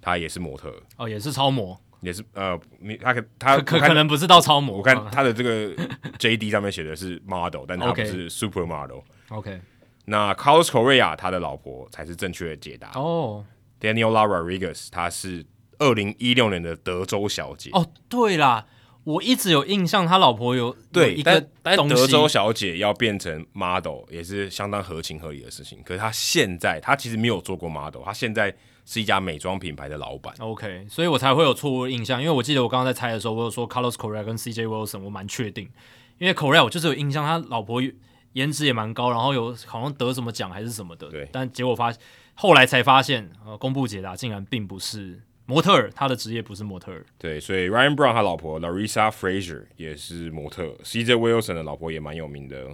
她也是模特儿。
哦，也是超模，
也是呃，你他可他
可
我
可
看
能不啊是到超模。
我看他的这个 JD 上面写的是 model，但他不
OK
是 super model。
OK，
那 Carlos Correa 他的老婆才是正确的解答。
哦
Daniela Rodriguez 她是二零一六年的德州小姐。
哦，对啦，我一直有印象，他老婆有有
对，
一个
但但
东
德
西
州小姐要变成 model 也是相当合情合理的事情。可是她现在她其实没有做过 model，她现在是一家美妆品牌的老板。
OK，所以我才会有错误的印象，因为我记得我刚刚在猜的时候，我有说 Carlos Correa 跟 CJ Wilson，我蛮确定，因为 Correa 我就是有印象，他老婆颜值也蛮高，然后有好像得什么奖还是什么的，
对
但结果发后来才发现，呃，公布解答竟然并不是模特儿，他的职业不是模特儿，
对，所以 Ryan Brown 他老婆 Larissa Fraser 也是模特，CJ Wilson 的老婆也蛮有名的，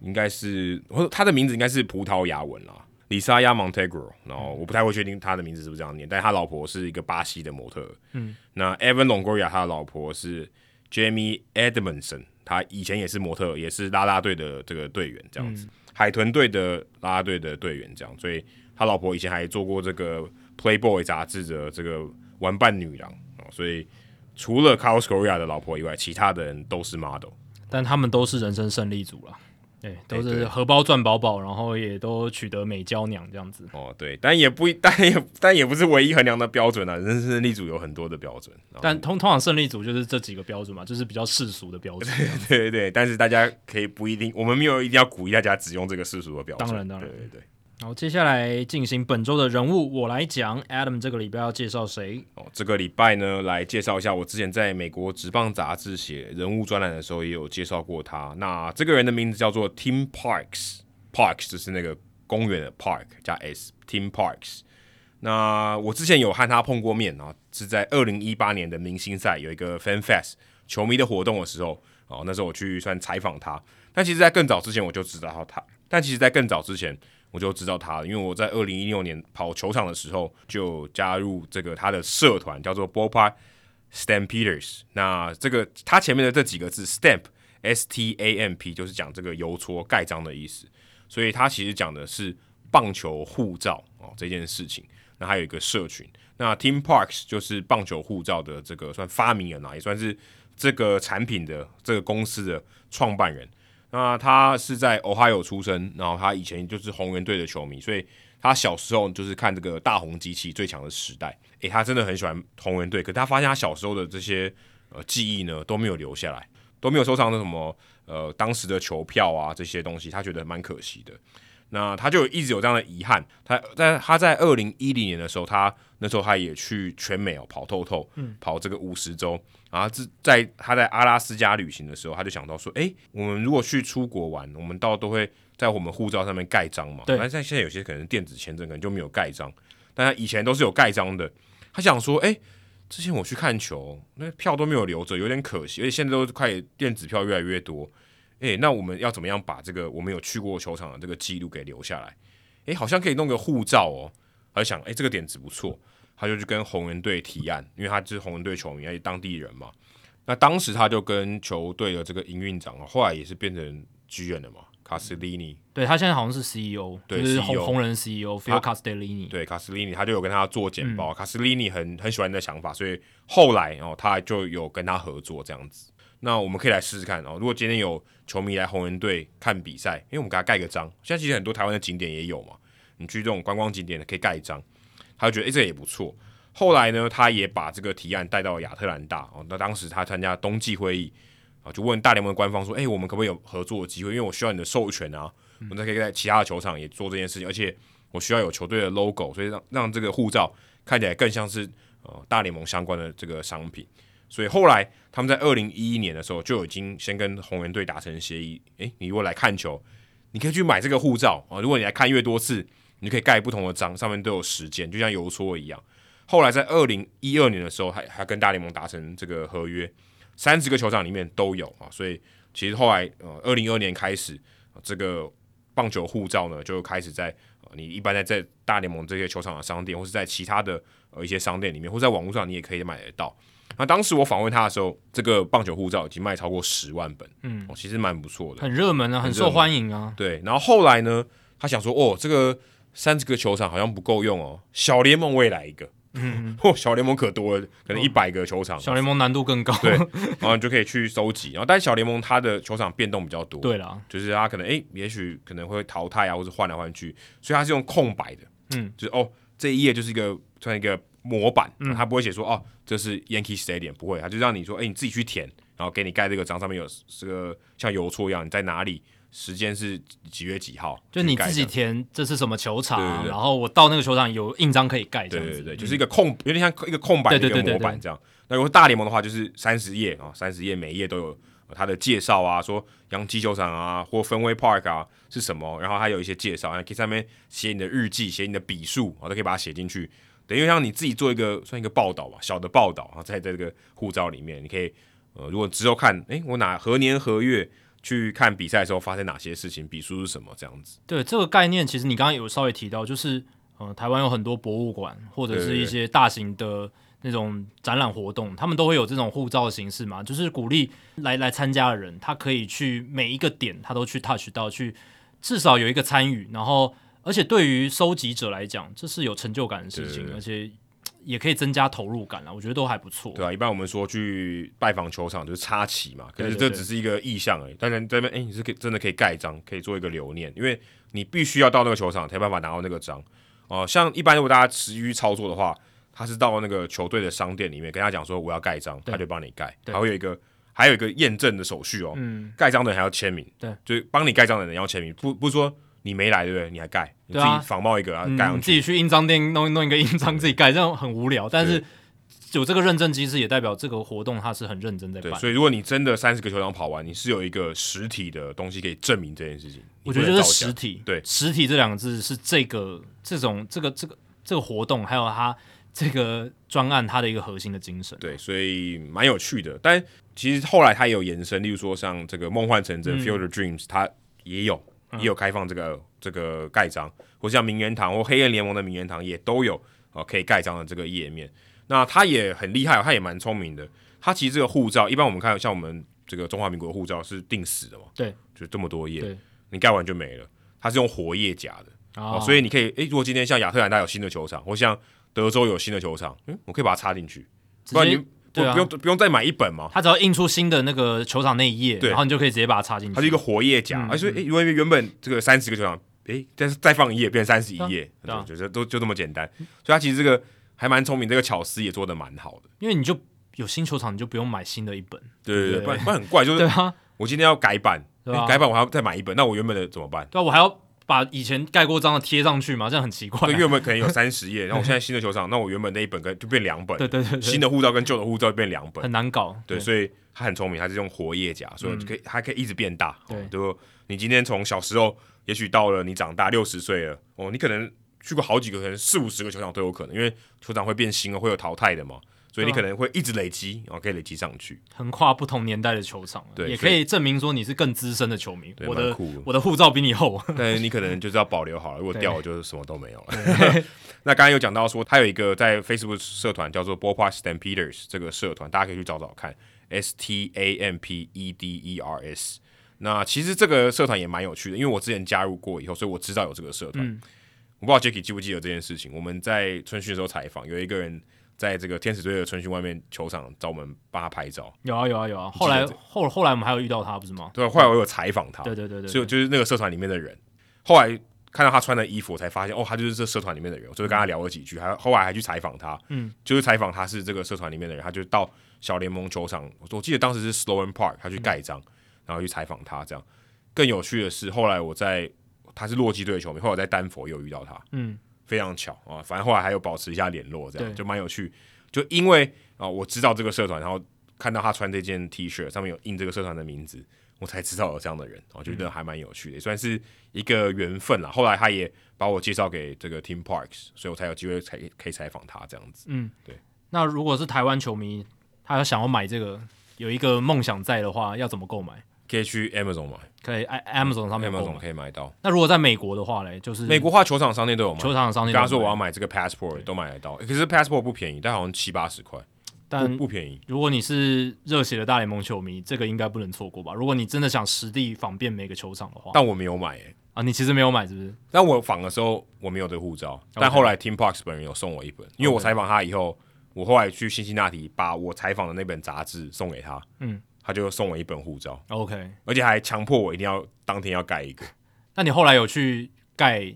应该是或者他的名字应该是葡萄牙文啦，Lisa Montegro。然后我不太会确定他的名字是不是这样念，但他老婆是一个巴西的模特。嗯，那 Evan Longoria 他的老婆是 Jamie Edmondson，他以前也是模特，也是啦啦队的这个队员这样子，海豚队的啦啦队的队员这样，所以他老婆以前还做过这个 Playboy 杂志的这个玩伴女郎哦，所以除了 Carlos Correa 的老婆以外，其他的人都是 model。
但他们都是人生胜利组了。对，都
哎对
是荷包赚饱饱，然后也都取得美娇娘这样子。
哦，对，但也不， 但也，但也不是唯一衡量的标准啊。人生胜利组有很多的标准，哦然后
但通通常胜利组就是这几个标准嘛，就是比较世俗的标准。
对对对，但是大家可以不一定，我们没有一定要鼓励大家只用这个世俗的标准。
当然当然
对对对。
然后接下来进行本周的人物，我来讲 Adam 这个礼拜要介绍谁？
哦，这个礼拜呢，来介绍一下我之前在美国职棒杂志写人物专栏的时候，也有介绍过他。那这个人的名字叫做 Tim Parks，Parks 就是那个公园的 Park 加 S，Tim Parks。那我之前有和他碰过面啊，是在二零一八年的明星赛有一个 Fan Fest 球迷的活动的时候，哦，那时候我去算采访他。但其实，在更早之前我就知道他，但其实，在更早之前我就知道他了，因为我在二零一六年跑球场的时候就加入这个他的社团，叫做 Ballpark Stampeders。那这个他前面的这几个字 Stamp S T A M P 就是讲这个邮戳盖章的意思，所以他其实讲的是棒球护照哦这件事情。那还有一个社群，那 Tim Parks 就是棒球护照的这个算发明人啊，也算是这个产品的这个公司的创办人。那他是在 Ohio 出生，然后他以前就是红人队的球迷，所以他小时候就是看这个大红机器最强的时代。诶，他真的很喜欢红人队，可他发现他小时候的这些呃记忆呢都没有留下来，都没有收藏的什么呃当时的球票啊这些东西，他觉得蛮可惜的。那他就一直有这样的遗憾。他在他在二零一零年的时候，他那时候他也去全美哦跑透透，跑这个五十周。然后自在他在阿拉斯加旅行的时候，他就想到说，诶，我们如果去出国玩，我们到都会在我们护照上面盖章嘛。
对
但像现在有些可能电子签证可能就没有盖章，但他以前都是有盖章的。他想说，诶，之前我去看球，那票都没有留着，有点可惜。而且现在都快电子票越来越多，诶，那我们要怎么样把这个我们有去过球场的这个记录给留下来？诶，好像可以弄个护照哦。他就想，诶，这个点子不错，他就去跟红人队提案，因为他是红人队球迷，而且当地人嘛。那当时他就跟球队的这个营运长，后来也是变成 G 人了嘛，卡斯利尼。
对他现在好像是 CEO，
对
就是
CEO
红红人 CEO Phil Castellini。
对卡斯利尼，他就有跟他做简报。卡斯利尼很很喜欢你的想法，所以后来哦，他就有跟他合作这样子。那我们可以来试试看哦。如果今天有球迷来红人队看比赛，因为我们给他盖个章，现在其实很多台湾的景点也有嘛，你去这种观光景点可以盖章，他就觉得诶、这个也不错。后来呢，他也把这个提案带到亚特兰大哦。那当时他参加冬季会议啊，就问大联盟的官方说：“诶，我们可不可以有合作的机会？因为我需要你的授权啊，我们才可以在其他的球场也做这件事情，而且我需要有球队的 logo，所以让让这个护照看起来更像是呃大联盟相关的这个商品。所以后来他们在二零一一年的时候就已经先跟红人队达成协议，诶，你如果来看球，你可以去买这个护照啊、如果你来看越多次，你就可以盖不同的章，上面都有时间，就像邮戳一样。后来在二零一二年的时候，还还跟大联盟达成这个合约，三十个球场里面都有啊，所以其实后来呃二零二年开始，呃这个棒球护照呢就开始在呃你一般在在大联盟这些球场的商店，或是在其他的呃一些商店里面，或在网络上你也可以买得到。那当时我访问他的时候，这个棒球护照已经卖超过十万本，
嗯，
哦，其实蛮不错的。
很热门啊，很受欢迎啊。
对，然后后来呢，他想说，哦，这个三十个球场好像不够用哦，小联盟我也来一个。嗯， 哦，小联盟可多了，可能一百个球场，
小联盟难度更高。
对然后你就可以去收集。然后，但是小联盟它的球场变动比较多，，
对啦，
就是它可能诶，也许可能会淘汰啊，或者换来换去，所以它是用空白的，
嗯，
就是哦，这一页就是一个算一个模板，它不会写说哦，这是 Yankee Stadium，不会，它就让你说，诶，你自己去填，然后给你盖这个章，上面有这个像邮戳一样，你在哪里，时间是几月几号，
就你
去盖
自己
这样
填这是什么球场啊
对对，对
然后我到那个球场有印章可以盖，
对
这样
对
子。嗯
对，就是一个空，有点像一个空白的
对
一个
对对
模
对
板
对
这样。那如果大联盟的话，就是三十页啊，三十页每一页都有呃它的介绍啊，说洋基球场啊或分威 Park 啊是什么，然后还有一些介绍，然后可以上面写你的日记，写你的笔数，啊都可以把它写进去，等于让你自己做一个算一个报道吧，小的报道啊，然后在在这个护照里面，你可以呃，如果之后看，诶，我哪何年何月去看比赛的时候发生哪些事情，笔数是什么这样子。
对这个概念，其实你刚刚有稍微提到，就是呃，台湾有很多博物馆或者
对对
是
对
一些大型的那种展览活动，他们都会有这种护照的形式嘛，就是鼓励来来参加的人，他可以去每一个点，他都去 touch 到，去至少有一个参与，然后而且对于收集者来讲，这是有成就感的事情，
对对对
而且也可以增加投入感啊，我觉得都还不错。
对啊，一般我们说去拜访球场就是插旗嘛，可是
对
这
对对
只是一个意向而已。但是这边哎、你是可以真的可以盖章，可以做一个留念，因为你必须要到那个球场才有办法拿到那个章。哦、像一般如果大家持续操作的话，他是到那个球队的商店里面跟他讲说我要盖章，
对
他就帮你盖，
对
还会有一个还有一个验证的手续哦。
嗯，
盖章的人还要签名，
对，
就是帮你盖章的人要签名，不不是说你没来对不对？你还盖，你自
对啊
己仿冒一个啊，
嗯
盖上
自
去。
己去印章店弄弄一个印章自己盖，这样很无聊。但是有这个认证机制，也代表这个活动它是很认真在
对，
办。
所以如果你真的三十个球场跑完，你是有一个实体的东西可以证明这件事情。
我觉得
你不
就
能造
是
假
实体，
对
实体这两个字是这个这种这个这个这个活动，还有它这个专案它的一个核心的精神。
对，所以蛮有趣的。但其实后来它也有延伸，例如说像这个梦幻成
嗯
真、（Field of Dreams），它也有也有开放这个这个盖章，或像名媛堂或黑暗联盟的名媛堂也都有呃可以盖章的这个页面。那它也很厉害、哦，它也蛮聪明的。它其实这个护照，一般我们看像我们这个中华民国的护照是定死的嘛，
对，
就这么多页
对，
你盖完就没了。它是用活页夹的，
啊
哦，所以你可以，诶，如果今天像亚特兰大有新的球场，或像德州有新的球场，嗯，我可以把它插进去，
直
不然你
接
不
对啊
不用不用再买一本嘛，
它只要印出新的那个球场那一页，
对
然后你就可以直接把它插进去。
它是一个活页
嗯
夹，而且诶，因为原本这个三十个球场，诶，但是再放一页变三十一页，
对啊
就就都就这么简单，所以它其实这个还蛮聪明，这个巧思也做的蛮好的，
因为你就有新球场，你就不用买新的一本。
对对对，
对
不然不然很怪，就
对
是
啊，
我今天要改版，
对啊
诶改版我还要再买一本，那我原本的怎么办？
对啊，我还要把以前盖过章的贴上去嘛，这样很奇怪、啊
对，因为我们可能有三十页，然后我现在新的球场，那我原本那一本跟就变两本，
对对对
新
对，
的护照跟旧的护照就变两本
很，难搞。
对，所以他很聪明，他是用活页夹，所以可以、它可以一直变大。
嗯对
哦就你今天从小时候，也许到了你长大六十岁了，哦，你可能去过好几个，可能四五十个球场都有可能，因为球场会变新了，会有淘汰的嘛，所以你
对啊
可能会一直累积，然、后可以累积上去。
横跨不同年代的球场啊，
对
也
所
可
以
以证明说你是更资深的球迷。
对
我
蛮
的
酷的
我的护照比你厚，
但是你可能就是要保留好了，如果
对
掉了就是什么都没有了。 那刚刚有讲到说，他有一个在 Facebook 社团叫做 Ballpark Stampeders 这个社团，大家可以去找找看，S T A M P E D E R S。那其实这个社团也蛮有趣的，因为我之前加入过以后，所以我知道有这个社团。我不知道 Jacky 记不记得这件事情，我们在春训的时候采访，有一个人在这个天使队的春训外面球场找我们帮他拍照，
有啊有啊有啊。
记得
后来
这
后后来我们还有遇到他，不是吗？
对，后来我有采访他，
对对对对，
所以就是那个社团里面的人。后来看到他穿的衣服，我才发现哦，他就是这社团里面的人。我就是跟他聊了几句，还后来还去采访他，
嗯，
就是采访他是这个社团里面的人，他就到小联盟球场，我我记得当时是 Sloan Park，他去盖章，然后去采访他这样。更有趣的是，后来我在他是洛基队的球迷，后来我在丹佛又遇到他，
嗯，
非常巧啊，反正后来还有保持一下联络，这样
对
就蛮有趣。就因为啊，我知道这个社团，然后看到他穿这件 T 恤，上面有印这个社团的名字，我才知道有这样的人，我
嗯
觉得还蛮有趣的，也算是一个缘分啦。后来他也把我介绍给这个 Tim Parks，所以我才有机会才可以采访他这样子。
嗯那如果是台湾球迷，他要想要买这个，有一个梦想在的话，要怎么购买？
可以去 Amazon 买
可以 a- Amazon 上面购
，Amazon
买。
可以买到。
那如果在美国的话嘞，就是
美国化球场商店都有卖，
球场商店
跟他说我要买这个 Passport 都买得到，可是 Passport 不便宜，但好像七八十块，不
但
不便宜。
如果你是热血的大联盟球迷，这个应该不能错过吧？如果你真的想实地访遍每个球场的话，
但我没有买、欸，
啊，你其实没有买是不是？
但我访的时候我没有这护照，但后来 Tim Parks 本人有送我一本，因为我采访他以后，我后来去辛辛那提把我采访的那本杂志送给他，
嗯，
他就送我一本护照，
OK，
而且还强迫我一定要当天要盖一个，
那你后来有去盖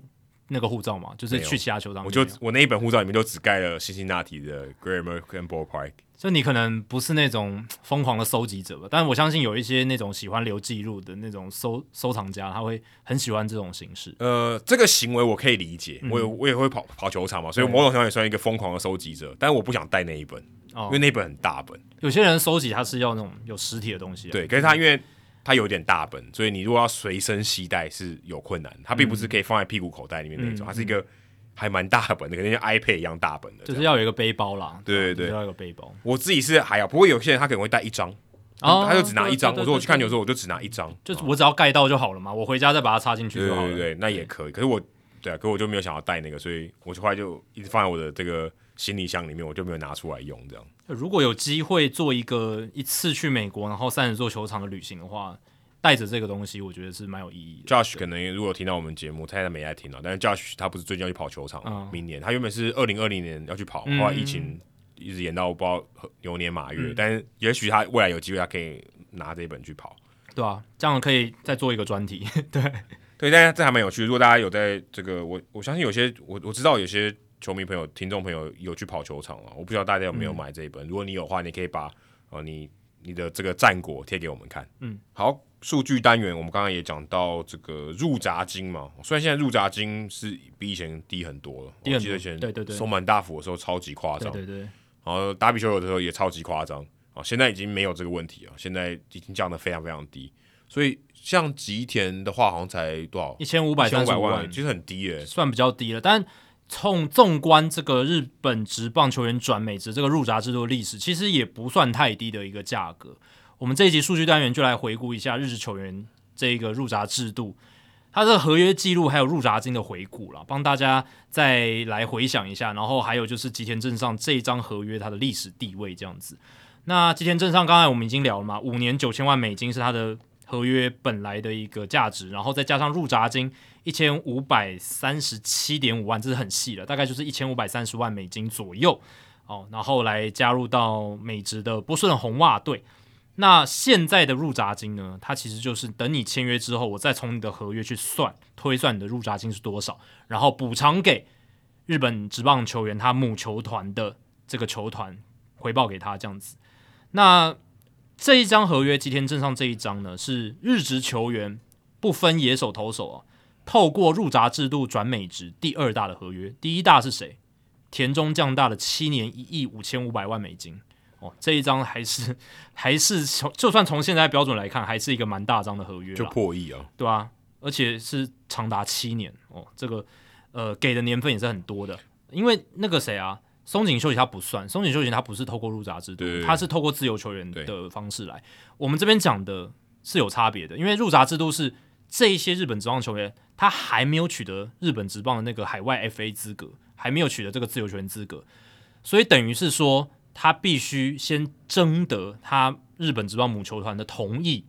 那个护照吗？就是
没有
去其他球场
我
里面
就
有？
我那一本护照里面就只盖了辛辛那提的 Great American Ballpark，
就你可能不是那种疯狂的收集者吧，但我相信有一些那种喜欢留记录的那种收收藏家，他会很喜欢这种形式。
呃，这个行为我可以理解，我也我也会跑跑球场嘛，所以
嗯对
某种程度上也算一个疯狂的收集者，但我不想带那一本，
哦
因为那本很大本。
有些人收集他是要那种有实体的东西、啊，
对，可是它因为它有点大本，所以你如果要随身携带是有困难。它并不是
嗯
可以放在屁股口袋里面那种，它是一个还蛮大本的，跟那像 iPad 一样大本的这
就
样。
是要有一个背包啦。
对对
就是
对
要有一个背包。
我自己是还好，不过有些人他可能会带一张，
哦
他就只拿一张。
对对对
我说我去看球的时候，我就只拿一张，
就是我只要盖到就好了嘛，我回家再把它插进去
对
就好了。
对对，那也可以。可是我对啊，可是我就没有想要带那个，所以我就后来就一直放在我的这个行李箱里面，我就没有拿出来用这样。
如果有机会做一个一次去美国，然后三十座球场的旅行的话，带着这个东西，我觉得是蛮有意义的。
Josh 可能如果有听到我们节目，他他没在听啊了，但是 Josh 他不是最近要去跑球场，
嗯
明年他原本是二零二零年要去跑，
嗯
后来疫情一直延到不知道牛年马月，但是也许他未来有机会，他可以拿这一本去跑。
对啊，这样可以再做一个专题。
对，但是这还蛮有趣的。如果大家有在这个，我我相信有些我我知道有些球迷朋友、听众朋友有去跑球场了，我不知道大家有
嗯
没有买这一本。如果你有的话，你可以把呃你你的这个战果贴给我们看。
嗯，
好，数据单元我们刚刚也讲到这个入闸金嘛，虽然现在入闸金是比以前低很多了，
低很
我
多
记得以前
对对对
收满大幅的时候超级夸
对
张，
对对，
然后打比球有的时候也超级夸张啊，现在已经没有这个问题了，现在已经降得非常非常低，所以像吉田的话好像才多少
一千五百
千
三
五
十
百
五万
万，其实很低耶、
算比较低了，但。纵纵观这个日本职棒球员转美职这个入闸制度的历史，其实也不算太低的一个价格。我们这一集数据单元就来回顾一下日职球员这一个入闸制度，它的合约记录还有入闸金的回顾啦，帮大家再来回想一下。然后还有就是吉田镇上这一张合约它的历史地位这样子。那吉田镇上刚才我们已经聊了嘛，五年九千万美金是它的合约本来的一个价值，然后再加上入闸金一千五百三十七点五万，这是很细了，大概就是一千五百三十万美金左右哦。然后来加入到美职的波士顿红袜队。那现在的入闸金呢？它其实就是等你签约之后，我再从你的合约去算推算你的入闸金是多少，然后补偿给日本职棒球员他母球团的这个球团回报给他这样子。那这一张合约，吉田镇上这一张呢，是日职球员不分野手投手啊，透过入闸制度转美职第二大的合约，第一大是谁？田中将大的七年一亿五千五百万美金。哦，这一张还是还是从就算从现在标准来看，还是一个蛮大张的合约啦，
就破亿啊！
对啊，而且是长达七年哦，这个呃给的年份也是很多的，因为那个谁啊，松井秀喜他不算，松井秀喜他不是透过入闸制度
对，
他是透过自由球员
对
的方式来。我们这边讲的是有差别的，因为入闸制度是这一些日本职棒球员他还没有取得日本职棒的那个海外 FA 资格，还没有取得这个自由球员资格，所以等于是说他必须先征得他日本职棒母球团的同意。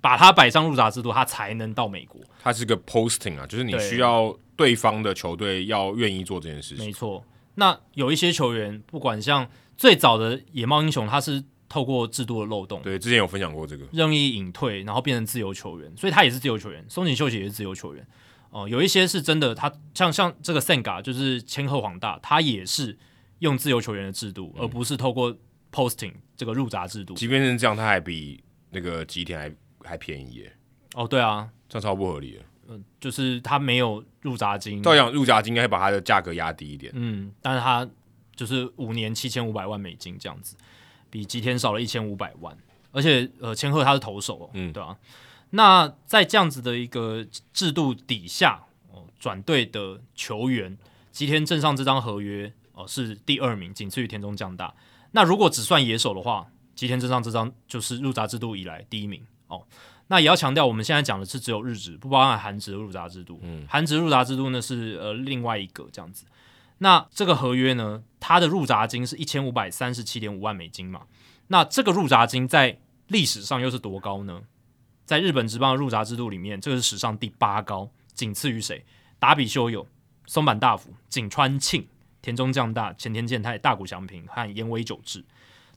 把他摆上入闸制度，他才能到美国。
它是个 posting 啊，就是你
对
需要对方的球队要愿意做这件事情。
没错，那有一些球员，不管像最早的野猫英雄，他是透过制度的漏洞，
对，之前有分享过这个，
任意隐退，然后变成自由球员，所以他也是自由球员。松井秀喜也是自由球员。哦、有一些是真的，他像像这个 Senga 就是千鹤黄大，他也是用自由球员的制度，而不是透过 posting 这个入闸制度。
即便是这样，它还比那个吉田还还便宜耶，
哦，对啊，
这样超不合理的。
就是他没有入闸金，
照样入闸金应该把它的价格压低一点，
嗯，但是他就是五年七千五百万美金这样子，比吉田少了一千五百万，而且呃，千鹤他是投手、哦，
嗯
对啊。那在这样子的一个制度底下，哦，转队的球员吉田镇上这张合约哦是第二名，仅次于田中将大。那如果只算野手的话，吉田镇上这张就是入闸制度以来第一名哦。那也要强调，我们现在讲的是只有日职，不包含韩职的入闸制度。嗯，韩职入闸制度呢是呃另外一个这样子。那这个合约呢，它的入闸金是一千五百三十七点五万美金嘛？那这个入闸金在历史上又是多高呢？在日本职棒的入闸制度里面，这个是史上第八高，仅次于谁？达比修有、松坂大辅、井川庆、田中将大、前田健太、大谷翔平和岩尾久志。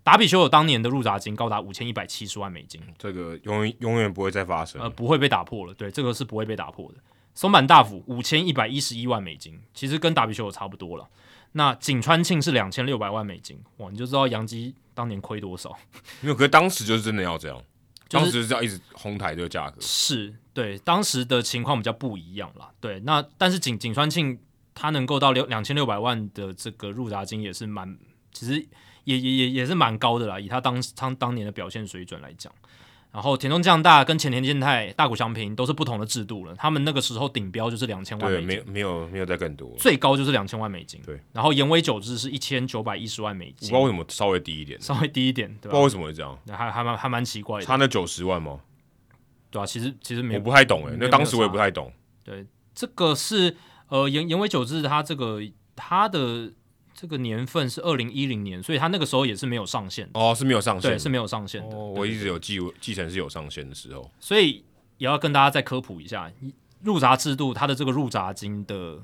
达比修有当年的入闸金高达五千一百七十万美金，
这个永远永远不会再发生。
呃，不会被打破了。对，这个是不会被打破的。松坂大辅五千一百一十一万美金，其实跟打比修有差不多了。那井川庆是两千六百万美金，哇，你就知道杨基当年亏多少。
没有，可是当时就是真的要这样，
就
当
是
时就是要一直哄抬这个价格。
是对当时的情况比较不一样啦。对，那但是井井川庆他能够到六两千六百万的这个入闸金也是蛮，其实也也也也是蛮高的啦，以他当当当年的表现水准来讲。然后田中将大跟前田健太、大谷翔平都是不同的制度了，他们那个时候顶标就是两千万美
对，没有
金，
没有没有再更多了，
最高就是两千万美金。
对，
然后言为久之是一千九百一十万美
我不
金
知道，为什么稍微低一点，
稍微低一点，
不
对
知道
吧？
为什么会这样，
还还蛮还蛮奇怪的，
差那九十万吗？
对吧、其实其实没
我
有
不太懂哎、
没
那
有
当时我也不太懂，
这个是呃言言为久之，他这个他的这个年份是二零一零年，所以他那个时候也是没有上限的，
哦，是没有上限
对，
的，
是没有上限的。
哦，我一直有继继承是有上限的时候，
所以也要跟大家再科普一下，入闸制度它的这个入闸金的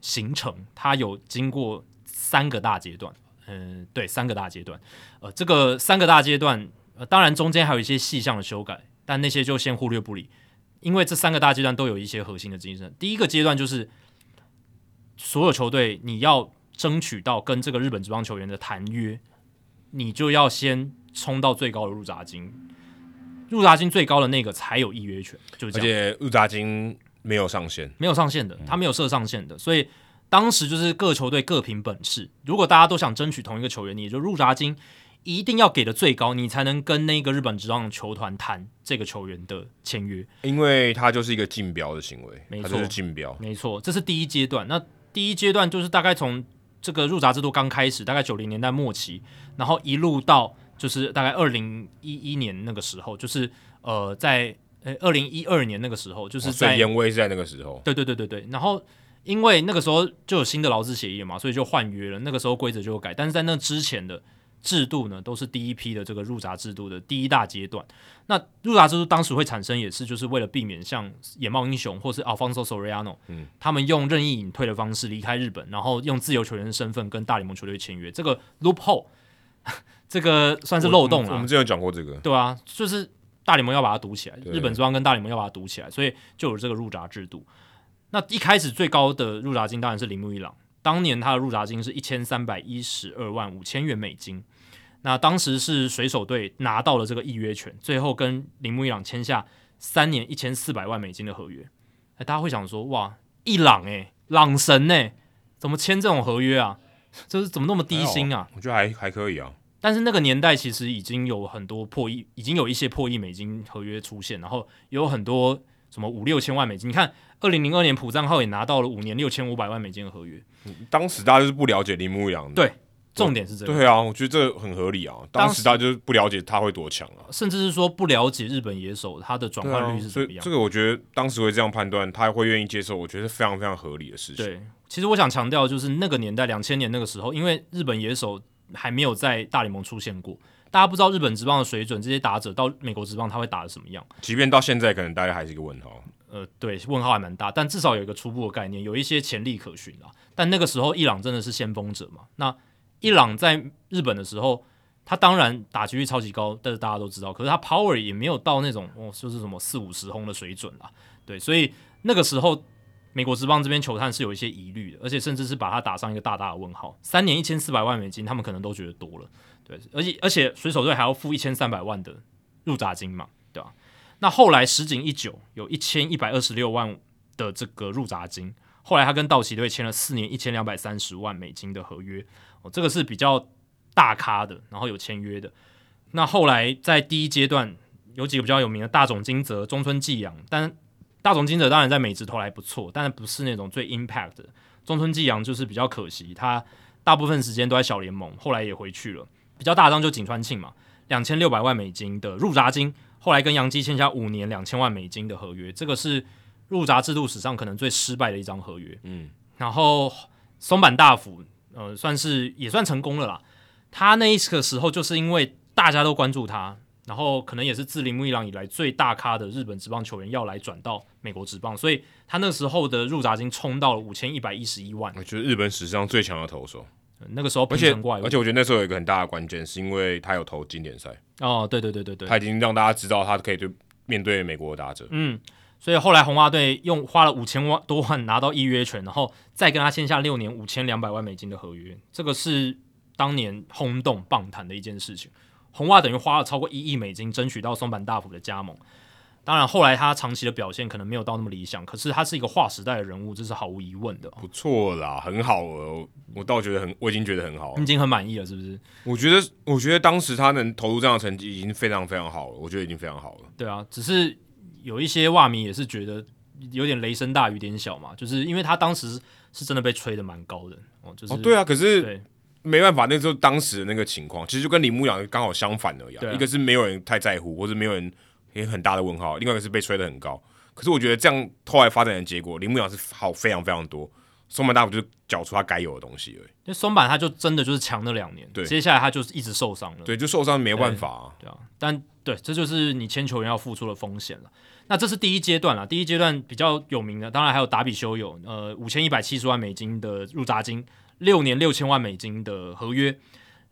形成，它有经过三个大阶段。嗯，对，三个大阶段。呃，这个三个大阶段，呃，当然中间还有一些细项的修改，但那些就先忽略不理，因为这三个大阶段都有一些核心的精神。第一个阶段就是所有球队你要争取到跟这个日本职棒球员的谈约，你就要先冲到最高的入闸金，入闸金最高的那个才有预约权，就是这
而
样，
且入闸金没有上限，
没有上限的，
嗯
他没有设上限的，所以当时就是各球队各凭本事。如果大家都想争取同一个球员，你就入闸金一定要给的最高，你才能跟那个日本职棒球团谈这个球员的签约。
因为它就是一个竞标的行为，
没
它
错
就是竞标，
没错，这是第一阶段。那第一阶段就是大概从这个入闸制度刚开始，大概九零年代末期，然后一路到就是大概二零一一年那个时候，就是呃，在呃二零一二年那个时候，就是
哦所
在
以烟味是在那个时候，
对对对对对，然后因为那个时候就有新的劳资协议了嘛，所以就换约了。那个时候规则就有改，但是在那之前的制度呢，都是第一批的这个入闸制度的第一大阶段。那入闸制度当时会产生，也是就是为了避免像野猫英雄或是 Alfonso Soriano，
嗯
他们用任意隐退的方式离开日本，然后用自由球员的身份跟大联盟球队签约，这个 loophole，这个算是漏洞
我
啊了。
们我们之前有讲过这个，
对啊，就是大联盟要把它堵起来，
对
日本职棒跟大联盟要把它堵起来，所以就有这个入闸制度。那一开始最高的入闸金当然是铃木一朗，当年他的入闸金是一千三百一十二万五千元美金。那当时是水手队拿到了这个预约权，最后跟铃木一朗签下三年一千四百万美金的合约。哎，大家会想说，哇，伊朗哎、朗神哎、怎么签这种合约啊？ 就是怎么那么低薪啊？
我觉得还还可以啊。
但是那个年代其实已经有很多破亿，已经有一些破亿美金合约出现，然后也有很多什么五六千万美金。你看，二零零二年浦藏浩也拿到了五年六千五百万美金的合约。
当时大家就是不了解铃木一朗的，
对重点是这个，
对啊，我觉得这很合理啊。
当
当
时
时大家就是不了解他会多强啊，
甚至是说不了解日本野手他的转
对
换
啊
率，是怎
所
么
以
样。
这个我觉得当时会这样判断，他会愿意接受，我觉得是非常非常合理的事情。
对，其实我想强调就是那个年代，两千年那个时候，因为日本野手还没有在大联盟出现过，大家不知道日本职棒的水准，这些打者到美国职棒他会打的什么样。
即便到现在，可能大家还是一个问号。
呃，对，问号还蛮大，但至少有一个初步的概念，有一些潜力可循啦。但那个时候，伊朗真的是先锋者嘛？那伊朗在日本的时候，他当然打击率超级高，但是大家都知道，可是他 power 也没有到那种哦，就是什么四五十轰的水准啦。对，所以那个时候，美国职棒这边球探是有一些疑虑的，而且甚至是把他打上一个大大的问号。三年一千四百万美金，他们可能都觉得多了，对，而且而且水手队还要付一千三百万的入闸金嘛，对吧、那后来石井一九有一千一百二十六万的这个入闸金，后来他跟道奇队签了四年一千两百三十万美金的合约，哦，这个是比较大咖的，然后有签约的。那后来在第一阶段有几个比较有名的大冢金泽、中村纪洋，但大冢金泽当然在美职投来不错，但不是那种最 impact 的。中村纪洋就是比较可惜，他大部分时间都在小联盟，后来也回去了。比较大张就井川庆嘛，两千六百万美金的入闸金，后来跟杨基签下五年两千万美金的合约，这个是入闸制度史上可能最失败的一张合约。
嗯，
然后松坂大辅，呃，算是也算成功了啦。他那一个时候就是因为大家都关注他，然后可能也是自铃木一朗以来最大咖的日本职棒球员要来转到美国职棒，所以他那时候的入闸金冲到了五千一百一十一万、
我觉得日本史上最强的投手，
呃那个时候
而
平
且
成过来，
而且我觉得那时候有一个很大的关键，是因为他有投经典赛，
哦，对对对对对，
他已经让大家知道他可以对面对美国的打者。
嗯，所以后来红袜队用花了五千万多万拿到预约权，然后再跟他签下六年五千两百万美金的合约，这个是当年轰动棒坛的一件事情。红袜等于花了超过一亿美金争取到松坂大辅的加盟。当然，后来他长期的表现可能没有到那么理想，可是他是一个划时代的人物，这是毫无疑问的。
不错啦，很好哦，我倒觉得很，我已经觉得很好了
你已。经很满意了，是不啊是？
我觉得，我觉得当时他能投入这样的成绩，已经非常非常好了。我觉得已经非常好了。
对啊，只是有一些袜迷也是觉得有点雷声大雨点小嘛，就是因为他当时是真的被吹得蛮高的哦，就是、
哦，对啊，可是
对
没办法，那时候当时的那个情况，其实就跟铃木养刚好相反而已、
对啊
一个是没有人太在乎，或者没有人也很大的问号；，另外一个是被吹得很高。可是我觉得这样后来发展的结果，铃木养是好非常非常多，松本大辅就是缴出他该有的东西而已。
因为松坂他就真的就是强那两年，
对
接下来他就是一直受伤了，
对，就受伤没办法、啊。
对啊，但对，这就是你签球员要付出的风险了。那这是第一阶段啦，第一阶段比较有名的，当然还有达比修有，呃，五千一百七十万美金的入闸金，六年六千万美金的合约，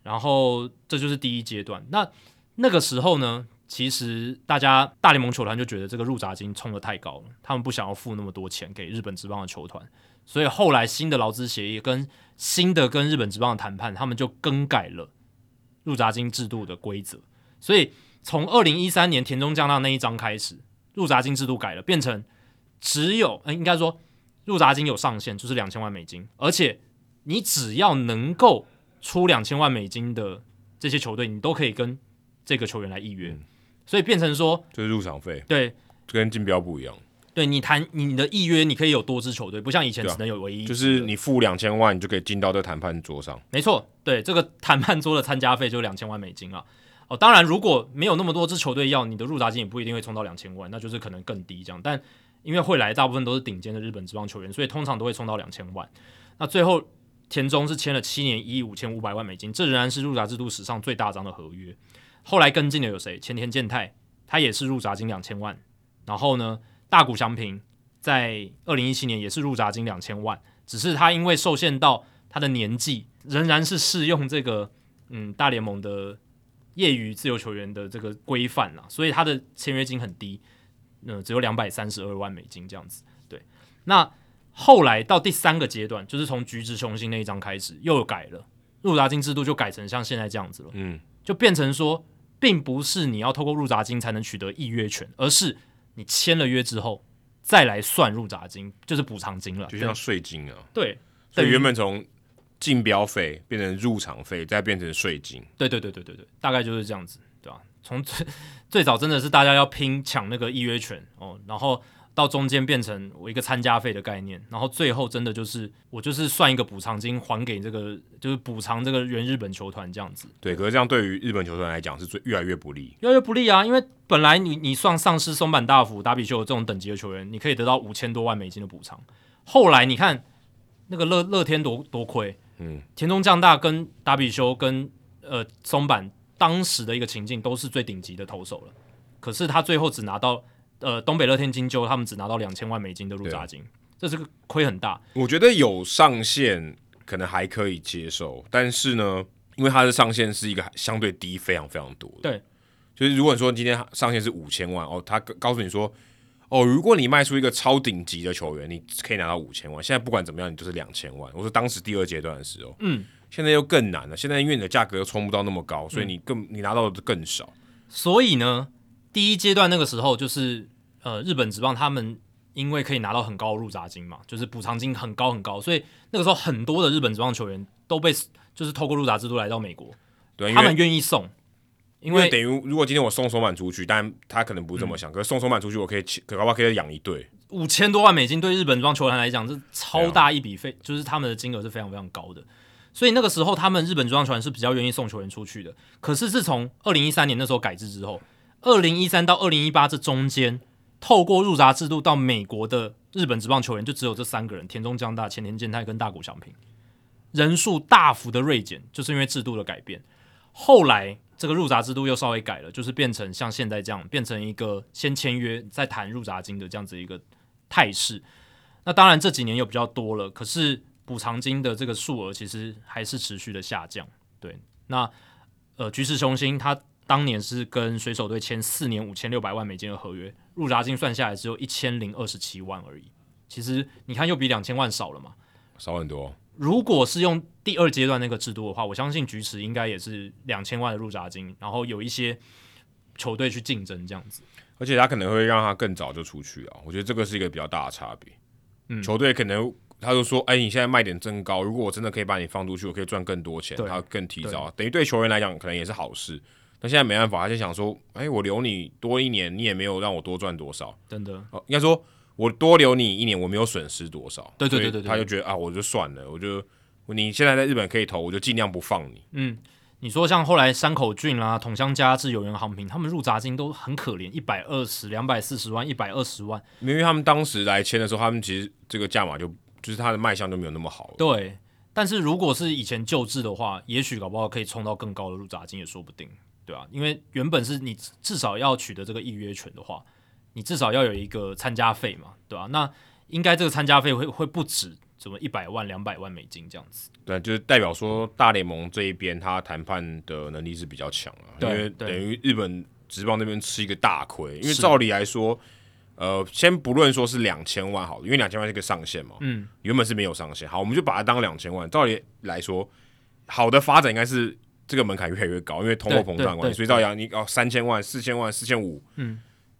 然后这就是第一阶段。那那个时候呢，其实大家大联盟球团就觉得这个入闸金冲得太高了，他们不想要付那么多钱给日本职棒的球团，所以后来新的劳资协议跟新的跟日本职棒的谈判，他们就更改了入闸金制度的规则。所以从二零一三年田中将大那一章开始，入闸金制度改了，变成只有，呃、应该说入闸金有上限，就是两千万美金，而且你只要能够出两千万美金的这些球队，你都可以跟这个球员来预约，
嗯
所以变成说，
就是入场费
对
跟竞标不一样，
对，你谈你的预约，你可以有多支球队，不像以前
对啊
只能有唯一一支
就
的，
是你付两千万，你就可以进到这谈判桌上。
没错，对这个谈判桌的参加费就两千万美金啊。哦，当然，如果没有那么多支球队要，你的入闸金也不一定会冲到两千万，那就是可能更低这样。但因为会来大部分都是顶尖的日本职棒球员，所以通常都会冲到两千万。那最后田中是签了七年一亿五千五百万美金，这仍然是入闸制度史上最大张的合约。后来跟进的有谁？前田健太，他也是入闸金两千万。然后呢，大谷翔平在二零一七年也是入闸金两千万，只是他因为受限到他的年纪仍然是适用这个嗯大联盟的业余自由球员的这个规范啦，所以他的签约金很低，呃，只有两百三十二万美金这样子。对，那后来到第三个阶段，就是从橘子雄心那一章开始又改了入闸金制度，就改成像现在这样子了，
嗯，
就变成说，并不是你要透过入闸金才能取得预约权，而是你签了约之后。再来算入闸金，就是补偿金了。
就像税金啊，
对，
所
等
以
于
原本从竞标费变成入场费，再变成税金。
对对对对对对，大概就是这样子，对吧、从最 最早真的是大家要拼抢那个预约权哦，然后到中间变成我一个参加费的概念，然后最后真的就是我就是算一个补偿金还给这个，就是补偿这个原日本球团这样子，
对，可是这样对于日本球团来讲是最越来越不利。
越来越不利啊，因为本来你你算上市松坂大辅、达比修这种等级的球员，你可以得到五千多万美金的补偿，后来你看那个乐乐天多多亏，
嗯，
田中将大跟达比修跟呃松坂当时的一个情境都是最顶级的投手了，可是他最后只拿到呃东北乐天金鹫，他们只拿到两千万美金的入闸金，这是个亏很大。
我觉得有上限可能还可以接受，但是呢，因为它的上限是一个相对低，非常非常多的。
对，
就是如果你说今天上限是五千万，哦，他告诉你说，哦，如果你卖出一个超顶级的球员，你可以拿到五千万。现在不管怎么样，你就是两千万。我说当时第二阶段的时候，
嗯，
现在又更难了。现在因为你的价格又冲不到那么高，
嗯
所以你更、你拿到的更少。
所以呢，第一阶段那个时候就是呃日本职棒他们因为可以拿到很高的入闸金嘛，就是补偿金很高很高，所以那个时候很多的日本职棒球员都被就是透过入闸制度来到美国，
对，因
他们
为
愿意送，因
因为
为嗯
等于如果今天我送手满出去，但他可能不是这么想。可是送手满出去，我可以请可搞不好可以养一队。
五千多万美金对日本装球团来讲，这超大一笔费，就是他们的金额是非常非常高的。所以那个时候，他们日本装球团是比较愿意送球员出去的。可是自从二零一三年那时候改制之后，二零一三到二零一八这中间，透过入闸制度到美国的日本职棒球员就只有这三个人：田中将大、前田健太跟大谷翔平，人数大幅的锐减，就是因为制度的改变。后来这个入闸制度又稍微改了，就是变成像现在这样，变成一个先签约再谈入闸金的这样子一个态势。那当然这几年又比较多了，可是补偿金的这个数额其实还是持续的下降。对，那呃，局势雄心他当年是跟水手队签四年五千六百万美金的合约，入闸金算下来只有一千零二十七万而已。其实你看，又比两千万少了嘛。
少很多，
如果是用第二阶段那个制度的话，我相信菊池应该也是两千万的入闸金，然后有一些球队去竞争这样子。
而且他可能会让他更早就出去啊。我觉得这个是一个比较大的差别。
嗯
球队可能他就说：“哎、你现在卖点真高，如果我真的可以把你放出去，我可以赚更多钱。”
对
他更提早，啊等于对球员来讲可能也是好事。那现在没办法，他就想说：“哎、我留你多一年，你也没有让我多赚多少。
真的，
哦，应该说我多留你一年，我没有损失多少。”
对
所
对
以
对对对
他就觉得啊，我就算了，我就你现在在日本可以投，我就尽量不放你。
嗯，你说像后来山口俊啦、桶乡家志、有原航平，他们入闸金都很可怜，一百二十、两百四十万、一百二十万。
因为他们当时来签的时候，他们其实这个价码就就是他的卖相就没有那么好了。
对，但是如果是以前旧制的话，也许搞不好可以冲到更高的入闸金也说不定，对啊，因为原本是你至少要取得这个预约权的话，你至少要有一个参加费嘛，对啊，那应该这个参加费会会不止怎么一百万、两百万美金这样子。嗯
对，就是代表说大联盟这一边他谈判的能力是比较强啊，因
对
为
对
等于日本职棒那边吃一个大亏，因为
是
照理来说，呃，先不论说是两千万好了，因为两千万是一个上限嘛，
嗯，
原本是没有上限，好，我们就把它当两千万。照理来说，好的发展应该是这个门槛越来越高，因为通货膨胀的
对
关
对
系，所以照理讲你哦三千万、四千万、四千五，
嗯，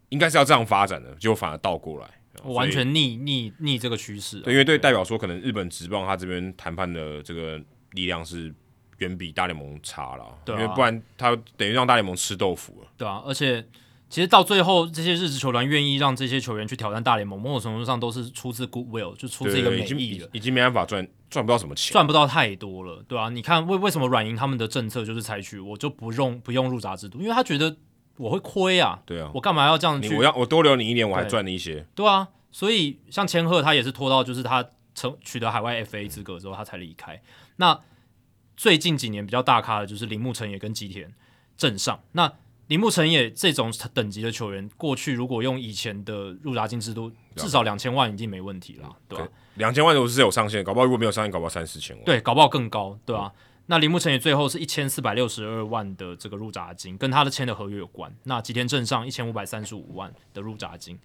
应该是要这样发展的，结果反而倒过来，
我
所
完
以
全逆逆逆这个趋势啊、
对，因为对代表说，可能日本职棒他这边谈判的这个力量是远比大联盟差了，
对啊
因为不然他等于让大联盟吃豆腐了。
对啊，而且其实到最后，这些日职球团愿意让这些球员去挑战大联盟，某种程度上都是出自 goodwill，就出自
对
一个
对，
美
已经
意
已
了。
已经没办法赚赚不到什么钱。
赚不到太多了，对啊，你看为为什么软银他们的政策就是采取我就不用不用入闸制度，因为他觉得我会亏啊，
对啊，
我干嘛要这样
你
去
我？要我多留你一年，我还
对
赚你一些。
对啊，所以像千鹤他也是拖到就是他成取得海外 FA 资格之后他才离开。那最近几年比较大咖的就是铃木成也跟吉田镇上。那铃木成也这种等级的球员，过去如果用以前的入闸金制度，至少两千万已经没问题了，对吧、
两千万都是有上限，搞不好如果没有上限，搞不好三四千万。
对，搞不好更高，对吧、那铃木成也最后是一千四百六十二万的这个入闸金，跟他的签的合约有关。那吉田镇上一千五百三十五万的入闸金。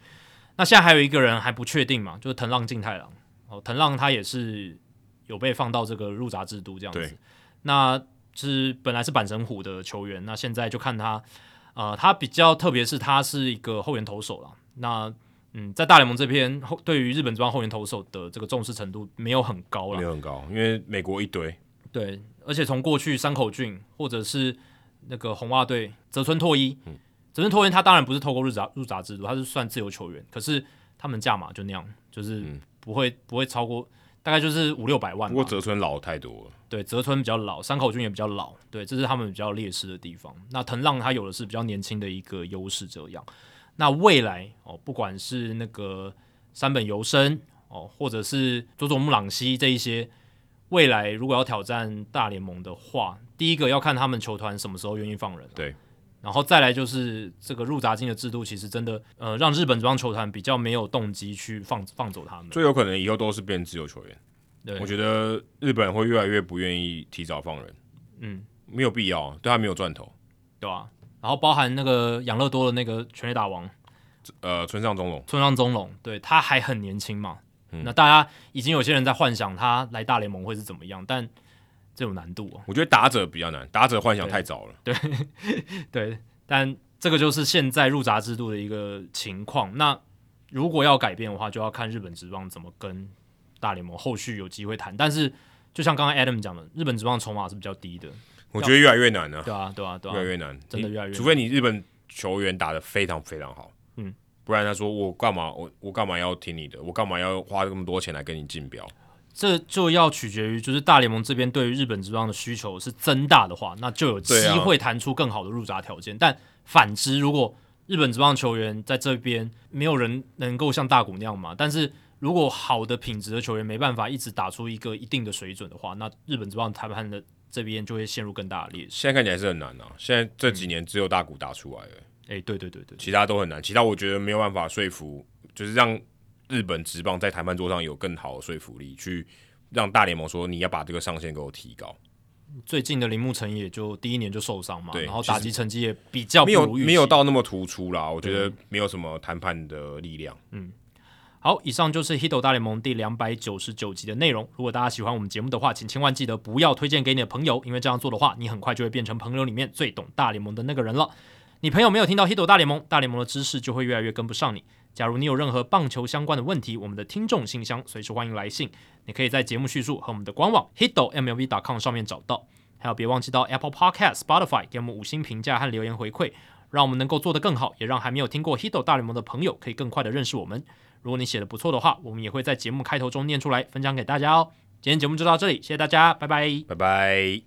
那现在还有一个人还不确定嘛，就是藤浪静太郎。哦，藤浪他也是有被放到这个入闸制度这样子
对。
那是本来是板神虎的球员，那现在就看他，呃，他比较特别是他是一个后援投手啦。那嗯，在大联盟这边后对于日本职棒后援投手的这个重视程度没有很高
没
了。
有很高，因为美国一堆，
对，而且从过去山口俊或者是那个红袜队泽村拓一，
嗯
泽村拓一他当然不是透过入闸入闸制度，他是算自由球员，可是他们价码就那样，就是不会、不会超过大概就是五六百万吧。
嗯不过泽村老太多了，
对，泽村比较老，山口俊也比较老，对，这是他们比较劣势的地方。那藤浪他有的是比较年轻的一个优势，这样。那未来哦，不管是那个山本由生哦，或者是佐佐木朗希这一些，未来如果要挑战大联盟的话，第一个要看他们球团什么时候愿意放人、啊
对，
然后再来就是这个入闸金的制度，其实真的呃，让日本这帮球团比较没有动机去放放走他们。
最有可能以后都是变自由球员。
对
我觉得日本会越来越不愿意提早放人，
嗯，
没有必要，啊对他没有赚头。
对啊。然后包含那个养乐多的那个全垒打王。
呃，村上中龙
村上宗隆，对他还很年轻嘛。那大家已经有些人在幻想他来大联盟会是怎么样，但这有难度哦。
我觉得打者比较难，打者幻想太早了。
对，但这个就是现在入闸制度的一个情况。那如果要改变的话，就要看日本职棒怎么跟大联盟后续有机会谈。但是就像刚刚 Adam 讲的，日本职棒筹码是比较低的，
我觉得越来越难了，
对啊，对啊，对
越来
啊，
越难，
真的
你
越来越难
除非你日本球员打得非常非常好，
嗯，
不然他说我干嘛我我干嘛要听你的，我干嘛要花那么多钱来跟你竞标？
这就要取决于就是大联盟这边对于日本职棒的需求是增大的话，那就有机
对啊
会谈出更好的入闸条件。但反之，如果日本职棒球员在这边没有人能够像大谷那样嘛，但是如果好的品质的球员没办法一直打出一个一定的水准的话，那日本职棒谈判的这边就会陷入更大的劣势。
现在看起来是很难啊，现在这
嗯
几年只有大股打出来了，
哎，对对对对，
其他都很难，其他我觉得没有办法说服，就是让日本职棒在谈判桌上有更好的说服力，去让大联盟说你要把这个上限给我提高，
最近的铃木诚也就第一年就受伤嘛，
对
然后
其实
打击成绩也比较不
没有
如预期
没有到那么突出啦，我觉得没有什么谈判的力量。
好，以上就是《h i t o 大联盟》第两百九十九集的内容。如果大家喜欢我们节目的话，请千万记得不要推荐给你的朋友，因为这样做的话，你很快就会变成朋友里面最懂大联盟的那个人了。你朋友没有听到《h i t o 大联盟》，大联盟的知识就会越来越跟不上你。假如你有任何棒球相关的问题，我们的听众信箱随时欢迎来信，你可以在节目叙述和我们的官网 hitomlb.com 上面找到。还有，别忘记到 Apple Podcast、Spotify 给我们五星评价和留言回馈，让我们能够做得更好，也让还没有听过《h i t o 大联盟》的朋友可以更快的认识我们。如果你写的不错的话，我们也会在节目开头中念出来，分享给大家哦。今天节目就到这里，谢谢大家，拜拜。
拜拜。